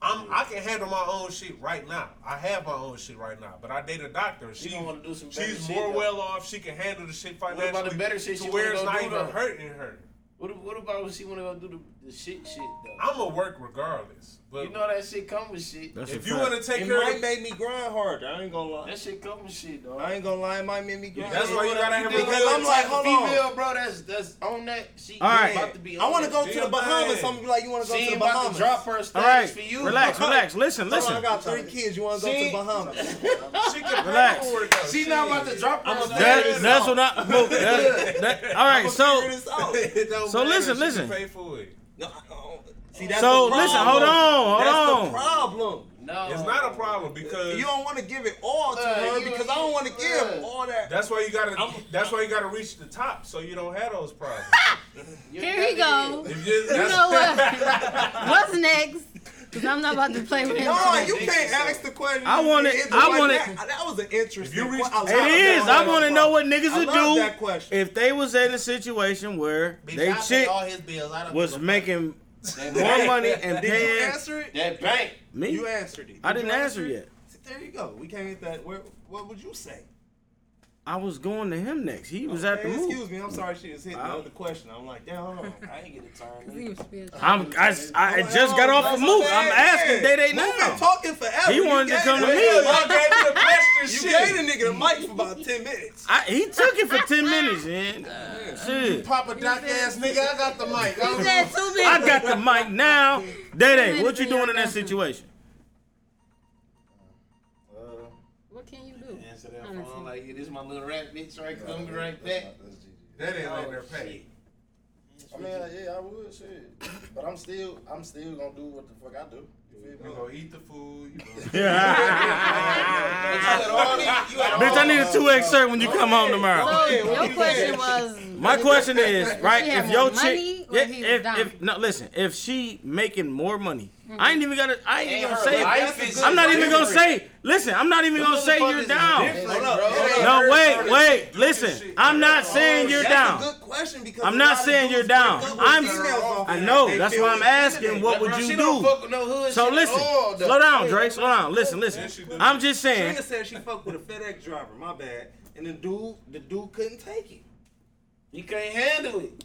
Speaker 4: I'm I can handle my own shit right now. I have my own shit right now, but I date a doctor. She
Speaker 10: wanna do some better
Speaker 4: she's
Speaker 10: shit,
Speaker 4: more
Speaker 10: though.
Speaker 4: well off. She can handle the shit
Speaker 10: about
Speaker 4: financially.
Speaker 10: the better shit
Speaker 4: to
Speaker 10: she
Speaker 4: where
Speaker 10: wanna
Speaker 4: it's
Speaker 10: go
Speaker 4: not
Speaker 10: do,
Speaker 4: even
Speaker 10: though?
Speaker 4: hurting her.
Speaker 10: What, what about when she want to go do the, the shit shit though?
Speaker 4: I'ma work regardless. But
Speaker 10: you know that shit come with shit.
Speaker 4: That's a If you fact. wanna take
Speaker 7: It
Speaker 4: care of-
Speaker 7: might make me grind harder. I ain't gonna lie.
Speaker 10: that shit come with shit though.
Speaker 7: I ain't gonna lie, it might make me grind.
Speaker 10: That's why you gotta have a
Speaker 7: because I'm like, hold on.
Speaker 10: female, bro. That's that's on that. She
Speaker 7: All right.
Speaker 10: about to be.
Speaker 7: I
Speaker 10: on
Speaker 7: wanna
Speaker 10: that.
Speaker 7: go to the Bahamas. I'm like, you wanna go
Speaker 10: She
Speaker 7: to the
Speaker 10: ain't about to
Speaker 7: Bahamas?
Speaker 10: drop her
Speaker 3: All
Speaker 10: status
Speaker 3: right.
Speaker 10: for you.
Speaker 3: Relax, relax. Listen,
Speaker 7: Hold on,
Speaker 3: listen.
Speaker 7: I got three kids. You wanna go to
Speaker 10: She-
Speaker 7: the Bahamas?
Speaker 4: she can
Speaker 3: Relax.
Speaker 4: afford it, though.
Speaker 10: She not about to drop her
Speaker 3: That,
Speaker 10: status.
Speaker 3: that's what I. Mook, that- that- all right. So,
Speaker 4: It don't
Speaker 3: So
Speaker 4: matter.
Speaker 3: listen,
Speaker 4: She
Speaker 3: listen.
Speaker 4: Pay for it.
Speaker 7: See, that's
Speaker 3: So,
Speaker 7: the problem.
Speaker 3: listen, hold on, hold
Speaker 7: that's
Speaker 3: on.
Speaker 7: the problem.
Speaker 10: No.
Speaker 4: It's not a problem because
Speaker 7: You don't want to give it all to
Speaker 10: Uh,
Speaker 7: her
Speaker 10: you-
Speaker 7: because I don't want to give
Speaker 10: uh,
Speaker 7: all that.
Speaker 4: that's why you gotta that's why you gotta reach the top so you don't have those problems.
Speaker 5: Here he go.
Speaker 4: If you-
Speaker 5: You
Speaker 4: that's-
Speaker 5: know what? What's next? Because I'm not about to play with him.
Speaker 7: No,
Speaker 5: today.
Speaker 7: you can't ask the question.
Speaker 3: I wanna-
Speaker 7: It's
Speaker 3: I
Speaker 7: like
Speaker 3: wanna-
Speaker 7: That, that was an interesting.
Speaker 4: you reach
Speaker 7: que- I
Speaker 4: the
Speaker 7: love
Speaker 4: top
Speaker 3: It is.
Speaker 7: that
Speaker 3: I want to know what niggas
Speaker 7: I
Speaker 3: would
Speaker 7: love
Speaker 3: do
Speaker 7: that question.
Speaker 3: if they was in a situation where
Speaker 10: Bitch,
Speaker 3: they
Speaker 10: I pay
Speaker 3: chick
Speaker 10: all his bills. I don't
Speaker 3: was
Speaker 10: give a
Speaker 3: making
Speaker 10: fuck.
Speaker 3: more money and
Speaker 7: Did you
Speaker 3: paying
Speaker 7: answer it?
Speaker 10: That bank.
Speaker 3: me.
Speaker 7: You answered it.
Speaker 3: I
Speaker 7: Did
Speaker 3: didn't
Speaker 7: you
Speaker 3: answer
Speaker 7: it?
Speaker 3: yet.
Speaker 7: See, There you go. We came at that. Where, what would you say?
Speaker 3: I was going to him next. He was at the
Speaker 7: Hey, excuse
Speaker 3: move.
Speaker 7: me. I'm sorry. She was hitting
Speaker 3: Wow.
Speaker 7: another question. I'm like, damn, hold on.
Speaker 10: I ain't get a
Speaker 5: He
Speaker 10: turn.
Speaker 5: was feeling-
Speaker 3: I'm, I, I just got off
Speaker 7: That's
Speaker 3: of move.
Speaker 7: what
Speaker 3: I'm asking
Speaker 7: saying.
Speaker 3: day day
Speaker 7: Move been
Speaker 3: now.
Speaker 7: talking forever.
Speaker 3: He
Speaker 7: You
Speaker 3: wanted to
Speaker 7: gave
Speaker 3: come to
Speaker 7: the
Speaker 3: me.
Speaker 7: nigga-
Speaker 4: I gave you the question
Speaker 7: You
Speaker 4: shit.
Speaker 7: gave the nigga the mic for about ten minutes.
Speaker 3: I, he took it for ten minutes, man. Uh, Shit.
Speaker 10: Papa Doc ass nigga, I got the mic. I
Speaker 5: He
Speaker 10: was-
Speaker 5: said two minutes.
Speaker 3: I got the mic now. Day day, what you doing in that situation?
Speaker 5: What can you do?
Speaker 10: Answer that phone like, yeah, this my little rap bitch right here. Come right back.
Speaker 4: that ain't like their pay.
Speaker 11: I mean, yeah, I would shit, but I'm still, I'm still gonna do what the fuck I do. You
Speaker 4: You
Speaker 11: feel me?
Speaker 4: gonna eat the food. You gonna
Speaker 3: Bitch, I need a two X shirt when Oh, you come home tomorrow.
Speaker 5: So your question was
Speaker 3: My question is, right?
Speaker 5: she had
Speaker 3: If
Speaker 5: more
Speaker 3: your
Speaker 5: money
Speaker 3: chick,
Speaker 5: where
Speaker 3: Yeah,
Speaker 5: he was
Speaker 3: if,
Speaker 5: dominant. Mm-hmm.
Speaker 3: if no, listen. If she making more money, I ain't even gotta. I ain't even
Speaker 5: And
Speaker 3: gonna
Speaker 5: her
Speaker 3: say.
Speaker 5: life is
Speaker 3: it. I'm not even gonna
Speaker 5: different.
Speaker 3: say. Listen, I'm not even
Speaker 5: The
Speaker 3: gonna say
Speaker 5: motherfuckers
Speaker 3: you're
Speaker 5: is
Speaker 3: down.
Speaker 5: different,
Speaker 3: Hold
Speaker 5: bro.
Speaker 3: up.
Speaker 5: It ain't
Speaker 3: No,
Speaker 5: her
Speaker 3: wait,
Speaker 5: started
Speaker 3: wait. Listen, I'm not saying you're down.
Speaker 7: That's a good question because
Speaker 3: I'm
Speaker 7: a
Speaker 3: not
Speaker 7: lot of
Speaker 3: saying you're
Speaker 7: dudes
Speaker 3: down.
Speaker 7: break up with
Speaker 3: I'm.
Speaker 7: females off
Speaker 3: I
Speaker 7: that.
Speaker 3: know.
Speaker 7: They
Speaker 3: That's
Speaker 7: feel
Speaker 3: why I'm asking. What would
Speaker 7: Bro,
Speaker 3: you
Speaker 7: she
Speaker 3: do?
Speaker 7: don't fuck with no hood
Speaker 3: So
Speaker 7: shit at
Speaker 3: listen.
Speaker 7: all, though.
Speaker 3: Slow down, Drake. Slow down. Listen, listen. I'm just saying.
Speaker 7: Trina said she fucked with a FedEx driver. My bad. And the dude, the dude couldn't take it. He can't handle it.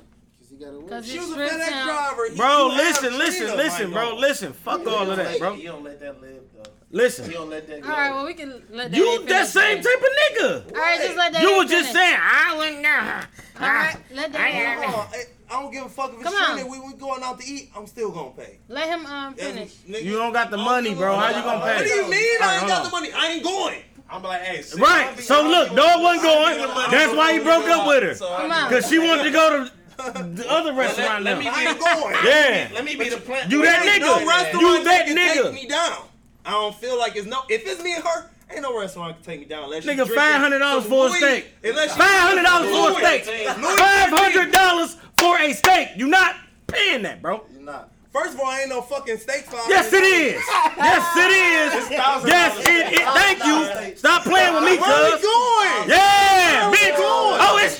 Speaker 5: Cause
Speaker 7: She
Speaker 5: it's
Speaker 7: was a
Speaker 5: strip
Speaker 7: FedEx
Speaker 5: town.
Speaker 7: driver. He
Speaker 3: Bro,
Speaker 7: knew how to
Speaker 3: listen,
Speaker 7: treat
Speaker 3: listen,
Speaker 7: her,
Speaker 3: listen,
Speaker 7: my
Speaker 3: bro,
Speaker 7: dog.
Speaker 3: listen. Fuck all of that, bro.
Speaker 10: You don't let that live, though.
Speaker 3: Listen.
Speaker 10: You don't let that go.
Speaker 5: All right, well we can let that.
Speaker 3: You
Speaker 5: man
Speaker 3: that
Speaker 5: finish
Speaker 3: same
Speaker 5: then.
Speaker 3: type of nigga.
Speaker 5: All right, just let that.
Speaker 3: You
Speaker 5: man
Speaker 3: were just Ah.
Speaker 5: finish.
Speaker 3: saying I wouldn't know.
Speaker 5: All right, let that. man
Speaker 7: Hold
Speaker 5: finish.
Speaker 7: on, I- I don't give a fuck if it's
Speaker 5: Come on.
Speaker 7: Trina. We we going out to eat. I'm still gonna pay.
Speaker 5: Let him um
Speaker 7: That's-
Speaker 5: finish.
Speaker 7: nigga,
Speaker 3: You don't got the money, bro. How you gonna pay?
Speaker 7: What do you mean?
Speaker 3: All right,
Speaker 7: I ain't
Speaker 3: hold
Speaker 7: got
Speaker 3: on.
Speaker 7: the money. I ain't going.
Speaker 4: I'm like, hey, sis, I'll
Speaker 3: Right.
Speaker 4: be-
Speaker 3: So
Speaker 4: I'll
Speaker 3: look,
Speaker 4: be-
Speaker 3: dog wasn't
Speaker 4: I'll
Speaker 3: going.
Speaker 4: be the money.
Speaker 3: That's why he
Speaker 4: I'll
Speaker 3: broke
Speaker 4: go
Speaker 3: up with her.
Speaker 4: So I-
Speaker 5: Come on.
Speaker 3: Cause she wanted to go to the other restaurant
Speaker 10: let
Speaker 3: now.
Speaker 10: me
Speaker 7: I ain't
Speaker 10: be-
Speaker 7: going.
Speaker 3: Yeah.
Speaker 10: Let me be the plant.
Speaker 3: You that
Speaker 7: There ain't
Speaker 3: nigga.
Speaker 7: No restaurant
Speaker 3: You that
Speaker 7: can
Speaker 3: nigga.
Speaker 7: Take me down. I don't feel like it's no. If it's me and her, ain't no restaurant can take me down unless
Speaker 3: Nigga, five hundred dollars for a steak. Five
Speaker 7: Unless
Speaker 3: hundred dollars for a steak.
Speaker 7: Louis
Speaker 3: Five hundred dollars for a steak. You not paying that, bro.
Speaker 11: You're not.
Speaker 7: First of all, ain't no fucking steak. for
Speaker 3: Yes, it is. Yes, it is. Yes, it is. Thank you. Stop playing with me,
Speaker 7: Where are we
Speaker 3: cuz.
Speaker 7: going?
Speaker 3: Yeah,
Speaker 7: we
Speaker 3: bitch.
Speaker 7: going?
Speaker 3: Oh, it's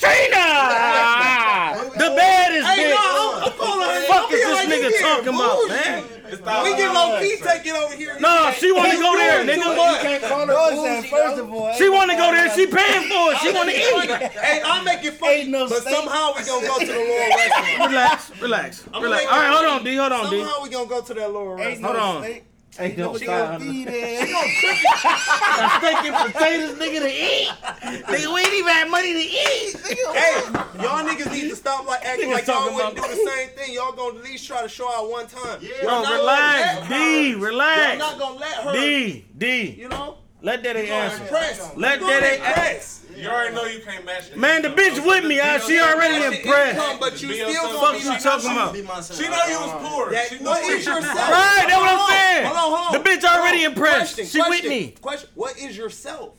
Speaker 3: Trina. The baddest
Speaker 7: Hey, no,
Speaker 3: bitch.
Speaker 7: I'm, I'm calling her.
Speaker 3: Fuck is
Speaker 7: Don't be
Speaker 3: this
Speaker 7: like you
Speaker 3: nigga
Speaker 7: here,
Speaker 3: talking about,
Speaker 7: bougie.
Speaker 3: man?
Speaker 7: We get low key taking over here.
Speaker 3: No, she want to go there, nigga.
Speaker 7: can't
Speaker 6: call her bougie, First of all,
Speaker 3: She want to go there. She paying for it. She want to eat.
Speaker 7: Hey, I'll make it funny,
Speaker 6: Ain't no
Speaker 7: but
Speaker 6: steak.
Speaker 7: somehow we gonna go to the lower restaurant.
Speaker 3: Relax, relax,
Speaker 7: I'ma
Speaker 3: relax.
Speaker 7: make
Speaker 3: All
Speaker 7: it
Speaker 3: right, hold
Speaker 7: funny.
Speaker 3: on, D. Hold on, D.
Speaker 7: Somehow we gonna go to that lower restaurant.
Speaker 3: Hold on. Ain't no
Speaker 6: She
Speaker 3: sign.
Speaker 6: gonna be there.
Speaker 3: I'm thinking potatoes, nigga, to eat. Nigga, we ain't even have money to eat. Nigga.
Speaker 7: Hey, y'all niggas need to stop like acting
Speaker 3: Niggas
Speaker 7: like y'all
Speaker 3: talking
Speaker 7: wouldn't do
Speaker 3: about-
Speaker 7: the same thing. Y'all gonna at least try to show out one time. Yeah,
Speaker 3: Bro, relax, D. Relax.
Speaker 7: I'm not gonna let her.
Speaker 3: D, D,
Speaker 7: You know,
Speaker 3: let that ain't answer.
Speaker 7: impress.
Speaker 3: Let
Speaker 7: You
Speaker 3: that
Speaker 7: gonna
Speaker 3: ain't-
Speaker 7: impress.
Speaker 4: You already know you can't match.
Speaker 3: Man, the bitch with me, I, she already
Speaker 7: Come,
Speaker 3: impressed.
Speaker 7: but you
Speaker 4: Be
Speaker 7: still
Speaker 4: yourself.
Speaker 7: gonna
Speaker 3: Fuck
Speaker 7: be
Speaker 3: you
Speaker 7: like,
Speaker 3: talking about?
Speaker 4: She know you was poor.
Speaker 7: That,
Speaker 4: She
Speaker 7: no,
Speaker 4: was
Speaker 7: is yourself.
Speaker 3: Right, that's what I'm
Speaker 7: Hold on,
Speaker 3: saying.
Speaker 7: Hold on, hold on.
Speaker 3: The bitch already
Speaker 7: Hold on.
Speaker 3: impressed.
Speaker 7: Question,
Speaker 3: She with
Speaker 7: question,
Speaker 3: me.
Speaker 7: Question. What is yourself,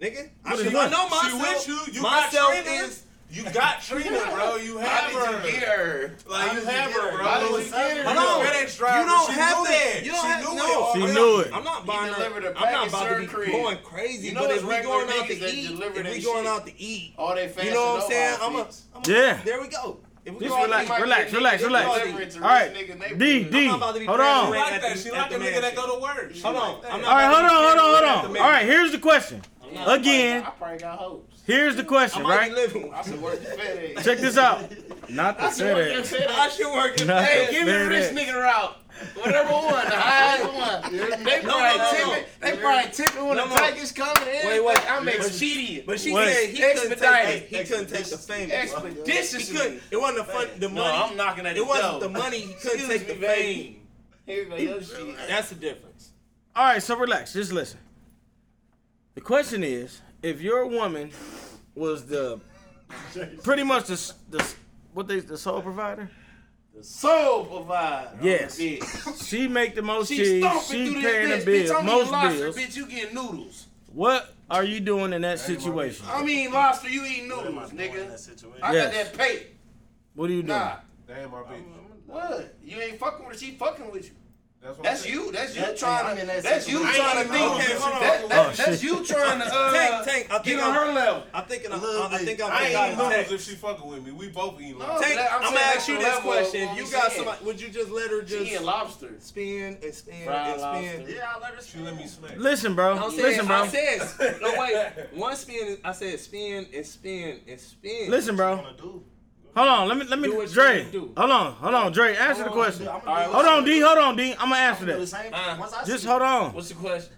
Speaker 7: nigga? I,
Speaker 3: What is
Speaker 7: mean, I
Speaker 3: what?
Speaker 7: know
Speaker 4: She
Speaker 7: myself.
Speaker 4: with you. You got
Speaker 7: myself
Speaker 4: Trina.
Speaker 7: is.
Speaker 4: You got Trina, bro. You
Speaker 10: How
Speaker 4: have
Speaker 10: did you
Speaker 4: her.
Speaker 10: get her?
Speaker 4: Like you have her, bro.
Speaker 10: How did
Speaker 4: Like,
Speaker 10: you get her?
Speaker 4: you
Speaker 7: Hold on.
Speaker 4: a FedEx driver.
Speaker 7: You don't
Speaker 4: She
Speaker 7: have
Speaker 4: knew
Speaker 7: that. You don't
Speaker 4: She
Speaker 7: have
Speaker 4: knew
Speaker 7: no.
Speaker 4: it.
Speaker 3: She
Speaker 7: I'm
Speaker 3: knew
Speaker 7: not-
Speaker 3: it.
Speaker 7: Oh, I'm not buying
Speaker 10: delivered
Speaker 7: her.
Speaker 10: a
Speaker 7: I'm not
Speaker 10: package
Speaker 7: about
Speaker 10: to
Speaker 7: to
Speaker 10: her
Speaker 7: be
Speaker 10: crib.
Speaker 7: going crazy.
Speaker 10: You know
Speaker 7: but
Speaker 10: it's
Speaker 7: if we
Speaker 10: regular
Speaker 7: going out to
Speaker 10: niggas that
Speaker 7: eat,
Speaker 10: deliver
Speaker 7: if
Speaker 10: that
Speaker 7: we going
Speaker 10: shit.
Speaker 7: out to eat,
Speaker 10: All they
Speaker 7: you
Speaker 10: fast
Speaker 7: know what I'm
Speaker 10: and
Speaker 7: saying?
Speaker 10: no
Speaker 7: I'm a.
Speaker 10: outfits.
Speaker 7: I'm a-
Speaker 3: Yeah.
Speaker 7: There we go. If we
Speaker 3: Just
Speaker 7: go out to
Speaker 3: relax,
Speaker 7: eat,
Speaker 10: might
Speaker 3: relax,
Speaker 10: be a
Speaker 3: relax,
Speaker 10: nigga
Speaker 3: relax.
Speaker 10: that deliver it to
Speaker 3: All right,
Speaker 10: rich nigga
Speaker 3: D,
Speaker 10: neighborhood.
Speaker 3: D,
Speaker 7: I'm about to be
Speaker 3: hold
Speaker 7: passing
Speaker 3: on.
Speaker 7: away.
Speaker 3: All
Speaker 4: Like that. She like a nigga that go to work. She
Speaker 7: Hold on.
Speaker 4: like
Speaker 7: I'm
Speaker 4: that.
Speaker 7: not
Speaker 3: right, hold on, hold
Speaker 7: about to be married
Speaker 3: on,
Speaker 7: at the
Speaker 3: hold on.
Speaker 7: minute.
Speaker 3: All right, here's the question. Again,
Speaker 10: I probably got hopes.
Speaker 3: here's the
Speaker 7: I
Speaker 3: question,
Speaker 7: might be
Speaker 3: right?
Speaker 7: living.
Speaker 10: I should work at FedEx.
Speaker 3: Check this out. Not the
Speaker 10: Work at
Speaker 3: FedEx.
Speaker 10: FedEx.
Speaker 7: I should work.
Speaker 3: Nah.
Speaker 7: at
Speaker 10: Hey, give me the
Speaker 3: Man,
Speaker 10: rich
Speaker 3: that-
Speaker 10: nigga route. Whatever one, the highest one. They probably
Speaker 7: No, no, no.
Speaker 10: tipping. They probably tipping when
Speaker 7: No,
Speaker 10: the
Speaker 7: no.
Speaker 10: package coming in.
Speaker 7: Wait, wait.
Speaker 10: I'm
Speaker 7: But she-
Speaker 10: expedient.
Speaker 7: But she
Speaker 3: Wait.
Speaker 7: said he couldn't take.
Speaker 10: Expedited.
Speaker 7: He couldn't take the fame. He
Speaker 10: Expeditiously.
Speaker 7: couldn't. It wasn't the fun. The
Speaker 10: No,
Speaker 7: money.
Speaker 10: I'm knocking at the
Speaker 7: It wasn't the
Speaker 10: door.
Speaker 7: money. He couldn't
Speaker 10: Excuse
Speaker 7: take
Speaker 10: me,
Speaker 7: the
Speaker 10: babe.
Speaker 7: fame.
Speaker 10: Everybody else shit.
Speaker 7: That's the difference.
Speaker 3: All right, so relax. Just listen. The question is, if your woman was the pretty much the s- the s- what they the sole provider,
Speaker 10: The soul provider. on the
Speaker 3: Yes.
Speaker 10: bitch.
Speaker 3: she make the most
Speaker 10: She
Speaker 3: cheese,
Speaker 10: stomping
Speaker 3: she
Speaker 10: through
Speaker 3: paying
Speaker 10: this
Speaker 3: the
Speaker 10: bitch.
Speaker 3: bills,
Speaker 10: bitch. I'm
Speaker 3: most
Speaker 10: eating lobster,
Speaker 3: bills.
Speaker 10: bitch. You getting noodles.
Speaker 3: What are you doing in that situation?
Speaker 10: I'm eating lobster. You eating noodles,
Speaker 8: in that
Speaker 10: nigga.
Speaker 8: situation?
Speaker 10: I got
Speaker 3: Yes.
Speaker 10: that pay.
Speaker 3: What are you doing?
Speaker 10: Nah.
Speaker 4: Damn, my bitch.
Speaker 10: What? You ain't fucking with her. She fucking with you.
Speaker 4: what
Speaker 10: That's
Speaker 4: I'm
Speaker 10: you. That's you
Speaker 8: That-
Speaker 10: trying
Speaker 8: I'm
Speaker 10: to.
Speaker 8: in that
Speaker 10: That's you
Speaker 8: situation.
Speaker 10: trying to
Speaker 8: I ain't
Speaker 10: think.
Speaker 8: even fucking
Speaker 10: That,
Speaker 8: with
Speaker 10: that,
Speaker 3: her.
Speaker 10: that's you trying to uh,
Speaker 7: Tank, Tank. I
Speaker 10: get
Speaker 7: think
Speaker 10: on
Speaker 7: I'm.
Speaker 10: her level.
Speaker 7: I think I,
Speaker 8: little
Speaker 7: I, I
Speaker 8: bit.
Speaker 7: think I
Speaker 10: I ain't
Speaker 7: forgot
Speaker 4: Ain't
Speaker 7: a
Speaker 10: even
Speaker 4: noodles
Speaker 7: text.
Speaker 4: if she fucking with me. We both eating
Speaker 10: No.
Speaker 4: lobster.
Speaker 7: Tank,
Speaker 10: I'm
Speaker 7: I'm, gonna
Speaker 10: saying
Speaker 7: ask you
Speaker 10: that's
Speaker 7: this
Speaker 10: the level of
Speaker 7: question:
Speaker 10: what
Speaker 7: If
Speaker 10: we
Speaker 7: you got
Speaker 10: saying.
Speaker 7: somebody, would you just let her just
Speaker 10: She eating lobster.
Speaker 7: spin and spin
Speaker 10: Fried
Speaker 7: and spin?
Speaker 10: lobster.
Speaker 8: Yeah, I let her
Speaker 4: She let me smack.
Speaker 3: Listen, bro.
Speaker 7: I'm saying,
Speaker 3: Listen, bro.
Speaker 7: I said, no wait, one spin. is- I said spin and spin and spin.
Speaker 3: Listen, bro.
Speaker 8: What you gonna do?
Speaker 3: Hold on. Let me let me
Speaker 7: Do what you
Speaker 3: Dre.
Speaker 7: wanna do.
Speaker 3: Hold on. Hold on, Dre. Answer the
Speaker 8: I'ma
Speaker 3: question.
Speaker 8: do- I'ma do
Speaker 10: All right,
Speaker 8: the
Speaker 3: Hold
Speaker 8: same-
Speaker 3: on, D. Hold on, D. I'm gonna
Speaker 8: I'ma
Speaker 3: answer
Speaker 8: do the
Speaker 3: that.
Speaker 8: same-
Speaker 10: Uh,
Speaker 8: once I
Speaker 3: Just
Speaker 8: see-
Speaker 3: hold on.
Speaker 10: What's the question?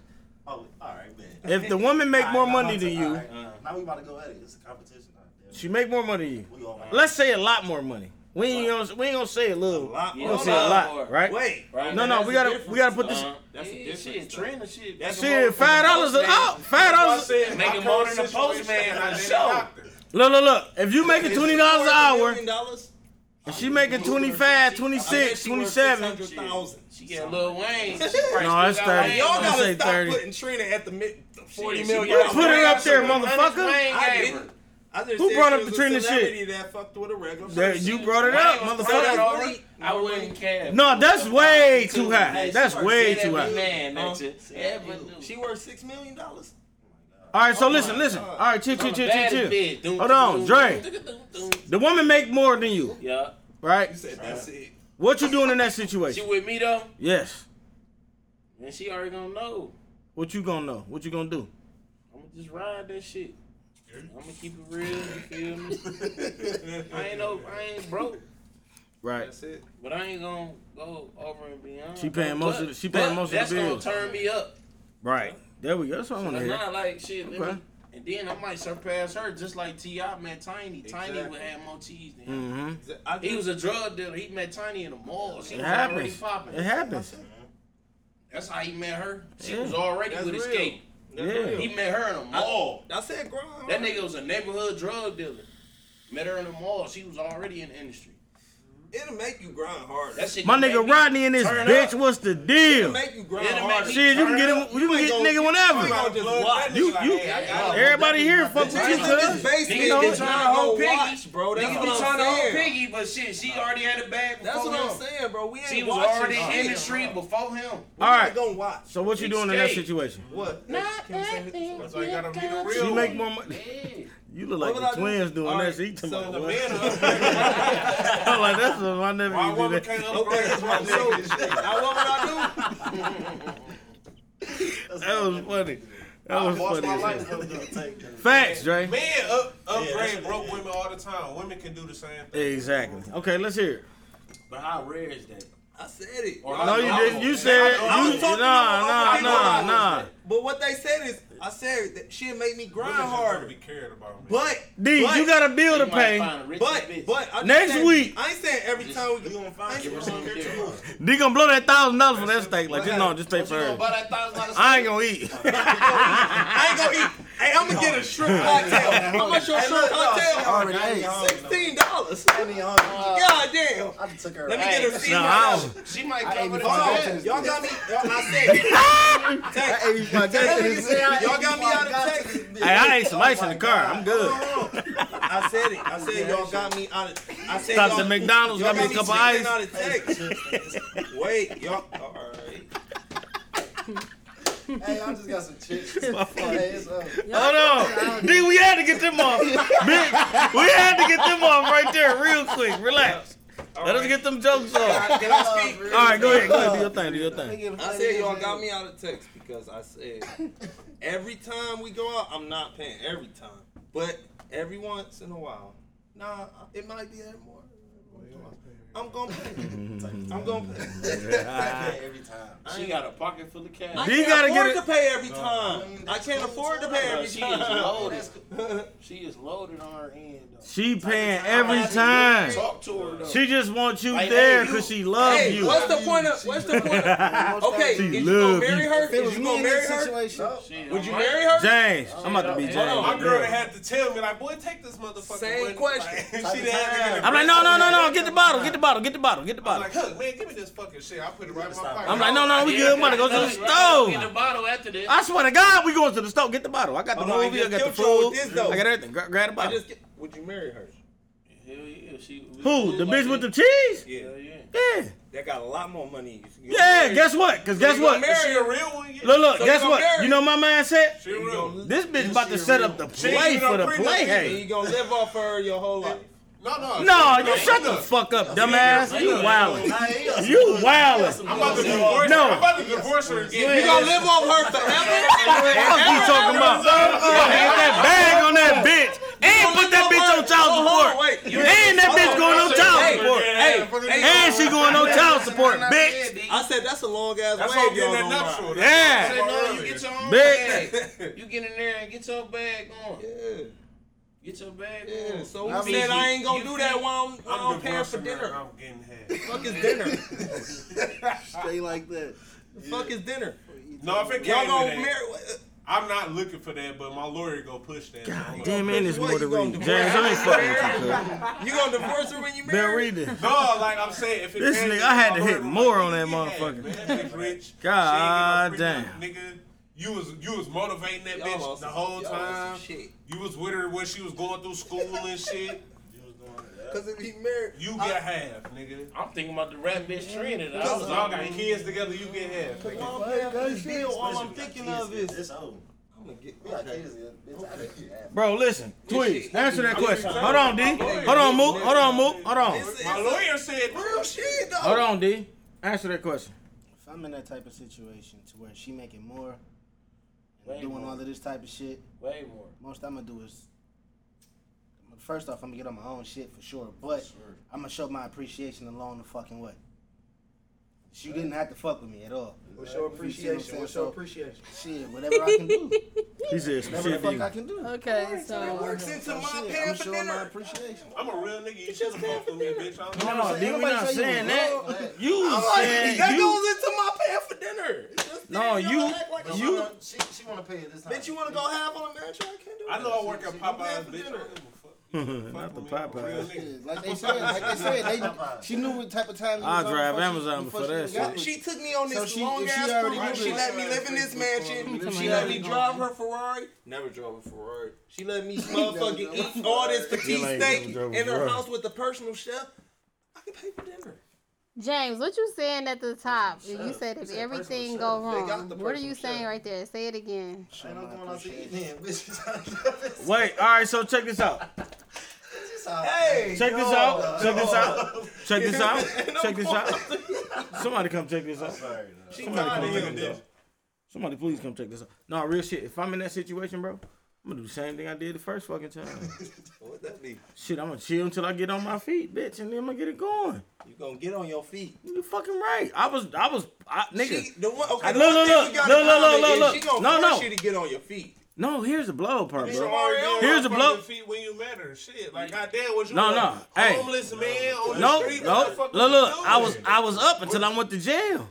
Speaker 8: Oh, all right, man.
Speaker 3: If the woman make more
Speaker 8: All right, now
Speaker 3: money
Speaker 8: I'm
Speaker 3: than
Speaker 8: ta- all
Speaker 3: you,
Speaker 8: right, Now we about to go at it. It's a competition. All right,
Speaker 3: she make more money than you.
Speaker 8: damn. We all about to-
Speaker 3: Let's say a lot more money. We ain't gonna we ain't gonna say a little.
Speaker 7: lot
Speaker 3: We
Speaker 7: more.
Speaker 3: gonna say a
Speaker 10: Hold
Speaker 3: lot,
Speaker 10: on.
Speaker 3: right?
Speaker 7: Wait,
Speaker 10: Right.
Speaker 3: No, no,
Speaker 7: That's
Speaker 3: we
Speaker 7: the
Speaker 3: gotta we
Speaker 7: difference.
Speaker 3: gotta put this.
Speaker 10: Uh,
Speaker 7: That's a
Speaker 10: yeah,
Speaker 7: difference,
Speaker 10: shit,
Speaker 7: though.
Speaker 10: Trina, shit.
Speaker 7: That's a
Speaker 3: Shit, five dollars a oh, five dollars.
Speaker 10: Make it more than the postman on the show.
Speaker 3: Look, look, look. If you making twenty dollars an hour,
Speaker 7: Million dollars.
Speaker 3: and she making 25,
Speaker 7: I bet
Speaker 3: 26,
Speaker 7: she worth
Speaker 3: 27,
Speaker 7: 600,000.
Speaker 10: She got Lil Wayne. No,
Speaker 3: No, it's 30.
Speaker 7: Y'all
Speaker 3: I'm gonna
Speaker 7: gotta
Speaker 3: say
Speaker 7: stop
Speaker 3: 30.
Speaker 7: putting Trina at the mid, 40
Speaker 10: She-
Speaker 7: million
Speaker 10: she
Speaker 7: dollar
Speaker 3: put her
Speaker 7: range.
Speaker 3: up there,
Speaker 10: Wayne got some
Speaker 3: motherfucker.
Speaker 10: Wayne
Speaker 7: I
Speaker 10: gave
Speaker 7: didn't.
Speaker 10: her.
Speaker 7: I just
Speaker 3: Who
Speaker 7: said
Speaker 3: brought
Speaker 7: she
Speaker 3: up
Speaker 7: was
Speaker 3: the
Speaker 7: a
Speaker 3: Trina shit?
Speaker 7: celebrity That fucked with a regular.
Speaker 3: That-
Speaker 7: person.
Speaker 3: you brought it up, motherfucker.
Speaker 8: I wouldn't care.
Speaker 3: No, that's way too high.
Speaker 8: Hey,
Speaker 3: That's
Speaker 8: she worked
Speaker 3: way
Speaker 8: dead
Speaker 3: too
Speaker 8: every
Speaker 3: high.
Speaker 8: Man, that you ever knew.
Speaker 7: She worth six million dollars.
Speaker 3: All right, so listen, listen. All right, chill,
Speaker 7: I'm
Speaker 3: chill,
Speaker 7: a
Speaker 3: chill,
Speaker 7: bad
Speaker 3: chill,
Speaker 7: bitch.
Speaker 3: chill.
Speaker 7: Doom,
Speaker 3: Hold on,
Speaker 7: doom,
Speaker 3: Dre.
Speaker 7: doom,
Speaker 3: The woman make more than you.
Speaker 8: Yeah.
Speaker 3: Right.
Speaker 8: You said that's it.
Speaker 3: What you doing in that
Speaker 8: She
Speaker 3: situation?
Speaker 8: with me though,
Speaker 3: Yes.
Speaker 8: and she already gonna know.
Speaker 3: What you gonna know? What you gonna do?
Speaker 8: I'ma just ride that shit. I'ma keep it real. You feel me? I ain't no, I ain't broke,
Speaker 3: Right.
Speaker 8: but I ain't gonna go over and beyond.
Speaker 3: She paying
Speaker 8: bro.
Speaker 3: most of the- she paying
Speaker 8: but
Speaker 3: most of the
Speaker 8: that's
Speaker 3: bills.
Speaker 8: gonna turn me up.
Speaker 3: Right. There we go. That's what I want to
Speaker 8: Cause
Speaker 3: hear.
Speaker 8: now, like shit, let me-
Speaker 3: Okay.
Speaker 8: and then I might surpass her, just like Ti met Tiny. Tiny would have more cheese than him.
Speaker 3: Mhm.
Speaker 8: He was a drug dealer. He met Tiny in the mall. She
Speaker 3: It
Speaker 8: was already
Speaker 3: happens.
Speaker 8: popping.
Speaker 3: It happens.
Speaker 8: That's how he met her. She
Speaker 3: Yeah.
Speaker 8: was already
Speaker 7: That's
Speaker 8: with
Speaker 7: real.
Speaker 8: escape.
Speaker 3: That's Yeah. real.
Speaker 8: He met her in a mall.
Speaker 7: I said, "Grind."
Speaker 8: that nigga was a neighborhood drug dealer. Met her in the mall. She was already in the industry.
Speaker 7: It'll make you grind harder.
Speaker 8: That shit
Speaker 3: My
Speaker 8: can
Speaker 3: nigga
Speaker 8: make me
Speaker 3: Rodney and this
Speaker 8: turn
Speaker 3: bitch.
Speaker 8: up.
Speaker 3: What's the deal?
Speaker 7: It'll make you grind
Speaker 8: It'll make
Speaker 7: harder.
Speaker 8: me
Speaker 3: Shit, you can
Speaker 8: turn
Speaker 3: get
Speaker 8: up.
Speaker 3: him. You can
Speaker 7: ain't
Speaker 3: get
Speaker 7: gonna-
Speaker 3: nigga
Speaker 7: You ain't
Speaker 3: whenever.
Speaker 7: gonna just watch.
Speaker 3: You, you. Everybody here fuck with you,
Speaker 7: Niggas in this
Speaker 3: cuz.
Speaker 7: basement
Speaker 8: Niggas
Speaker 3: You know
Speaker 8: been
Speaker 3: it.
Speaker 7: is
Speaker 8: trying to
Speaker 7: not
Speaker 8: hold
Speaker 7: gonna
Speaker 8: piggy.
Speaker 7: watch, bro. That's
Speaker 8: Niggas
Speaker 7: what
Speaker 8: been
Speaker 7: I'm
Speaker 8: trying to hold
Speaker 7: saying.
Speaker 8: piggy, but shit, she already had a bag before
Speaker 7: That's what
Speaker 8: him.
Speaker 7: I'm saying, bro. We ain't
Speaker 8: She was
Speaker 7: watching
Speaker 8: already
Speaker 7: shit,
Speaker 8: in the street
Speaker 7: bro.
Speaker 8: before him.
Speaker 7: We
Speaker 3: All
Speaker 7: ain't
Speaker 3: right.
Speaker 7: gonna watch.
Speaker 3: So what you doing in that
Speaker 8: Escape.
Speaker 3: situation?
Speaker 7: What?
Speaker 4: That's why you gotta be the real.
Speaker 3: She
Speaker 4: one.
Speaker 3: make more money. You look like
Speaker 7: What
Speaker 3: the
Speaker 7: would I do?
Speaker 3: twins doing
Speaker 7: Alright,
Speaker 3: that shit. You talking
Speaker 7: so
Speaker 3: about
Speaker 7: the
Speaker 3: what?
Speaker 7: man
Speaker 3: I'm like, that's what my
Speaker 4: Why
Speaker 3: nephew
Speaker 4: woman
Speaker 3: do that.
Speaker 4: can't upgrade
Speaker 7: Okay,
Speaker 4: his wife?
Speaker 7: so now what would I do?
Speaker 3: That was funny. That
Speaker 4: I
Speaker 3: was
Speaker 4: lost
Speaker 3: funny.
Speaker 4: my
Speaker 3: as hell.
Speaker 4: life.
Speaker 3: Facts, Dre.
Speaker 4: Man, up, upgrade broke women all the time. Women can do the same thing.
Speaker 3: Exactly. Okay, let's hear it.
Speaker 8: But how rare is that?
Speaker 7: I said it.
Speaker 4: Or
Speaker 3: No,
Speaker 4: how-
Speaker 3: you
Speaker 4: how-
Speaker 3: didn't. You said
Speaker 7: I was
Speaker 3: you. Nah,
Speaker 7: talking about
Speaker 3: nah,
Speaker 7: what
Speaker 3: nah,
Speaker 7: people
Speaker 3: nah.
Speaker 7: But what they said is, I said that shit make me grind
Speaker 4: women just wanna
Speaker 7: harder.
Speaker 4: Be cared about. Man.
Speaker 7: But
Speaker 3: D,
Speaker 7: but,
Speaker 3: you got a bill to
Speaker 8: You might
Speaker 3: pay.
Speaker 8: find a rich
Speaker 7: But
Speaker 8: bitch.
Speaker 7: but I just
Speaker 3: Next
Speaker 7: said-
Speaker 3: week.
Speaker 7: I ain't saying every time we gonna find
Speaker 8: Give her some dick.
Speaker 3: They gonna blow that thousand dollars for that steak. Like, just no, just pay for
Speaker 8: You gonna
Speaker 3: her.
Speaker 8: buy that thousand dollars?
Speaker 3: I ain't gonna eat.
Speaker 7: I ain't gonna eat. Hey, I'm gonna get a shrimp cocktail. How much your shrimp cocktail?
Speaker 1: already ate.
Speaker 7: Sixteen dollars.
Speaker 1: Any hungry.
Speaker 7: God damn.
Speaker 1: I just took her.
Speaker 7: Let me
Speaker 1: out.
Speaker 7: get
Speaker 8: Hey,
Speaker 7: a seat.
Speaker 3: No, I don't.
Speaker 8: She might
Speaker 1: I ain't
Speaker 8: cover the
Speaker 1: even
Speaker 8: bill.
Speaker 1: talking.
Speaker 7: Y'all got me. Y'all, I said. Text.
Speaker 1: I ate my
Speaker 7: That nigga said I-
Speaker 1: dad.
Speaker 7: Y'all got me out of Texas.
Speaker 3: Hey, I ate some lights in the car. I'm good.
Speaker 7: I said it. I said y'all got me out of. I said
Speaker 3: Stopped
Speaker 7: y'all-
Speaker 3: at McDonald's,
Speaker 7: y'all
Speaker 3: got me a cup of
Speaker 7: sneaking
Speaker 3: ice.
Speaker 7: Out of Texas. Wait, y'all. All right.
Speaker 1: Hey, I just got some chips. Hey, it's up.
Speaker 3: Hold on. D, we had to get them off. Bitch, we had to get them off right there, real quick. Relax. Let us get them jokes off.
Speaker 7: Can I speak?
Speaker 3: All right, go ahead. Go ahead. Do your thing. Do your thing.
Speaker 7: I said y'all got me out of text because I said every time we go out, I'm not paying every time, but every once in a while, nah, it might be every more. I'm gonna pay. I'm gonna pay.
Speaker 1: every time.
Speaker 8: She got a pocket full of
Speaker 7: I
Speaker 8: cash.
Speaker 3: You
Speaker 7: can't
Speaker 3: gotta
Speaker 7: afford
Speaker 3: get it-
Speaker 7: to pay every time. I can't afford to pay
Speaker 8: Bro,
Speaker 7: every
Speaker 8: she is loaded.
Speaker 7: time.
Speaker 8: She is loaded on her end. Though.
Speaker 3: She paying every time.
Speaker 8: Talk to her though.
Speaker 3: She just wants you there because she loves
Speaker 7: Hey,
Speaker 3: you.
Speaker 7: what's the point of? What's the point of? Okay,
Speaker 3: She
Speaker 7: is you gonna
Speaker 3: love
Speaker 7: marry
Speaker 3: you.
Speaker 7: her?
Speaker 6: If it
Speaker 7: Is
Speaker 6: was
Speaker 7: you
Speaker 6: me
Speaker 7: gonna
Speaker 6: in
Speaker 7: marry
Speaker 6: this
Speaker 7: her?
Speaker 6: situation,
Speaker 7: Would you marry her?
Speaker 3: James, I'm about to be James.
Speaker 4: my girl that
Speaker 3: right
Speaker 4: had to tell me, like, boy, take this motherfucker.
Speaker 7: Same
Speaker 4: money.
Speaker 7: question.
Speaker 4: Like, she
Speaker 7: Type
Speaker 4: didn't
Speaker 7: of
Speaker 4: have
Speaker 7: time.
Speaker 4: to
Speaker 3: now. I'm like, no, no, no, no. Get the bottle. Get the bottle. Get the bottle. Get the
Speaker 4: I'm
Speaker 3: bottle.
Speaker 4: like, look, man, give me this fucking shit. I put it right in my pocket.
Speaker 3: I'm like, no, no, we good. I'm about to go to the
Speaker 8: Get
Speaker 3: store.
Speaker 8: the bottle after this.
Speaker 3: I swear to God, we going to the store. Get the bottle. I got the
Speaker 7: Hold on, I
Speaker 3: movie. I
Speaker 7: just
Speaker 3: got the
Speaker 7: killed you
Speaker 3: food.
Speaker 7: with this,
Speaker 3: I
Speaker 7: though.
Speaker 3: got everything. Gra- Grab the
Speaker 7: I
Speaker 3: bottle.
Speaker 7: just get, would you marry her?
Speaker 8: Hell yeah, she. we
Speaker 3: Who?
Speaker 8: cool
Speaker 3: The
Speaker 8: like
Speaker 3: bitch with the
Speaker 8: that.
Speaker 3: cheese?
Speaker 7: Yeah,
Speaker 8: Hell yeah.
Speaker 3: Yeah.
Speaker 7: that got a lot more money. You
Speaker 3: Yeah, guess what? Because guess
Speaker 7: you gonna
Speaker 3: what?
Speaker 4: She
Speaker 7: marry
Speaker 4: a real one? Yeah.
Speaker 3: Look, look,
Speaker 7: So you
Speaker 3: guess
Speaker 7: gonna
Speaker 3: what?
Speaker 7: marry
Speaker 3: You know what my man said?
Speaker 4: She real.
Speaker 3: This bitch about to set up the
Speaker 4: real.
Speaker 3: play
Speaker 4: She
Speaker 3: for the
Speaker 4: don't bring
Speaker 3: play.
Speaker 4: no
Speaker 7: And you
Speaker 3: Hey.
Speaker 7: gonna live off her your whole life.
Speaker 4: No, no.
Speaker 3: No,
Speaker 4: she-
Speaker 3: you shut the fuck up, dumbass. You wildin'.
Speaker 1: Hey,
Speaker 3: You wildin'.
Speaker 4: I'm about to divorce
Speaker 3: No.
Speaker 4: her. I'm about to divorce her again.
Speaker 7: You gonna live off her forever?
Speaker 3: What the fuck you talking about? You gotta get that bag on that bitch. And put that bitch on child
Speaker 7: Hold on,
Speaker 3: support.
Speaker 7: wait. You-
Speaker 3: And that bitch going on child
Speaker 7: Hey,
Speaker 3: support.
Speaker 7: hey, hey,
Speaker 3: And she going on child support, bitch.
Speaker 7: I said that's a long ass
Speaker 4: That's
Speaker 7: wave
Speaker 4: all
Speaker 7: y'all
Speaker 4: getting a
Speaker 7: gonna ride.
Speaker 4: nuptial.
Speaker 3: Yeah.
Speaker 8: Say, no, you get your own
Speaker 3: Bitch.
Speaker 8: bag. You get in there and get your bag on.
Speaker 7: Yeah,
Speaker 8: Get your bag
Speaker 7: yeah.
Speaker 8: on.
Speaker 7: So
Speaker 8: I
Speaker 7: who
Speaker 8: mean,
Speaker 7: said I ain't gonna
Speaker 8: you
Speaker 7: do
Speaker 8: think-
Speaker 7: that while I'm, while
Speaker 4: I'm
Speaker 7: I'm paying for
Speaker 4: divorcing her.
Speaker 7: dinner?
Speaker 4: I'm getting head.
Speaker 7: Fuck is dinner?
Speaker 6: stay like that.
Speaker 7: Fuck is dinner?
Speaker 4: No, if it
Speaker 7: Y'all
Speaker 4: came to
Speaker 7: gonna
Speaker 4: that,
Speaker 7: marry?
Speaker 4: I'm not looking for that, but my lawyer gonna push that. so I'm
Speaker 3: God
Speaker 4: like,
Speaker 3: damn it, it's
Speaker 7: What,
Speaker 3: more to
Speaker 7: you gonna
Speaker 3: read.
Speaker 7: divorce
Speaker 3: James, I ain't
Speaker 7: her?
Speaker 3: fucking with you, cuz.
Speaker 7: You gonna divorce her when you
Speaker 3: Been
Speaker 7: marry? her?
Speaker 3: reading.
Speaker 4: No, like I'm saying, if it
Speaker 3: This
Speaker 4: came
Speaker 3: nigga,
Speaker 4: to
Speaker 3: I had
Speaker 4: my
Speaker 3: to hit
Speaker 4: lawyer,
Speaker 3: more
Speaker 4: like,
Speaker 3: on that
Speaker 4: yeah,
Speaker 3: motherfucker.
Speaker 4: Man, that bitch rich.
Speaker 3: God
Speaker 4: She ain't get no
Speaker 3: damn.
Speaker 4: prenup, nigga. You was you was motivating that
Speaker 7: Y'all
Speaker 4: bitch
Speaker 7: on
Speaker 4: the
Speaker 7: some-
Speaker 4: whole
Speaker 7: y'all on some
Speaker 4: time.
Speaker 7: shit.
Speaker 4: You was with her when she was going through school and shit.
Speaker 7: Cause if he married,
Speaker 4: You
Speaker 3: Uh,
Speaker 7: I-
Speaker 4: get half, nigga.
Speaker 10: I'm thinking about the rap bitch Trinity. I
Speaker 4: Y'all
Speaker 10: was
Speaker 4: got
Speaker 10: like,
Speaker 4: kids together, you get half.
Speaker 7: Cause
Speaker 4: nigga.
Speaker 7: I'm paying for this bill. All I'm thinking of is
Speaker 11: It's over.
Speaker 7: I'm gonna get.
Speaker 11: We got
Speaker 7: okay.
Speaker 11: kids, yeah, bitch. I think you have.
Speaker 3: Bro, listen, please answer that
Speaker 4: I'm
Speaker 3: question.
Speaker 4: just
Speaker 3: Hold on, D.
Speaker 4: telling my
Speaker 3: Hold on,
Speaker 4: lawyer.
Speaker 3: Mook. Hold on, Mook. Hold on.
Speaker 7: This is-
Speaker 4: My lawyer said
Speaker 7: real shit though.
Speaker 3: Hold on, D. Answer that question.
Speaker 6: If I'm in that type of situation to where she making more, and
Speaker 10: Way
Speaker 6: I'm doing
Speaker 10: more.
Speaker 6: all of this type of shit,
Speaker 10: way more.
Speaker 6: most I'm gonna do is. First off, I'm gonna get on my own shit for sure, but I'm gonna show my appreciation along the fucking way. She didn't have to fuck with me at all.
Speaker 9: What's your
Speaker 6: You see what I'm
Speaker 9: appreciation?
Speaker 6: saying?
Speaker 9: What's your
Speaker 6: So,
Speaker 9: appreciation?
Speaker 6: Shit, whatever I can do,
Speaker 3: He said some shit
Speaker 6: whatever the
Speaker 3: to
Speaker 6: fuck
Speaker 3: you.
Speaker 6: I can do.
Speaker 5: Okay, so
Speaker 7: Works into
Speaker 6: So
Speaker 7: my
Speaker 6: shit,
Speaker 7: paying
Speaker 6: I'm
Speaker 7: for
Speaker 6: showing my
Speaker 7: dinner.
Speaker 6: appreciation.
Speaker 4: I'm a real nigga. You should have fucked with me, bitch. I don't
Speaker 3: No,
Speaker 4: know.
Speaker 3: no, D, we
Speaker 6: Nobody
Speaker 3: not
Speaker 6: say you
Speaker 3: saying
Speaker 6: was
Speaker 3: that.
Speaker 6: wrong.
Speaker 3: You
Speaker 7: Like,
Speaker 3: said
Speaker 7: that
Speaker 3: you.
Speaker 7: goes into my paying for dinner.
Speaker 3: No, you.
Speaker 11: But she
Speaker 3: You.
Speaker 11: wanna- she, she want to pay it this time.
Speaker 7: Bitch, you wanna go half on a marriage? I can't do
Speaker 4: I
Speaker 7: that.
Speaker 4: know I work at
Speaker 7: I'm paying
Speaker 4: Popeyes,
Speaker 7: for
Speaker 4: bitch. I
Speaker 7: dinner.
Speaker 4: don't give a fuck. You should
Speaker 3: Not
Speaker 4: fuck
Speaker 3: the
Speaker 4: with me. I'm a real
Speaker 3: Popeyes.
Speaker 4: nigga.
Speaker 6: Like they said, like they said, they, she knew what type of time. you
Speaker 3: I'll
Speaker 6: was on
Speaker 3: drive
Speaker 6: before she-
Speaker 3: Amazon
Speaker 6: before
Speaker 3: for
Speaker 6: she
Speaker 3: that
Speaker 6: even
Speaker 3: shit.
Speaker 6: got with
Speaker 7: She
Speaker 6: you.
Speaker 7: took me on this
Speaker 6: So she-
Speaker 7: long
Speaker 6: if she
Speaker 7: ass
Speaker 6: already
Speaker 7: cruise.
Speaker 4: knew
Speaker 7: She
Speaker 4: it.
Speaker 7: let me live in this mansion. She let me drive her Ferrari. Never drove a Ferrari. She let me motherfucking eat all this
Speaker 3: Yeah,
Speaker 7: petite
Speaker 3: like, never
Speaker 7: steak
Speaker 3: drove a
Speaker 7: in her
Speaker 3: Ferrari.
Speaker 7: house with a personal chef. I can pay for dinner.
Speaker 5: um, James, what you saying at the top? You said if everything go
Speaker 7: They got
Speaker 5: wrong,
Speaker 7: the
Speaker 5: what are
Speaker 7: personal
Speaker 5: you saying
Speaker 7: chef.
Speaker 5: right there? Say it again.
Speaker 11: Ain't no going out to eat then, bitch.
Speaker 3: Wait, all right, so check this out.
Speaker 7: Hey,
Speaker 3: Check this
Speaker 7: yo.
Speaker 3: out. Check this out. Check this out.
Speaker 7: And I'm
Speaker 3: Check this out.
Speaker 7: going
Speaker 3: Somebody come check this out.
Speaker 7: She
Speaker 3: Somebody
Speaker 7: tired
Speaker 3: come
Speaker 7: of
Speaker 3: check
Speaker 7: him.
Speaker 3: this out. Somebody please come check this out. No, real shit. If I'm in that situation, bro, I'm gonna do the same thing I did the first fucking time.
Speaker 7: What that mean?
Speaker 3: shit, I'm gonna chill until I get on my feet, bitch, and then I'm gonna get it going.
Speaker 7: You gonna get on your feet.
Speaker 3: You fucking right. I was, I was, I, nigga.
Speaker 7: She, the one, okay,
Speaker 3: Hey,
Speaker 7: the
Speaker 3: look,
Speaker 7: one
Speaker 3: look,
Speaker 7: thing
Speaker 3: look,
Speaker 7: we gotta
Speaker 3: look, look,
Speaker 7: comment
Speaker 3: look,
Speaker 7: is
Speaker 3: look.
Speaker 7: She gonna
Speaker 3: No,
Speaker 7: force
Speaker 3: no.
Speaker 7: you to get on your feet.
Speaker 3: no, here's the blow part,
Speaker 4: Bitch, I'm
Speaker 3: bro.
Speaker 4: already on
Speaker 3: Here's
Speaker 4: my
Speaker 3: the blow-
Speaker 4: fucking Feet when you matter, shit. Like goddamn, was you
Speaker 3: No,
Speaker 4: a
Speaker 3: no. Hey.
Speaker 4: homeless man on
Speaker 3: No,
Speaker 4: the street? What
Speaker 3: no,
Speaker 4: the
Speaker 3: look,
Speaker 4: fuck was
Speaker 3: look.
Speaker 4: you
Speaker 3: I was,
Speaker 4: doing?
Speaker 3: I was up until I went to jail.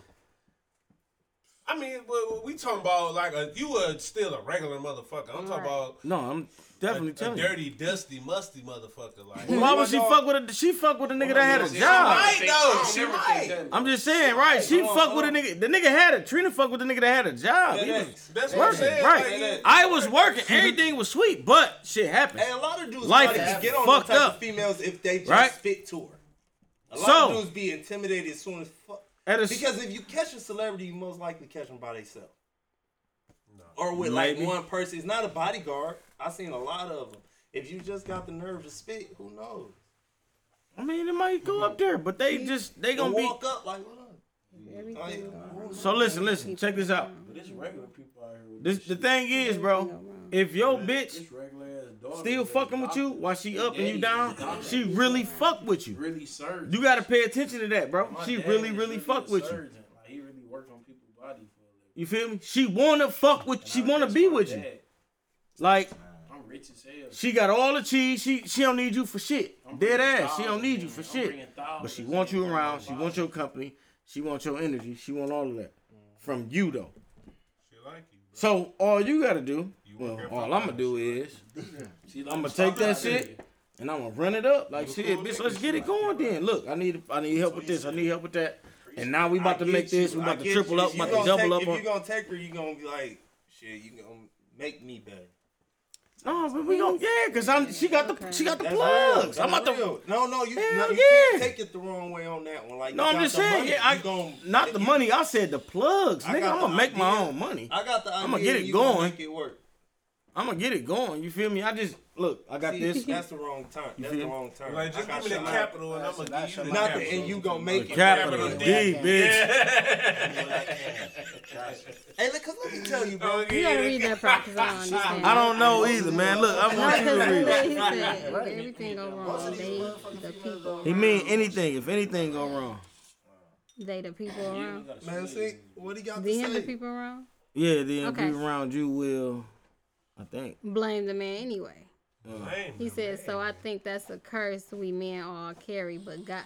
Speaker 4: I mean, we- we talking about like a, you were still a regular motherfucker. I'm talking about
Speaker 3: No, I'm
Speaker 4: a,
Speaker 3: definitely
Speaker 4: a
Speaker 3: telling you.
Speaker 4: dirty, dusty, musty motherfucker. Like,
Speaker 3: Why would she fuck with a? She fuck with a nigga that had a job.
Speaker 4: might though. She
Speaker 10: Never
Speaker 4: might.
Speaker 10: think that.
Speaker 3: I'm just saying, right? She fuck with a nigga. The nigga had a Trina fuck with the nigga that had a job. He was
Speaker 4: That's what I'm
Speaker 3: working,
Speaker 4: saying.
Speaker 3: right?
Speaker 4: Like,
Speaker 3: I was working. Everything was sweet, but shit happened.
Speaker 7: Hey, a lot of dudes
Speaker 3: Life
Speaker 7: Life
Speaker 3: is
Speaker 7: get on
Speaker 3: fucked
Speaker 7: them type
Speaker 3: up.
Speaker 7: of females if they just
Speaker 3: Right?
Speaker 7: fit to her. A lot
Speaker 3: So-
Speaker 7: of dudes be intimidated as soon as fuck.
Speaker 3: At a s-
Speaker 7: Because if you catch a celebrity, you most likely catch them by themselves. Or with
Speaker 3: Maybe.
Speaker 7: like one person. It's not a bodyguard. I've seen a lot of them. If you just got the nerve to spit, who knows?
Speaker 3: I mean, it might go up there, but they just they
Speaker 7: They gonna
Speaker 3: gonna be.
Speaker 7: walk up like, what up? Like,
Speaker 5: Everything
Speaker 7: who knows?
Speaker 3: So listen, listen, check this out.
Speaker 8: It's regular people out here with
Speaker 3: This the thing is, bro. If your bitch
Speaker 8: this regular ass dog.
Speaker 3: still fucking with you while she up and you down, she really fuck with you.
Speaker 8: Really surgeon.
Speaker 3: You gotta pay attention to that, bro.
Speaker 8: My
Speaker 3: She
Speaker 8: dad
Speaker 3: really,
Speaker 8: is
Speaker 3: really
Speaker 8: a
Speaker 3: fuck with you.
Speaker 8: surgeon. Like, he really worked on people's body for a living.
Speaker 3: You feel me? She wanna fuck with. She wanna
Speaker 8: That's
Speaker 3: be
Speaker 8: my
Speaker 3: with you.
Speaker 8: dad.
Speaker 3: Like
Speaker 8: I'm rich as hell.
Speaker 3: She got all the cheese. She she don't need you for shit.
Speaker 8: I'm bringing
Speaker 3: Dead ass. She don't
Speaker 8: thousands
Speaker 3: need
Speaker 8: in.
Speaker 3: you for
Speaker 8: I'm bringing
Speaker 3: shit.
Speaker 8: thousands
Speaker 3: But she
Speaker 8: in.
Speaker 3: wants you
Speaker 8: I'm
Speaker 3: around. She
Speaker 8: buying
Speaker 3: wants your company. She wants your energy. She wants all of that
Speaker 7: Mm.
Speaker 3: from you though.
Speaker 4: She like you.
Speaker 3: So all you gotta do, well,
Speaker 4: work at
Speaker 3: all
Speaker 4: Popeyes.
Speaker 3: I'm gonna do is,
Speaker 8: She like
Speaker 3: I'm gonna
Speaker 8: to
Speaker 3: take
Speaker 8: stop
Speaker 3: that
Speaker 8: out there.
Speaker 3: shit and I'm gonna run it up like shit,
Speaker 4: cool
Speaker 3: bitch.
Speaker 4: nigga,
Speaker 3: Let's
Speaker 4: she
Speaker 3: get it
Speaker 4: like
Speaker 3: going then. Look, I need I need help with this. I need help with that. And now we about to
Speaker 7: I
Speaker 3: make
Speaker 7: get
Speaker 3: this.
Speaker 7: you.
Speaker 3: We
Speaker 7: I
Speaker 3: about to
Speaker 7: get
Speaker 3: triple
Speaker 7: you.
Speaker 3: up.
Speaker 7: If
Speaker 3: About
Speaker 7: you
Speaker 3: to
Speaker 7: gonna
Speaker 3: double
Speaker 7: take-
Speaker 3: up on.
Speaker 7: If you gonna take her, you gonna be like, shit, you gonna make me better.
Speaker 3: No, but we gonna yeah, cause I'm. She got the she got the
Speaker 7: That's
Speaker 3: plugs.
Speaker 7: real.
Speaker 3: I'm about
Speaker 7: That's
Speaker 3: to.
Speaker 7: real. No, no, you,
Speaker 3: Hell
Speaker 7: no, you
Speaker 3: yeah.
Speaker 7: can't take it the wrong way on that one. Like,
Speaker 3: No,
Speaker 7: you
Speaker 3: I'm
Speaker 7: got
Speaker 3: just
Speaker 7: the
Speaker 3: saying.
Speaker 7: money,
Speaker 3: yeah, I,
Speaker 7: you gonna-
Speaker 3: not the
Speaker 7: you-
Speaker 3: money. I said the plugs,
Speaker 7: I
Speaker 3: nigga.
Speaker 7: got
Speaker 3: I'm gonna
Speaker 7: the
Speaker 3: make my
Speaker 7: idea.
Speaker 3: own money.
Speaker 7: I got the idea.
Speaker 3: I'ma get it
Speaker 7: you gonna
Speaker 3: going.
Speaker 7: Make it work.
Speaker 3: I'm gonna get it going. You feel me? I just look. I got
Speaker 7: See,
Speaker 3: this.
Speaker 7: That's the wrong turn.
Speaker 3: feel
Speaker 7: That's the
Speaker 3: me?
Speaker 7: wrong turn.
Speaker 4: Like just
Speaker 7: I got
Speaker 4: give me the
Speaker 7: shot.
Speaker 4: capital and I'm
Speaker 6: That's-
Speaker 4: gonna
Speaker 6: that's
Speaker 4: give you the
Speaker 6: your
Speaker 7: Nothing,
Speaker 6: capital.
Speaker 7: and you gonna
Speaker 3: The
Speaker 7: make it.
Speaker 3: capital
Speaker 4: Capital
Speaker 3: D,
Speaker 4: D.
Speaker 3: bitch.
Speaker 7: Hey, look, cause let me tell you, bro.
Speaker 5: You gotta read that part because I don't understand.
Speaker 3: I don't know either, man. Look, I want you
Speaker 5: because
Speaker 3: to read. it.
Speaker 5: he said if everything go wrong, they the people.
Speaker 3: He mean anything. If anything go wrong,
Speaker 5: They the people around.
Speaker 7: Man, see, what he got to
Speaker 5: Then the
Speaker 7: say?
Speaker 5: people around
Speaker 3: yeah, then
Speaker 5: Okay.
Speaker 3: be around you will. I think.
Speaker 5: blame the man anyway.
Speaker 4: Damn.
Speaker 5: He said, "So I think that's a curse we men all carry, but God,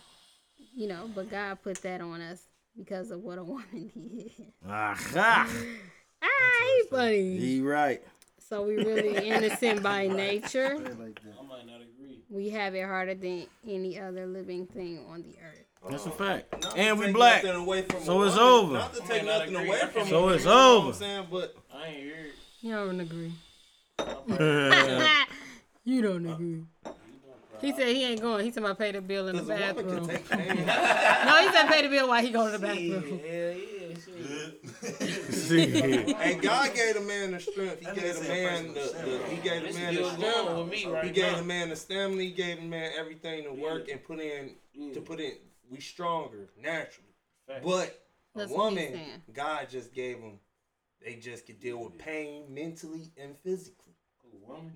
Speaker 5: you know, but God put that on us because of what a woman did."
Speaker 3: Aha.
Speaker 5: Ah, he funny.
Speaker 3: He right.
Speaker 5: So we really innocent by nature.
Speaker 11: Like that.
Speaker 8: I might not agree.
Speaker 5: We have it harder than any other living thing on the earth.
Speaker 3: That's a fact.
Speaker 7: Not to
Speaker 3: And we
Speaker 7: take
Speaker 3: black.
Speaker 7: Uh, nothing away from
Speaker 3: So
Speaker 7: a
Speaker 3: it's
Speaker 7: woman,
Speaker 3: over.
Speaker 7: Not to
Speaker 3: I might
Speaker 7: take
Speaker 3: not
Speaker 7: nothing
Speaker 3: agree.
Speaker 7: away
Speaker 3: I
Speaker 7: from
Speaker 3: can So
Speaker 7: a woman,
Speaker 3: it's
Speaker 7: you know what
Speaker 3: over.
Speaker 7: I'm saying, but
Speaker 10: I ain't hear it.
Speaker 5: You don't agree.
Speaker 7: Yeah.
Speaker 5: you don't agree. He said he ain't going. He said I pay the bill in the bathroom. no, he said pay the bill while he go to the bathroom.
Speaker 7: Hey, God gave a man the strength. He gave a man the, the he gave a
Speaker 10: This
Speaker 7: man
Speaker 10: is
Speaker 7: the
Speaker 10: good going with
Speaker 7: strength.
Speaker 10: me
Speaker 7: He
Speaker 10: right
Speaker 7: gave
Speaker 10: now.
Speaker 7: a man the stamina. He gave a man everything to work and put in to put in. We stronger naturally,
Speaker 10: Facts.
Speaker 7: but a
Speaker 10: That's what he's
Speaker 7: woman,
Speaker 10: saying.
Speaker 7: God just gave them. They just could deal with pain mentally and physically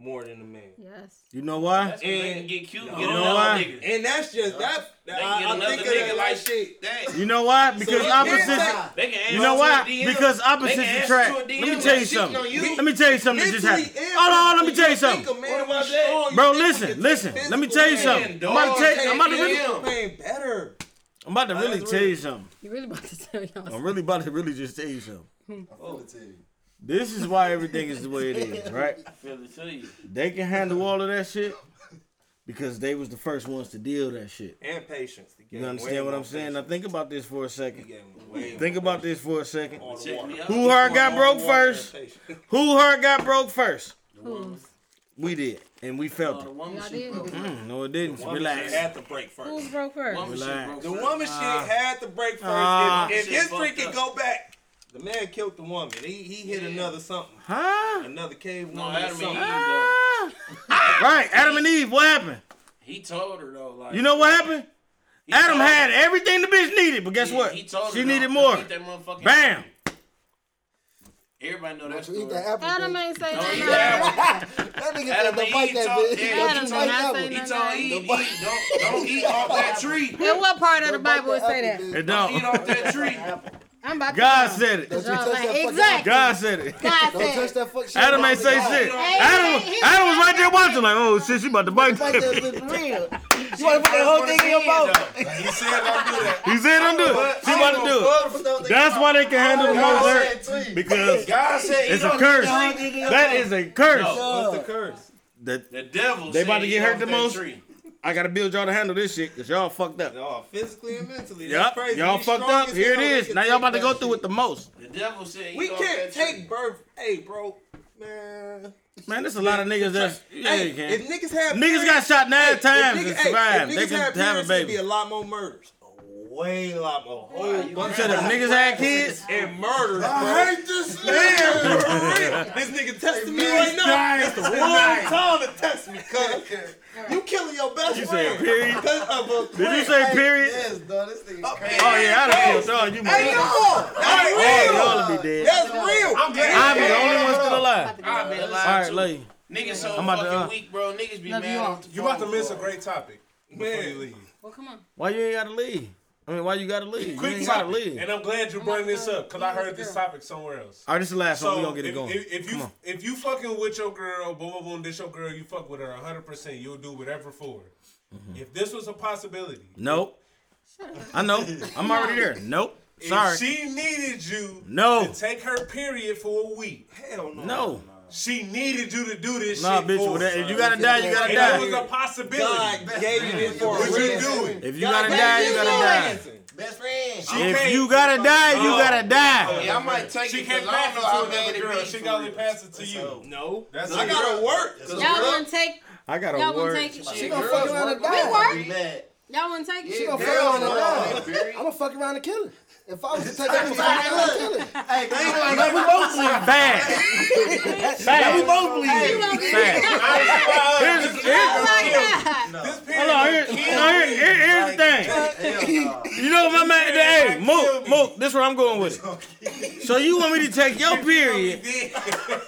Speaker 7: more than a man.
Speaker 5: Yes.
Speaker 3: You know why?
Speaker 7: That's
Speaker 10: 'cause they can get cute and
Speaker 3: you
Speaker 10: get
Speaker 3: know
Speaker 10: another
Speaker 3: why?
Speaker 10: nigga.
Speaker 7: And that's just that.
Speaker 10: They
Speaker 7: that
Speaker 10: can
Speaker 7: I,
Speaker 10: get
Speaker 7: I'm
Speaker 10: another
Speaker 7: thinking of
Speaker 10: nigga
Speaker 7: it
Speaker 10: like
Speaker 7: like shit.
Speaker 3: You know why? Because
Speaker 7: it's
Speaker 3: opposites.
Speaker 7: mental. They can
Speaker 3: You
Speaker 7: ask
Speaker 3: know
Speaker 7: you
Speaker 3: why?
Speaker 7: to a DM.
Speaker 3: Because
Speaker 7: They can
Speaker 3: opposites
Speaker 7: ask
Speaker 3: attract.
Speaker 7: you a
Speaker 3: Let
Speaker 7: DM
Speaker 3: me
Speaker 7: like
Speaker 3: tell you
Speaker 7: shitting on
Speaker 3: something.
Speaker 7: you.
Speaker 3: Let me tell you something that just happened. Hold on, let me tell you something.
Speaker 7: Man, what about
Speaker 3: Bro, listen, listen. Let me tell you something. I'm about to tell you. I'm about to really.
Speaker 7: better.
Speaker 3: I'm about to really tell you something.
Speaker 5: You really about to tell y'all?
Speaker 3: I'm really about to really just tell you something.
Speaker 11: feel it to you.
Speaker 3: This is why everything is the way it is, right?
Speaker 10: Feel it to you.
Speaker 3: They can handle all of that shit because they was the first ones to deal that shit.
Speaker 7: And patience. They gave
Speaker 3: You
Speaker 7: him way
Speaker 3: understand what
Speaker 7: more
Speaker 3: I'm saying? Now think about this for a second.
Speaker 7: way
Speaker 3: Think about this for a second.
Speaker 7: Check me out.
Speaker 3: Who her
Speaker 7: Keep
Speaker 3: got
Speaker 7: on
Speaker 3: broke
Speaker 7: walking
Speaker 3: first?
Speaker 7: that patient.
Speaker 3: Who her got broke first?
Speaker 5: Who's?
Speaker 3: We did, and we
Speaker 8: Oh,
Speaker 3: felt it.
Speaker 10: Woman
Speaker 5: Y'all
Speaker 10: shit
Speaker 5: did?
Speaker 10: broke.
Speaker 3: Mm, no, it didn't.
Speaker 7: Uh, The woman
Speaker 3: Relax.
Speaker 7: shit had to break
Speaker 5: Who's
Speaker 7: first.
Speaker 5: broke first?
Speaker 10: Woman shit
Speaker 3: Relax.
Speaker 10: broke.
Speaker 7: The
Speaker 10: first.
Speaker 7: woman shit had to break first.
Speaker 3: Ah.
Speaker 7: if if
Speaker 10: Shit
Speaker 7: his free
Speaker 10: fucked
Speaker 7: could
Speaker 10: up.
Speaker 7: go back, the man killed the woman. He he hit
Speaker 10: Yeah.
Speaker 7: another something.
Speaker 3: Huh?
Speaker 7: Another cave
Speaker 10: No,
Speaker 7: woman. or
Speaker 10: Adam and Eve,
Speaker 7: something.
Speaker 10: though.
Speaker 3: Ah! Right, Adam and Eve. What happened?
Speaker 10: He told her though, like
Speaker 3: You know what happened?
Speaker 10: he
Speaker 3: Adam
Speaker 10: told her.
Speaker 3: had everything the bitch needed, but guess
Speaker 10: Yeah,
Speaker 3: what?
Speaker 10: He told
Speaker 3: She
Speaker 10: her
Speaker 3: needed
Speaker 10: though,
Speaker 3: more.
Speaker 10: eat that motherfucking
Speaker 3: Bam.
Speaker 10: apple. Everybody know that
Speaker 6: You
Speaker 10: story.
Speaker 6: eat that apple.
Speaker 5: Adam
Speaker 6: bitch.
Speaker 5: ain't say
Speaker 10: Don't eat
Speaker 5: nothing.
Speaker 10: that apple.
Speaker 6: That nigga
Speaker 10: Adam
Speaker 6: said don't
Speaker 10: and
Speaker 6: bite
Speaker 10: Eve
Speaker 6: that
Speaker 10: talk-
Speaker 6: bitch.
Speaker 10: yeah,
Speaker 6: Don't
Speaker 5: Adam
Speaker 6: you
Speaker 5: did
Speaker 6: bite
Speaker 5: not
Speaker 6: that
Speaker 5: say
Speaker 6: one.
Speaker 10: He
Speaker 5: nothing.
Speaker 10: told Eve, eat, don't, don't eat off that tree.
Speaker 5: In what part of the
Speaker 6: Don't bite
Speaker 5: Bible it say
Speaker 6: apple,
Speaker 5: that?
Speaker 6: bitch.
Speaker 3: It
Speaker 10: Don't eat
Speaker 3: don't.
Speaker 10: off that tree.
Speaker 5: I'm about to.
Speaker 3: God
Speaker 5: go.
Speaker 3: said it.
Speaker 6: Don't you
Speaker 5: Y'all
Speaker 6: touch
Speaker 5: like,
Speaker 6: that fucking
Speaker 5: exactly.
Speaker 3: God said it.
Speaker 5: God
Speaker 6: Don't touch
Speaker 5: said.
Speaker 6: that fuck shit.
Speaker 3: Adam ain't say
Speaker 6: Don't
Speaker 3: shit.
Speaker 5: Hey,
Speaker 3: Adam,
Speaker 5: hey, he-
Speaker 3: Adam was right there watching, like, oh shit, she about to bite.
Speaker 6: Bite that
Speaker 3: that.
Speaker 6: bitch real. You want to put that whole thing in your mouth.
Speaker 4: He said don't do that.
Speaker 3: he said, "I'm doing it. She about to do it." That's why they can handle the most hurt because
Speaker 10: God said
Speaker 3: it's a curse. That is a curse.
Speaker 7: What's the curse?
Speaker 3: That
Speaker 10: The devil.
Speaker 3: They
Speaker 10: said
Speaker 3: about to
Speaker 10: eat
Speaker 3: get hurt
Speaker 10: off
Speaker 3: the
Speaker 10: that
Speaker 3: most?
Speaker 10: Tree.
Speaker 3: I gotta build y'all to handle this shit because y'all fucked up.
Speaker 7: Y'all physically and mentally. That's
Speaker 3: Yep,
Speaker 7: crazy.
Speaker 3: y'all
Speaker 7: We
Speaker 3: fucked
Speaker 7: strong
Speaker 3: up.
Speaker 7: as
Speaker 3: Here it
Speaker 7: hell. We
Speaker 3: is.
Speaker 7: can
Speaker 3: Now y'all
Speaker 7: take
Speaker 3: about to
Speaker 7: that
Speaker 3: go through
Speaker 7: shit.
Speaker 3: it the most.
Speaker 10: The devil said
Speaker 7: We
Speaker 10: eat off that
Speaker 7: can't
Speaker 10: tree.
Speaker 7: take birth. Hey, bro, man.
Speaker 3: Man, there's a lot of niggas that's yeah,
Speaker 7: hey,
Speaker 3: you can.
Speaker 7: if niggas had
Speaker 3: Niggas got shot nine
Speaker 7: if
Speaker 3: times
Speaker 7: niggas-
Speaker 3: and
Speaker 7: hey,
Speaker 3: survived.
Speaker 7: if
Speaker 3: They
Speaker 7: niggas
Speaker 3: can have
Speaker 7: had
Speaker 3: a
Speaker 7: parents, it'd be
Speaker 3: baby.
Speaker 7: a lot more murders. A Way lot more. Whole
Speaker 3: You
Speaker 7: bunch
Speaker 3: said if
Speaker 7: of
Speaker 3: niggas had kids,
Speaker 7: and murders, bro.
Speaker 9: hate this
Speaker 7: Damn, for real. This nigga testing me right now. It's the wrong time to test me, cuz. You killing your best
Speaker 3: You said
Speaker 7: friend.
Speaker 3: period?
Speaker 7: Because of a
Speaker 3: Did you say period?
Speaker 11: Yes, dog. This nigga crazy.
Speaker 3: Oh yeah, I done killed y'all. You
Speaker 7: Hey,
Speaker 3: motherfucker.
Speaker 7: y'all. That's
Speaker 3: Hey,
Speaker 7: real.
Speaker 3: y'all would be dead.
Speaker 7: That's real.
Speaker 10: I'm glad.
Speaker 3: I'm the only one still alive.
Speaker 10: I've been
Speaker 3: All
Speaker 10: lying
Speaker 3: right,
Speaker 10: too.
Speaker 3: lady.
Speaker 10: Niggas so
Speaker 3: I'm about
Speaker 10: fucking
Speaker 3: to, uh,
Speaker 10: weak, bro. Niggas be
Speaker 5: Love
Speaker 10: mad
Speaker 5: you all.
Speaker 10: off the
Speaker 4: You about to
Speaker 10: phone,
Speaker 4: miss a
Speaker 10: bro.
Speaker 4: great topic before you leave.
Speaker 5: Well, come on.
Speaker 3: Why you ain't gotta leave? I mean, why you gotta leave? You
Speaker 4: Quick
Speaker 3: ain't gotta
Speaker 4: topic,
Speaker 3: leave.
Speaker 4: and I'm glad you bring this up because I heard this
Speaker 5: Girl.
Speaker 4: topic somewhere else.
Speaker 3: All right, this is the last one. We
Speaker 4: So
Speaker 3: gonna get it
Speaker 4: if,
Speaker 3: going.
Speaker 4: if, if
Speaker 3: Come
Speaker 4: you
Speaker 3: on.
Speaker 4: if you fucking with your girl, boom boom boom, this your girl, you fuck with her 100. percent You'll do whatever for her.
Speaker 3: Mm-hmm.
Speaker 4: If this was a possibility,
Speaker 3: Nope. I know. I'm already there. Nope. Sorry.
Speaker 4: if she needed you
Speaker 3: No.
Speaker 4: to take her period for a week,
Speaker 7: Hell no.
Speaker 3: No.
Speaker 4: she needed you to do this
Speaker 3: Nah,
Speaker 4: shit
Speaker 3: bitch.
Speaker 4: for
Speaker 3: with that-
Speaker 4: her.
Speaker 3: If you gotta die, you gotta
Speaker 4: If
Speaker 3: die.
Speaker 4: that was a possibility,
Speaker 7: God gave you this for a
Speaker 4: would you
Speaker 7: reason.
Speaker 4: do it?
Speaker 3: If you gotta die, you gotta die.
Speaker 11: Best friend.
Speaker 4: She
Speaker 3: If
Speaker 4: can't-
Speaker 3: you gotta die, you gotta die.
Speaker 8: Yeah, I might take
Speaker 4: She
Speaker 8: it
Speaker 4: can't
Speaker 8: cause I
Speaker 4: pass
Speaker 8: don't know how
Speaker 4: it to
Speaker 8: bad
Speaker 4: another
Speaker 8: it
Speaker 4: girl.
Speaker 8: be
Speaker 4: She
Speaker 8: for
Speaker 4: can only
Speaker 8: real.
Speaker 4: pass it to you.
Speaker 7: No.
Speaker 4: That's
Speaker 7: I
Speaker 4: it.
Speaker 7: gotta work. 'cause
Speaker 5: Y'all
Speaker 7: look,
Speaker 5: wouldn't take.
Speaker 3: I got
Speaker 5: Y'all
Speaker 3: a
Speaker 5: wouldn't
Speaker 3: word.
Speaker 5: take.
Speaker 6: She
Speaker 5: Y'all
Speaker 6: gonna fuck around and die.
Speaker 5: work. wouldn't take. it?
Speaker 6: She gonna fuck
Speaker 11: Hell
Speaker 6: around
Speaker 11: no.
Speaker 6: and die.
Speaker 11: Hey,
Speaker 6: I'm gonna fuck around and kill her. If I was to take her, I'm gonna fuck around and kill her.
Speaker 11: I ain't like-
Speaker 3: Like, we both went bad.
Speaker 6: We
Speaker 3: Bad.
Speaker 6: both
Speaker 5: You
Speaker 6: bleed.
Speaker 5: gonna get-
Speaker 3: Bad. Here's,
Speaker 5: Oh
Speaker 3: here's,
Speaker 5: my God.
Speaker 4: This
Speaker 3: hold on, here,
Speaker 4: period.
Speaker 3: no, here, here, here's the thing. You know what my man, hey, Mook, Mook, this is where I'm going with it. So you want me to take your period?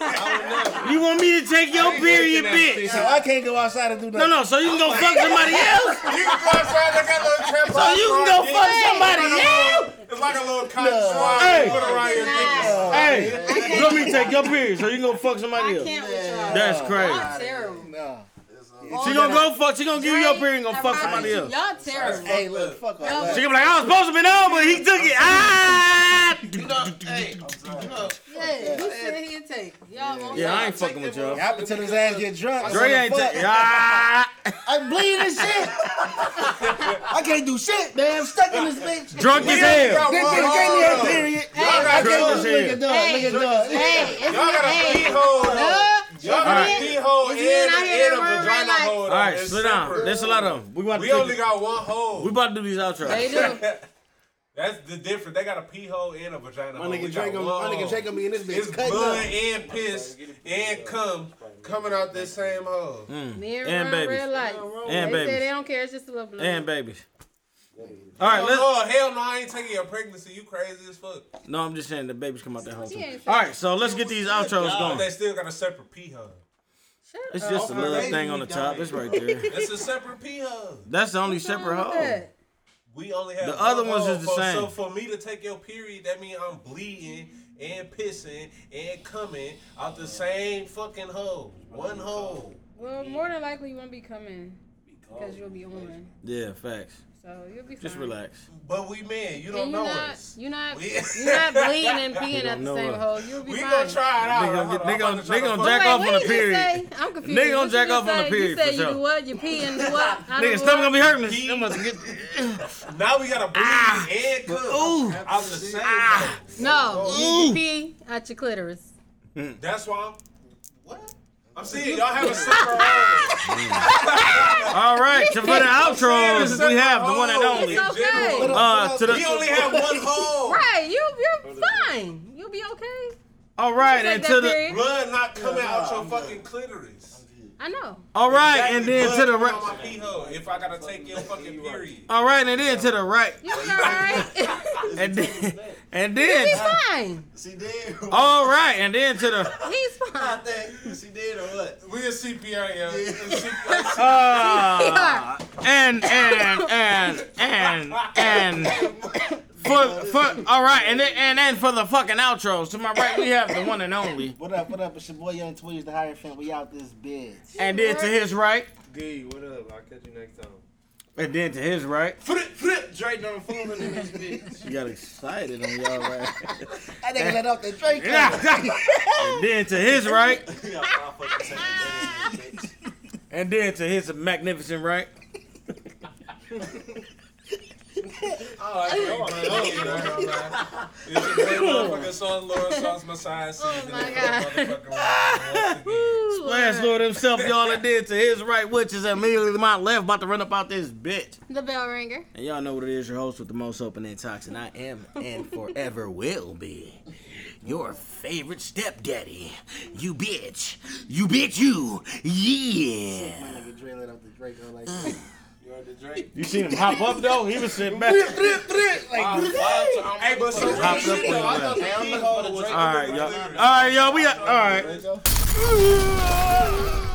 Speaker 3: You want me to take your period, bitch?
Speaker 6: So I can't go outside and do
Speaker 3: No,
Speaker 6: nothing.
Speaker 3: no, so you can go fuck somebody else?
Speaker 4: You can go outside like a little tramp.
Speaker 3: So you can go fuck somebody else?
Speaker 4: It's like a little cock swab.
Speaker 3: Hey.
Speaker 4: You put around your dick.
Speaker 3: Hey, you want me to take your period so you can go fuck somebody
Speaker 5: I
Speaker 3: else?
Speaker 5: can't with y'all.
Speaker 3: That's
Speaker 5: Y'all
Speaker 3: crazy.
Speaker 5: terrible.
Speaker 6: No.
Speaker 3: She gonna go fuck, she gonna give you your period and gonna fuck somebody else.
Speaker 5: Y'all terrible.
Speaker 6: Hey, look, fuck all that.
Speaker 3: She gonna be like, I was supposed to be on, but he took it. Ah!
Speaker 10: You know, hey, you know,
Speaker 5: Yeah, you sit here and take. Y'all won't
Speaker 3: Yeah, I ain't
Speaker 5: take.
Speaker 3: fucking with y'all.
Speaker 6: Happen till his ass get drunk.
Speaker 3: Dre ain't take. Yeah.
Speaker 6: I'm bleeding and shit. I can't do shit, man. I'm stuck in this bitch.
Speaker 3: Drunk as hell.
Speaker 6: This bitch gave me
Speaker 3: Hold
Speaker 6: a
Speaker 3: on.
Speaker 6: period.
Speaker 3: Y'all
Speaker 6: I
Speaker 3: got
Speaker 6: can't do
Speaker 3: drunk as
Speaker 6: this.
Speaker 3: hell.
Speaker 6: Look at dog. Look at dog.
Speaker 5: Hey, it's
Speaker 4: Y'all got a
Speaker 5: hey,
Speaker 4: pee hole, though.
Speaker 5: look,
Speaker 4: Y'all got
Speaker 5: it's
Speaker 4: a
Speaker 5: men-
Speaker 4: pee hole and,
Speaker 5: it's men out here
Speaker 4: and a
Speaker 5: that run around
Speaker 4: vagina
Speaker 5: like-
Speaker 4: hole.
Speaker 3: All right,
Speaker 4: It's
Speaker 3: slow down.
Speaker 4: separate.
Speaker 3: There's a lot of them. We about to
Speaker 4: We
Speaker 3: take
Speaker 4: only
Speaker 3: it-
Speaker 4: got one hole.
Speaker 3: We about to do these outros.
Speaker 5: They do.
Speaker 4: That's the difference. They got a pee hole and a vagina
Speaker 6: My
Speaker 4: hole. We
Speaker 6: nigga
Speaker 4: got
Speaker 6: Drake, gonna- my
Speaker 4: one
Speaker 6: nigga
Speaker 4: hole.
Speaker 6: Drake gonna be in this
Speaker 4: It's
Speaker 6: bitch. Cut
Speaker 4: blood
Speaker 6: up.
Speaker 4: and piss and cum coming out that same hole.
Speaker 3: Mm.
Speaker 5: Men
Speaker 3: And
Speaker 5: run
Speaker 3: babies.
Speaker 5: real life.
Speaker 3: And
Speaker 5: they
Speaker 3: babies.
Speaker 5: say they don't care. It's just a little blood.
Speaker 3: And babies. All right,
Speaker 4: Oh,
Speaker 3: let's.
Speaker 4: no, hell no, I ain't taking your pregnancy. You crazy as fuck.
Speaker 3: No, I'm just saying the babies come out that home.
Speaker 5: She ain't
Speaker 3: All right, so let's get these outros
Speaker 4: No, they
Speaker 3: going.
Speaker 4: still got a separate pee hole.
Speaker 5: Shut
Speaker 3: It's
Speaker 5: up.
Speaker 3: just a little thing on the top. It's right there.
Speaker 4: It's a separate pee hole.
Speaker 3: That's the only
Speaker 5: What's wrong
Speaker 3: separate
Speaker 5: with
Speaker 3: hole.
Speaker 5: that?
Speaker 4: We only have
Speaker 3: The
Speaker 4: one
Speaker 3: other ones
Speaker 4: hole.
Speaker 3: is the
Speaker 4: For-
Speaker 3: same.
Speaker 4: So for me to take your period, that means I'm bleeding and pissing and coming out the same fucking hole. One hole.
Speaker 5: Well, more than likely you won't be coming because you'll be on.
Speaker 3: Yeah, facts.
Speaker 5: So you'll be fine.
Speaker 3: Just relax.
Speaker 4: But we men, you
Speaker 5: And
Speaker 4: don't
Speaker 5: you
Speaker 4: know
Speaker 5: not,
Speaker 4: us.
Speaker 5: you not,
Speaker 4: We-
Speaker 5: you not bleeding and peeing at
Speaker 3: don't
Speaker 5: the
Speaker 3: know
Speaker 5: same
Speaker 3: us.
Speaker 5: hole. You'll be
Speaker 4: We
Speaker 5: fine.
Speaker 4: gonna try it out.
Speaker 3: They gonna
Speaker 4: Hold
Speaker 3: get-
Speaker 4: on,
Speaker 3: they
Speaker 4: I'm
Speaker 3: gonna-
Speaker 4: about to try
Speaker 3: they
Speaker 4: to
Speaker 3: gonna
Speaker 4: fuck-
Speaker 3: jack off on
Speaker 5: what
Speaker 3: a
Speaker 5: you
Speaker 3: period.
Speaker 5: Say? I'm confused.
Speaker 3: Nigga gonna
Speaker 5: What you
Speaker 3: jack
Speaker 5: just
Speaker 3: off on a
Speaker 5: say?
Speaker 3: period
Speaker 5: You
Speaker 3: for
Speaker 5: say you
Speaker 3: sure.
Speaker 5: do what? You pee and do what? I do
Speaker 3: Nigga,
Speaker 5: what?
Speaker 3: stomach gonna be hurting. us.
Speaker 4: Pee.
Speaker 3: I'm about to get. Ah!
Speaker 4: Now we gotta bleed and
Speaker 3: Ooh.
Speaker 4: cook out the same
Speaker 3: Ah!
Speaker 4: hole.
Speaker 3: Oh.
Speaker 5: No, you pee at your clitoris.
Speaker 4: That's why I'm. What? I'm seeing y'all have a separate hole.
Speaker 3: All right, so for the outros, we have the one and only.
Speaker 5: It's okay.
Speaker 3: Uh, to
Speaker 4: We
Speaker 3: the
Speaker 4: only have one hole.
Speaker 5: Right, you you're fine. You'll be okay.
Speaker 3: all right,
Speaker 5: Take
Speaker 3: and
Speaker 5: that
Speaker 3: to the
Speaker 5: period.
Speaker 4: Blood not coming out your fucking clitoris.
Speaker 5: I know.
Speaker 3: all right, and
Speaker 4: Exactly,
Speaker 3: then to the
Speaker 4: blood coming out
Speaker 3: right.
Speaker 4: my pee hole if I gotta take your fucking period.
Speaker 3: All right, and then to the right,
Speaker 5: You'll be all right.
Speaker 3: and then and
Speaker 5: He's
Speaker 3: then
Speaker 5: fine.
Speaker 11: She did.
Speaker 3: all right, and then to the
Speaker 5: He's fine.
Speaker 11: She did or what?
Speaker 4: We a CPR, yo. CPR.
Speaker 3: uh, and and and and and for for all right, and then and then for the fucking outros. To my right, we have the one and only,
Speaker 6: What up? What up? It's your boy Young Tweez, the higher fan. We out this bitch.
Speaker 3: and then to his right,
Speaker 7: D, what up? I'll catch you next time.
Speaker 3: and then to his right.
Speaker 10: Drake done fooling in this bitch.
Speaker 3: You got excited on y'all right.
Speaker 6: That nigga let off that drink.
Speaker 3: and then to his right,
Speaker 11: We
Speaker 7: é
Speaker 11: got five fucking seconds.
Speaker 3: and then to his magnificent right.
Speaker 4: It's your favorite motherfucking song, Laura Sauce Messiah season.
Speaker 5: Oh my
Speaker 4: It's
Speaker 5: God.
Speaker 4: the motherfucking round once again.
Speaker 5: Ooh,
Speaker 3: Last Lord himself, y'all, and then to his right, which is immediately to my left, about to run up out this bitch.
Speaker 5: The bell ringer.
Speaker 3: And y'all know what it is, your host with the most open and toxin. I am and forever will be your favorite stepdaddy. You bitch. You bitch you.
Speaker 6: My
Speaker 3: Yeah.
Speaker 6: nigga Dre let off the drink. I'm like, like,
Speaker 3: You seen him hop up though? He was sitting back.
Speaker 4: Hey, but so
Speaker 3: Hop
Speaker 4: real shit,
Speaker 3: up
Speaker 4: though,
Speaker 3: on the
Speaker 4: I thought
Speaker 3: left.
Speaker 4: the keyhole was
Speaker 3: All right, y'all. All right, y'all. We got. All right.